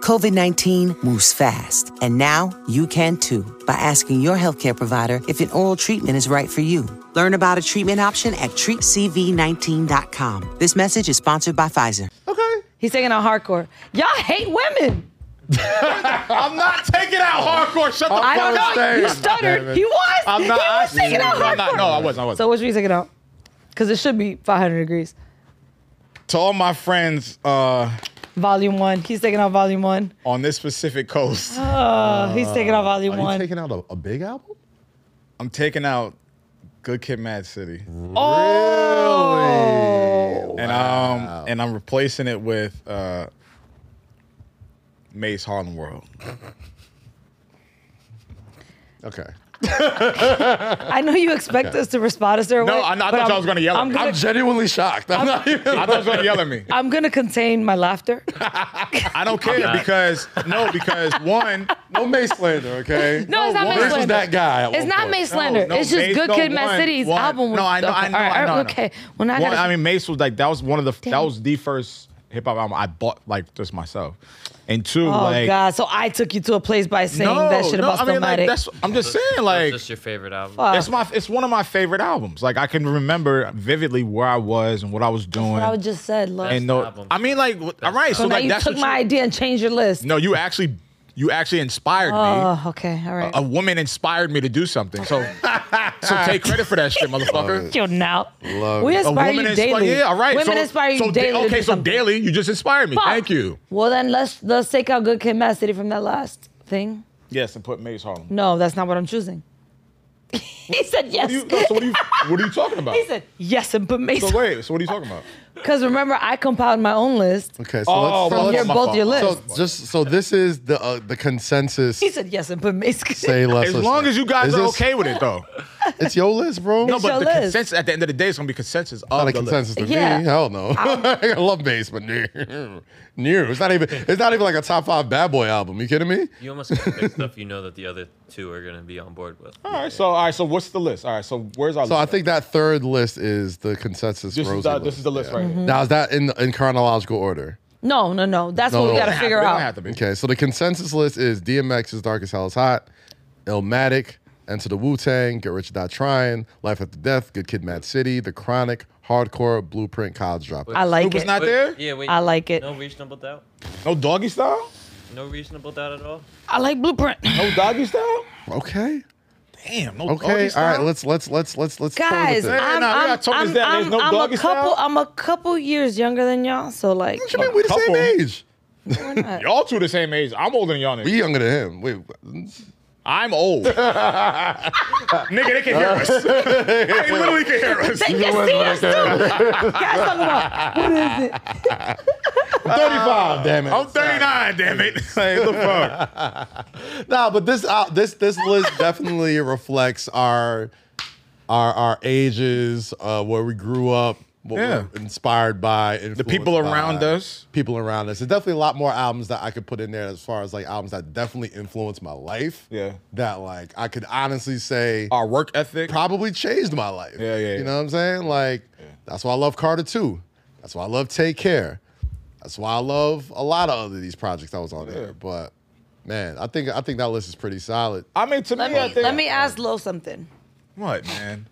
Speaker 6: COVID 19 moves fast, and now you can too by asking your healthcare provider if an oral treatment is right for you. Learn about a treatment option at treatcv19.com. This message is sponsored by Pfizer.
Speaker 1: Okay.
Speaker 5: He's taking out hardcore. Y'all hate women.
Speaker 3: I'm not taking out hardcore. Shut the
Speaker 5: I don't
Speaker 1: fuck
Speaker 5: know.
Speaker 1: saying.
Speaker 5: You
Speaker 1: Damn
Speaker 5: stuttered.
Speaker 1: it.
Speaker 5: He was.
Speaker 3: I'm not
Speaker 5: He was
Speaker 3: I-
Speaker 5: taking out
Speaker 3: I'm not-
Speaker 5: hardcore.
Speaker 3: No, I wasn't. I wasn't.
Speaker 5: So what should we taking out? Because it should be 500 degrees.
Speaker 3: to all my friends, uh,
Speaker 2: Volume one. He's taking out volume one.
Speaker 3: on this specific coast.
Speaker 5: Oh,
Speaker 2: Uh, he's taking out volume
Speaker 1: Are you
Speaker 2: one.
Speaker 1: taking out a, a big album?
Speaker 3: I'm taking out Good Kid, Mad City,
Speaker 1: Really?
Speaker 3: and um, and I'm replacing it with uh, Mace Harlem World.
Speaker 1: Okay.
Speaker 2: I know you expect us to respond a certain
Speaker 3: No,
Speaker 2: way.
Speaker 3: I, I thought
Speaker 2: but
Speaker 3: y'all
Speaker 2: I'm-
Speaker 3: was gonna yell. At
Speaker 2: I'm
Speaker 3: me.
Speaker 2: gonna,
Speaker 1: I'm genuinely shocked. I'm not even.
Speaker 3: I thought you was gonna yell at me.
Speaker 2: I'm gonna contain my laughter.
Speaker 3: I don't care because no, because one,
Speaker 1: No Mace slander, okay?
Speaker 5: No, it's not Mace
Speaker 1: Mace was
Speaker 5: slander.
Speaker 1: that guy. at
Speaker 5: It's
Speaker 1: one
Speaker 5: not
Speaker 1: point.
Speaker 5: Mace Slander.
Speaker 3: no,
Speaker 5: it's just
Speaker 3: Mace-
Speaker 5: Good
Speaker 3: no,
Speaker 5: Kid,
Speaker 3: one-
Speaker 5: Mad City's
Speaker 3: one-
Speaker 5: album. Was,
Speaker 3: No, I know, I
Speaker 5: okay,
Speaker 3: know,
Speaker 5: all right,
Speaker 3: I know, I know.
Speaker 5: Okay, well now I
Speaker 3: One-
Speaker 5: gotta.
Speaker 3: I mean, Mace was like that was one of the that
Speaker 5: Damn.
Speaker 3: was the first hip hop album I bought like just myself, and two,
Speaker 2: Oh
Speaker 3: like
Speaker 2: God! So I took you to a place by saying
Speaker 3: no,
Speaker 2: that shit
Speaker 3: no,
Speaker 2: about
Speaker 3: I mean, like,
Speaker 2: Stillmatic.
Speaker 3: that's I'm just saying
Speaker 4: That's
Speaker 3: like
Speaker 4: just your favorite album.
Speaker 5: Uh,
Speaker 3: it's my it's one of my favorite albums. Like I can remember vividly where I was and what I was doing.
Speaker 5: what I was just said, love.
Speaker 3: and no,
Speaker 4: album.
Speaker 3: I mean like all right, so,
Speaker 5: so now
Speaker 3: like
Speaker 5: you
Speaker 3: that's
Speaker 5: took
Speaker 3: what
Speaker 5: my
Speaker 3: you,
Speaker 5: idea and changed your list.
Speaker 3: no, you actually you actually inspired me.
Speaker 5: Oh, okay, all right.
Speaker 3: A woman inspired me to do something. So so take credit for that shit, motherfucker.
Speaker 2: you now.
Speaker 1: Love
Speaker 2: we
Speaker 1: it.
Speaker 2: inspire you
Speaker 3: inspi-
Speaker 2: daily.
Speaker 3: Yeah, all right.
Speaker 5: Women
Speaker 3: so,
Speaker 5: inspire you
Speaker 3: so da-
Speaker 5: daily to
Speaker 3: okay,
Speaker 5: do
Speaker 3: so
Speaker 5: something.
Speaker 3: daily, you just inspired me.
Speaker 5: Fuck.
Speaker 3: Thank you.
Speaker 5: Well then, let's let's take out Good Kid, Mad City from that last thing.
Speaker 3: Yes, and put Maze Harlem.
Speaker 2: No, that's not what I'm choosing.
Speaker 5: He said yes.
Speaker 3: You- no, so what are you what are you talking about?
Speaker 5: he said
Speaker 2: Yes, and but
Speaker 3: So wait, so what are you talking about?
Speaker 5: because remember I compiled my own list.
Speaker 1: Okay, so
Speaker 3: Oh,
Speaker 1: let's, so,
Speaker 3: well,
Speaker 5: You're
Speaker 1: let's-
Speaker 3: my
Speaker 5: both
Speaker 3: fault.
Speaker 5: your
Speaker 1: so
Speaker 5: list.
Speaker 1: just so this is the uh, the consensus.
Speaker 2: He said yes and put Mace.
Speaker 1: Say less.
Speaker 3: As
Speaker 1: listen.
Speaker 3: long as you guys
Speaker 1: Is
Speaker 3: are
Speaker 1: this-
Speaker 3: okay with it though.
Speaker 1: it's your list, bro.
Speaker 3: No,
Speaker 1: No,
Speaker 2: It's
Speaker 3: but
Speaker 2: your
Speaker 3: the
Speaker 2: list.
Speaker 3: consensus at the end of the day is gonna be consensus
Speaker 1: not
Speaker 3: of
Speaker 1: a
Speaker 3: the list.
Speaker 1: consensus to
Speaker 5: Yeah.
Speaker 1: me. Hell no. I love Mace, but new. It's not even. It's not even like a top five bad boy album. You kidding me?
Speaker 4: You almost gotta pick stuff you know that the other two are gonna be on board with.
Speaker 3: All right, so all right, so what's the list? All right, so where's our
Speaker 1: So I
Speaker 3: list?
Speaker 1: think that third list is the consensus.
Speaker 3: this is
Speaker 1: Rosie
Speaker 3: the,
Speaker 1: list.
Speaker 3: this is the list right
Speaker 5: Mm-hmm.
Speaker 3: here.
Speaker 1: Now is that in in chronological order?
Speaker 5: No, no, no. That's
Speaker 1: No,
Speaker 5: what we
Speaker 1: no,
Speaker 5: gotta
Speaker 1: no.
Speaker 5: figure
Speaker 3: They don't
Speaker 5: out.
Speaker 3: have to be.
Speaker 1: Okay, so the consensus list is DMX's Dark as Hell is Hot, Illmatic, Enter the Wu Tang, Get Rich or Die Trying, Life After Death, Good Kid Mad City, The Chronic, Hardcore, Blueprint, College Drop.
Speaker 2: I like
Speaker 3: Snoop is
Speaker 2: it.
Speaker 3: not there.
Speaker 4: Yeah, wait.
Speaker 2: I like it.
Speaker 4: No reasonable doubt.
Speaker 3: No doggy style.
Speaker 4: No reasonable doubt at all.
Speaker 5: I like Blueprint.
Speaker 3: No doggy style.
Speaker 1: Okay.
Speaker 3: Damn. No
Speaker 1: Okay.
Speaker 3: doggy
Speaker 1: All
Speaker 3: style.
Speaker 1: right. Let's let's let's let's let's toy with
Speaker 5: Guys,
Speaker 1: it.
Speaker 3: Hey,
Speaker 5: I'm,
Speaker 3: nah, we
Speaker 5: I'm,
Speaker 3: gotta tone this
Speaker 5: I'm,
Speaker 3: down. There's
Speaker 5: I'm,
Speaker 3: no
Speaker 5: I'm
Speaker 3: doggy
Speaker 5: a couple.
Speaker 3: style?
Speaker 5: I'm a couple years younger than y'all, so like,
Speaker 1: What you mean we the
Speaker 3: Couple.
Speaker 1: same age?
Speaker 3: Y'all two the same age. I'm older than y'all. Niggas.
Speaker 1: We younger than him. Wait.
Speaker 3: I'm old. Nigga, they can hear us. they literally can hear us.
Speaker 5: they can see us too. Guys, talk about what is it?
Speaker 1: Thirty-five. damn it.
Speaker 3: I'm 39, damn it. Like, what the fuck?
Speaker 1: Nah, but this uh, this this list definitely reflects our our our ages, uh, where we grew up, what
Speaker 3: Yeah.
Speaker 1: we're inspired by, the
Speaker 3: people around us.
Speaker 1: people around us. There's definitely a lot more albums that I could put in there as far as like albums that definitely influenced my life.
Speaker 3: Yeah.
Speaker 1: that like I could honestly say
Speaker 3: Our work ethic.
Speaker 1: probably changed my life.
Speaker 3: Yeah, yeah,
Speaker 1: You
Speaker 3: yeah.
Speaker 1: know what I'm saying? Like that's why I love Carter too. That's why I love Take Care. That's why I love a lot of other these projects that was on there. But man, I think I think that list is pretty solid.
Speaker 3: I mean, to me,
Speaker 5: Let
Speaker 3: I
Speaker 5: me
Speaker 3: think.
Speaker 5: let me ask Lo something.
Speaker 3: What, man?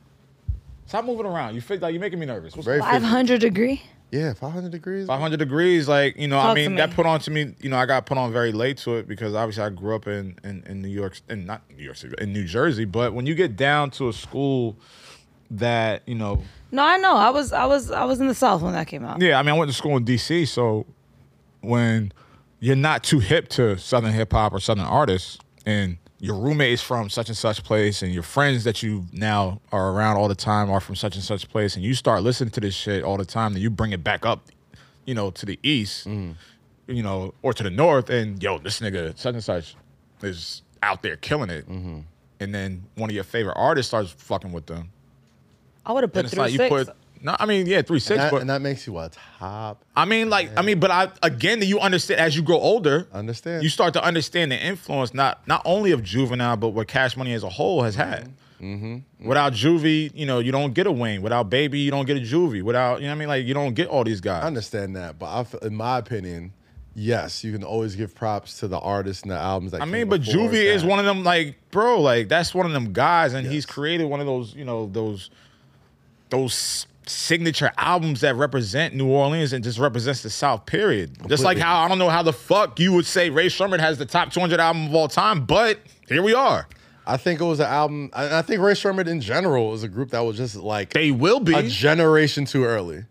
Speaker 3: Stop moving around. You feel like you're making me nervous. What's
Speaker 1: Very
Speaker 5: Five
Speaker 1: fit-
Speaker 5: hundred degree.
Speaker 1: Yeah, 500 degrees.
Speaker 3: 500 degrees like you know i
Speaker 5: Talk to
Speaker 3: mean
Speaker 5: me.
Speaker 3: that put on to me you know i got put on very late to it because obviously i grew up in in, in new york and not new york city but in new jersey but when you get down to a school that you know
Speaker 5: No, I know. I was I was I was in the south when that came out.
Speaker 3: yeah i mean i went to school in dc so when you're not too hip to southern hip-hop or southern artists and your roommate is from such and such place and your friends that you now are around all the time are from such and such place and you start listening to this shit all the time and you bring it back up you know to the east
Speaker 1: Mm.
Speaker 3: you know, or to the north, and yo, this nigga such and such is out there killing it.
Speaker 1: Mm-hmm.
Speaker 3: And then one of your favorite artists starts fucking with them.
Speaker 5: I would have
Speaker 3: And
Speaker 5: put
Speaker 3: it's
Speaker 5: three
Speaker 3: like you
Speaker 5: six.
Speaker 3: put no, I mean, yeah, three six,
Speaker 1: and, that,
Speaker 3: but
Speaker 1: and that makes you a top.
Speaker 3: I mean, like, I mean, but I again, that you understand as you grow older,
Speaker 1: Understand.
Speaker 3: you start to understand the influence not not only of Juvenile, but what Cash Money as a whole has
Speaker 1: Mm-hmm.
Speaker 3: had. Without Juvie, you know, you don't get a Wayne. Without Baby, you don't get a Juvie. Without, you know, what I mean, like, you don't get all these guys.
Speaker 1: I understand that, but I f in my opinion, yes, you can always give props to the artists and the albums that
Speaker 3: I mean, but Juvie is one of them. Like, bro, like that's one of them guys, and he's created one of those, you know, those, those signature albums that represent New Orleans and just represents the South. Period. Just like
Speaker 1: Completely.
Speaker 3: how I don't know how the fuck you would say Ray Sherman has the top 200 album of all time, but here we are.
Speaker 1: I think it was an album. I, I think Ray Sherman in general is a group that was just like
Speaker 3: They will be.
Speaker 1: a generation too early.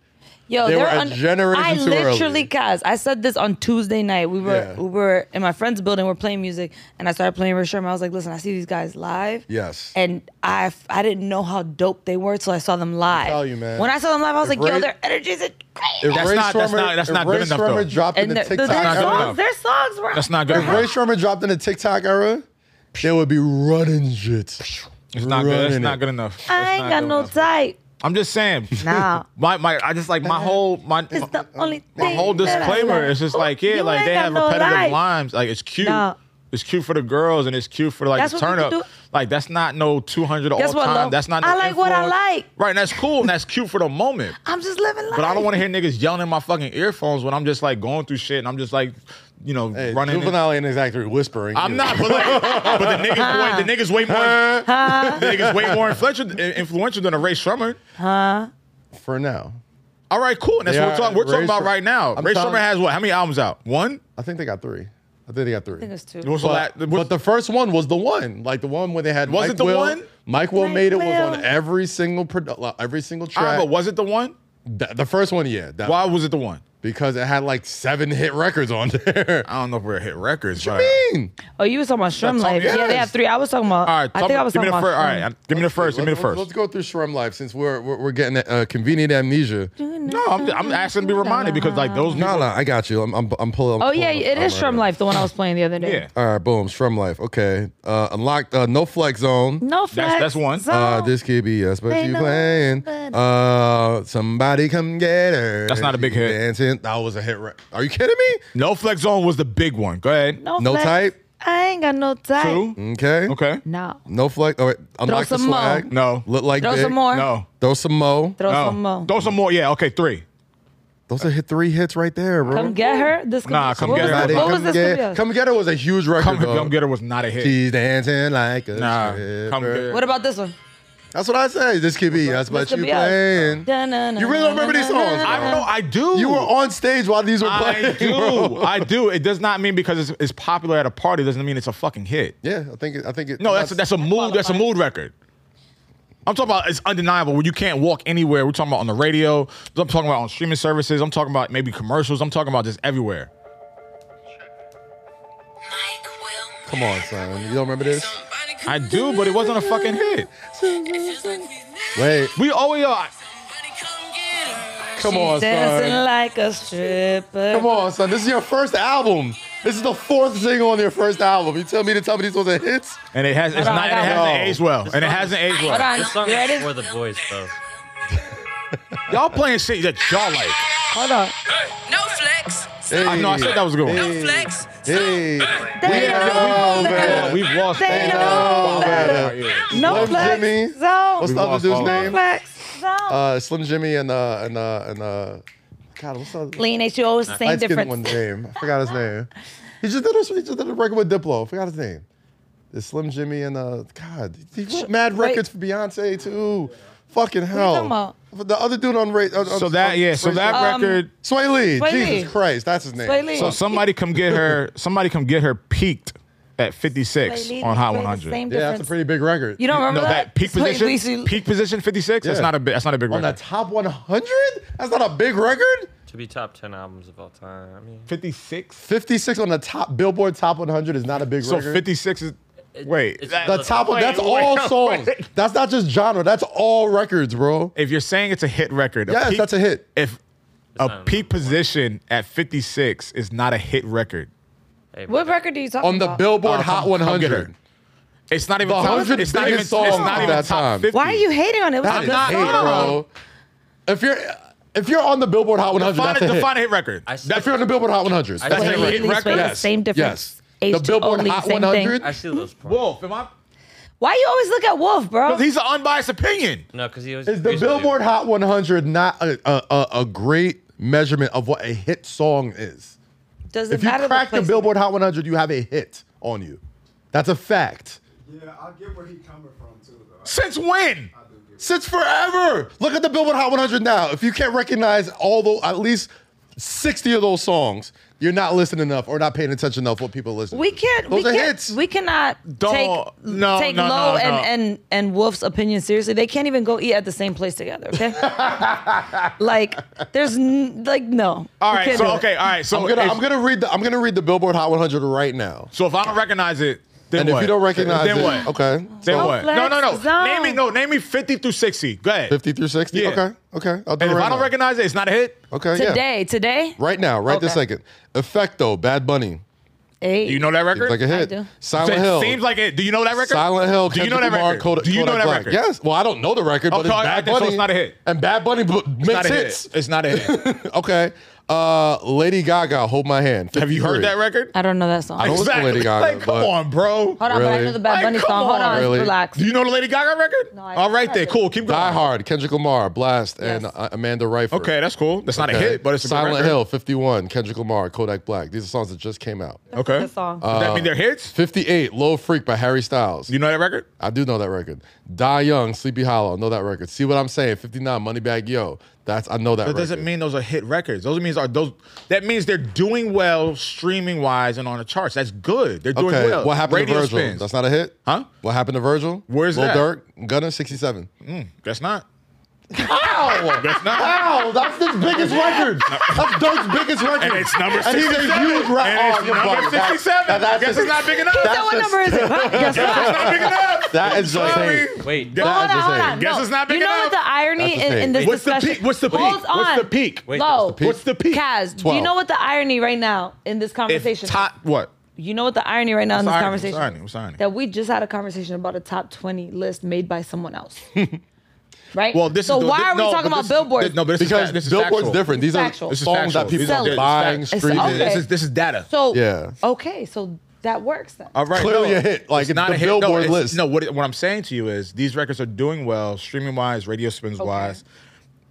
Speaker 5: Yo,
Speaker 1: they
Speaker 5: they're
Speaker 1: were a
Speaker 5: un-
Speaker 1: generation
Speaker 5: I
Speaker 1: too
Speaker 5: literally,
Speaker 1: early.
Speaker 5: cause I said this on Tuesday night. We were
Speaker 1: Yeah.
Speaker 5: we were in my friend's building. We're playing music, and I started playing Rich Sherman. I was like, listen, I see these guys live.
Speaker 1: Yes.
Speaker 5: And I f- I didn't know how dope they were till I saw them live.
Speaker 1: tell you, man.
Speaker 5: When I saw them live, I was
Speaker 1: If
Speaker 5: like, yo,
Speaker 1: Ray-
Speaker 5: their energies are
Speaker 1: If
Speaker 5: great.
Speaker 3: That's
Speaker 1: Ray
Speaker 3: not- that's
Speaker 1: Schreimer-
Speaker 3: not- that's
Speaker 1: if
Speaker 3: not good
Speaker 1: Ray
Speaker 3: enough,
Speaker 1: Schreimer
Speaker 3: though.
Speaker 1: dropped in
Speaker 5: And
Speaker 1: the
Speaker 5: their, their
Speaker 1: TikTok era.
Speaker 5: songs,
Speaker 3: enough.
Speaker 5: their songs were.
Speaker 3: That's not good.
Speaker 1: If Ray Schreimer dropped in the TikTok era, they would be running shit.
Speaker 3: It's not good. It's
Speaker 1: Running
Speaker 3: not
Speaker 1: it.
Speaker 3: good enough. It's
Speaker 5: I ain't
Speaker 3: not
Speaker 5: got
Speaker 3: good
Speaker 5: no
Speaker 3: enough.
Speaker 5: type.
Speaker 3: I'm just saying.
Speaker 5: Nah.
Speaker 3: My my I just like my whole my
Speaker 5: It's the only
Speaker 3: my
Speaker 5: thing
Speaker 3: whole
Speaker 5: that I
Speaker 3: disclaimer
Speaker 5: like.
Speaker 3: is just like yeah,
Speaker 5: You
Speaker 3: like
Speaker 5: ain't
Speaker 3: they
Speaker 5: got
Speaker 3: have
Speaker 5: no
Speaker 3: repetitive
Speaker 5: life.
Speaker 3: lines. Like it's cute.
Speaker 5: Nah.
Speaker 3: It's cute for the girls and it's cute for like
Speaker 5: That's
Speaker 3: the
Speaker 5: what we
Speaker 3: turn up.
Speaker 5: do.
Speaker 3: Like that's not no 200 all
Speaker 5: Guess what,
Speaker 3: time.
Speaker 5: love?
Speaker 3: That's not no
Speaker 5: I like what I
Speaker 3: influence.
Speaker 5: like.
Speaker 3: Right, and that's cool and that's cute for the moment.
Speaker 5: I'm just living life.
Speaker 3: But I don't want to hear niggas yelling in my fucking earphones when I'm just like going through shit and I'm just like, you know,
Speaker 1: Hey,
Speaker 3: running. in-
Speaker 1: Juvenile ain't exactly whispering.
Speaker 3: I'm
Speaker 1: either.
Speaker 3: not, but, like, but the niggas, way, the niggas way more, the niggas way more influential, influential than a Ray Shrummer.
Speaker 1: for now.
Speaker 3: All right, cool. And that's
Speaker 1: They
Speaker 3: what we're
Speaker 1: are-
Speaker 3: talking. We're
Speaker 1: Ray
Speaker 3: talking about
Speaker 1: Shrem-
Speaker 3: right now.
Speaker 1: I'm
Speaker 3: Ray
Speaker 1: telling-
Speaker 3: Shrummer has what? How many albums out? One.
Speaker 1: I think they got three. I think they got three.
Speaker 5: It's too-
Speaker 3: What's the
Speaker 1: But,
Speaker 3: la-
Speaker 1: but
Speaker 3: what's-
Speaker 1: the first one was the one, like the one where they had.
Speaker 3: Was
Speaker 1: Mike
Speaker 3: it the
Speaker 1: Will.
Speaker 3: one?
Speaker 1: Mike Will
Speaker 5: Mike
Speaker 1: made it was
Speaker 5: Will.
Speaker 1: on every single produ- like, every single
Speaker 3: All right,
Speaker 1: track.
Speaker 3: but was it the one?
Speaker 1: Th- the first one, yeah, that-
Speaker 3: Why was it the one?
Speaker 1: because it had like seven hit records on there.
Speaker 3: I don't know if we're hit records.
Speaker 1: what
Speaker 3: but-
Speaker 1: you mean?
Speaker 5: Oh, you was talking about Shrimp
Speaker 3: That's all-
Speaker 5: Life. Yeah, they
Speaker 3: yes.
Speaker 5: have three. I was talking about.
Speaker 3: All right,
Speaker 5: I
Speaker 3: talk-
Speaker 5: think I was
Speaker 3: give me
Speaker 5: talking
Speaker 3: the
Speaker 5: about.
Speaker 3: first. All right,
Speaker 5: Shrimp.
Speaker 3: give me the first. Give me the
Speaker 1: Let's-
Speaker 3: first.
Speaker 1: Let's go through Shrum Life since we're we're, we're getting uh, convenient amnesia.
Speaker 3: No, I'm, I'm asking to be reminded because like those people.
Speaker 1: No, no, I got you. I'm I'm, I'm pulling.
Speaker 5: Oh yeah, it is Shrimp Life, the one I was playing the other day.
Speaker 3: Yeah,
Speaker 1: All right, boom, Shrum Life. Okay, uh, unlocked. Uh, no flex zone.
Speaker 5: No
Speaker 3: That's-
Speaker 5: flex.
Speaker 3: that's one.
Speaker 5: zone.
Speaker 1: Uh, this could be us, but
Speaker 5: They
Speaker 1: you
Speaker 5: know
Speaker 1: playing.
Speaker 5: what-
Speaker 1: Uh, somebody come get her.
Speaker 3: That's not a big hit.
Speaker 1: She Dancing. That was a hit. Right? Are you kidding me?
Speaker 3: no flex zone was the big one. Go ahead.
Speaker 5: no,
Speaker 1: no
Speaker 5: flex.
Speaker 1: type?
Speaker 5: I ain't got no type.
Speaker 3: Two.
Speaker 1: Okay.
Speaker 3: Okay.
Speaker 5: No.
Speaker 1: No flex. All right. Unlock the
Speaker 5: some more.
Speaker 1: swag.
Speaker 3: No.
Speaker 1: Look like
Speaker 5: Throw
Speaker 1: big.
Speaker 5: some more.
Speaker 3: No.
Speaker 1: Throw some mo.
Speaker 5: Throw
Speaker 3: no.
Speaker 5: some more.
Speaker 3: Throw some more. Yeah. Okay. Three.
Speaker 1: Those are hit three hits right there, bro.
Speaker 5: Come get her. This could
Speaker 3: Nah,
Speaker 5: be-
Speaker 3: come
Speaker 5: what
Speaker 3: get
Speaker 5: was
Speaker 3: her.
Speaker 5: this-
Speaker 1: Somebody
Speaker 5: What
Speaker 1: come
Speaker 5: was this?
Speaker 1: get,
Speaker 5: could be?
Speaker 1: Come Get Her was a huge record.
Speaker 3: Come,
Speaker 1: though.
Speaker 3: come get her was not a hit.
Speaker 1: She's dancing like a
Speaker 3: Nah,
Speaker 1: stripper.
Speaker 3: Come Get Her.
Speaker 5: What about this one?
Speaker 1: That's what I say. This could be us, but
Speaker 5: could
Speaker 1: you
Speaker 5: be us.
Speaker 1: playing. You really don't remember these songs?
Speaker 3: I don't know. I do.
Speaker 1: You were on stage while these were playing.
Speaker 3: I
Speaker 1: bro.
Speaker 3: do. I do. It does not mean because it's, it's popular at a party doesn't mean it's a fucking hit.
Speaker 1: Yeah, I think it, I think it.
Speaker 3: No, that's that's a mood. That's a mood record. I'm talking about it's undeniable when you can't walk anywhere. We're talking about on the radio. I'm talking about on streaming services. I'm talking about maybe commercials. I'm talking about just everywhere.
Speaker 1: Come on, son. You don't remember this?
Speaker 3: I do, but it wasn't a fucking hit.
Speaker 1: Wait.
Speaker 3: We always are.
Speaker 1: Come on,
Speaker 5: Dancing
Speaker 1: son.
Speaker 5: like a stripper.
Speaker 1: Come on, son. This is your first album. This is the fourth single on your first album. You tell me to tell me these was a hit?
Speaker 3: And it has. It's
Speaker 5: Hold on,
Speaker 3: not.
Speaker 5: I
Speaker 3: And it
Speaker 5: got
Speaker 1: one.
Speaker 3: hasn't aged well. And it hasn't aged
Speaker 5: Hold
Speaker 3: well.
Speaker 5: on.
Speaker 4: This song
Speaker 5: you
Speaker 4: is
Speaker 5: ready?
Speaker 4: for the boys, though.
Speaker 3: Y'all playing shit that y'all like.
Speaker 5: Hold on.
Speaker 7: No flex.
Speaker 3: I know. I said that was a good one.
Speaker 7: No flex.
Speaker 1: Hey, we
Speaker 5: know
Speaker 1: know
Speaker 3: Well,
Speaker 1: better.
Speaker 3: We've lost.
Speaker 5: They
Speaker 1: know better.
Speaker 5: No
Speaker 1: Love
Speaker 5: flex.
Speaker 1: Jimmy.
Speaker 5: Zone.
Speaker 1: What's the
Speaker 3: We
Speaker 1: other
Speaker 3: lost
Speaker 1: dude's
Speaker 3: all of
Speaker 5: no
Speaker 1: name?
Speaker 5: flex. Zone.
Speaker 1: Uh, Slim Jimmy and uh and uh and uh. God, what's the other-
Speaker 5: Lean ain't you always the same
Speaker 1: light-skinned
Speaker 5: difference.
Speaker 1: one's name? I forgot his name. He just did a he just did a record with Diplo. I forgot his name. The Slim Jimmy and uh God, he wrote mad
Speaker 5: wait.
Speaker 1: records for Beyonce too. Fucking hell.
Speaker 5: talking about? Um,
Speaker 1: The other dude on Ray. on- on-
Speaker 3: So that
Speaker 1: on
Speaker 3: yeah. So
Speaker 1: Ray's
Speaker 3: that
Speaker 1: album.
Speaker 3: record.
Speaker 1: Sway Lee.
Speaker 5: Sway
Speaker 1: Jesus
Speaker 5: Lee.
Speaker 1: Christ, that's his name.
Speaker 5: Sway Lee.
Speaker 3: So somebody come get her. Somebody come get her peaked at
Speaker 5: Wait,
Speaker 3: 56
Speaker 5: Lean,
Speaker 3: on Hot
Speaker 5: we're the
Speaker 3: 100.
Speaker 5: Same
Speaker 1: Yeah, that's a
Speaker 5: difference.
Speaker 1: pretty big record.
Speaker 5: You don't remember
Speaker 3: no, that peak
Speaker 5: Wait,
Speaker 3: position.
Speaker 5: Lisa-
Speaker 3: Peak position 56. That's
Speaker 1: Yeah.
Speaker 3: not a. bi- That's not a big
Speaker 1: on the
Speaker 3: record.
Speaker 1: top 100? That's not a big record.
Speaker 4: To be top ten albums of all time. I mean,
Speaker 3: 56.
Speaker 1: 56 on the top Billboard Top 100 is not a big
Speaker 3: So
Speaker 1: record.
Speaker 3: 56 is. Wait.
Speaker 4: it's-
Speaker 3: that-
Speaker 1: the top one,
Speaker 3: wait,
Speaker 1: that's
Speaker 3: wait,
Speaker 1: all
Speaker 3: wait.
Speaker 1: songs. That's not just genre. That's all records, bro.
Speaker 3: If you're saying it's a hit record,
Speaker 1: Yes, that's a hit.
Speaker 3: If
Speaker 4: not
Speaker 3: a
Speaker 4: a
Speaker 3: peak
Speaker 4: number one.
Speaker 3: position at 56 is not a hit record,
Speaker 4: hey, bro,
Speaker 5: What record are you talking
Speaker 1: Oh, On the
Speaker 5: about?
Speaker 1: Billboard
Speaker 3: Uh,
Speaker 1: Hot
Speaker 3: come- come get
Speaker 1: 100.
Speaker 3: it's not even
Speaker 1: The
Speaker 3: top.
Speaker 1: 100
Speaker 3: It's not even.
Speaker 1: biggest
Speaker 3: It's not
Speaker 1: songs of
Speaker 3: even
Speaker 1: that
Speaker 3: top
Speaker 1: time.
Speaker 3: 50.
Speaker 5: Why are you hating on it? It was a
Speaker 1: That is
Speaker 5: good
Speaker 3: not-
Speaker 1: hate,
Speaker 3: no, no, no.
Speaker 1: bro. If you're if you're on the Billboard Hot 100,
Speaker 3: Define,
Speaker 1: that's
Speaker 3: a,
Speaker 1: a hit.
Speaker 3: define a hit record.
Speaker 4: I
Speaker 1: if you're on the Billboard Hot 100,
Speaker 3: Wait,
Speaker 1: that's a hit.
Speaker 3: hit
Speaker 5: Lee's
Speaker 3: record?
Speaker 5: face,
Speaker 1: Yes.
Speaker 5: Same difference.
Speaker 1: Yes.
Speaker 5: Age
Speaker 1: The
Speaker 5: to
Speaker 1: Billboard
Speaker 5: only,
Speaker 1: Hot
Speaker 5: E same thing.
Speaker 1: 100.
Speaker 4: I see those points.
Speaker 3: Wolf, am I?
Speaker 5: Why you always look at Wolf, bro?
Speaker 3: He's an unbiased opinion.
Speaker 4: No, because he was.
Speaker 1: Is the Billboard Hot 100 not a, a, a, a great measurement of what a hit song is?
Speaker 5: Does it
Speaker 1: If you
Speaker 5: matter
Speaker 1: crack the
Speaker 5: place?
Speaker 1: Billboard Hot 100, you have a hit on you. That's a fact.
Speaker 8: Yeah, I get where he coming from too, though.
Speaker 3: Since when?
Speaker 1: Since forever. Look at the Billboard Hot 100 now. If you can't recognize all the at least 60 of those songs, You're not listening enough or not paying attention enough what people listen.
Speaker 5: We
Speaker 1: to.
Speaker 5: can't.
Speaker 1: Those
Speaker 5: we
Speaker 1: are
Speaker 5: can't,
Speaker 1: hits.
Speaker 5: We cannot
Speaker 3: Don't-
Speaker 5: take
Speaker 3: no,
Speaker 5: take
Speaker 3: no, no,
Speaker 5: Low and
Speaker 3: no.
Speaker 5: and and Wolf's opinion seriously. They can't even go eat at the same place together. Okay. like there's n- like no.
Speaker 3: All
Speaker 5: We
Speaker 3: right.
Speaker 5: can't
Speaker 3: So
Speaker 5: do it.
Speaker 3: okay.
Speaker 1: uh,
Speaker 3: All right. So
Speaker 1: I'm gonna
Speaker 3: if-
Speaker 1: I'm gonna read the I'm gonna read the Billboard Hot 100 right now.
Speaker 3: So if I don't recognize it, then
Speaker 1: And
Speaker 3: what?
Speaker 1: if you don't recognize
Speaker 3: then
Speaker 1: it,
Speaker 3: what?
Speaker 1: okay.
Speaker 3: Then
Speaker 1: So
Speaker 3: what? No, no, no.
Speaker 5: Complex zone.
Speaker 3: Name me. No, name me fifty through sixty. Go ahead.
Speaker 1: 50 through 60.
Speaker 3: Yeah.
Speaker 1: Okay. Okay. I'll do
Speaker 3: And if
Speaker 1: it right
Speaker 3: I don't
Speaker 1: now.
Speaker 3: recognize it, it's not a hit.
Speaker 1: Okay. yeah.
Speaker 5: Today, today.
Speaker 1: Right now, right this
Speaker 5: Okay.
Speaker 1: second. Effecto, Bad Bunny.
Speaker 5: Hey.
Speaker 3: Do you know that
Speaker 1: Seems
Speaker 3: record?
Speaker 1: like a hit.
Speaker 5: do.
Speaker 1: Silent
Speaker 3: Se-
Speaker 1: Hill.
Speaker 3: Seems like it. Do you know that record?
Speaker 1: Silent Hill.
Speaker 3: Do you know
Speaker 1: Kendrick
Speaker 3: that
Speaker 1: Lamar,
Speaker 3: record?
Speaker 1: Kodak-
Speaker 3: Do you know
Speaker 1: Kodak
Speaker 3: that
Speaker 1: Black.
Speaker 3: record?
Speaker 1: Yes. Well, I don't know the record, but
Speaker 3: Okay,
Speaker 1: it's
Speaker 3: all right,
Speaker 1: Bad
Speaker 3: then so
Speaker 1: Bunny.
Speaker 3: it's not a hit.
Speaker 1: And Bad Bunny b-
Speaker 3: It's not
Speaker 1: makes
Speaker 3: a
Speaker 1: hits.
Speaker 3: hit. It's not a hit.
Speaker 1: Okay. Uh, Lady Gaga, Hold My Hand.
Speaker 3: Have you heard
Speaker 1: 53.
Speaker 3: that record?
Speaker 5: I don't know that song.
Speaker 1: I don't-
Speaker 5: Hold
Speaker 1: listen to Lady Gaga,
Speaker 3: Like, come
Speaker 1: but-
Speaker 3: on, bro.
Speaker 5: on, but I
Speaker 1: Really?
Speaker 5: know the Bad
Speaker 3: Like,
Speaker 5: Bunny
Speaker 3: come
Speaker 5: song. Hold
Speaker 3: on,
Speaker 5: on,
Speaker 1: really?
Speaker 5: relax.
Speaker 3: Do you know the Lady Gaga record?
Speaker 5: No, I
Speaker 3: All right,
Speaker 5: haven't.
Speaker 3: then. Cool. Keep going.
Speaker 1: Die Hard, Kendrick Lamar, Blast, and
Speaker 5: Yes.
Speaker 1: uh, Amanda Riffer.
Speaker 3: Okay, that's cool. That's not a
Speaker 1: Okay.
Speaker 3: hit, but it's a good
Speaker 1: Silent
Speaker 3: record.
Speaker 1: Hill, 51, Kendrick Lamar, Kodak Black. These are songs that just came out.
Speaker 3: Okay.
Speaker 5: Good song.
Speaker 3: Does
Speaker 1: Uh,
Speaker 3: that mean they're hits?
Speaker 1: 58, Low Freak by Harry Styles.
Speaker 3: Do you know that record?
Speaker 1: I do know that record. Die Young, Sleepy Hollow, know that record. See what I'm saying? 59, Moneybag Yo. That's I know that
Speaker 3: That
Speaker 1: record.
Speaker 3: doesn't mean those are hit records. Those means are those. That means they're doing well streaming wise and on the charts. That's good. They're doing
Speaker 1: okay,
Speaker 3: well.
Speaker 1: what happened
Speaker 3: Radio
Speaker 1: to Virgil?
Speaker 3: spins.
Speaker 1: That's not a hit,
Speaker 3: Huh?
Speaker 1: What happened to Virgil?
Speaker 3: Where's
Speaker 1: Lil
Speaker 3: that?
Speaker 1: Durk, Gunna, 67.
Speaker 3: That's not.
Speaker 1: Ow!
Speaker 3: That's not.
Speaker 1: Ow! That's his biggest record. That's Durk's biggest record.
Speaker 3: And it's number
Speaker 1: And he's a
Speaker 3: 67.
Speaker 1: huge rapper.
Speaker 3: And it's
Speaker 1: oh, you're
Speaker 3: number
Speaker 1: bugging. That-
Speaker 3: 67.
Speaker 1: that- that's
Speaker 3: Guess
Speaker 1: just-
Speaker 3: it's not big enough.
Speaker 1: that's
Speaker 2: So what
Speaker 1: just-
Speaker 2: number is it? Huh? Guess what?
Speaker 3: That's not big enough.
Speaker 1: That is just
Speaker 3: Sorry.
Speaker 1: hate.
Speaker 4: Wait,
Speaker 1: That
Speaker 5: Hold
Speaker 1: is
Speaker 5: on,
Speaker 1: just
Speaker 5: hold
Speaker 1: hate.
Speaker 5: on.
Speaker 3: Guess
Speaker 5: no.
Speaker 3: it's not big
Speaker 5: you know
Speaker 3: enough.
Speaker 5: what the irony
Speaker 1: That's the
Speaker 5: in, in
Speaker 1: thing.
Speaker 5: this
Speaker 3: What's the
Speaker 5: discussion?
Speaker 3: peak? What's the peak?
Speaker 5: Hold on.
Speaker 3: What's the peak?
Speaker 4: Wait,
Speaker 5: Low.
Speaker 1: peak?
Speaker 3: What's the peak?
Speaker 5: Kaz, do
Speaker 1: 12.
Speaker 5: you know what the irony right now in this
Speaker 3: If
Speaker 5: conversation?
Speaker 3: top what?
Speaker 5: you know what the irony right now in this
Speaker 3: What's the irony? What's the
Speaker 5: conversation?
Speaker 3: irony? What's the irony?
Speaker 5: That we just had a conversation about a top twenty list made by someone else. right.
Speaker 3: Well, this
Speaker 5: so
Speaker 3: is the-
Speaker 5: why
Speaker 3: thi-
Speaker 5: are we
Speaker 3: no,
Speaker 5: talking
Speaker 3: but
Speaker 5: about
Speaker 3: this-
Speaker 5: billboards?
Speaker 3: thi- No, but this
Speaker 1: Because
Speaker 3: is, this is
Speaker 1: Billboard's
Speaker 3: factual.
Speaker 1: different. These are
Speaker 5: Factual.
Speaker 3: This is
Speaker 1: songs
Speaker 3: factual.
Speaker 1: that people
Speaker 3: These are
Speaker 1: are
Speaker 5: facts.
Speaker 1: buying,
Speaker 5: It's-
Speaker 1: streaming.
Speaker 5: okay.
Speaker 3: This is this is data.
Speaker 5: so
Speaker 1: Yeah.
Speaker 5: Okay, so that works then.
Speaker 3: All right,
Speaker 1: Clearly a hit, like,
Speaker 3: it's
Speaker 1: it's
Speaker 3: not
Speaker 1: the
Speaker 3: a hit. no,
Speaker 1: Billboard
Speaker 3: it's-
Speaker 1: list.
Speaker 3: No, what, what I'm saying to you is these records are doing well, streaming wise, radio spins wise,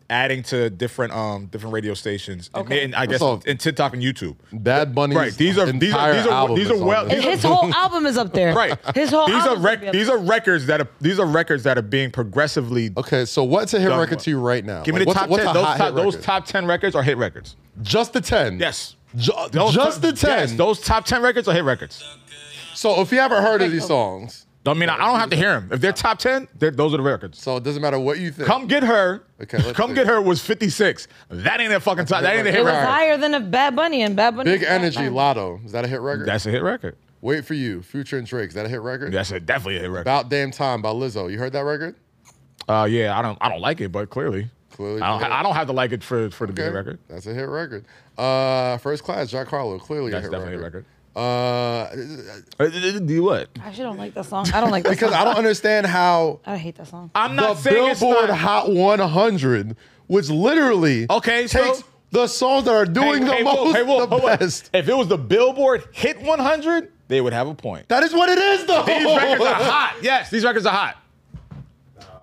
Speaker 3: adding to different um different radio stations, and,
Speaker 5: Okay.
Speaker 3: and I guess
Speaker 1: So-
Speaker 3: and TikTok and YouTube.
Speaker 1: Bad Bunny's
Speaker 3: Right, these are- these are-
Speaker 1: entire
Speaker 3: these are-
Speaker 1: album
Speaker 3: these are
Speaker 1: is on
Speaker 3: well-
Speaker 1: this.
Speaker 5: And his whole album is up there.
Speaker 3: Right,
Speaker 5: His whole
Speaker 3: these are
Speaker 5: album's
Speaker 3: rec-
Speaker 5: gonna be up
Speaker 3: these are records that are these are records that are being progressively.
Speaker 1: Okay, so what's a hit
Speaker 3: Done
Speaker 1: record
Speaker 3: well.
Speaker 1: to you right now?
Speaker 3: Give me
Speaker 1: Like,
Speaker 3: the
Speaker 1: what's-
Speaker 3: top
Speaker 1: what's
Speaker 3: ten.
Speaker 1: a
Speaker 3: Those
Speaker 1: hot
Speaker 3: top,
Speaker 1: hit
Speaker 3: those
Speaker 1: record?
Speaker 3: top ten records are hit records.
Speaker 1: Just the 10.
Speaker 3: Yes.
Speaker 1: Ju-
Speaker 3: Those top-
Speaker 1: just the 10.
Speaker 3: Yes, those top ten records are hit records.
Speaker 1: so if you haven't heard of these songs,
Speaker 3: Don't mean I, I don't have to hear them. If they're top ten, they're, those are the records.
Speaker 1: so it doesn't matter what you think.
Speaker 3: Come get her.
Speaker 1: Okay, let's
Speaker 3: Come
Speaker 1: see.
Speaker 3: get her was 56. That ain't a fucking top. That ain't a
Speaker 5: It
Speaker 3: hit
Speaker 5: was
Speaker 1: Right.
Speaker 3: record.
Speaker 5: higher than a Bad Bunny and Bad Bunny.
Speaker 1: Big Energy, Lotto. Is that a hit record?
Speaker 3: That's a hit record.
Speaker 1: Wait for You, Future and Drake. Is that a hit record?
Speaker 3: That's a, definitely a hit record.
Speaker 1: About Damn Time by Lizzo. You heard that record?
Speaker 3: Uh, yeah, I don't I don't like it, but clearly.
Speaker 1: Clearly
Speaker 3: I don't,
Speaker 1: you
Speaker 3: ha- I don't have to like it for, for the
Speaker 1: Okay.
Speaker 3: hit record.
Speaker 1: That's a hit record. Uh, First Class, Jack Harlow. Clearly
Speaker 3: That's
Speaker 1: a hit
Speaker 3: definitely
Speaker 1: record.
Speaker 3: a
Speaker 1: record. Uh,
Speaker 3: Do you what?
Speaker 5: I actually don't like that song. I don't like that
Speaker 1: because
Speaker 5: song.
Speaker 1: I don't understand how
Speaker 5: I hate that song.
Speaker 3: I'm not
Speaker 1: the
Speaker 3: saying it's
Speaker 1: Billboard
Speaker 3: not-
Speaker 1: Hot 100, which literally
Speaker 3: Okay, so-
Speaker 1: takes the songs that are doing the
Speaker 3: Wolf,
Speaker 1: most,
Speaker 3: Wolf,
Speaker 1: the
Speaker 3: hold on.
Speaker 1: best.
Speaker 3: If it was the Billboard Hit 100, they would have a point.
Speaker 1: That is what it is, though.
Speaker 3: These records are hot. Yes, these records are hot.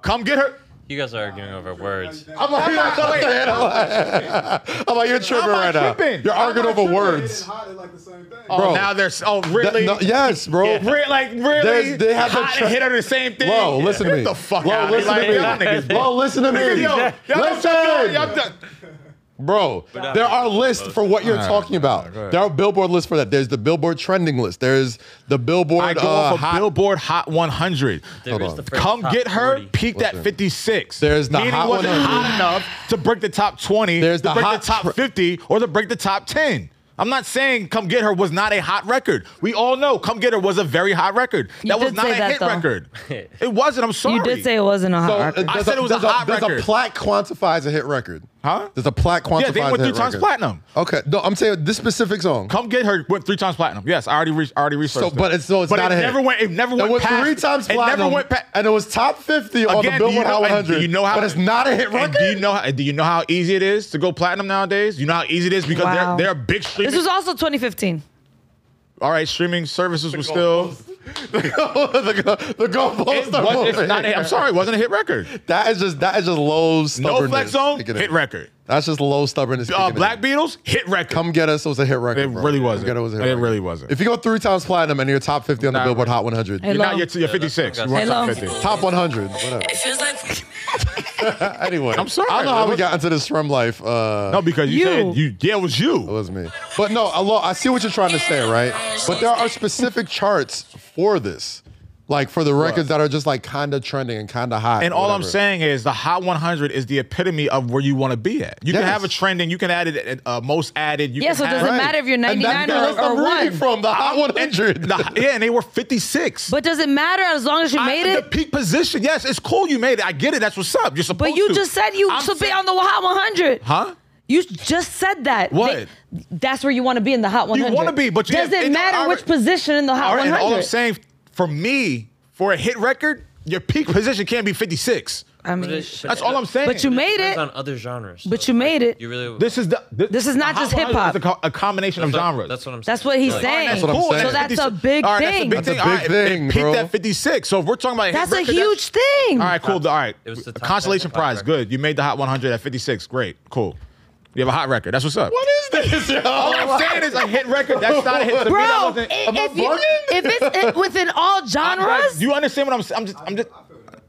Speaker 3: Come get her.
Speaker 4: You guys are arguing over words.
Speaker 1: I'm like, you're not
Speaker 3: wait.
Speaker 1: I'm like, you're tripping
Speaker 3: I'm not
Speaker 1: right now.
Speaker 3: tripping.
Speaker 1: You're
Speaker 3: I'm
Speaker 1: arguing over words.
Speaker 8: Hot is like the same thing.
Speaker 3: Oh,
Speaker 1: Bro.
Speaker 3: now they're s- oh really?
Speaker 1: That- no- yes, bro.
Speaker 3: Re- like really?
Speaker 1: There's- they have the
Speaker 3: hot
Speaker 1: tra-
Speaker 3: and hit are the same thing.
Speaker 1: Whoa, listen to
Speaker 3: Get
Speaker 1: me.
Speaker 3: the fuck
Speaker 1: Whoa,
Speaker 3: out
Speaker 1: listen
Speaker 3: like,
Speaker 1: to me.
Speaker 3: Y'all niggas,
Speaker 1: Whoa, listen to
Speaker 3: Yo,
Speaker 1: me.
Speaker 3: y'all
Speaker 1: listen.
Speaker 3: Y'all done-
Speaker 1: Bro, there are lists for what you're talking about. There are Billboard lists for that. There's the Billboard trending list. There's the
Speaker 3: I
Speaker 1: Billboard
Speaker 3: go
Speaker 1: uh,
Speaker 3: off of
Speaker 1: hot
Speaker 3: Billboard Hot 100.
Speaker 4: There
Speaker 1: Hold
Speaker 4: is
Speaker 1: on.
Speaker 4: the first
Speaker 3: Come
Speaker 4: top
Speaker 3: get her,
Speaker 4: 40.
Speaker 3: peaked at 56.
Speaker 1: There's the
Speaker 3: Meaning
Speaker 1: Hot
Speaker 3: wasn't
Speaker 1: 100.
Speaker 3: hot enough to break the top 20,
Speaker 1: There's
Speaker 3: to
Speaker 1: the
Speaker 3: break
Speaker 1: hot
Speaker 3: the top
Speaker 1: tr-
Speaker 3: 50, or to break the top 10. I'm not saying Come Get Her was not a hot record. We all know Come Get Her was a very hot record.
Speaker 5: You
Speaker 3: that was
Speaker 5: did
Speaker 3: not
Speaker 5: say
Speaker 3: a
Speaker 5: that,
Speaker 3: hit
Speaker 5: though.
Speaker 3: record. It wasn't. I'm sorry.
Speaker 5: You did say it wasn't a hot
Speaker 1: So, uh,
Speaker 5: record.
Speaker 3: I
Speaker 1: there's
Speaker 3: said it was a hot
Speaker 1: there's
Speaker 3: record.
Speaker 1: a plaque quantifies a hit record.
Speaker 3: Huh?
Speaker 1: There's a plaque quantifies.
Speaker 3: Yeah, they went
Speaker 1: a hit
Speaker 3: three times
Speaker 1: record.
Speaker 3: platinum.
Speaker 1: Okay, no, I'm saying this specific song.
Speaker 3: Come Get Her went three times platinum. Yes, I already re- I already researched
Speaker 1: So,
Speaker 3: it.
Speaker 1: but it's so it's
Speaker 3: But
Speaker 1: not
Speaker 3: it
Speaker 1: a hit.
Speaker 3: never went. It never went.
Speaker 1: It went
Speaker 3: past-
Speaker 1: three times
Speaker 3: It
Speaker 1: platinum.
Speaker 3: never went. past.
Speaker 1: and it was top 50 on the
Speaker 3: Again, do you
Speaker 1: Billboard Hot
Speaker 3: know- and
Speaker 1: 100.
Speaker 3: Do you know how?
Speaker 1: But it's not a hit
Speaker 3: and
Speaker 1: record.
Speaker 3: Do you know? How, do you know how easy it is to go platinum nowadays? You know how easy it is because
Speaker 5: Wow.
Speaker 3: they're they're big streaming.
Speaker 5: This was also 2015.
Speaker 3: all right, streaming services were still.
Speaker 1: the, the goalposts
Speaker 3: It
Speaker 1: are
Speaker 3: was, it's
Speaker 1: moving.
Speaker 3: not a, I'm sorry, it wasn't a hit record.
Speaker 1: That is just that is just low
Speaker 3: No
Speaker 1: stubbornness.
Speaker 3: flex zone,
Speaker 1: kicking
Speaker 3: hit
Speaker 1: in.
Speaker 3: record.
Speaker 1: That's just low stubbornness.
Speaker 3: Uh,
Speaker 1: kicking
Speaker 3: Black
Speaker 1: in.
Speaker 3: Beatles, hit record.
Speaker 1: Come get us was a hit record.
Speaker 3: It
Speaker 1: bro.
Speaker 3: really
Speaker 1: Come
Speaker 3: wasn't.
Speaker 1: Get Us was a hit
Speaker 3: It
Speaker 1: record.
Speaker 3: really wasn't.
Speaker 1: If you go three times platinum and you're top 50 on the
Speaker 3: Nah,
Speaker 1: Billboard
Speaker 3: bro.
Speaker 1: Hot 100,
Speaker 5: Hey,
Speaker 3: you're,
Speaker 5: look.
Speaker 3: not, you're, you're 56. You
Speaker 4: Hello.
Speaker 3: weren't top
Speaker 5: Hello.
Speaker 3: 50.
Speaker 1: top 100, whatever. anyway, I'm
Speaker 3: sorry,
Speaker 1: I don't know how
Speaker 3: it
Speaker 1: we
Speaker 3: was-
Speaker 1: got into this from life. Uh,
Speaker 3: No, because you,
Speaker 2: You.
Speaker 3: said you. Yeah, it was you.
Speaker 1: It was me. But no, I, lo- I see what you're trying to say, right? But there are specific charts for this, like for the records that are just like kind of trending and kind of hot.
Speaker 3: And all I'm
Speaker 1: whatever.
Speaker 3: saying is the Hot 100 is the epitome of where you want to be at. You can
Speaker 1: Yes.
Speaker 3: have a trending, you can add it uh, most added. You
Speaker 5: Yeah,
Speaker 3: can
Speaker 5: so
Speaker 3: have,
Speaker 5: does it matter if you're
Speaker 1: And
Speaker 5: 99
Speaker 1: that's
Speaker 5: or,
Speaker 1: what
Speaker 5: or
Speaker 1: I'm
Speaker 5: 1?
Speaker 1: reading from the Hot 100.
Speaker 3: The- yeah, and they were 56.
Speaker 5: But does it matter as long as you
Speaker 3: I-
Speaker 5: made
Speaker 3: The
Speaker 5: it?
Speaker 3: peak position. Yes, it's cool you made it. I get it. That's what's up. You're supposed
Speaker 5: But you
Speaker 3: to.
Speaker 5: just said you
Speaker 3: I'm
Speaker 5: should be
Speaker 3: saying-
Speaker 5: on the Hot 100.
Speaker 3: Huh?
Speaker 5: You just said that.
Speaker 3: What?
Speaker 5: They- that's where you want to be in the Hot 100.
Speaker 3: wanna be, but you-
Speaker 5: does it
Speaker 3: it-
Speaker 5: matter
Speaker 3: I-
Speaker 5: which position in the Hot
Speaker 3: All right, and
Speaker 5: 100?
Speaker 3: all I'm saying for me, for a hit record, your peak position can't be 56.
Speaker 5: I mean,
Speaker 3: That's all I'm saying.
Speaker 5: but you made
Speaker 4: depends
Speaker 5: it.
Speaker 4: on other genres.
Speaker 5: But
Speaker 4: so,
Speaker 5: you made
Speaker 4: like,
Speaker 5: it.
Speaker 4: You really
Speaker 3: This is the. This,
Speaker 5: is not
Speaker 3: the
Speaker 5: just
Speaker 3: Hot 100
Speaker 5: hip-hop.
Speaker 3: is a co- A, combination of
Speaker 4: that's what-
Speaker 3: genres.
Speaker 4: That's what I'm.
Speaker 5: That's what he's
Speaker 4: Like,
Speaker 5: saying.
Speaker 1: that's what I'm saying.
Speaker 5: So that's a big
Speaker 3: All right,
Speaker 5: thing.
Speaker 3: That's a big thing.
Speaker 1: That's a big
Speaker 3: All right,
Speaker 1: thing,
Speaker 3: it peaked
Speaker 1: bro.
Speaker 3: at 56. So if we're talking about a hit
Speaker 5: That's a
Speaker 3: record,
Speaker 5: huge thing.
Speaker 3: All right, cool. All right.
Speaker 4: It was the top
Speaker 3: Consolation
Speaker 4: ten hip-hop
Speaker 3: prize.
Speaker 4: record.
Speaker 3: Good. You made the Hot 100 at 56. Great. Cool. You have a hot record. That's what's up.
Speaker 1: What is this, yo?
Speaker 3: All I'm saying is a hit record. That's not a hit. To me, that
Speaker 5: Bro,
Speaker 3: wasn't-
Speaker 5: i-
Speaker 1: Am I
Speaker 5: if, you-
Speaker 1: bugging?
Speaker 5: if it's in- within all
Speaker 3: I'm like,
Speaker 5: genres,
Speaker 3: do you understand what I'm saying? I'm just, I'm just.
Speaker 8: I feel that.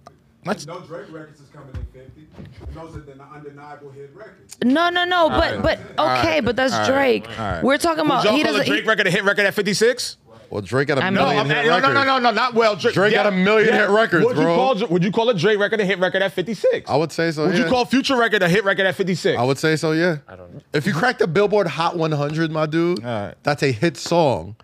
Speaker 3: Let's-
Speaker 8: No Drake records is coming in 50. And those are the undeniable hit records.
Speaker 5: no, no, no. But but okay,
Speaker 3: right.
Speaker 5: but that's
Speaker 3: All right.
Speaker 5: Drake.
Speaker 3: All right.
Speaker 5: We're talking
Speaker 3: Would
Speaker 5: about
Speaker 3: y'all
Speaker 5: he
Speaker 3: call a
Speaker 5: doesn't.
Speaker 3: Drake
Speaker 5: He,
Speaker 3: record a hit record at 56?
Speaker 1: Well, Drake got a
Speaker 5: I mean-
Speaker 3: No,
Speaker 1: million
Speaker 3: I'm
Speaker 1: hit
Speaker 3: at, no, no,
Speaker 1: records.
Speaker 3: no, no, no, not well. Drake,
Speaker 1: Drake got a million hit records,
Speaker 3: would
Speaker 1: bro.
Speaker 3: You call, would you call a Drake record a hit record at 56?
Speaker 1: I would say so.
Speaker 3: Would
Speaker 1: yeah.
Speaker 3: you call Future record a hit record at 56?
Speaker 1: I would say so. Yeah.
Speaker 4: I don't know.
Speaker 1: If you crack the Billboard Hot 100, my dude,
Speaker 3: Alright.
Speaker 1: that's a hit song.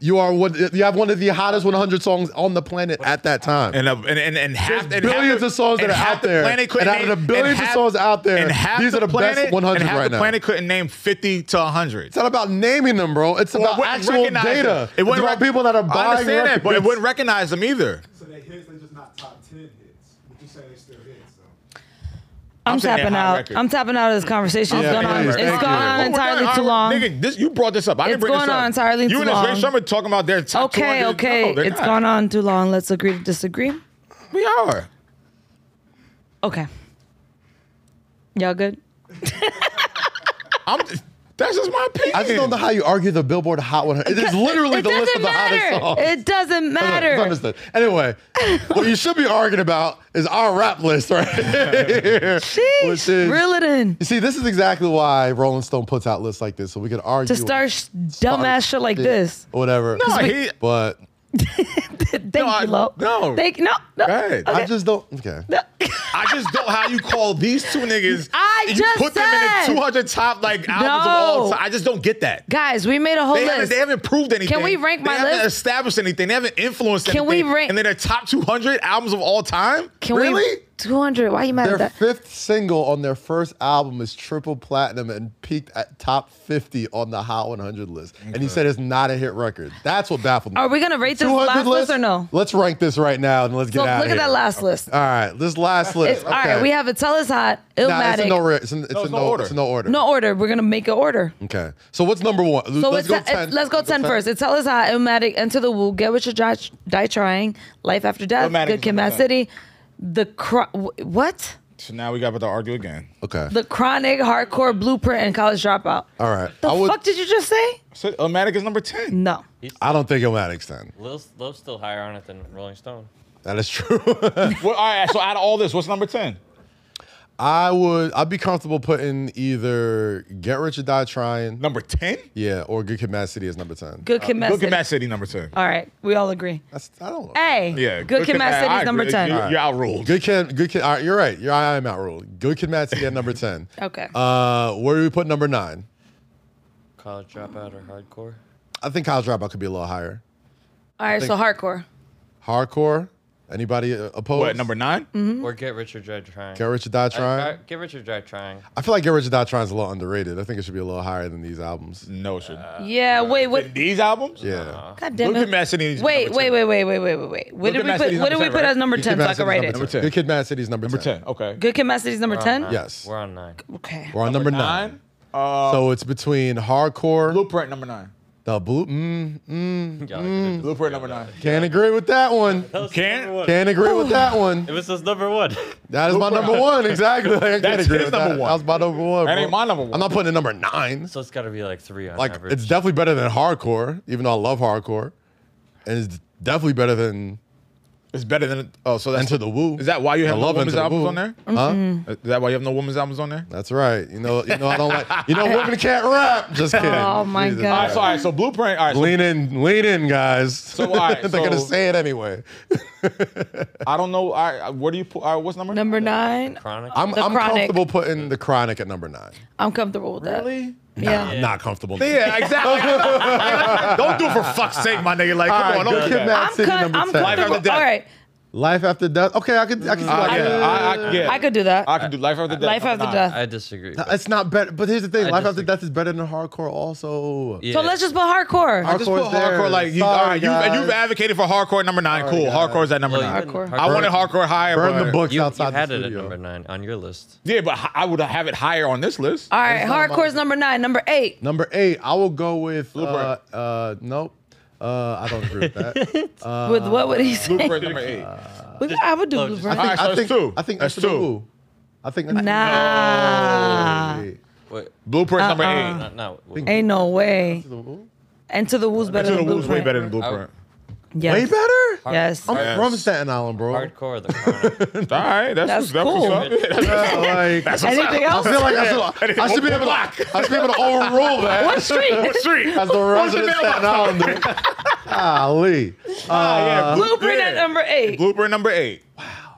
Speaker 1: You are one, you have one of the hottest 100 songs on the planet at that time.
Speaker 3: And, uh, and and and half
Speaker 1: There's
Speaker 3: and half
Speaker 1: billions
Speaker 3: the-
Speaker 1: of songs that
Speaker 3: and
Speaker 1: are
Speaker 3: half
Speaker 1: out
Speaker 3: the
Speaker 1: there,
Speaker 3: planet couldn't
Speaker 1: and out of the
Speaker 3: name-
Speaker 1: billions
Speaker 3: and
Speaker 1: of songs out there,
Speaker 3: and half
Speaker 1: these are the best
Speaker 3: planet,
Speaker 1: 100
Speaker 3: and half
Speaker 1: right
Speaker 3: the
Speaker 1: now.
Speaker 3: planet couldn't name 50 to 100.
Speaker 1: It's not about naming them, bro. It's
Speaker 3: Well, it
Speaker 1: about
Speaker 3: wouldn't
Speaker 1: actual
Speaker 3: recognize
Speaker 1: data.
Speaker 3: them.
Speaker 1: It it's
Speaker 3: wouldn't
Speaker 1: about
Speaker 3: rec-
Speaker 1: people that are buying
Speaker 3: I understand
Speaker 1: records.
Speaker 3: that, but it wouldn't recognize them either.
Speaker 8: So they hits, they're just not top 10 hits. But you say they're still hits, so.
Speaker 5: I'm,
Speaker 3: I'm saying
Speaker 5: tapping
Speaker 3: that hot
Speaker 5: out.
Speaker 3: record.
Speaker 5: I'm tapping out of this conversation. It's
Speaker 1: Yeah,
Speaker 5: gone on.
Speaker 1: please,
Speaker 5: It's
Speaker 1: thank
Speaker 5: gone
Speaker 1: you.
Speaker 5: on
Speaker 1: Oh,
Speaker 5: entirely too long.
Speaker 3: Nigga, this, you brought this up. I didn't
Speaker 5: It's
Speaker 3: bring this
Speaker 5: going
Speaker 3: up.
Speaker 5: on entirely
Speaker 3: you
Speaker 5: too
Speaker 3: and this Ray
Speaker 5: long.
Speaker 3: Sherman talking about their top
Speaker 5: Okay,
Speaker 3: 200.
Speaker 5: okay.
Speaker 3: No, they're
Speaker 5: it's
Speaker 3: not.
Speaker 5: gone on too long. Let's agree to disagree.
Speaker 3: We are.
Speaker 5: Okay. Y'all good?
Speaker 3: I'm. That's just my opinion.
Speaker 1: I just don't know how you argue the Billboard Hot 100. It is literally
Speaker 5: it
Speaker 1: the list
Speaker 5: doesn't
Speaker 1: of the hottest
Speaker 5: matter.
Speaker 1: songs.
Speaker 5: It doesn't matter.
Speaker 1: It's understood. Anyway, what you should be arguing about is our rap list, right? here,
Speaker 5: Sheesh,
Speaker 1: which is-
Speaker 5: reel it in.
Speaker 1: You see, this is exactly why Rolling Stone puts out lists like this, so we could argue
Speaker 5: To start sh- dumbass shit like this.
Speaker 1: or whatever.
Speaker 3: No, he-
Speaker 1: but
Speaker 5: Thank
Speaker 3: I-
Speaker 5: you, Lo.
Speaker 3: no.
Speaker 5: Thank no. no.
Speaker 3: Go ahead.
Speaker 1: I just don't. Okay,
Speaker 3: I just don't how you call these two niggas.
Speaker 5: I
Speaker 3: and you
Speaker 5: just
Speaker 3: put them
Speaker 5: said-
Speaker 3: in the 200 top like albums of all
Speaker 5: No.
Speaker 3: time. I just don't get that.
Speaker 5: Guys, we made a whole
Speaker 3: They haven't,
Speaker 5: list.
Speaker 3: they haven't proved anything.
Speaker 5: we rank
Speaker 3: they
Speaker 5: my
Speaker 3: haven't
Speaker 5: list?
Speaker 3: established anything. They haven't influenced
Speaker 5: Can we
Speaker 3: anything.
Speaker 5: rank-
Speaker 3: And they're the top 200 albums of all time?
Speaker 5: Can
Speaker 3: really?
Speaker 5: we? Two hundred. Why you mad
Speaker 1: their
Speaker 5: at that?
Speaker 1: fifth single on their first album is triple platinum and peaked at top fifty on the Hot 100 list. And he said it's not a hit record. That's what baffled me.
Speaker 5: Are we gonna rate this last list or no?
Speaker 1: Let's rank this right now and let's get
Speaker 5: So
Speaker 1: out.
Speaker 5: look at that last list.
Speaker 1: All right, this last list.
Speaker 5: It's, All right,
Speaker 1: Okay.
Speaker 5: we have a tell us hot,
Speaker 1: Nah, it's
Speaker 5: Illmatic.
Speaker 1: in no, re- it's in, it's
Speaker 3: it's
Speaker 1: in
Speaker 3: no
Speaker 1: no
Speaker 3: order.
Speaker 1: It's in no order.
Speaker 5: no order. We're gonna make an order.
Speaker 1: Okay. So what's number one?
Speaker 5: So let's, go ten. let's go 10 first. It's Tell Us Hot, Illmatic, Enter the Woo, Get What You Die, Die Trying, Life After Death,
Speaker 3: Illmatic
Speaker 5: Good
Speaker 3: is
Speaker 5: Kid,
Speaker 3: number
Speaker 5: Mad
Speaker 3: 10.
Speaker 5: City, The Cro- wh- What?
Speaker 3: So now we got about to argue again.
Speaker 1: Okay.
Speaker 5: The Chronic, Hardcore, Blueprint, and College Dropout.
Speaker 1: All right.
Speaker 5: The
Speaker 1: I would-
Speaker 5: fuck did you just say?
Speaker 3: So Illmatic is number 10.
Speaker 5: No.
Speaker 1: I don't think Illmatic's ten.
Speaker 4: Lil's, Lil's still higher on it than Rolling Stone.
Speaker 1: That is true.
Speaker 3: Well, all right, so out of all this, what's number 10?
Speaker 1: I would. I'd be comfortable putting either Get Rich or Die Trying.
Speaker 3: Number 10?
Speaker 1: Yeah, or Good Kid, Mad City is number ten.
Speaker 5: Good Kid, Mad
Speaker 3: Look
Speaker 5: City.
Speaker 3: at Matt City, number 10.
Speaker 5: All right, we all agree.
Speaker 1: That's, I don't know.
Speaker 5: Hey,
Speaker 3: Yeah.
Speaker 5: Oh. Good Kid, Mad City
Speaker 3: I
Speaker 5: is number
Speaker 3: agree.
Speaker 5: 10.
Speaker 3: You, you're outruled.
Speaker 1: Good Kid. Good Kid. All right, you're right. You're, I am outruled. Good Kid, Mad City at number ten.
Speaker 5: Okay.
Speaker 1: Uh, where do we put number nine?
Speaker 4: College dropout or hardcore?
Speaker 1: I think College Dropout could be a little higher.
Speaker 5: all right, so Hardcore.
Speaker 1: Hardcore. Anybody uh, opposed?
Speaker 3: What, number 9?
Speaker 5: Mm-hmm.
Speaker 4: Or get rich or die trying.
Speaker 1: Get Rich or Die
Speaker 4: I-
Speaker 1: Trying.
Speaker 4: I- get rich or die trying.
Speaker 1: I feel like Get Rich or Die Trying is a little underrated. I think it should be a little higher than these albums.
Speaker 3: No, shit.
Speaker 5: yeah, wait, what?
Speaker 3: These albums?
Speaker 1: Yeah.
Speaker 5: God damn
Speaker 3: Look
Speaker 5: it.
Speaker 3: at Mad City. needs to be
Speaker 5: Wait,
Speaker 3: number
Speaker 5: wait,
Speaker 3: 10.
Speaker 5: wait, wait, wait, wait, wait, wait. What
Speaker 3: Look
Speaker 5: did
Speaker 3: at
Speaker 5: we
Speaker 3: Mad
Speaker 5: put?
Speaker 3: City's
Speaker 5: What did we
Speaker 3: number
Speaker 5: put
Speaker 3: 10,
Speaker 5: as number
Speaker 1: Good
Speaker 5: ten?
Speaker 1: Kid,
Speaker 5: So
Speaker 1: Mad
Speaker 5: I can
Speaker 1: City's
Speaker 5: write it.
Speaker 1: number 10.
Speaker 3: Number 10.
Speaker 1: Good Kid, Mad City's number
Speaker 3: Number 10. Okay.
Speaker 5: Good Kid, Mad City's number ten.
Speaker 4: nine.
Speaker 1: Yes.
Speaker 4: We're on nine.
Speaker 5: Okay.
Speaker 1: We're on number, nine.
Speaker 3: Uh,
Speaker 1: So it's between hardcore,
Speaker 3: Blueprint number 9.
Speaker 1: the blue. Mm,
Speaker 4: Yeah, like, it was-
Speaker 3: Blueprint number 9.
Speaker 1: can't agree with that one.
Speaker 4: that was his
Speaker 3: Can't-
Speaker 4: number one.
Speaker 1: Mm. Can't agree with that one.
Speaker 4: It was his number one.
Speaker 1: That is my number one. Exactly. I can't
Speaker 3: That's
Speaker 1: agree
Speaker 3: his
Speaker 1: with
Speaker 3: number
Speaker 1: that.
Speaker 3: one.
Speaker 1: That was my number one.
Speaker 3: That
Speaker 1: bro.
Speaker 3: ain't my number one.
Speaker 1: I'm not putting it number nine.
Speaker 4: so it's got to be like three on
Speaker 1: Like
Speaker 4: average.
Speaker 1: it's definitely better than hardcore, even though I love hardcore, and it's definitely better than
Speaker 3: It's better than oh, so that's
Speaker 1: Enter the Woo.
Speaker 3: Is that why you have
Speaker 1: I
Speaker 3: no
Speaker 1: love
Speaker 3: women's
Speaker 1: Enter the
Speaker 3: albums
Speaker 1: Woo.
Speaker 3: on there?
Speaker 1: Huh?
Speaker 3: Is that why you have no women's albums on there?
Speaker 1: That's right. You know, you know, I don't like. You know, women can't rap. Just kidding.
Speaker 2: Oh, my God.
Speaker 3: All right, so, all right, so Blueprint. All right, so
Speaker 1: Lean in, lean in, guys. So
Speaker 3: all right,
Speaker 1: They're gonna
Speaker 3: so-
Speaker 1: say it anyway.
Speaker 3: I don't know. All right, where do you put? All right, what's number?
Speaker 5: Number nine,
Speaker 4: Chronic.
Speaker 1: I'm,
Speaker 5: The
Speaker 1: I'm
Speaker 5: Chronic.
Speaker 1: comfortable putting the chronic at number nine.
Speaker 5: I'm comfortable with that.
Speaker 3: Really?
Speaker 5: Yeah.
Speaker 1: I'm not comfortable.
Speaker 3: Yeah, exactly. don't do it for fuck's sake, my nigga. Like, come
Speaker 1: All right,
Speaker 3: on, don't
Speaker 1: good.
Speaker 3: do that.
Speaker 1: Kidnap
Speaker 5: I'm,
Speaker 1: City
Speaker 5: com-
Speaker 1: number
Speaker 5: I'm
Speaker 1: 10.
Speaker 3: Life after
Speaker 5: comfortable.
Speaker 3: death.
Speaker 5: All right.
Speaker 1: Life after death. Okay, I could, I could see
Speaker 3: Uh,
Speaker 1: like
Speaker 3: yeah,
Speaker 1: that.
Speaker 3: I, I, yeah.
Speaker 5: I could do that.
Speaker 3: I could do life after death.
Speaker 5: Life
Speaker 3: number
Speaker 5: after
Speaker 3: nine.
Speaker 5: death.
Speaker 4: I disagree. with
Speaker 1: Uh, It's not better, but here's the thing:
Speaker 4: I
Speaker 1: life
Speaker 4: just
Speaker 1: after
Speaker 4: think-
Speaker 1: death is better than hardcore. Also,
Speaker 4: Yeah.
Speaker 5: So let's just put hardcore.
Speaker 3: I just put
Speaker 1: Hardcore's there.
Speaker 3: hardcore like you.
Speaker 1: Sorry,
Speaker 3: all right, you,
Speaker 1: guys.
Speaker 3: and you've advocated for hardcore at number nine. cool.
Speaker 1: guys.
Speaker 3: Hardcore's at number
Speaker 4: Well,
Speaker 3: nine.
Speaker 4: you
Speaker 5: Hardcore.
Speaker 4: couldn't-
Speaker 3: I wanted hardcore higher.
Speaker 1: burn
Speaker 3: but-
Speaker 1: the books
Speaker 4: You, you
Speaker 1: outside
Speaker 4: had
Speaker 1: the
Speaker 4: it at
Speaker 1: studio.
Speaker 4: number nigh on your list.
Speaker 3: Yeah, but hi- I would have it higher on this list.
Speaker 5: All right.
Speaker 1: not
Speaker 5: Hardcore's number nine. Number eight.
Speaker 1: Number eight, I will go with uh,
Speaker 3: Blueprint.
Speaker 1: uh, nope. Uh, I don't agree with that.
Speaker 5: with what would he say?
Speaker 3: Blueprint number eight.
Speaker 1: Uh,
Speaker 5: We- I would do
Speaker 4: oh, just-
Speaker 5: blueprint.
Speaker 3: All right, so
Speaker 1: I
Speaker 3: that's
Speaker 1: think
Speaker 3: two.
Speaker 1: I think
Speaker 3: that's
Speaker 1: Enter the
Speaker 3: two.
Speaker 1: Woo. I think that's
Speaker 5: Nah.
Speaker 1: Wait.
Speaker 4: Wait,
Speaker 3: Blueprint number
Speaker 5: uh,
Speaker 4: no,
Speaker 3: eight.
Speaker 4: no, wait.
Speaker 5: Ain't no way. Enter the Woo's better
Speaker 3: Into the
Speaker 5: than
Speaker 3: Wolves way
Speaker 5: Blueprint.
Speaker 3: better than Blueprint.
Speaker 5: Yes.
Speaker 1: Way better.
Speaker 5: Yes.
Speaker 1: I'm
Speaker 3: Yes.
Speaker 1: from Staten Island, bro.
Speaker 4: hardcore. The chronic.
Speaker 3: Oh, All right, that's
Speaker 5: That's
Speaker 3: that's what's
Speaker 5: cool.
Speaker 3: up.
Speaker 1: Yeah, like,
Speaker 5: Anything
Speaker 1: I
Speaker 5: else?
Speaker 1: feel like I should, I should be able to. I should be able to overrule that.
Speaker 5: What street?
Speaker 3: Street.
Speaker 1: As the resident Staten Islander. Golly.
Speaker 3: Oh, yeah,
Speaker 5: Blueprint at number eight.
Speaker 3: Blueprint number eight.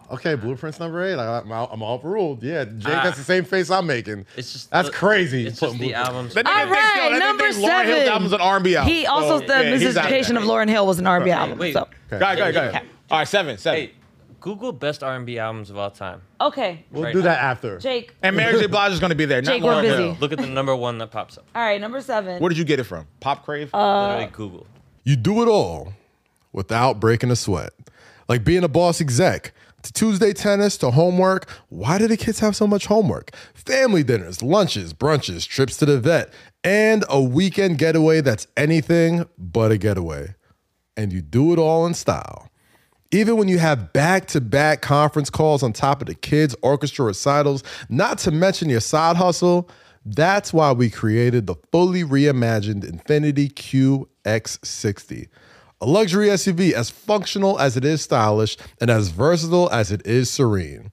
Speaker 1: Okay, Blueprint's number eight. I, I'm, out, I'm overruled. Yeah, Jake, that's the same face I'm making.
Speaker 4: Ah. It's just
Speaker 1: that's
Speaker 4: the-
Speaker 1: crazy.
Speaker 4: It's
Speaker 1: putting
Speaker 4: just the
Speaker 1: Blueprint.
Speaker 4: albums.
Speaker 3: That nigga
Speaker 5: All
Speaker 3: thinks- yo,
Speaker 5: right,
Speaker 3: that nigga
Speaker 5: number
Speaker 3: thinks Lauryn Hill's
Speaker 5: seven.
Speaker 3: album's an R&B album.
Speaker 5: He also
Speaker 3: So,
Speaker 5: the
Speaker 3: yeah, he's out
Speaker 5: miseducation
Speaker 3: there.
Speaker 5: of Lauren Hill was an R&B album.
Speaker 4: Oh, wait.
Speaker 5: So.
Speaker 3: Go ahead, go ahead, go ahead.
Speaker 5: Okay.
Speaker 3: All right, seven, seven.
Speaker 4: Hey, Google best R&B albums of all time.
Speaker 5: Okay,
Speaker 1: We'll
Speaker 4: right
Speaker 1: do
Speaker 4: now.
Speaker 1: that after.
Speaker 5: Jake.
Speaker 3: And Mary J. Blige is going to be there. Not
Speaker 5: Jake, we're
Speaker 3: Lauryn
Speaker 5: busy.
Speaker 3: Hill.
Speaker 4: Look at the number one that pops up.
Speaker 5: All right, number seven.
Speaker 3: Where did you get it from? Pop Crave?
Speaker 5: Uh,
Speaker 4: Literally Google.
Speaker 1: You do it all without breaking a sweat. Like being a boss exec, to Tuesday tennis, to homework. Why do the kids have so much homework? Family dinners, lunches, brunches, trips to the vet, and a weekend getaway that's anything but a getaway. And you do it all in style. Even when you have back to back conference calls on top of the kids' orchestra recitals, not to mention your side hustle, that's why we created the fully reimagined Infinity QX60. A luxury SUV as functional as it is stylish and as versatile as it is serene.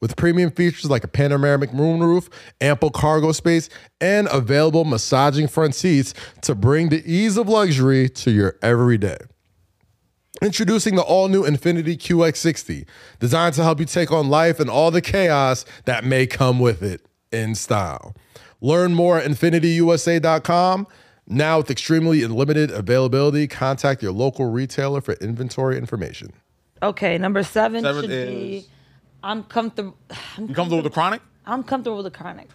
Speaker 1: With premium features like a panoramic moonroof, ample cargo space, and available massaging front seats to bring the ease of luxury to your everyday. Introducing the all new Infinity QX60, designed to help you take on life and all the chaos that may come with it in style. Learn more at infinityusa.com. Now, with extremely limited availability, contact your local retailer for inventory information.
Speaker 5: okay, number seven,
Speaker 3: Seven
Speaker 5: should
Speaker 3: is-
Speaker 5: be. I'm comfortable.
Speaker 3: you comfortable with the Chronic?
Speaker 5: I'm comfortable with the chronic.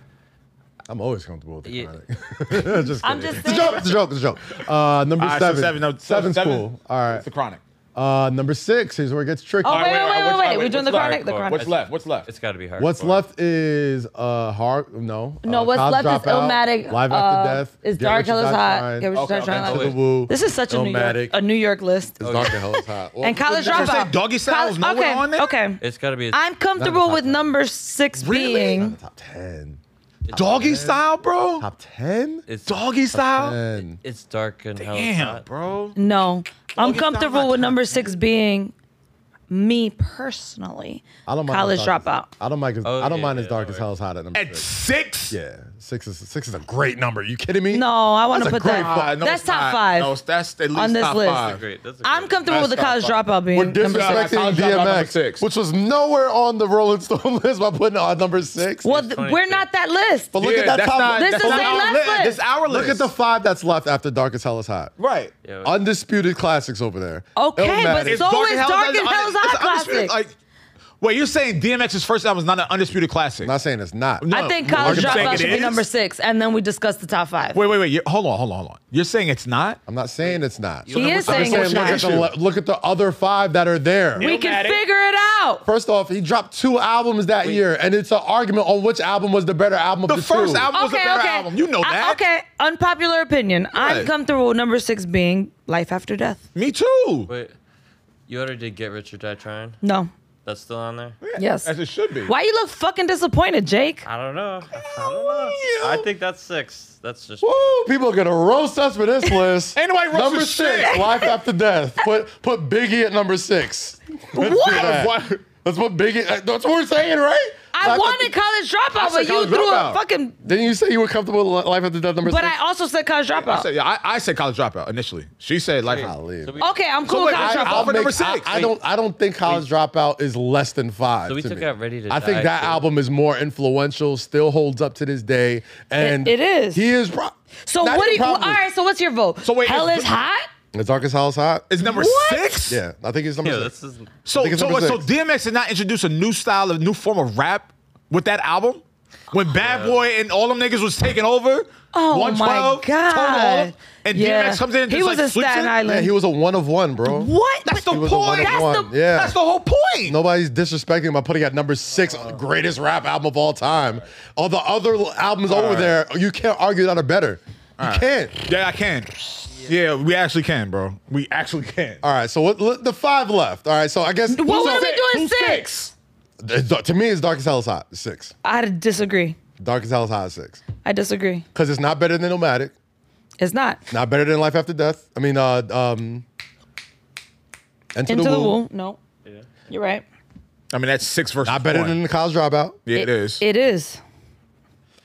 Speaker 1: I'm always comfortable with the
Speaker 4: Yeah.
Speaker 1: chronic. just
Speaker 5: I'm
Speaker 1: kidding.
Speaker 5: just
Speaker 1: It's a
Speaker 5: saying.
Speaker 1: joke. It's a joke. It's a joke. Uh, number
Speaker 3: All right,
Speaker 1: seven.
Speaker 3: so seven. No,
Speaker 1: Seven's
Speaker 3: seven,
Speaker 1: cool. All
Speaker 3: It's the
Speaker 1: right.
Speaker 3: Chronic.
Speaker 1: Uh, number six is where it gets tricky.
Speaker 5: Oh wait,
Speaker 3: wait,
Speaker 5: wait,
Speaker 3: all right,
Speaker 5: wait, wait,
Speaker 3: what's-
Speaker 5: wait. We're
Speaker 3: what's
Speaker 5: doing the
Speaker 3: left?
Speaker 5: chronic. The
Speaker 4: Hardcore.
Speaker 5: chronic.
Speaker 3: What's left? What's left?
Speaker 4: It's got to be hard.
Speaker 1: What's left is uh hard no
Speaker 5: No,
Speaker 1: uh,
Speaker 5: what's
Speaker 1: Cops
Speaker 5: left is
Speaker 1: Dropout,
Speaker 5: Illmatic.
Speaker 1: Live after
Speaker 5: uh,
Speaker 1: death
Speaker 5: Is
Speaker 1: Get
Speaker 5: Dark
Speaker 1: Rich or
Speaker 5: Hell is
Speaker 1: Die
Speaker 5: hot.
Speaker 1: Trying,
Speaker 5: Get Rich or
Speaker 3: Okay,
Speaker 5: Die
Speaker 3: okay,
Speaker 5: Trying.
Speaker 1: Into
Speaker 5: Like-
Speaker 1: the Woo,
Speaker 5: This is such a New York,
Speaker 1: Illmatic.
Speaker 5: a New York list.
Speaker 1: It's Dark Hell is hot Well,
Speaker 5: And College
Speaker 3: Did you say
Speaker 5: Dropout.
Speaker 3: Doggy Styles?
Speaker 5: Col-
Speaker 3: No one on there?
Speaker 5: Okay, okay.
Speaker 4: It's got to be.
Speaker 5: I'm comfortable with number six being.
Speaker 1: top ten
Speaker 3: Doggy Style, bro?
Speaker 1: top ten
Speaker 4: It's,
Speaker 3: Doggy Style?
Speaker 1: ten
Speaker 4: it's dark and hell. is
Speaker 3: Damn,
Speaker 4: hot.
Speaker 3: bro.
Speaker 5: No, I'm
Speaker 3: it's not
Speaker 5: comfortable
Speaker 3: my
Speaker 5: with
Speaker 3: top
Speaker 5: number six being me personally.
Speaker 1: I don't mind
Speaker 5: College
Speaker 1: his dark
Speaker 5: dropout.
Speaker 1: as- I don't mind his-
Speaker 4: Oh,
Speaker 1: I don't
Speaker 4: yeah,
Speaker 1: mind as
Speaker 4: yeah,
Speaker 1: dark
Speaker 4: no
Speaker 1: as hell is hot at number
Speaker 3: At
Speaker 1: six
Speaker 3: six?
Speaker 1: yeah six is six is a great number you kidding me
Speaker 5: No, I want to put
Speaker 1: That's a great
Speaker 5: that.
Speaker 1: five.
Speaker 3: No,
Speaker 5: that's
Speaker 3: it's
Speaker 5: top
Speaker 3: not.
Speaker 5: five.
Speaker 3: No, it's- that's at least
Speaker 5: on this
Speaker 3: top
Speaker 5: list.
Speaker 3: five.
Speaker 4: Great. That's a
Speaker 5: I'm
Speaker 4: good-
Speaker 5: comfortable with the college
Speaker 3: That's top
Speaker 5: dropout being
Speaker 1: we're
Speaker 5: number six.
Speaker 3: six.
Speaker 1: disrespecting
Speaker 3: College Dropout number
Speaker 1: DMX
Speaker 3: six.
Speaker 1: which was nowhere on the Rolling Stone list by putting it on number six
Speaker 5: Well, th-
Speaker 4: 26.
Speaker 5: we're not that list.
Speaker 1: but look
Speaker 3: Yeah,
Speaker 1: at that
Speaker 3: that's
Speaker 1: top
Speaker 3: not-
Speaker 5: This
Speaker 3: that's
Speaker 5: is
Speaker 3: not
Speaker 5: a
Speaker 3: our
Speaker 5: left
Speaker 3: list.
Speaker 5: foot.
Speaker 3: This is our list.
Speaker 1: look at the five that's left after dark as hell is hot
Speaker 3: Right.
Speaker 4: Yeah.
Speaker 1: Undisputed classics over there.
Speaker 5: Okay, but
Speaker 1: Illmatic.
Speaker 5: So is
Speaker 3: that's
Speaker 5: Dark and
Speaker 3: un-
Speaker 5: Hell's Hot
Speaker 3: it's undisputed,
Speaker 5: classic.
Speaker 3: Like, wait, you're saying DMX's first album is not an undisputed classic?
Speaker 1: I'm not saying it's not.
Speaker 5: I think
Speaker 3: No,
Speaker 5: college
Speaker 3: you're saying
Speaker 5: dropout
Speaker 3: it
Speaker 5: should be
Speaker 3: is?
Speaker 5: number six, and then we discuss the top five.
Speaker 3: Wait, wait, wait. you hold on, hold on, hold on. You're saying it's not?
Speaker 1: I'm not saying it's not.
Speaker 5: He is
Speaker 1: I'm
Speaker 5: saying
Speaker 1: saying
Speaker 5: it's
Speaker 1: look at,
Speaker 5: not.
Speaker 1: the, le- look at the other five that are there.
Speaker 5: We can
Speaker 3: Illmatic.
Speaker 5: figure it out.
Speaker 1: First off, he dropped two albums that year, and it's an argument on which album was the better album
Speaker 3: The
Speaker 1: of the
Speaker 3: first
Speaker 1: two.
Speaker 3: album was a
Speaker 5: Okay,
Speaker 3: better
Speaker 5: okay.
Speaker 3: album. You know
Speaker 5: I-
Speaker 3: that.
Speaker 5: okay, unpopular opinion. I'm
Speaker 3: Right.
Speaker 5: comfortable with number six being Life After Death.
Speaker 3: Me too.
Speaker 4: Wait, you already did Get Rich or Die Trying.
Speaker 5: No.
Speaker 4: That's still on there?
Speaker 5: Yes.
Speaker 3: As it should be.
Speaker 5: Why you look fucking disappointed, Jake?
Speaker 4: I don't know. I don't know. I think that's six. That's just.
Speaker 1: Woo, people are gonna roast us for this list.
Speaker 3: Ain't nobody roasting
Speaker 1: number six,
Speaker 3: shit.
Speaker 1: life after death. Put put Biggie at number six. Let's
Speaker 5: What?
Speaker 1: Do that.
Speaker 3: What?
Speaker 1: That's what Biggie. uh, That's what we're saying, right?
Speaker 5: I
Speaker 1: Life
Speaker 5: wanted
Speaker 1: after-
Speaker 5: college
Speaker 1: I
Speaker 5: dropout,
Speaker 1: said
Speaker 5: but you
Speaker 1: College
Speaker 5: threw
Speaker 1: Dropout.
Speaker 5: a fucking.
Speaker 1: Didn't you say you were comfortable with li- life after death number
Speaker 5: But
Speaker 1: six?
Speaker 5: I also said college
Speaker 3: I
Speaker 5: dropout.
Speaker 3: said, yeah, I, I said college dropout initially. She said like
Speaker 1: Golly.
Speaker 4: So we,
Speaker 5: Okay, I'm cool.
Speaker 3: So
Speaker 5: with
Speaker 3: wait,
Speaker 5: college
Speaker 3: I-
Speaker 5: dropout.
Speaker 3: I'll- for number
Speaker 1: make- I-
Speaker 3: six.
Speaker 1: I, don't. I don't think College Dropout is less than five.
Speaker 4: So we
Speaker 1: to
Speaker 4: took
Speaker 1: me.
Speaker 4: out Ready to
Speaker 1: I think
Speaker 4: Die,
Speaker 1: that
Speaker 4: too.
Speaker 1: album is more influential. Still holds up to this day. And
Speaker 5: it is.
Speaker 1: He is. Pro-
Speaker 5: so
Speaker 1: not
Speaker 5: what? Do
Speaker 1: even
Speaker 5: you, well, all
Speaker 1: probably.
Speaker 5: right. So what's your vote?
Speaker 3: So wait,
Speaker 5: hell
Speaker 3: is-
Speaker 5: is hot.
Speaker 1: Is Darkest House hot?
Speaker 3: is number
Speaker 5: What?
Speaker 3: six.
Speaker 1: yeah, I think it's number
Speaker 4: Yeah,
Speaker 1: six.
Speaker 4: this is.
Speaker 1: I
Speaker 3: So
Speaker 1: think
Speaker 3: so
Speaker 1: it's number
Speaker 3: so
Speaker 1: six.
Speaker 3: DMX did not introduce a new style, a new form of rap with that album. When Bad Boy and all them niggas was taking over.
Speaker 5: Oh, my
Speaker 3: 112, total all
Speaker 5: God.
Speaker 3: them, and
Speaker 5: Yeah.
Speaker 3: DMX comes in. And
Speaker 5: He
Speaker 3: just,
Speaker 5: was
Speaker 3: like,
Speaker 5: in
Speaker 3: sweeps
Speaker 5: Staten
Speaker 3: it.
Speaker 5: Island.
Speaker 1: Yeah, he was a one of one, bro.
Speaker 5: What?
Speaker 3: That's the
Speaker 5: But-
Speaker 1: He was a one
Speaker 3: point.
Speaker 1: of
Speaker 5: That's
Speaker 1: one.
Speaker 5: the-
Speaker 1: yeah.
Speaker 3: That's the whole point.
Speaker 1: Nobody's disrespecting by putting at number six
Speaker 4: Oh.
Speaker 1: greatest rap album of all time. All the other l- albums over there, you can't argue that are better. You can't.
Speaker 3: Yeah, I can. Yeah, we actually can, bro. We actually can.
Speaker 1: All right, so what, what- the five left. All right, so I guess
Speaker 5: What were
Speaker 1: Who's
Speaker 5: we
Speaker 1: up?
Speaker 5: doing six?
Speaker 1: It's dar- to me, it's Dark as Hell is hot. It's Six.
Speaker 5: I disagree.
Speaker 1: Dark as Hell is hot. is Six.
Speaker 5: I disagree.
Speaker 1: Because it's not better than Nomadic.
Speaker 5: It's not.
Speaker 1: Not better than Life After Death. I mean, uh, um, Into,
Speaker 5: Into
Speaker 1: the,
Speaker 5: the
Speaker 1: Womb.
Speaker 5: womb. No. You're right.
Speaker 3: I mean, that's six versus.
Speaker 1: Not better
Speaker 3: one.
Speaker 1: than the College Dropout.
Speaker 3: Yeah, it is.
Speaker 5: It is.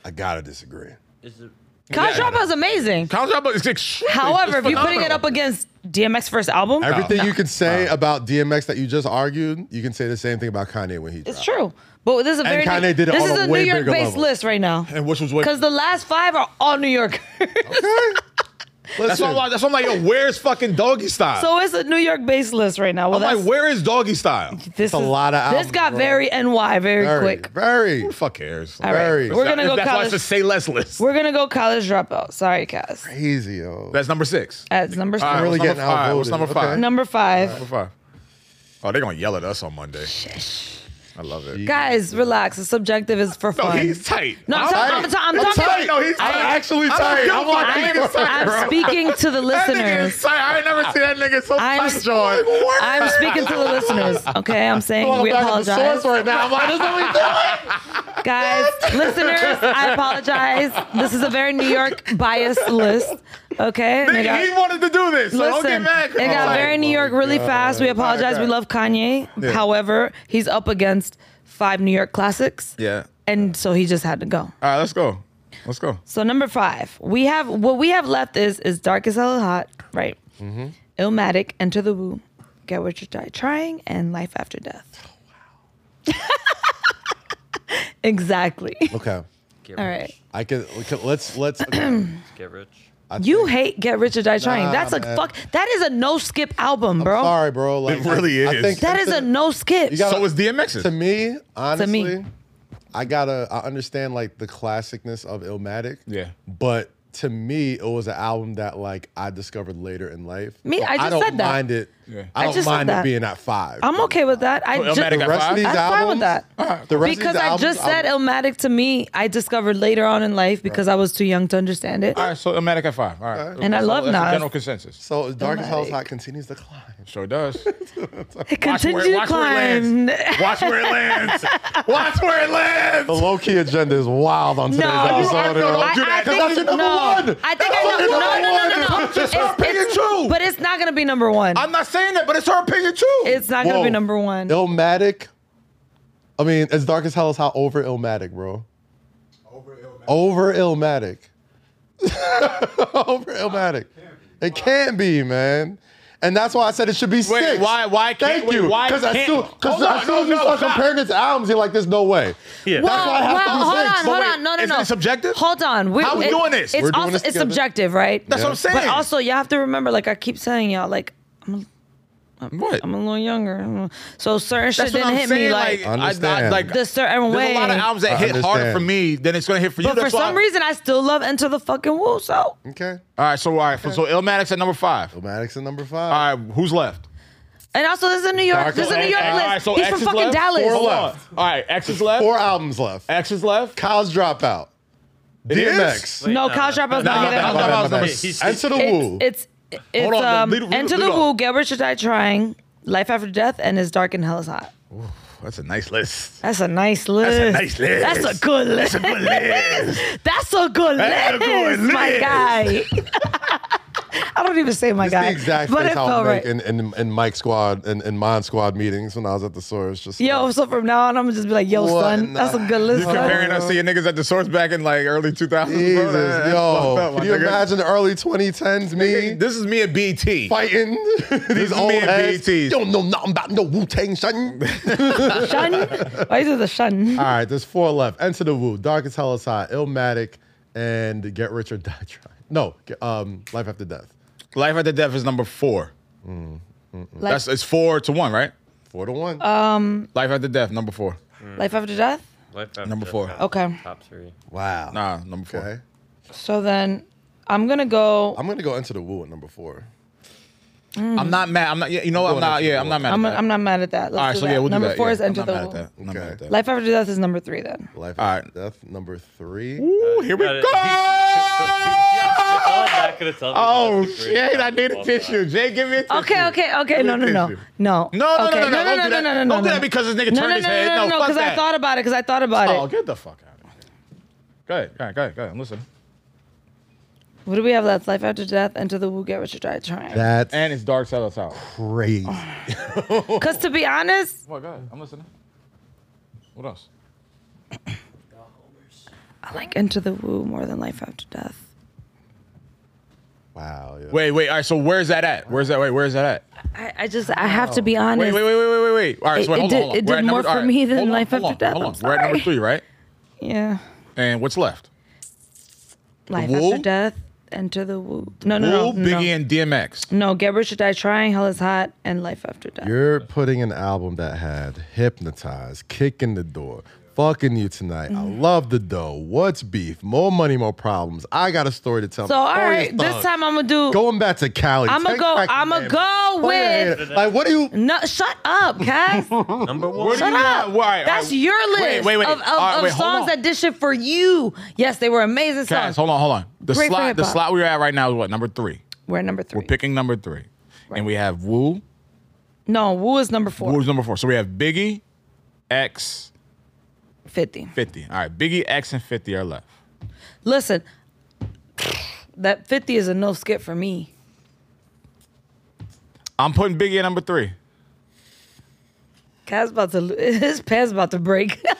Speaker 1: I gotta disagree.
Speaker 4: Is it,
Speaker 5: College
Speaker 3: Yeah.
Speaker 5: dropout is amazing.
Speaker 3: College dropout is extremely.
Speaker 5: However, if
Speaker 3: it's
Speaker 5: you're putting it
Speaker 3: phenomenal.
Speaker 5: up against DMX first album,
Speaker 1: Everything you can say about DMX that you just argued, you can say the same thing about Kanye when he dropped.
Speaker 5: it's true. But this is a very
Speaker 1: Kanye
Speaker 5: new,
Speaker 1: did it
Speaker 5: this
Speaker 1: on
Speaker 5: is
Speaker 1: a
Speaker 5: a
Speaker 1: way
Speaker 5: New York
Speaker 1: bigger
Speaker 5: based
Speaker 1: level.
Speaker 5: list right now.
Speaker 3: and which was what?
Speaker 5: Because the last five are all New Yorkers.
Speaker 1: Listen,
Speaker 3: That's why. I'm like- That's why I'm like, yo, where's fucking doggy style?
Speaker 5: so it's a New York based list right now. Well,
Speaker 3: I'm like,
Speaker 5: that's
Speaker 3: where is doggy style?
Speaker 5: this
Speaker 1: a
Speaker 5: is-
Speaker 1: lot of albums,
Speaker 5: This got
Speaker 1: bro.
Speaker 5: very NY very,
Speaker 1: very,
Speaker 5: quick.
Speaker 1: Very.
Speaker 3: Who the fuck cares?
Speaker 5: All right.
Speaker 1: very-
Speaker 5: We're gonna go
Speaker 3: That's why
Speaker 5: college.
Speaker 3: it's a say less list.
Speaker 5: We're gonna go college dropout. Sorry, Cass.
Speaker 1: Easy, yo.
Speaker 3: That's number six.
Speaker 5: That's number
Speaker 3: All right,
Speaker 5: six.
Speaker 1: really
Speaker 3: what's number
Speaker 1: getting
Speaker 3: five? What's
Speaker 1: outvoted.
Speaker 3: number
Speaker 1: Okay.
Speaker 3: five?
Speaker 5: Number five.
Speaker 3: Number five. Oh, they're gonna yell at us on Monday. I love it.
Speaker 5: Guys, relax. It's subjective. It's for
Speaker 3: No,
Speaker 5: fun.
Speaker 3: he's tight.
Speaker 5: No, I'm
Speaker 3: I'm
Speaker 5: talking-
Speaker 1: tight.
Speaker 5: I'm ta- I'm talking-
Speaker 1: tight.
Speaker 3: No, he's
Speaker 1: I'm
Speaker 3: tight.
Speaker 1: actually
Speaker 3: I don't
Speaker 1: tight.
Speaker 3: give a
Speaker 1: I'm like,
Speaker 3: fuck. I ain't
Speaker 1: I'm-
Speaker 3: excited, bro.
Speaker 5: I'm speaking to the
Speaker 3: That nigga
Speaker 5: listeners.
Speaker 3: is tight. I ain't never seen that nigga so
Speaker 5: I'm-
Speaker 3: tight, John.
Speaker 5: I'm speaking to the listeners. Okay, I'm saying
Speaker 1: I'm
Speaker 5: we
Speaker 1: back at the
Speaker 5: apologize,
Speaker 1: source right now. I'm like, this is what we doing.
Speaker 5: guys. listeners, I apologize. This is a very New York biased list. Okay, And it got-
Speaker 3: Nigga, he wanted to do this, so don't get
Speaker 5: Listen,
Speaker 3: mad. 'cause
Speaker 5: it
Speaker 3: I'm
Speaker 5: got
Speaker 3: tight.
Speaker 5: very New York really fast. We apologize.
Speaker 3: "Oh God.
Speaker 5: We love Kanye. However, he's up against five New York classics,
Speaker 3: Yeah.
Speaker 5: and so he just had to go.
Speaker 3: All right, let's go. Let's go.
Speaker 5: So number five, we have what we have left is is dark as hell hot, right?
Speaker 1: Mm-hmm.
Speaker 5: Illmatic, Enter the Womb, Get What You Die Trying, and Life After Death. exactly.
Speaker 1: Okay.
Speaker 4: get
Speaker 5: All
Speaker 4: rich,
Speaker 5: right.
Speaker 1: I can, we can- let's, let's,
Speaker 4: Get rich.
Speaker 5: You hate Get Rich or Die Trying.
Speaker 1: Nah,
Speaker 5: That's a
Speaker 1: man.
Speaker 5: fuck. That is a no skip album, bro.
Speaker 1: sorry, bro. Like,
Speaker 3: really
Speaker 1: I,
Speaker 3: is.
Speaker 1: I think
Speaker 5: That is a no skip.
Speaker 1: You gotta-
Speaker 3: So is DMX's.
Speaker 1: to me, honestly,
Speaker 5: To me.
Speaker 1: I gotta I understand like the classicness of Illmatic.
Speaker 3: Yeah.
Speaker 1: But to me, it was an album that like I discovered later in life.
Speaker 5: Me- I just
Speaker 1: don't
Speaker 5: said that.
Speaker 1: mind it.
Speaker 3: Yeah.
Speaker 5: I
Speaker 1: I don't
Speaker 5: just said
Speaker 1: mind it
Speaker 5: that.
Speaker 1: being at five.
Speaker 5: I'm okay with that. I
Speaker 3: So
Speaker 5: ju-
Speaker 3: Illmatic
Speaker 1: The
Speaker 3: got
Speaker 1: rest
Speaker 3: five?
Speaker 1: of these
Speaker 5: I'm
Speaker 1: albums,
Speaker 5: fine with that.
Speaker 1: The rest of
Speaker 5: because
Speaker 1: these
Speaker 5: I just
Speaker 1: albums,
Speaker 5: said Illmatic to me, I discovered later on in life because I was too young to understand it.
Speaker 3: All right, so Illmatic at five. All right.
Speaker 5: And I
Speaker 3: So
Speaker 5: love
Speaker 3: that's the
Speaker 5: Nas.
Speaker 3: General consensus.
Speaker 1: So Dark as Hell's
Speaker 5: Illmatic.
Speaker 1: Hot continues to climb.
Speaker 3: Sure does.
Speaker 5: It
Speaker 3: Watch where,
Speaker 5: continued to
Speaker 3: watch where it
Speaker 5: climb.
Speaker 3: lands. Watch where it lands. Watch where it lands.
Speaker 1: The low key agenda is wild on today's
Speaker 5: No,
Speaker 1: episode.
Speaker 5: I-
Speaker 1: yo.
Speaker 3: don't
Speaker 5: I,
Speaker 3: do
Speaker 5: I
Speaker 3: that. 'Cause
Speaker 5: think
Speaker 1: that's your number
Speaker 5: no.
Speaker 1: one.
Speaker 5: I think
Speaker 1: That's
Speaker 5: I
Speaker 1: your
Speaker 5: know.
Speaker 1: number
Speaker 5: No, no, no,
Speaker 1: one.
Speaker 5: no, no.
Speaker 1: Just
Speaker 5: It's-
Speaker 1: pick
Speaker 5: it's-
Speaker 1: and choose.
Speaker 5: But it's not gonna be number one.
Speaker 3: I'm not saying that, but it's her opinion too.
Speaker 5: it's not gonna
Speaker 1: Whoa.
Speaker 5: be number one.
Speaker 1: Illmatic. I mean, as dark as hell is hot over Illmatic, bro.
Speaker 8: Over Illmatic.
Speaker 1: Over Illmatic. over Illmatic. It can't be, man. And that's why I said it should be
Speaker 3: Wait,
Speaker 1: six.
Speaker 3: why- why can't-
Speaker 1: Thank you.
Speaker 3: wait, why
Speaker 1: Because as
Speaker 3: can't-
Speaker 1: soon, cause
Speaker 3: Hold on,
Speaker 1: as, soon
Speaker 3: no,
Speaker 1: as you
Speaker 3: no,
Speaker 1: start
Speaker 3: stop.
Speaker 1: comparing it to albums, you're like, there's no way.
Speaker 4: Yeah.
Speaker 5: Whoa,
Speaker 1: why it has to
Speaker 5: whoa,
Speaker 1: be
Speaker 5: hold
Speaker 1: six.
Speaker 5: on,
Speaker 1: But
Speaker 5: hold
Speaker 3: wait,
Speaker 5: on, no, no,
Speaker 3: isn't
Speaker 5: no.
Speaker 3: it subjective?
Speaker 5: Hold on, We're-
Speaker 3: How we
Speaker 5: it-
Speaker 3: doing this?
Speaker 5: It's
Speaker 1: We're doing
Speaker 5: also
Speaker 1: this
Speaker 5: it's
Speaker 1: together?
Speaker 5: subjective, right?
Speaker 3: That's what I'm saying.
Speaker 5: But also, you have to remember, like I keep saying y'all, like
Speaker 3: what?
Speaker 5: I'm a little younger, so certain
Speaker 3: That's
Speaker 5: shit
Speaker 3: what
Speaker 5: didn't
Speaker 3: I'm
Speaker 5: hit
Speaker 3: saying.
Speaker 5: me
Speaker 3: Like,
Speaker 5: like,
Speaker 1: I
Speaker 3: I, I,
Speaker 1: understand.
Speaker 3: like
Speaker 5: the certain
Speaker 3: there's
Speaker 5: way.
Speaker 3: a lot of albums that
Speaker 1: I
Speaker 3: hit harder
Speaker 1: understand.
Speaker 3: for me than it's gonna hit for you.
Speaker 5: But for
Speaker 3: That's why-
Speaker 5: some reason, I still love Enter the Fucking Woo. So
Speaker 1: Okay.
Speaker 3: All right, so all right, so Illmatic's at number five.
Speaker 1: Illmatic's at number five.
Speaker 3: All right, who's left?
Speaker 5: and also this is a New York,
Speaker 1: Dark
Speaker 5: this is a New York
Speaker 1: Knight.
Speaker 5: list.
Speaker 3: All right, so
Speaker 5: He's
Speaker 3: X
Speaker 5: from
Speaker 3: is
Speaker 5: fucking
Speaker 3: left?
Speaker 5: Dallas.
Speaker 3: Four
Speaker 1: Hold on.
Speaker 3: left. All right, X is left.
Speaker 1: Four albums left.
Speaker 3: X is left.
Speaker 1: Kyle's Dropout.
Speaker 3: It is?
Speaker 1: DMX.
Speaker 4: Wait,
Speaker 5: No,
Speaker 4: no,
Speaker 5: Kyle
Speaker 4: no,
Speaker 5: Dropout's
Speaker 3: no,
Speaker 5: not
Speaker 3: no, no, no,
Speaker 5: either.
Speaker 3: no.
Speaker 1: Bye, bye, bye,
Speaker 4: He's- he's-
Speaker 1: bye. Enter the Woo.
Speaker 5: It's it's,
Speaker 3: Hold
Speaker 5: it's
Speaker 3: on,
Speaker 5: um
Speaker 3: lead- lead-
Speaker 5: Enter the
Speaker 3: lead
Speaker 5: Woo,
Speaker 3: off.
Speaker 5: Get Rich or Die Trying, Life After Death, and It's Dark and Hell is Hot.
Speaker 3: that's a nice list.
Speaker 2: That's a nice list.
Speaker 3: That's a nice list.
Speaker 2: That's a good list.
Speaker 3: That's a good list.
Speaker 2: That's a good
Speaker 3: That's a
Speaker 2: list,
Speaker 3: good
Speaker 2: my
Speaker 3: list.
Speaker 2: guy. I don't even say my
Speaker 1: It's
Speaker 2: guy,
Speaker 1: the exact
Speaker 2: but
Speaker 1: face
Speaker 2: it
Speaker 1: I would
Speaker 2: felt right.
Speaker 1: make in, in, in Mike's squad and in, mine squad meetings when I was at the source. Just
Speaker 2: Yo,
Speaker 1: like,
Speaker 2: so from now on, I'm gonna just be like, yo,
Speaker 1: What
Speaker 2: son,
Speaker 1: in
Speaker 2: that's a
Speaker 1: the-
Speaker 2: good list.
Speaker 1: You
Speaker 2: son.
Speaker 3: Comparing us to your niggas at the source back in like early 2000s.
Speaker 1: Jesus,
Speaker 3: bro, that- that's fucked
Speaker 1: yo,
Speaker 3: up, my
Speaker 1: can you
Speaker 3: nigga.
Speaker 1: imagine the early 2010s me?
Speaker 3: This is me at BT.
Speaker 1: Fighting
Speaker 3: This
Speaker 1: these
Speaker 3: is me
Speaker 1: old
Speaker 3: and
Speaker 1: heads.
Speaker 3: BETs.
Speaker 1: Don't know nothing about no Wu Tang son.
Speaker 2: Shun? Why is it the shun?
Speaker 1: All right, there's four left. Enter the Wu, Dark as Hell is Hot, Illmatic, and Get Rich or Die Trying. No, get- um, Life After Death.
Speaker 3: Life after death is number four.
Speaker 5: Life,
Speaker 3: That's it's four to one, right?
Speaker 1: Four to one.
Speaker 2: Uh,
Speaker 3: Life after death, number four.
Speaker 5: life after death.
Speaker 4: Life after
Speaker 3: Number
Speaker 4: death,
Speaker 3: four.
Speaker 4: Top,
Speaker 5: Okay.
Speaker 4: top three.
Speaker 1: wow.
Speaker 3: Nah, number four.
Speaker 1: Okay.
Speaker 5: So then, I'm gonna go.
Speaker 1: I'm gonna go Enter the Wu at number four.
Speaker 3: I'm not mad. I'm not. Yeah, you know, what? I'm
Speaker 1: Going
Speaker 3: not.
Speaker 1: into
Speaker 3: Yeah,
Speaker 1: the
Speaker 3: I'm not mad.
Speaker 5: I'm,
Speaker 3: at that.
Speaker 5: I'm not mad at that. Let's
Speaker 3: All right,
Speaker 5: do
Speaker 3: so
Speaker 5: that.
Speaker 3: yeah, we'll
Speaker 5: number
Speaker 3: do that.
Speaker 5: four
Speaker 3: yeah.
Speaker 5: is enter
Speaker 3: I'm
Speaker 5: the
Speaker 3: not mad at
Speaker 5: Womb.
Speaker 3: that. I'm not mad at that.
Speaker 5: Life after death is number three. Then
Speaker 1: Life
Speaker 3: All
Speaker 1: After
Speaker 3: right.
Speaker 1: Death, number three.
Speaker 3: Ooh, here we
Speaker 4: Got it.
Speaker 3: go.
Speaker 4: Not gonna tell me
Speaker 3: Oh
Speaker 4: that's the three
Speaker 3: shit! I
Speaker 4: top
Speaker 3: need a
Speaker 4: all
Speaker 3: tissue.
Speaker 4: time.
Speaker 3: Jay, give me a tissue.
Speaker 2: Okay, okay, okay. No, no, no,
Speaker 3: Tissue.
Speaker 2: no.
Speaker 3: No, no,
Speaker 2: okay.
Speaker 3: no, no, no,
Speaker 2: no, no,
Speaker 3: don't do that.
Speaker 2: no, no,
Speaker 3: Don't do
Speaker 2: no.
Speaker 3: that because this nigga
Speaker 5: no,
Speaker 3: turned
Speaker 5: no, no,
Speaker 3: his head.
Speaker 5: no, no,
Speaker 3: fuck
Speaker 5: because I
Speaker 3: that.
Speaker 5: thought about it. Because I thought about
Speaker 3: Oh,
Speaker 5: it.
Speaker 3: get the fuck out of here. Go ahead, go ahead, go ahead, go ahead. I'm listening.
Speaker 5: What do we have left? Life after death. Enter the Woo. Get what you die trying.
Speaker 1: That's
Speaker 3: And it's Dark Side of Tower.
Speaker 1: crazy.
Speaker 5: Because to be honest,
Speaker 3: Well, go ahead. I'm listening. What else?
Speaker 5: I like Enter the Woo more than Life after death.
Speaker 1: Wow. Yeah.
Speaker 3: Wait, wait. All right. So where's that at? Where's that? Wait, where's that at?
Speaker 5: I, I just I have to be honest.
Speaker 3: Wait, wait, wait, wait, wait, wait, wait. All right. so
Speaker 5: It-
Speaker 3: wait,
Speaker 5: it
Speaker 3: hold on,
Speaker 5: did-
Speaker 3: hold on.
Speaker 5: it
Speaker 3: We're
Speaker 5: did
Speaker 3: at number-
Speaker 5: more for
Speaker 3: all right,
Speaker 5: me than
Speaker 3: hold on,
Speaker 5: Life
Speaker 3: hold
Speaker 5: After
Speaker 3: on,
Speaker 5: Death.
Speaker 3: Hold on.
Speaker 5: I'm
Speaker 3: We're at number
Speaker 5: sorry.
Speaker 3: three, right?
Speaker 5: Yeah.
Speaker 3: And what's left?
Speaker 5: Life
Speaker 3: Woo?
Speaker 5: after death. Enter the Woo. No, no,
Speaker 3: Lil
Speaker 5: no, no.
Speaker 3: Biggie and DMX.
Speaker 5: No, Get Rich or Die Trying, Hell is Hot, and Life After Death.
Speaker 1: You're putting an album that had hypnotized, kicking the door, fucking you tonight. I
Speaker 5: Mm-hmm.
Speaker 1: love the dough. What's beef? More money, more problems. I got a story to tell.
Speaker 5: so, all
Speaker 1: Notorious
Speaker 5: right, this
Speaker 1: Thug.
Speaker 5: time I'm going to do.
Speaker 1: going back to Cali.
Speaker 5: I'ma
Speaker 1: take
Speaker 5: go-
Speaker 1: back the
Speaker 5: I'ma
Speaker 1: name. Oh,
Speaker 5: go
Speaker 1: Play
Speaker 5: with-
Speaker 1: it. like what do you?
Speaker 5: No, shut up, Cass.
Speaker 4: Number one.
Speaker 5: Shut
Speaker 3: you
Speaker 5: up.
Speaker 3: want? Why? All right.
Speaker 5: That's your list
Speaker 3: Um, Wait, wait, wait.
Speaker 5: of, of,
Speaker 3: All right,
Speaker 5: of
Speaker 3: wait, hold
Speaker 5: songs
Speaker 3: on.
Speaker 5: that did shit for you. Yes, they were amazing
Speaker 3: Cass,
Speaker 5: songs.
Speaker 3: hold on, hold on. The
Speaker 5: Great for
Speaker 3: slot, the
Speaker 5: hip-hop.
Speaker 3: slot we're at right now is what number three.
Speaker 5: We're number 3
Speaker 3: We're picking number three, and we have Wu.
Speaker 5: no, Wu is number four.
Speaker 3: Wu's number four. So we have Biggie, X,
Speaker 5: 50.
Speaker 3: Fifty. All right. Biggie, X, and Fifty are left.
Speaker 5: Listen, that 50 is a no skip for me.
Speaker 3: I'm putting Biggie at number three.
Speaker 5: Cass about to, lo- his pants about to break.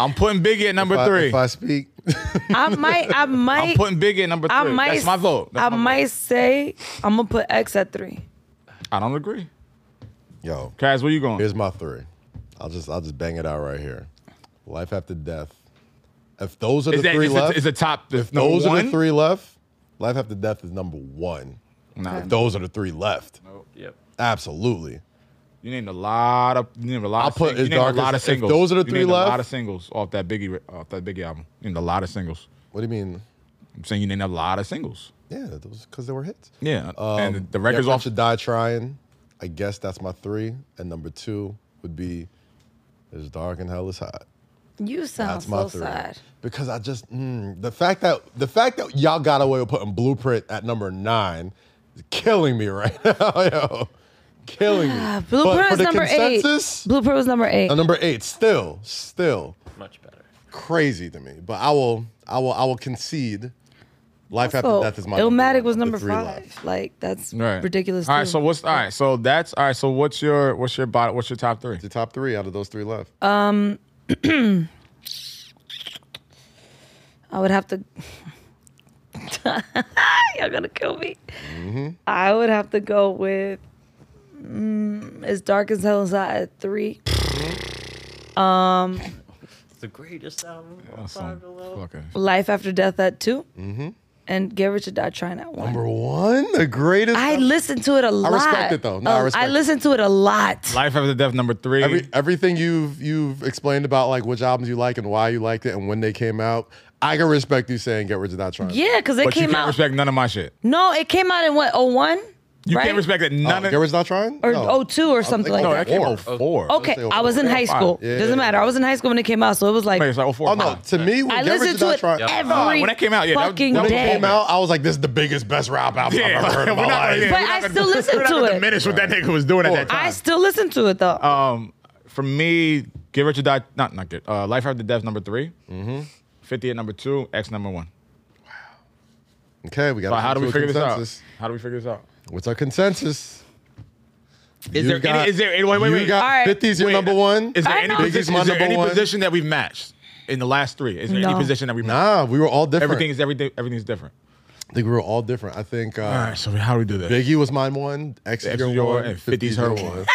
Speaker 3: I'm putting Biggie at number
Speaker 1: if I-
Speaker 3: three.
Speaker 1: If I speak,
Speaker 5: I might, I might.
Speaker 3: I'm putting Biggie at number three.
Speaker 5: I might,
Speaker 3: That's my vote. That's
Speaker 5: I
Speaker 3: my vote.
Speaker 5: might say I'm gonna put X at three.
Speaker 3: I don't agree.
Speaker 1: yo,
Speaker 3: Kaz, where you going?
Speaker 1: here's my three. I'll just I'll just bang it out right here. Life after death. If those are the
Speaker 3: is that
Speaker 1: three
Speaker 3: is the-
Speaker 1: left,
Speaker 3: is the top the, number
Speaker 1: those are
Speaker 3: one?
Speaker 1: the three left. Life after death is number one.
Speaker 3: Nah.
Speaker 1: If those are the three left,
Speaker 4: Yep.
Speaker 1: absolutely.
Speaker 3: You named a lot of you named a lot.
Speaker 1: I'll
Speaker 3: of
Speaker 1: put
Speaker 3: sing- you
Speaker 1: It's
Speaker 3: named
Speaker 1: Dark
Speaker 3: a lot
Speaker 1: as-
Speaker 3: of singles.
Speaker 1: if those are the
Speaker 3: You
Speaker 1: three
Speaker 3: named A lot
Speaker 1: left-
Speaker 3: of singles off that Biggie re- off that Biggie album. You named a lot of singles.
Speaker 1: What do you mean?
Speaker 3: I'm saying you named a lot of singles.
Speaker 1: Yeah, those because they were hits.
Speaker 3: Yeah,
Speaker 1: Um,
Speaker 3: and the records
Speaker 1: yeah,
Speaker 3: off.
Speaker 1: to die trying. I guess that's my three. And number two would be "It's Dark and Hell Is Hot."
Speaker 5: You sound
Speaker 1: That's my
Speaker 5: so
Speaker 1: three.
Speaker 5: sad.
Speaker 1: Because I just mm, the fact that the fact that y'all got away with putting Blueprint at number nine is killing me right now, yo, killing me.
Speaker 5: Ah, Blueprint
Speaker 1: for
Speaker 5: was
Speaker 1: the
Speaker 5: number
Speaker 1: consensus-
Speaker 5: eight. Blueprint was number eight.
Speaker 1: Uh, number eight, still, still
Speaker 4: Much better.
Speaker 1: crazy to me. But I will, I will, I will concede. Life
Speaker 5: So,
Speaker 1: after death is my. number
Speaker 5: Illmatic
Speaker 1: one
Speaker 5: was
Speaker 1: of the
Speaker 5: number
Speaker 1: three
Speaker 5: five.
Speaker 1: left.
Speaker 5: Like that's
Speaker 3: Right.
Speaker 5: ridiculous.
Speaker 3: All right,
Speaker 5: too.
Speaker 3: so what's all right? So that's all right. So what's your what's your bottom? What's your top three?
Speaker 1: The top three out of those three left.
Speaker 5: Uh, I would have to. Y'all gonna kill me.
Speaker 1: Mm-hmm.
Speaker 5: I would have to go with. Mm, it's dark as hell inside at three.
Speaker 4: It's the greatest album.
Speaker 3: That's some
Speaker 4: Five to love.
Speaker 3: fucking-
Speaker 5: Life after death at 2
Speaker 1: Mm-hmm.
Speaker 5: and Get Rich or Die Trying at one.
Speaker 1: number one, the greatest.
Speaker 5: I listened to it a lot.
Speaker 1: respect it, though. No, Oh I
Speaker 5: Uh,
Speaker 1: respect it.
Speaker 5: listened to it a lot.
Speaker 3: Life after death number three.
Speaker 1: Every, everything you've you've explained about like which albums you like and why you liked it and when they came out, I can respect you saying "Get Rich or Die Trying."
Speaker 5: Yeah, because it
Speaker 3: but you
Speaker 5: came
Speaker 3: can't
Speaker 5: out.
Speaker 3: respect none of my shit.
Speaker 5: no, it came out in what, 01?
Speaker 3: You
Speaker 5: Right?
Speaker 3: can't respect that. None
Speaker 1: Oh,
Speaker 3: of Oh,
Speaker 1: there was not trying?
Speaker 5: or
Speaker 1: No.
Speaker 5: oh two or something like
Speaker 1: no,
Speaker 5: that.
Speaker 1: that came
Speaker 3: Four.
Speaker 1: out four.
Speaker 5: Okay,
Speaker 1: Let's say
Speaker 5: I was in
Speaker 1: four.
Speaker 5: high school.
Speaker 1: Yeah.
Speaker 5: Doesn't matter. I was in high school when it came out, so it was like
Speaker 3: Wait, it's like, oh, four
Speaker 1: Oh
Speaker 3: or
Speaker 1: no!
Speaker 3: five.
Speaker 1: To me, when
Speaker 5: I
Speaker 1: Get Rich
Speaker 5: listened
Speaker 1: or
Speaker 5: to
Speaker 1: Die
Speaker 5: it
Speaker 1: Trying- uh,
Speaker 5: every
Speaker 3: Nah, when that came out, yeah, that-
Speaker 5: fucking
Speaker 3: that was-
Speaker 1: when it
Speaker 5: day.
Speaker 1: came out, I was like, "This is the biggest, best rap album
Speaker 3: Yeah,
Speaker 1: I've ever heard in
Speaker 3: we're not
Speaker 1: my
Speaker 3: gonna-
Speaker 1: life."
Speaker 3: yeah, we're
Speaker 5: But I
Speaker 3: not gonna-
Speaker 5: still listen
Speaker 3: we're not
Speaker 5: to
Speaker 3: gonna
Speaker 5: it.
Speaker 3: Diminish what that nigga was doing at that time.
Speaker 5: I still listen to it though.
Speaker 3: Um, for me, Get Rich or Die, not not Get, uh, Life After Death number 3 Fifty at number two, X number one.
Speaker 1: Okay, we got.
Speaker 3: So how do we figure
Speaker 1: consensus.
Speaker 3: this out? How do we figure this out?
Speaker 1: out? What's our consensus?
Speaker 3: Is
Speaker 1: You
Speaker 3: there
Speaker 1: got-
Speaker 3: any, is there any, wait wait
Speaker 1: you
Speaker 3: wait?
Speaker 1: got
Speaker 5: All right.
Speaker 1: 50's your
Speaker 3: Wait,
Speaker 1: number one.
Speaker 3: Is there
Speaker 5: I
Speaker 3: any,
Speaker 5: know.
Speaker 3: position,
Speaker 1: Biggie's my
Speaker 3: is there
Speaker 1: number
Speaker 3: any
Speaker 1: one.
Speaker 3: position that we've matched in the last three? Is there
Speaker 5: No.
Speaker 3: any position that we've matched?
Speaker 1: Nah, we were all different.
Speaker 3: Everything is everything. Everything's different.
Speaker 1: I think we were all different. I think uh,
Speaker 3: All right. So how do we do this?
Speaker 1: Biggie was mine one, X is
Speaker 3: X
Speaker 1: your
Speaker 3: is your
Speaker 1: one,
Speaker 3: and 50's
Speaker 1: 50's her
Speaker 3: her
Speaker 1: one.
Speaker 3: one.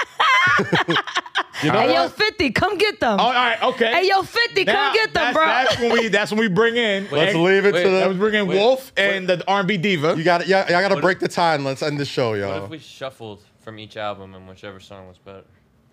Speaker 1: you know
Speaker 5: Hey yo,
Speaker 1: what?
Speaker 5: fifty, come get them.
Speaker 3: Oh, all right. Okay.
Speaker 5: Hey yo, fifty,
Speaker 3: Now,
Speaker 5: come get them,
Speaker 3: that's,
Speaker 5: bro.
Speaker 3: That's when we. That's when we bring in.
Speaker 1: Let's leave it to
Speaker 4: wait,
Speaker 1: the.
Speaker 4: that
Speaker 3: That was bringing
Speaker 4: Wait,
Speaker 3: Wolf and the R&B diva.
Speaker 1: you got it. Yeah, I got to
Speaker 4: What
Speaker 1: break the tie and let's end the show,
Speaker 4: What if
Speaker 1: y'all.
Speaker 4: we shuffled from each album and whichever song was better?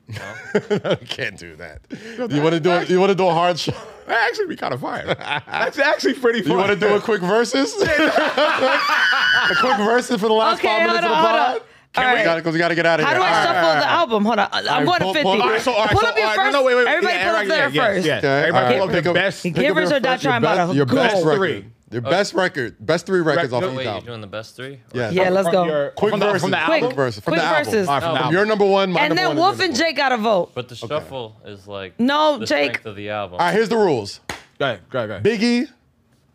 Speaker 4: No?
Speaker 1: Can't do that. You want to do? A, you want to do a hard show?
Speaker 3: that actually be kind of fire. That's actually pretty. Fun.
Speaker 1: You want to do a quick verses? a quick verses for the last
Speaker 5: Okay,
Speaker 1: five
Speaker 5: hold on, hold
Speaker 1: minutes of the pod.
Speaker 5: on. All
Speaker 1: we
Speaker 5: right.
Speaker 1: got because we got to get out of
Speaker 5: How
Speaker 1: here.
Speaker 5: do I
Speaker 1: All right.
Speaker 5: shuffle the album? Hold on, I'm
Speaker 1: right,
Speaker 5: going
Speaker 1: pull-
Speaker 5: to
Speaker 1: pull-
Speaker 5: fifty.
Speaker 1: all right, so- all right,
Speaker 5: Pull
Speaker 1: so-
Speaker 5: up your
Speaker 1: all
Speaker 5: first.
Speaker 1: right,
Speaker 3: no, no, wait, wait, wait.
Speaker 5: Everybody
Speaker 3: Yeah,
Speaker 5: pull
Speaker 3: everybody-
Speaker 5: up
Speaker 3: yeah,
Speaker 5: their
Speaker 3: yes,
Speaker 5: first.
Speaker 3: yes.
Speaker 1: Okay.
Speaker 3: Everybody
Speaker 1: All
Speaker 3: pull
Speaker 1: right.
Speaker 3: up their
Speaker 1: Pick up-
Speaker 3: best.
Speaker 1: pick
Speaker 3: pick
Speaker 1: up
Speaker 3: up
Speaker 5: Givers or die
Speaker 3: first- your
Speaker 5: trying bottle.
Speaker 1: Your
Speaker 5: Cool.
Speaker 1: best record.
Speaker 3: three.
Speaker 1: Your best record. Best three records off
Speaker 3: no,
Speaker 1: of the
Speaker 4: Wait, you're
Speaker 1: album.
Speaker 4: doing the best three?
Speaker 1: Yeah.
Speaker 5: Yeah, let's go.
Speaker 3: From your-
Speaker 1: Quick
Speaker 3: from the-
Speaker 1: verses.
Speaker 3: From the
Speaker 5: Quick.
Speaker 3: album.
Speaker 1: Quick verses. From
Speaker 5: Quick
Speaker 1: the album.
Speaker 5: verses.
Speaker 3: All right, from the
Speaker 1: From
Speaker 3: album.
Speaker 1: your number one, my
Speaker 5: And
Speaker 1: number
Speaker 5: then
Speaker 1: one. is
Speaker 5: Wolf
Speaker 1: your
Speaker 5: and
Speaker 1: number one.
Speaker 5: Jake got to vote.
Speaker 4: But the shuffle is like
Speaker 5: No,
Speaker 4: the
Speaker 5: Jake.
Speaker 4: strength of the album.
Speaker 1: All right, here's the rules.
Speaker 3: Go ahead. Go ahead. Go ahead.
Speaker 1: Biggie,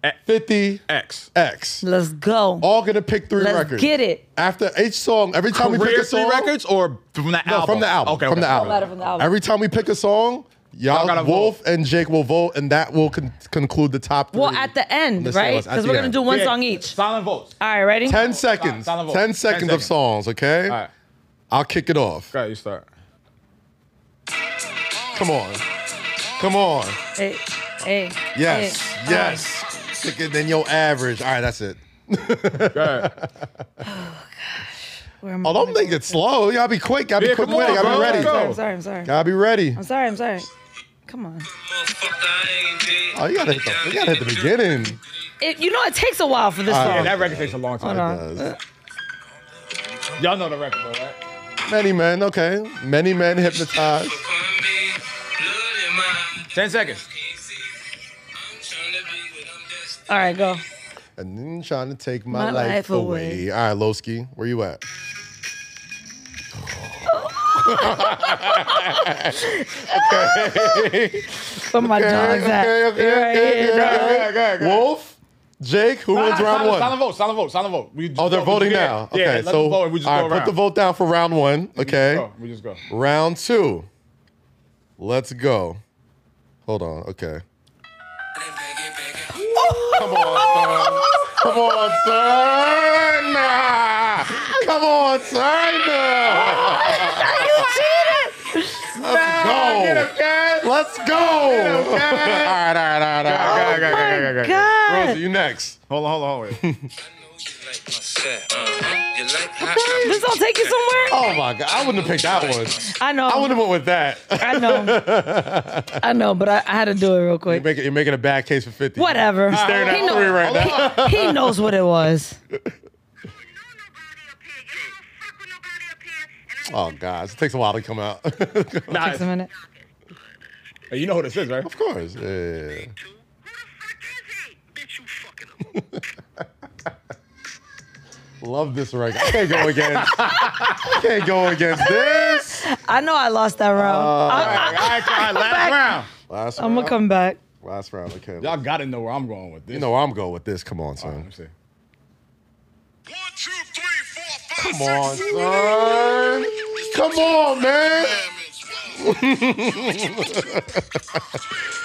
Speaker 3: X.
Speaker 1: 50,
Speaker 3: X.
Speaker 1: X.
Speaker 5: Let's go.
Speaker 1: All gonna pick three
Speaker 5: Let's
Speaker 1: records.
Speaker 5: get it.
Speaker 1: After each song, every time we pick
Speaker 3: Career
Speaker 1: a
Speaker 3: three
Speaker 1: song,
Speaker 3: records or from the
Speaker 1: no,
Speaker 3: album?
Speaker 1: from the album.
Speaker 3: Okay.
Speaker 1: from
Speaker 3: okay.
Speaker 1: the album.
Speaker 5: Letter from the album.
Speaker 1: Every time we pick a song, y'all,
Speaker 3: Y'all gotta
Speaker 1: Wolf
Speaker 3: vote.
Speaker 1: and Jake will vote, and that will con- conclude the top three.
Speaker 5: Well, at the
Speaker 1: on
Speaker 5: end,
Speaker 1: this
Speaker 5: right?
Speaker 1: list. At
Speaker 5: Because
Speaker 1: the
Speaker 5: we're gonna
Speaker 1: end.
Speaker 5: do one
Speaker 3: Yeah.
Speaker 5: song each. All
Speaker 3: Silent votes.
Speaker 5: right, ready?
Speaker 1: Ten seconds.
Speaker 3: Silent vote.
Speaker 1: Ten
Speaker 3: Ten
Speaker 1: seconds of
Speaker 3: seconds.
Speaker 1: songs, okay?
Speaker 3: All right.
Speaker 1: I'll kick it off.
Speaker 3: Go ahead. You start.
Speaker 1: Come on. Come on.
Speaker 5: Hey, hey.
Speaker 1: Yes.
Speaker 5: hey.
Speaker 1: Yes. Thicker than your average. All right, that's it.
Speaker 3: Go ahead.
Speaker 5: Where am I
Speaker 1: Oh, don't
Speaker 5: gonna
Speaker 1: make
Speaker 5: go?
Speaker 1: it slow. Y'all be quick. Y'all be
Speaker 3: Yeah,
Speaker 1: quick
Speaker 3: come
Speaker 1: with it.
Speaker 3: on,
Speaker 1: Y'all
Speaker 3: bro.
Speaker 1: be ready.
Speaker 3: Let's go.
Speaker 5: I'm sorry. I'm sorry. I'm sorry.
Speaker 1: Y'all be ready.
Speaker 5: I'm sorry. I'm sorry. Come on.
Speaker 1: Oh, you gotta hit the, you gotta hit the beginning.
Speaker 5: It, you know, it takes a while for this
Speaker 1: Uh,
Speaker 5: song.
Speaker 3: Yeah, that record takes a long
Speaker 5: Hold
Speaker 3: time.
Speaker 5: on. Uh,
Speaker 1: Does.
Speaker 3: Y'all know the record, though, right?
Speaker 1: Many men, okay. Many men hypnotized.
Speaker 3: Ten seconds.
Speaker 5: All right, go.
Speaker 1: And then trying to take my,
Speaker 5: My
Speaker 1: life,
Speaker 5: life
Speaker 1: away.
Speaker 5: away.
Speaker 1: All right, Lowski, where you at?
Speaker 5: Where my dog's at?
Speaker 1: okay, okay,
Speaker 5: Right
Speaker 1: okay,
Speaker 5: here,
Speaker 1: okay,
Speaker 5: bro.
Speaker 1: okay, Wolf, Jake, who wins round
Speaker 3: silent,
Speaker 1: one?
Speaker 3: Silent vote. Silent vote. Silent vote. We just
Speaker 1: Oh, they're
Speaker 3: vote,
Speaker 1: voting
Speaker 3: yeah,
Speaker 1: now.
Speaker 3: Yeah,
Speaker 1: Okay,
Speaker 3: let
Speaker 1: so
Speaker 3: them vote and we just
Speaker 1: all
Speaker 3: go
Speaker 1: right, put
Speaker 3: around.
Speaker 1: the vote down for round one. Okay,
Speaker 3: Go, We just go.
Speaker 1: round two. Let's go. Hold on. Okay. Come on, son. Come on, son. Nah. Come on, son. Nah. Let's go. Let's go. All right, all right, all right, all right.
Speaker 5: Oh My God.
Speaker 1: Rosie, you next.
Speaker 3: Hold on, hold on, hold on.
Speaker 5: This don't take you somewhere?
Speaker 1: Oh my God, I wouldn't have picked that one.
Speaker 5: I know.
Speaker 1: I
Speaker 5: I,
Speaker 1: wouldn't have went with that.
Speaker 5: know. I know, but I, I had to do it real
Speaker 1: You're
Speaker 5: quick.
Speaker 1: making, you're making a bad case for 50.
Speaker 5: Whatever. He's
Speaker 1: staring at three right now.
Speaker 5: He, he knows what it was.
Speaker 1: Oh, gosh. It takes a while to come out. of
Speaker 5: Takes a minute.
Speaker 3: Hey, you know who this is, right?
Speaker 1: course. Yeah. Love this record. I can't go against. I can't go against this.
Speaker 5: I know I lost that round.
Speaker 1: Uh,
Speaker 3: All right, all right, all right, last round.
Speaker 1: Last
Speaker 5: I'm
Speaker 1: round.
Speaker 5: gonna come back.
Speaker 1: Last round. Okay.
Speaker 3: Y'all gotta know where I'm going with this.
Speaker 1: You know where I'm going with this. Come on,
Speaker 3: Let
Speaker 1: son.
Speaker 3: me see.
Speaker 1: Come on, son. Come on, man.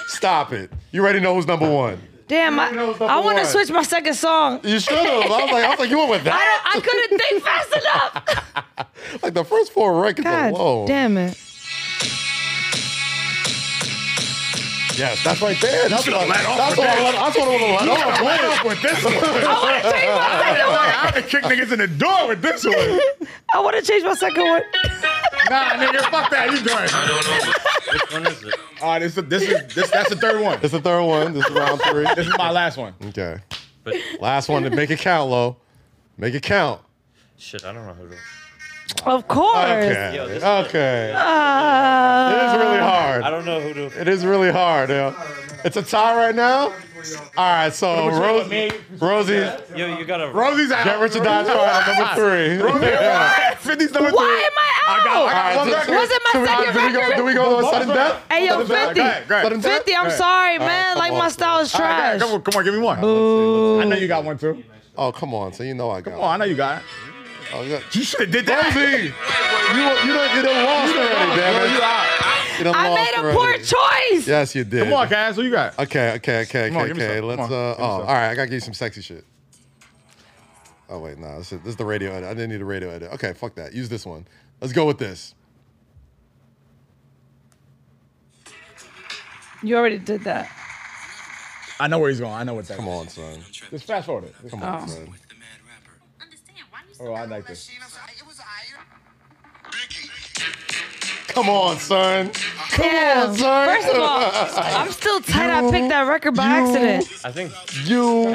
Speaker 1: Stop it. You already know who's number one.
Speaker 5: Damn, I,
Speaker 1: knows number
Speaker 5: I want
Speaker 1: one?
Speaker 5: to switch my second song.
Speaker 1: You should have. I was like, I was like, you went with that.
Speaker 5: I, don't, I couldn't think fast enough.
Speaker 1: Oh, Like the first four records
Speaker 5: God
Speaker 1: alone.
Speaker 5: damn it.
Speaker 1: Yes, that's right there. That's what I let off. That's what I let That's what I want to let off.
Speaker 3: Let off with this one.
Speaker 5: I want to change my second one.
Speaker 3: I'm gonna kick niggas in the door with this one.
Speaker 5: I want to change my second one.
Speaker 3: Nah, nigga, fuck that. You good?
Speaker 4: Which one is it?
Speaker 3: All right, this, is- this is this. That's the third one.
Speaker 1: It's the third one. This is round three.
Speaker 3: This is my last one.
Speaker 1: Okay.
Speaker 4: But
Speaker 1: Last one to make it count, Lo. Make it count.
Speaker 4: Shit, I don't know who. To...
Speaker 5: Of course.
Speaker 1: Okay.
Speaker 4: Yo, this-
Speaker 1: okay.
Speaker 5: Uh,
Speaker 1: it is really hard.
Speaker 4: I don't know who to.
Speaker 1: It is really hard. Yo. It's a tie right now. All right, so Rosie, Rosie,
Speaker 4: Yo, you gotta.
Speaker 3: Rosie's out.
Speaker 1: get rich or die trying number three.
Speaker 3: Fifty's number
Speaker 5: why am I out?
Speaker 1: All right, so-
Speaker 5: Was it my
Speaker 1: do we-
Speaker 5: second
Speaker 1: do we go-
Speaker 5: record?
Speaker 1: Do we go to a sudden death?
Speaker 5: Hey, yo, 50.
Speaker 1: Sudden death?
Speaker 5: 50, I'm sorry, man. Like, my style is trash.
Speaker 3: Come on, come on, give me one. I know you got one too.
Speaker 1: Oh, come on. So you know I got
Speaker 3: Oh, I know you got. It.
Speaker 1: Oh, you got-
Speaker 3: You should have did that.
Speaker 1: Rosie, you, you, done, you done lost already,
Speaker 3: Yo, you
Speaker 1: damn it.
Speaker 3: out.
Speaker 1: You done
Speaker 5: I
Speaker 1: lost
Speaker 5: made a poor
Speaker 1: already.
Speaker 5: choice.
Speaker 1: Yes, you did.
Speaker 3: Come on, guys. Who you got?
Speaker 1: Okay, okay, okay,
Speaker 3: Come
Speaker 1: okay,
Speaker 3: on, give me
Speaker 1: okay.
Speaker 3: some.
Speaker 1: Let's.
Speaker 3: Come on,
Speaker 1: Uh,
Speaker 3: give
Speaker 1: oh,
Speaker 3: me
Speaker 1: all
Speaker 3: some.
Speaker 1: right. I gotta give you some sexy shit. Oh wait, no. This is, this is the radio edit. I didn't need a radio edit. Okay, fuck that. Use this one. Let's go with this.
Speaker 5: You already did that.
Speaker 3: I know where he's going. I know what's that.
Speaker 1: Come on, son.
Speaker 3: Just fast forward it.
Speaker 1: Come on, son.
Speaker 9: understand why you
Speaker 3: Oh, I like this.
Speaker 1: Come on, son. Come
Speaker 5: Damn.
Speaker 1: on, son.
Speaker 5: First of all, I'm still tight. I picked that record by accident.
Speaker 4: I think.
Speaker 1: you.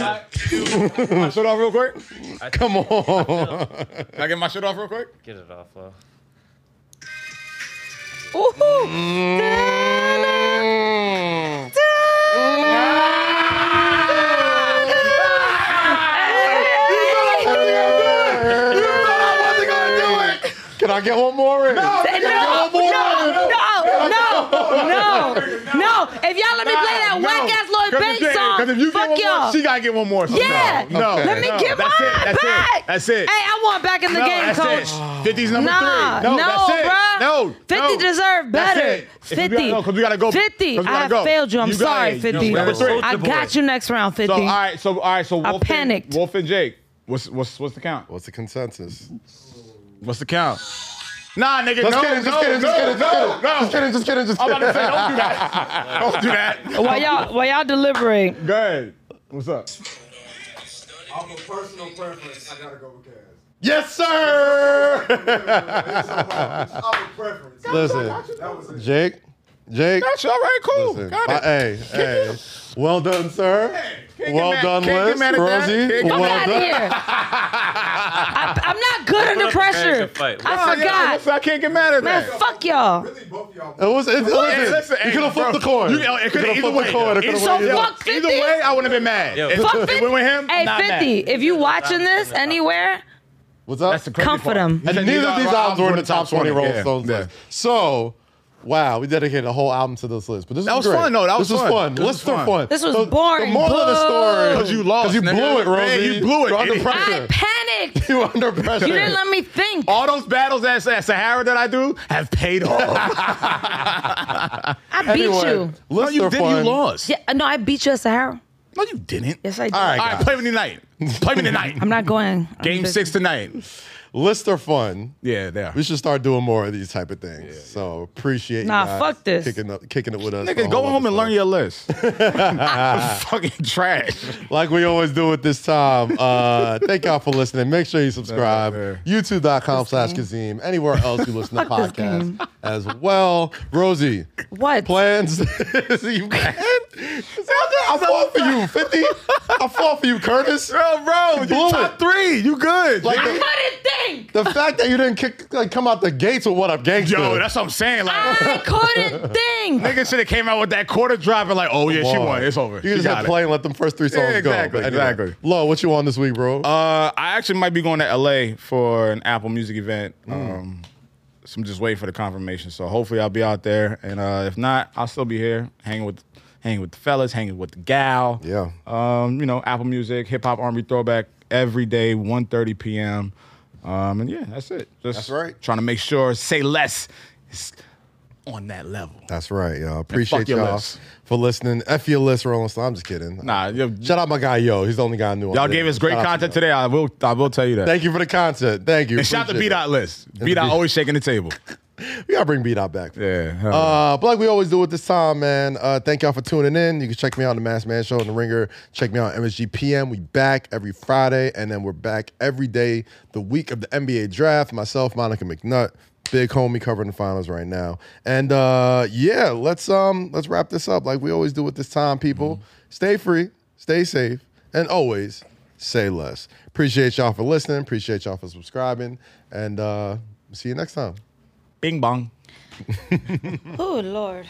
Speaker 3: My shit off real quick.
Speaker 1: Come on.
Speaker 3: Can I get my shit off real quick?
Speaker 4: Get it off, though.
Speaker 5: Woohoo.
Speaker 1: Can I get one more in? No,
Speaker 5: No, no, no, no, no. If y'all let me play that whack ass Lloyd Banks
Speaker 3: Because if you
Speaker 5: song,
Speaker 3: get
Speaker 5: fuck
Speaker 3: one more,
Speaker 5: y'all.
Speaker 3: she gotta get one more. So
Speaker 5: Yeah.
Speaker 3: No. no,
Speaker 1: Okay.
Speaker 5: Let me
Speaker 3: no.
Speaker 5: get
Speaker 3: that's
Speaker 5: mine
Speaker 3: it. That's
Speaker 5: back.
Speaker 3: It. That's it.
Speaker 5: Hey, I want back in the
Speaker 3: no,
Speaker 5: game,
Speaker 3: that's
Speaker 5: coach.
Speaker 3: It. 50's number
Speaker 5: Nah,
Speaker 3: three. No,
Speaker 5: no,
Speaker 3: that's it.
Speaker 5: bruh.
Speaker 3: No,
Speaker 5: 50
Speaker 3: no.
Speaker 5: deserve
Speaker 3: That's
Speaker 5: better.
Speaker 3: it. If we
Speaker 5: 50.
Speaker 3: gotta- no, 'cause we gotta go.
Speaker 5: 50.
Speaker 3: 'Cause we
Speaker 5: I
Speaker 3: gotta
Speaker 5: have
Speaker 3: go.
Speaker 5: failed you. I'm
Speaker 3: You got
Speaker 5: sorry,
Speaker 3: it.
Speaker 5: 50.
Speaker 3: Number three.
Speaker 5: I got you next round, 50.
Speaker 3: So all right, so all right, so Wolf and-
Speaker 5: panicked.
Speaker 3: Wolf and Jake, what's what's what's the count?
Speaker 1: What's the consensus?
Speaker 3: What's the count? Nah, nigga,
Speaker 1: Just
Speaker 3: no,
Speaker 1: kidding, just
Speaker 3: no, no,
Speaker 1: kidding, just kidding, just
Speaker 3: no, no.
Speaker 1: kidding. Just kidding, just kidding, just
Speaker 3: I'm
Speaker 1: kidding.
Speaker 3: about to say, don't do that. don't do that.
Speaker 5: While y'all, while y'all deliberate,
Speaker 3: Go ahead. What's up?
Speaker 7: I'm a personal preference. I gotta go with Kaz.
Speaker 1: Yes, sir.
Speaker 7: I'm a preference.
Speaker 1: Listen,
Speaker 7: That was it.
Speaker 1: Jake, Jake.
Speaker 3: That's all right, cool.
Speaker 1: Listen,
Speaker 3: got
Speaker 1: my-
Speaker 3: it.
Speaker 1: hey, hey. Well done, sir.
Speaker 3: can't get
Speaker 1: well
Speaker 3: mad-
Speaker 1: done,
Speaker 3: can't get
Speaker 1: Liz.
Speaker 3: mad at that.
Speaker 1: Rosie.
Speaker 3: Can't get
Speaker 5: I'm
Speaker 1: well
Speaker 5: out of
Speaker 1: done.
Speaker 5: here. I, I'm not good under
Speaker 4: up a
Speaker 5: pressure.
Speaker 4: character fight.
Speaker 5: I
Speaker 3: Oh, yeah,
Speaker 5: forgot.
Speaker 3: listen, I can't get mad at
Speaker 5: Man,
Speaker 3: that.
Speaker 5: fuck y'all.
Speaker 7: Really, both of y'all.
Speaker 1: It was. It,
Speaker 3: Hey,
Speaker 1: listen,
Speaker 3: listen,
Speaker 1: you
Speaker 3: hey,
Speaker 1: could have
Speaker 3: bro.
Speaker 1: flipped the coin.
Speaker 3: You, it could have
Speaker 1: coulda
Speaker 3: either
Speaker 1: flipped
Speaker 3: way.
Speaker 1: the coin. It coulda
Speaker 3: Either-
Speaker 1: went either way.
Speaker 5: fuck
Speaker 3: Either
Speaker 5: 50.
Speaker 3: way, I wouldn't have been mad.
Speaker 4: Yo.
Speaker 3: If-
Speaker 5: Fuck
Speaker 3: if
Speaker 5: 50.
Speaker 3: it went with him,
Speaker 5: Hey,
Speaker 3: not
Speaker 5: 50,
Speaker 3: mad.
Speaker 5: if you watching this anywhere,
Speaker 1: What's up?
Speaker 3: That's the crazy
Speaker 5: Come for
Speaker 3: part.
Speaker 5: them.
Speaker 3: You
Speaker 1: and
Speaker 3: said
Speaker 1: neither of these albums were in the
Speaker 3: were
Speaker 1: top 20 Rolling
Speaker 3: Yeah,
Speaker 1: Stones
Speaker 3: yeah.
Speaker 1: list. So, wow, we dedicated a whole album to this list. But this
Speaker 3: That was
Speaker 1: great.
Speaker 3: fun, though. That was
Speaker 1: this
Speaker 3: fun.
Speaker 1: Was fun.
Speaker 3: This
Speaker 1: This
Speaker 3: was
Speaker 1: was
Speaker 3: fun.
Speaker 1: fun.
Speaker 5: This was
Speaker 1: So,
Speaker 5: boring.
Speaker 1: The moral of the story.
Speaker 5: Boo.
Speaker 3: 'Cause you lost,
Speaker 1: Because you
Speaker 3: nigga.
Speaker 1: blew it,
Speaker 3: Man,
Speaker 1: Rosie.
Speaker 3: you blew it,
Speaker 1: You're under
Speaker 3: idiot.
Speaker 5: I
Speaker 1: pressure.
Speaker 5: panicked.
Speaker 1: You were under pressure.
Speaker 5: You didn't let me think.
Speaker 3: All those battles at at Sahara that I do have paid off.
Speaker 5: I beat
Speaker 1: Anyway,
Speaker 5: you.
Speaker 1: Lists are
Speaker 3: did.
Speaker 1: fun.
Speaker 3: You lost.
Speaker 5: Yeah, no, I beat you at Sahara.
Speaker 3: No, you didn't.
Speaker 5: Yes, I did.
Speaker 1: All right,
Speaker 3: All right, play me tonight. Play me tonight.
Speaker 5: I'm not going. I'm
Speaker 3: Game
Speaker 5: busy.
Speaker 3: six tonight.
Speaker 1: Lists are fun.
Speaker 3: Yeah, there.
Speaker 1: We should start doing more of these type of things. So appreciate you
Speaker 5: Nah,
Speaker 1: guys
Speaker 5: fuck this.
Speaker 1: kicking up, kicking it with us. the
Speaker 3: Nigga, go
Speaker 1: whole
Speaker 3: home and
Speaker 1: episode.
Speaker 3: learn your list. fucking trash.
Speaker 1: like we always do at this time. Uh, thank y'all for listening. Make sure you subscribe.
Speaker 3: fair.
Speaker 1: YouTube.com slash Kazim. Anywhere else you listen to
Speaker 5: Fuck this game.
Speaker 1: podcasts as well. Rosie,
Speaker 5: What?
Speaker 1: plans. you mad? I fall for you, 50. I fall for you, Curtis.
Speaker 3: Bro, bro, you
Speaker 1: Blew
Speaker 3: top
Speaker 1: it.
Speaker 3: three. You good.
Speaker 1: Like
Speaker 5: I
Speaker 1: the,
Speaker 5: couldn't think.
Speaker 1: the fact that you didn't kick, like come out the gates with what up gangster.
Speaker 3: Yo, that's what I'm saying. Like,
Speaker 5: I couldn't think.
Speaker 3: nigga should have came out with that quarter drop and like, oh yeah, she
Speaker 1: Boy.
Speaker 3: won. It's over.
Speaker 1: You
Speaker 3: She
Speaker 1: just
Speaker 3: got
Speaker 1: had to
Speaker 3: it.
Speaker 1: play and let them first three songs
Speaker 3: Yeah, exactly,
Speaker 1: go. But anyway.
Speaker 3: exactly.
Speaker 1: Lo, what you on this week, bro?
Speaker 3: Uh, I actually might be going to LA for an Apple Music event.
Speaker 1: Mm.
Speaker 3: Um, so I'm just waiting for the confirmation. So hopefully I'll be out there, and uh, if not, I'll still be here hanging with hanging with the fellas, hanging with the gal.
Speaker 1: Yeah.
Speaker 3: Um, you know, Apple Music, hip hop, R&B throwback every day, 1:30 p.m. Um, and yeah, that's it. Just
Speaker 1: That's right.
Speaker 3: Trying to make sure say less is on that level.
Speaker 1: That's right, y'all. Appreciate
Speaker 3: fuck your
Speaker 1: y'all
Speaker 3: list.
Speaker 1: for listening. F your list, Rolling Stone. I'm just kidding.
Speaker 3: Nah, yo,
Speaker 1: Shout out my guy, yo. He's the only guy I knew.
Speaker 3: y'all gave us great content today. I will I will tell you that.
Speaker 1: Thank you for the content. Thank you.
Speaker 3: and shout out to
Speaker 1: Appreciate
Speaker 3: Beat Out List. Beat Out always shaking the table.
Speaker 1: it. We gotta bring Beat Out back.
Speaker 3: Yeah. hell yeah.
Speaker 1: Uh, but like we always do at this time, man. Uh, thank y'all for tuning in. You can check me out on the Mass Man Show and the Ringer. Check me out on MSG PM. We back every Friday, and then we're back every day the week of the NBA draft. Myself, Monica McNutt, big homie covering the finals right now. And uh, yeah, let's um let's wrap this up like we always do at this time, people. Stay free, stay safe, and always Say Less. Appreciate y'all for listening. Appreciate y'all for subscribing. And uh, see you next time.
Speaker 3: Bing bong.
Speaker 5: Oh, Lord.